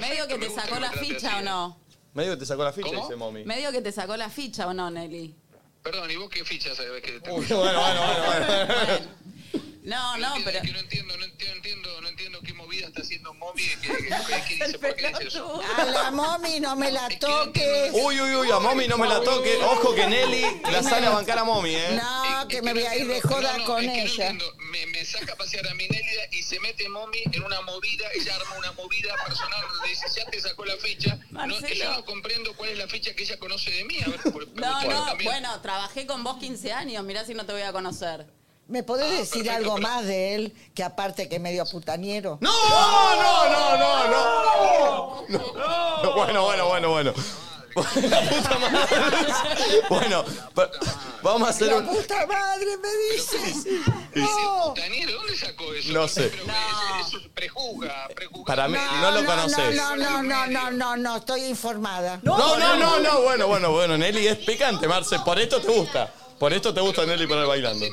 C: Medio que te sacó la ficha o no.
A: Medio que te sacó la ficha,
J: ¿Cómo?
A: dice mommy. [laughs]
C: Medio que te sacó la ficha o no, Nelly.
J: Perdón, ¿y vos qué ficha sabés que te
A: bueno, bueno, bueno,
J: [laughs]
A: bueno.
C: No, no, pero.
L: A la momi no me la toques.
A: Uy, uy, uy, a mommy no me la toque. Ojo que Nelly la sale a bancar a mommy, ¿eh?
L: No, que me voy a ir de joda con ella.
J: y se mete Mommy en una movida, ella arma una movida personal donde dice, ya te sacó la ficha. No, es que
C: Marcelo.
J: yo no comprendo cuál es la ficha que ella conoce de mí. A ver, por-
C: No,
J: por-
C: no,
J: también.
C: bueno, trabajé con vos 15 años, mirá si no te voy a conocer.
L: ¿Me podés decir algo más de él? Que aparte que medio putaniero.
A: ¡No! ¡No, no, no, no! Bueno, bueno, bueno, bueno. Bueno, pa- vamos a hacer
L: La
A: un.
L: puta madre me dice. No.
J: ¿Dónde sacó eso?
A: No sé.
J: Pero eso, eso prejuzga, prejuzga.
A: Para mí, no lo conoces.
L: No, no, no, no, no, no, estoy informada.
A: No, no, no, no, bueno, bueno, bueno, Nelly es picante, Marce, por esto te gusta. Por esto te gusta Nelly poner bailando.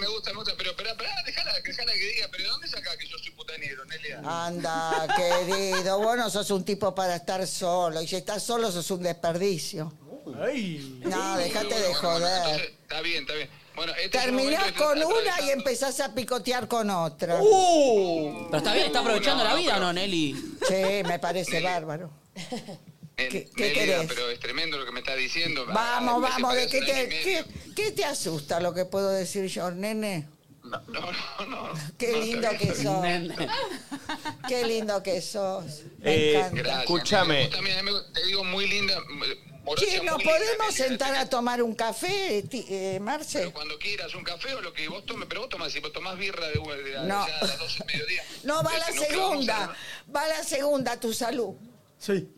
L: Anda, querido, vos no sos un tipo para estar solo. Y si estás solo sos un desperdicio. No, dejate de joder.
J: Está bien, está bien. Bueno, este es un
L: Terminás
J: momento
L: con
J: que-
L: una y empezás a picotear con otra.
J: Uh.
B: Pero está bien, está aprovechando la vida, ¿o no, Nelly?
L: Sí, me parece bárbaro.
J: Nel-
L: qué
J: Nelly,
L: querés?
J: Pero es tremendo lo que me estás diciendo.
L: Vamos,
J: Ah, empecé
L: vamos, ¿de
J: para
L: qué
J: hacer
L: te,
J: anime.
L: qué- qué te asusta lo que puedo decir yo, nene? Qué
J: No,
L: lindo
J: está
L: que
J: bien, está
L: sos.
J: bien.
L: Qué lindo que sos. Me
A: Eh,
L: encanta.
A: escúchame.
J: También, amigo, te digo, muy linda. eh, morocha,
L: Che, ¿nos
J: muy linda,
L: podemos sentar a tomar un café, ti- eh, Marce?
J: Cuando quieras, un café o lo que vos tomes, pero vos tomás, si vos tomás birra de de- de-
L: No.
J: ya a las 12 del mediodía.
L: No, va
J: Pero
L: la
J: si nunca vamos
L: segunda.
J: a-
L: Va la segunda a tu salud.
A: Sí.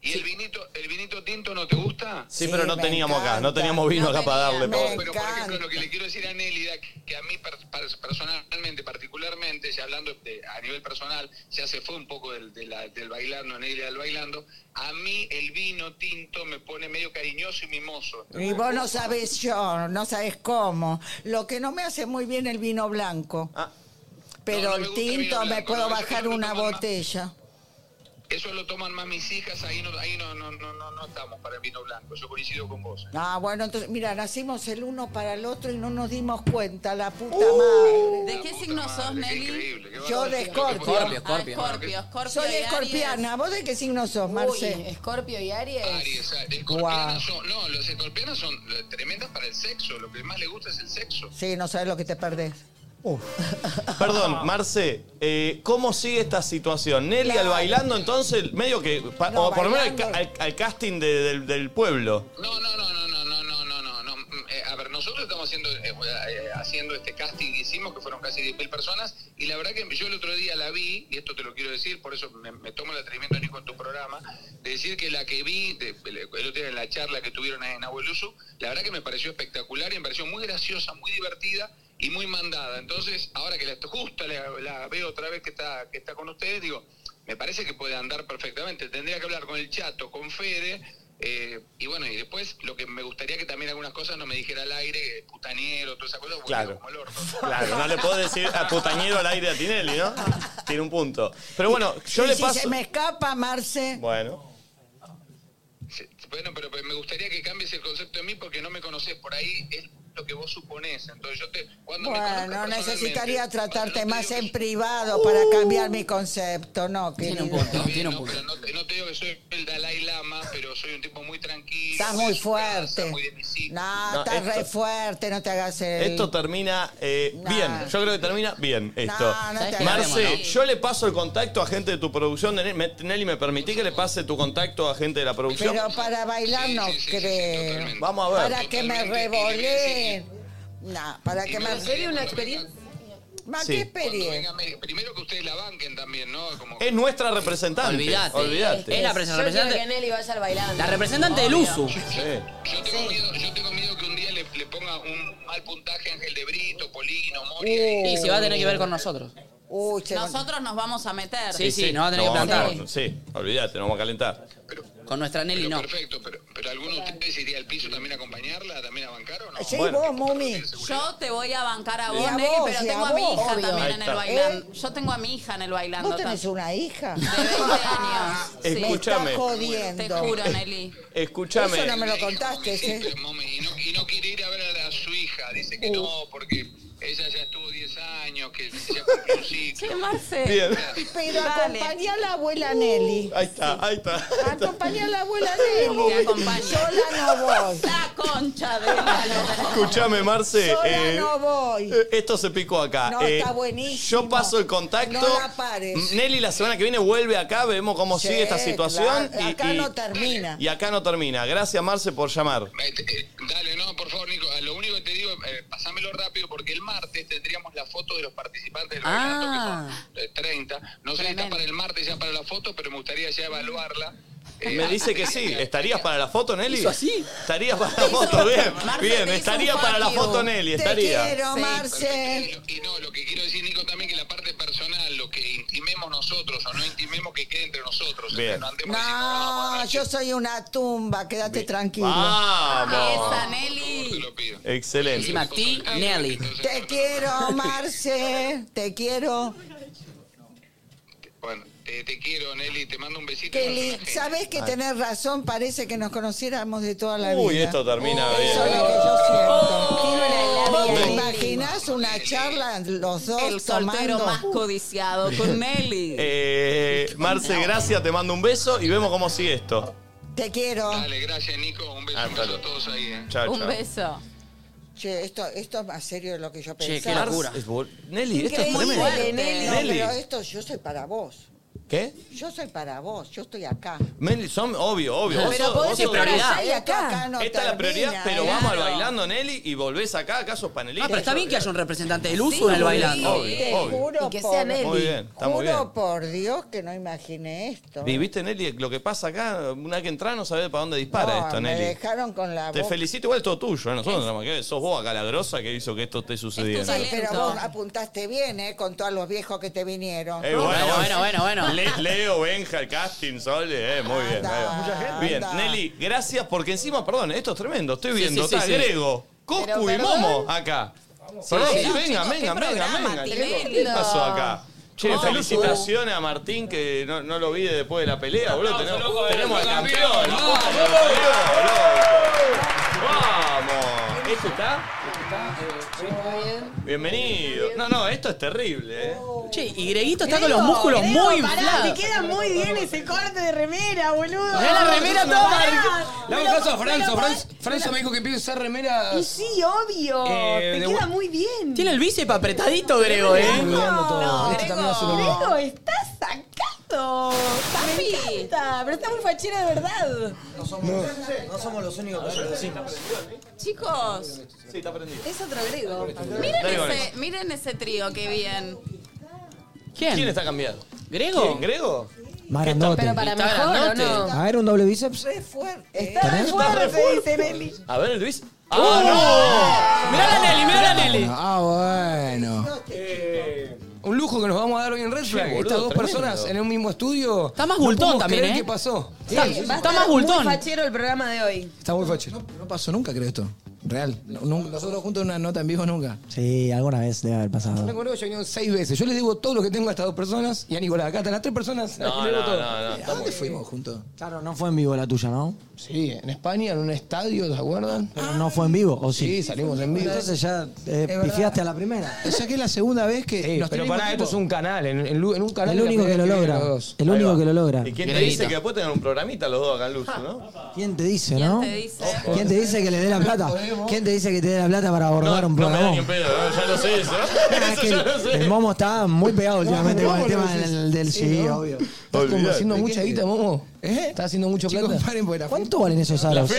J: ¿Y el vinito, el vinito tinto no te gusta?
A: Sí, pero no teníamos acá, no teníamos vino acá para darle.
J: No,
A: pobre.
J: pero por ejemplo, lo que le quiero decir a Nelly, que a mí per- per- personalmente, particularmente, ya hablando de- a nivel personal, ya se fue un poco del, de la- del bailando, Nelly al bailando, a mí el vino tinto me pone medio cariñoso y mimoso.
L: Y vos no sabés yo, no sabés cómo. Lo que no me hace muy bien el vino blanco.
A: Ah.
L: Pero el tinto me puedo bajar una botella.
J: Eso lo toman más mis hijas, ahí no, ahí no, no, no, no, no estamos para el vino blanco, yo coincido con vos.
L: Ah, bueno, entonces, mira, nacimos el uno para el otro y no nos dimos cuenta, la puta madre.
C: ¿De qué signo sos, Nelly?
L: Yo de Escorpio.
B: Escorpio,
C: Ah,
B: Escorpio.
C: Escorpio, Escorpio.
L: Soy
C: y Aries.
L: escorpiana. ¿Vos de qué signo sos, Marce?
D: Escorpio y Aries.
J: Aries, ah, escorpianas son- no, las escorpianas son eh, tremendas para el sexo, lo que más le gusta es el sexo.
L: Sí, no sabes lo que te perdés.
A: Perdón, Marce, eh, ¿cómo sigue esta situación? Nelly al bailando, entonces, medio que. pa-
J: No,
A: o por lo menos al, ca- al- al casting de- del, del pueblo.
J: Eh, a ver, nosotros estamos haciendo, eh, eh, haciendo este casting que hicimos, que fueron casi 10.000 personas, y la verdad que yo el otro día la vi, y esto te lo quiero decir, por eso me, me tomo el atrevimiento, Nico, en tu programa, de decir que la que vi, de- el otro día en la charla que tuvieron en Abuelusu, la verdad que me pareció espectacular y me pareció muy graciosa, muy divertida y muy mandada. Entonces, ahora que la, justo la, la veo otra vez que está, que está con ustedes, digo, me parece que puede andar perfectamente. Tendría que hablar con el Chato, con Fede, eh, y bueno, y después lo que me gustaría que también algunas cosas no me dijera al aire, eh, putaniero, toda esa cosa, porque
A: Claro.
J: como el orto.
A: Claro, no le puedo decir a putañero al aire a Tinelli, ¿no? Tiene un punto. Pero bueno, yo
L: Y
A: le
L: si
A: paso.
L: se me escapa, Marce.
A: Bueno.
J: Bueno, pero me gustaría que cambies el concepto de mí porque no me conoces. Por ahí es lo que vos suponés. Entonces yo te... Cuando me
L: Bueno,
J: conozcas
L: necesitaría
J: personalmente,
L: tratarte más en privado para cambiar mi concepto, ¿no, querido?
J: Tiene un punto. No, pero no te- no te digo que soy el Dalai Lama, pero soy un tipo muy tranquilo.
L: Estás muy fuerte. No,
A: No,
L: estás re
A: esto-
L: fuerte, no te hagas el...
A: Esto termina eh, bien. Yo creo que termina bien esto.
L: No, no te
A: Marce,
L: hagas.
A: yo le paso el contacto a gente de tu producción. de Nelly, me- Nelly, ¿me permití que le pase tu contacto a gente de la producción?
L: Pero para bailar no creo.
A: Vamos a ver.
L: Para que me revoleen. No, para que me...
D: Sería una experiencia.
L: Más
A: Sí.
L: que experiencia.
A: Es nuestra representante.
B: Olvidate.
A: Olvidate.
B: Es la
D: Yo
B: presen-
D: quiero que
B: representante.
D: Nelly vaya al bailando.
B: La representante del USU.
L: Uh.
B: Y se va a tener que ver con nosotros.
L: Uy, che,
C: Nosotros nos vamos a meter.
B: Sí, sí, nos va a tener que
A: vamos
B: plantar.
A: a- sí, olvídate, nos vamos a calentar.
B: Con nuestra Nelly no.
J: Perfecto, pero, pero ¿alguno de ustedes iría al piso también a acompañarla, también a bancar o no?
L: Sí, vos, Mumi.
C: Yo te voy a bancar a
L: Y
C: vos,
L: a
C: Nelly,
L: vos,
C: pero
L: y a
C: tengo a, mi
L: vos.
C: hija
L: Obvio. Eh.
C: también
A: Ahí
C: en
A: está.
C: el bailando. Yo tengo a mi hija en el bailando.
L: ¿Vos tenés
C: [laughs]
L: una hija?
A: Sí. Escúchame.
L: Me está jodiendo.
C: Te juro, Nelly.
A: Escúchame.
L: Eso no me lo contaste, ¿eh?
C: Che, Marce.
A: Bien.
L: Pero
C: Dale.
L: acompañá a la abuela Nelly.
A: Ahí está, ahí está.
L: Acompañá a la abuela Nelly.
C: Te acompaño.
L: Sola no voy.
C: La concha de la
A: Escúchame, Marce.
L: Sola
A: eh,
L: no voy.
A: eh, Esto se picó acá.
L: No,
A: Eh,
L: está buenísimo.
A: Yo paso el contacto.
L: No la pares.
A: Nelly la semana que viene vuelve acá, vemos cómo
L: Sí,
A: sigue esta situación.
L: claro.
A: y-
L: Acá
A: y-
L: no termina.
A: Y acá no termina. Gracias, Marce, por llamar.
J: Eh, Dale, no, por favor, Nico, Ah, lo único que te digo, eh, pasámelo rápido porque el martes tendríamos la foto de los participantes del
B: Ah.
J: bailato, que son eh, 30. No sé si está para el martes ya para la foto, pero me gustaría ya evaluarla.
A: Me dice que sí. ¿Estarías para la foto, Nelly?
M: ¿Hizo así?
A: Estarías para la [laughs] foto, bien.
M: Marce, te
A: Bien,
M: hizo
A: estaría
M: un
A: para la
M: fuck you.
A: foto, Nelly,
M: Te
A: estaría.
M: quiero,
A: Sí.
L: Marce.
A: Bien.
L: No, yo soy una tumba, quédate tranquilo.
C: Ah,
A: Vamos. Esa,
L: Nelly.
A: Excelente.
B: Encima, ti, Nelly.
L: Te quiero, Marce, te quiero.
J: Bueno, te, te quiero, Nelly, te mando un besito.
L: Que li- Sabés que
J: Ah.
L: tenés razón, parece que nos conociéramos de toda la
A: Uy,
L: vida.
A: esto termina
L: Uy,
A: bien.
L: eso es lo que yo
C: Oh.
L: ¿Te imaginás una charla los dos
C: El soltero
L: tomando?
C: más codiciado con Nelly.
A: Eh, Marce, gracias, te mando un beso y vemos cómo sigue esto.
L: Te quiero.
J: Dale, gracias, Nico. Un beso,
A: Ah,
J: un beso
A: dale.
J: a todos ahí, ¿eh?
A: Chao, chao.
L: beso. Che, esto, esto es más serio de lo que yo pensaba.
A: Es bol- Nelly, esto es
L: Increíble,
A: tremendo.
L: Nelly. No,
A: Nelly.
L: pero esto yo soy para vos.
A: ¿Qué?
L: Yo soy para vos, yo estoy acá.
A: Nelly, son, obvio, obvio.
L: Pero
A: Vos sos-
L: podés
A: vos
L: ir
A: sos
L: para
A: prioridad.
L: allá y acá, acá no
A: Esta es la prioridad,
L: termina,
A: pero
L: ¿eh?
A: vamos al
L: Claro.
A: bailando, Nelly, y volvés acá, acá sos panelista.
B: Ah, pero está bien que haya un representante del uso en el bailando.
L: Te
A: Obvio, obvio.
L: juro
B: Y que
L: por,
B: sea Nelly.
A: Muy bien, está muy
L: juro
A: bien.
L: por Dios que no imaginé esto.
A: Y viste, Nelly, lo que pasa acá, una vez que entras no sabés para dónde dispara
L: No,
A: esto,
L: me
A: Nelly.
L: dejaron con la
A: Te
L: boca.
A: felicito, igual es todo tuyo, ¿eh? nosotros nada más que sos vos acá la grosa que hizo que esto esté sucediendo.
L: Sí, pero vos apuntaste bien, ¿eh? Con todos los viejos que te vinieron.
A: Eh, bueno, bueno, bueno, bueno. Le- Leo, Benja, el casting, Sole, eh, muy bien. Mucha gente. Bien, Nelly, gracias porque encima, perdón, esto es tremendo, estoy
M: Sí,
A: viendo,
M: sí, sí,
A: está
M: sí.
A: Grego,
M: Pero,
A: Coscu y
M: perdón.
A: Momo acá. Perdón,
M: Sí,
A: sí,
M: sí.
A: venga,
M: Chicos,
A: venga,
M: qué
A: venga,
M: programa,
A: venga.
M: tremendo.
A: ¿Qué pasó acá? Che,
M: Momo.
A: felicitaciones a Martín que no, no lo vi después de la pelea, boludo. Tenemos, tenemos al campeón.
M: ¡Vamos!
A: Vamos. ¿Este está? Bienvenido. No, no, esto es terrible, eh.
B: Che, y Greguito
A: está con los músculos muy inflados.
D: Te queda muy bien ese corte de remera, boludo.
B: Mirá la remera
D: Pará.
B: toda
D: Pará.
M: Le hago caso a Franzo. Franz- Franzo me dijo que empiece a usar remeras.
D: Y sí, obvio.
M: Eh,
D: te
M: de
D: queda
M: bu-
D: muy bien.
B: Tiene el bíceps apretadito, Grego, ¿eh?
M: No, Esto también hace lo mismo.
D: Grego, estás sacado. Me encanta, pero está muy fachera de verdad.
H: No somos los únicos que lo decimos.
C: Chicos,
A: Sí, está prendido.
D: es otro Grego.
C: miren
A: Dale con
C: ese, miren ese trío, qué bien.
A: ¿Quién? está cambiado?
B: ¿Grego?
A: ¿Quién? ¿Grego?
H: Más grandote.
C: Pero para ¿Está mejor,
A: grandote? ¿o no?
H: A ver, un doble bíceps.
L: Re fuerte. ¿eh?
H: re
L: Está
H: fuerte,
L: dice Nelly.
A: A ver, Luis. ¡Ah, no!
M: Mirá la
A: Nelly, ¡Oh! mirá la Nelly.
H: Ah, bueno.
M: Un lujo que nos vamos a dar hoy en Red
H: Sí,
M: Flag.
H: boludo,
M: Estas dos
H: tremendo.
M: personas en un mismo estudio.
B: Está más
M: No
B: bultón
M: podemos
B: también,
M: creer
B: ¿eh?
M: qué pasó.
H: Sí,
M: Sí, sí, sí.
H: va a
M: Está
H: estar
M: más bultón.
H: muy
D: fachero el programa de hoy.
H: Está muy fachero.
M: No pasó nunca, creo esto. Real. No, no, nosotros juntos en una nota en vivo nunca.
H: Sí, alguna vez debe haber pasado.
M: Hablando con ellos, ya vinieron seis veces. Yo les digo todo lo que tengo a estas dos personas y a Nicolás. Acá están las tres personas.
A: No,
M: las que le digo
A: no,
M: todo.
A: no, no, está
M: ¿A dónde
A: muy
M: fuimos juntos?
H: Claro, no fue en vivo la tuya, ¿no?
M: Sí, en España, en un estadio, ¿se acuerdan?
H: Pero no fue en vivo, ¿o sí?
M: Sí, salimos en vivo.
H: Entonces ya eh,
M: verdad.
H: pifiaste a la primera.
M: Ya que es la segunda vez que. nos
H: pero
M: tenemos
H: pará, esto
M: tipo-
H: es
M: en un canal. En, un canal.
H: El único que lo logra. El único que lo logra.
A: ¿Y quién te dice que después tengan un programita los dos acá en Luz, no?
H: ¿Quién te dice, no? ¿Quién te dice que le dé la plata?
M: eh,
H: ¿Quién te dice que te dé la plata para abordar un
A: No me da
H: programa?
A: ni en pedo, ¿no? ya
H: [laughs]
A: lo sé eso. Eso ya lo sé.
H: El momo está muy pegado últimamente con el
M: ¿cómo lo
H: tema
M: decís?
H: del, del
M: Sí,
H: sí,
M: ¿no?
H: obvio.
M: Estás como haciendo
H: ¿De
M: mucha
H: qué?
M: guita, Momo. ¿Eh? Estás haciendo mucho plata. paren, porque la
H: ¿Cuánto valen esos aros?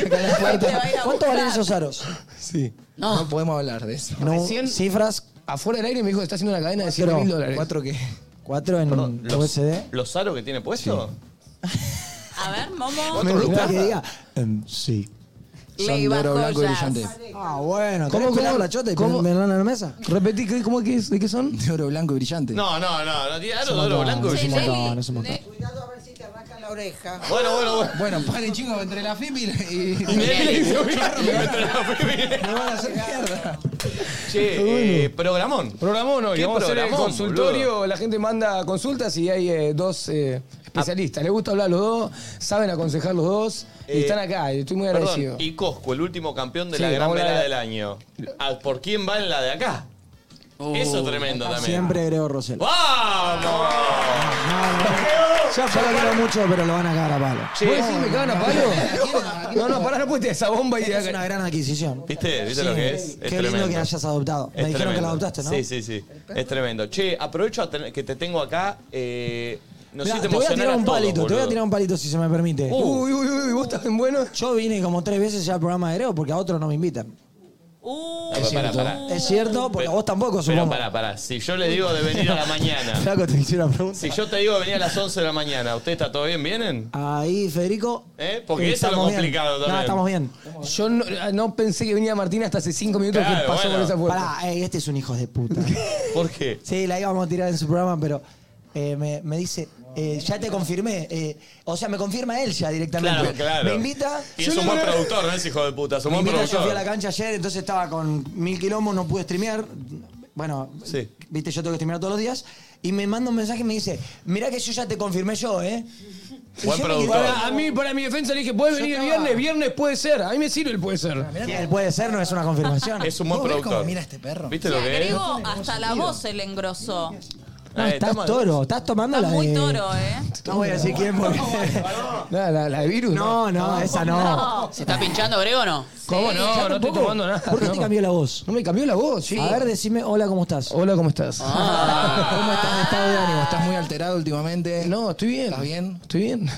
H: ¿Cuánto valen esos aros?
M: Sí. No. podemos hablar de eso.
H: No,
M: Recién,
H: cifras
M: afuera del aire me dijo que está haciendo una cadena de 100
H: Cuatro.
M: mil dólares.
H: ¿Cuatro qué? ¿Cuatro en USD?
A: ¿Los aros que tiene puesto?
C: A ver, Momo.
H: Me gusta que diga, em, sí. Ah, bueno. ¿Cómo que la chota y
M: cómo?
H: me en la mesa?
M: Repetí, ¿qué- ¿cómo que es? ¿De qué son? De oro blanco y brillante.
A: No, no, no, no tiene aros de
M: un
A: oro
M: montón,
A: blanco.
M: es un
A: brillante.
M: montón, es un montón.
L: Cuidado a ver si te arrancan la oreja.
A: Bueno, bueno, bueno.
M: Bueno, paren, chicos, entre la flip y. y- Me van a hacer mierda. [laughs]
A: Che, eh, programón.
M: Programón hoy,
A: ¿Qué
M: vamos a hacer el
A: programón,
M: consultorio, la gente manda consultas y hay eh, dos eh, especialistas. Les gusta hablar los dos, saben aconsejar los dos
A: Eh,
M: y están acá, y estoy muy
A: Perdón,
M: agradecido.
A: y Cosco, el último campeón de
M: Sí,
A: la gran
M: vamos a la-
A: velada del año. ¿A- ¿Por quién va en la de acá? Eso es tremendo también.
H: Oh. Siempre Grego Rosel.
A: ¡Vamos!
H: Yo lo quiero mucho, pero lo van a cagar a palo.
M: Che, ¿Vos decís me cagan a palo? [laughs] No, no, pará, no puedes esa bomba y
H: Es una gran adquisición.
A: ¿Viste? ¿Viste
H: Sí.
A: lo que es? Es
H: Qué lindo que hayas adoptado.
A: Es
H: Me dijeron que
A: tremendo.
H: lo adoptaste, ¿no?
A: Sí, sí, sí. Es tremendo. Che, aprovecho a ten- que te tengo acá. Eh, nos
H: Mirá,
A: hiciste
H: te voy a
A: emocionar
H: tirar un
A: todos,
H: palito, te voy a
A: boludo.
H: tirar un palito si se me permite.
A: Uh.
M: uy, uy, uy, vos estás en bueno.
H: Yo vine como tres veces ya al programa de Grego porque a otros no me invitan.
X: Es
A: pará,
J: cierto.
A: pará.
J: Es cierto, porque a vos tampoco,
A: Pero
J: supongo.
A: pará, pará. Si yo le digo de venir
H: [laughs]
A: a la mañana.
J: Flaco, te hice una pregunta.
A: Si yo te digo de venir a las 11 de la mañana, ¿usted está todo bien? ¿Vienen?
H: Ahí, Federico.
A: ¿Eh? Porque eso es lo
H: Estamos bien.
A: complicado también.
H: No, estamos bien.
J: Yo no, no pensé que venía Martín hasta hace cinco minutos
A: Claro, bueno.
H: Pará, ey, este es un hijo de
J: [laughs]
H: puta.
A: ¿Por qué?
H: sí, la íbamos a tirar en su programa, pero eh, me, me dice, eh, ya te confirmé. eh, o sea, me confirma él ya directamente.
A: Claro, claro.
H: Me invita.
A: Y
H: Yo
A: es un
H: no-
A: buen productor, ¿no es hijo de puta? Es un
H: Me
A: buen
H: invita, yo fui a
A: productor.
H: la cancha ayer, entonces estaba con mil quilombos, no pude streamear. Bueno, viste, yo tengo que streamear todos los días. Y me manda un mensaje y me dice, mirá que yo ya te confirmé yo, ¿eh? Y yo me quedé-
J: Para, a mí, para mi defensa, le dije, ¿puedes
H: Yo
J: venir el
H: estaba-
J: viernes? Viernes puede ser. A mí me sirve el puede ser.
H: Él puede ser, no es una confirmación.
A: Es un buen
H: ¿Vos ves cómo
A: productor. Eh,
H: mira este perro?
A: ¿Viste lo que es?
C: Digo, hasta la voz se le engrosó.
H: No,
A: Eh,
H: Ah, estás
A: estamos-
H: toro, estás tomando la
C: Muy
H: de...
C: toro, ¿eh?
H: No voy a decir quién porque...
J: [laughs] la, la, la de virus.
H: No, no, esa no.
G: ¿Se está pinchando, Grego, o no?
J: ¿Cómo no? No estoy tomando nada.
H: ¿Por qué te cambió la voz?
J: No me cambió la voz, sí.
H: A ver, decime, hola, ¿cómo estás?
J: Hola, ¿cómo estás?
A: Ah.
H: ¿Cómo estás de estado de ánimo?
J: ¿Estás muy alterado últimamente? No, estoy bien. ¿Estás bien? Estoy bien.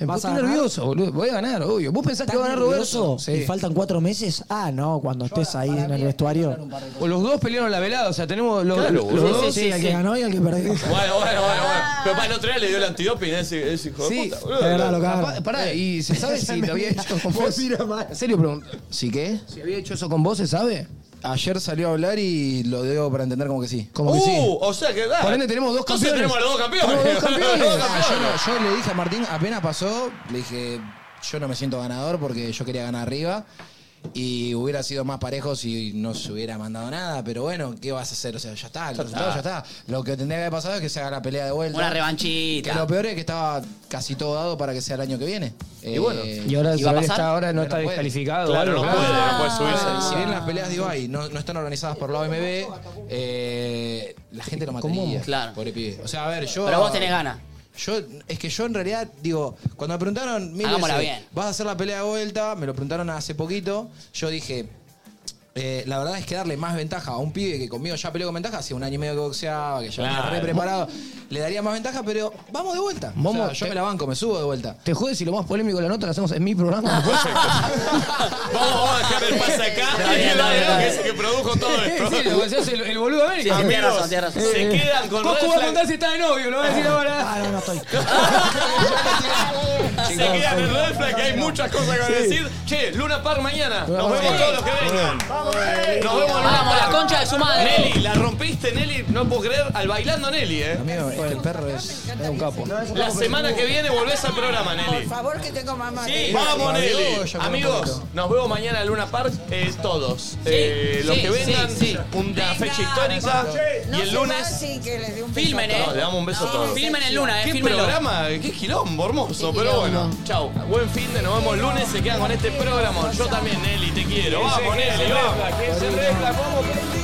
J: Me
H: ¿Vas
J: puse
H: a ganar?
J: nervioso, boludo. Voy a ganar, obvio. ¿Vos pensás que va a ganar Roberto?
H: ¿Y faltan cuatro meses? Ah, no, cuando estés ahí en el vestuario.
J: O Pues Los dos pelearon la velada, o sea, tenemos los,
A: Claro,
J: los
A: boludo.
J: dos.
H: Sí, al que ganó y al que perdió.
A: Bueno, bueno, bueno, bueno. Pero para el otro día le dio el antidoping, ese, ese hijo
J: Sí,
A: de puta, boludo.
J: Capaz- Pará, y se [laughs] sabe si te había hecho con vos. En serio, pregunto. ¿Sí qué? Si había hecho eso con vos, ¿se sabe?
M: Ayer salió a hablar y lo debo para entender como que sí.
J: Como que sí.
A: Uh, o sea que da.
J: Por ende, tenemos dos
A: Entonces
J: campeones.
A: tenemos [laughs] a los dos campeones.
J: Tenemos dos campeones.
A: Los dos
M: Ah, yo,
A: campeones.
M: no, yo le dije a Martín, apenas pasó, le dije, yo no me siento ganador porque yo quería ganar arriba. Y hubiera sido más parejo si no se hubiera mandado nada, pero bueno, ¿qué vas a hacer? O sea, ya está, el
G: Ya
M: resultado
G: está.
M: ya está. Lo que tendría que haber pasado es que se haga la pelea de vuelta.
G: Una revanchita.
M: Que lo peor es que estaba casi todo dado para que sea el año que viene.
G: Y bueno.
J: Y ahora
M: ¿y va a
J: Israel
M: pasar?
J: está ahora,
M: Pero
J: no está
M: puede.
J: descalificado, Claro, algo, no claro. puede, no puede subirse.
M: Ah. Si bien las peleas de Ibai no, no están organizadas por la OMB, eh, la gente lo mataría.
G: Claro.
M: Pobre pibe. O sea, a ver, yo...
G: Pero vos tenés ganas.
M: Yo, es que yo en realidad, digo, cuando me preguntaron, mil
G: Hagámosla
M: veces,
G: bien.
M: vas a hacer la pelea de vuelta, me lo preguntaron hace poquito, yo dije, eh, la verdad es que darle más ventaja a un pibe que conmigo ya peleó con ventaja, hace un año y medio que boxeaba, que ya
J: Claro.
M: venía re preparado, le daría más ventaja, pero vamos de vuelta. O sea,
J: Vamos,
M: yo
J: te-
M: me la banco, me subo de vuelta.
J: Te jodes si lo más polémico de la nota lo hacemos en mi programa.
M: [laughs]
A: Vamos, vamos a dejar el pase
J: [laughs]
A: acá. Y el Adrián, que es el que produjo todo esto.
J: Sí, lo que se hace el, el boludo ¿eh? de América.
A: Sí, tenés razón, tenés
J: Eh,
A: razón. Se quedan con
J: Coscu
A: red
J: va a
A: flag.
J: contar si está de novio, lo va a
H: [laughs]
J: decir ahora.
H: Ah, no, no estoy.
A: Se quedan en red flag, que hay muchas cosas que van a decir. Che, Luna Par mañana. Nos vemos todos los que vengan. eh. Nos vemos en Luna
G: Vamos,
A: Park.
G: la concha de su madre.
A: Nelly, la rompiste, Nelly. No puedo creer al bailando Nelly, eh.
M: Amigo, es que el perro es, un capo.
A: La semana que viene volvés al programa, Nelly.
L: Por favor, que tengo mamá.
A: Sí, vamos, Nelly.
M: yo como
A: Amigos, nos vemos mañana en Luna Park, eh, todos. Eh, los
M: sí,
A: que vengan,
M: sí, sí.
A: una fecha histórica.
L: No
A: y el
L: se
A: lunes.
L: van sin que les dé un beso
A: Filmen,
L: a
A: eh.
L: todos.
A: le damos un beso a todos.
G: Filmen el Luna, eh,
A: Qué
G: fílmenlo.
A: programa, qué quilombo, hermoso.
G: Qué
A: pero
G: quilombo.
A: bueno, chau. Buen fin de, nos vemos el lunes. Se quedan con este programa. Yo también, Nelly, te quiero. Vamos, Nelly, vamos.
Y: vamos.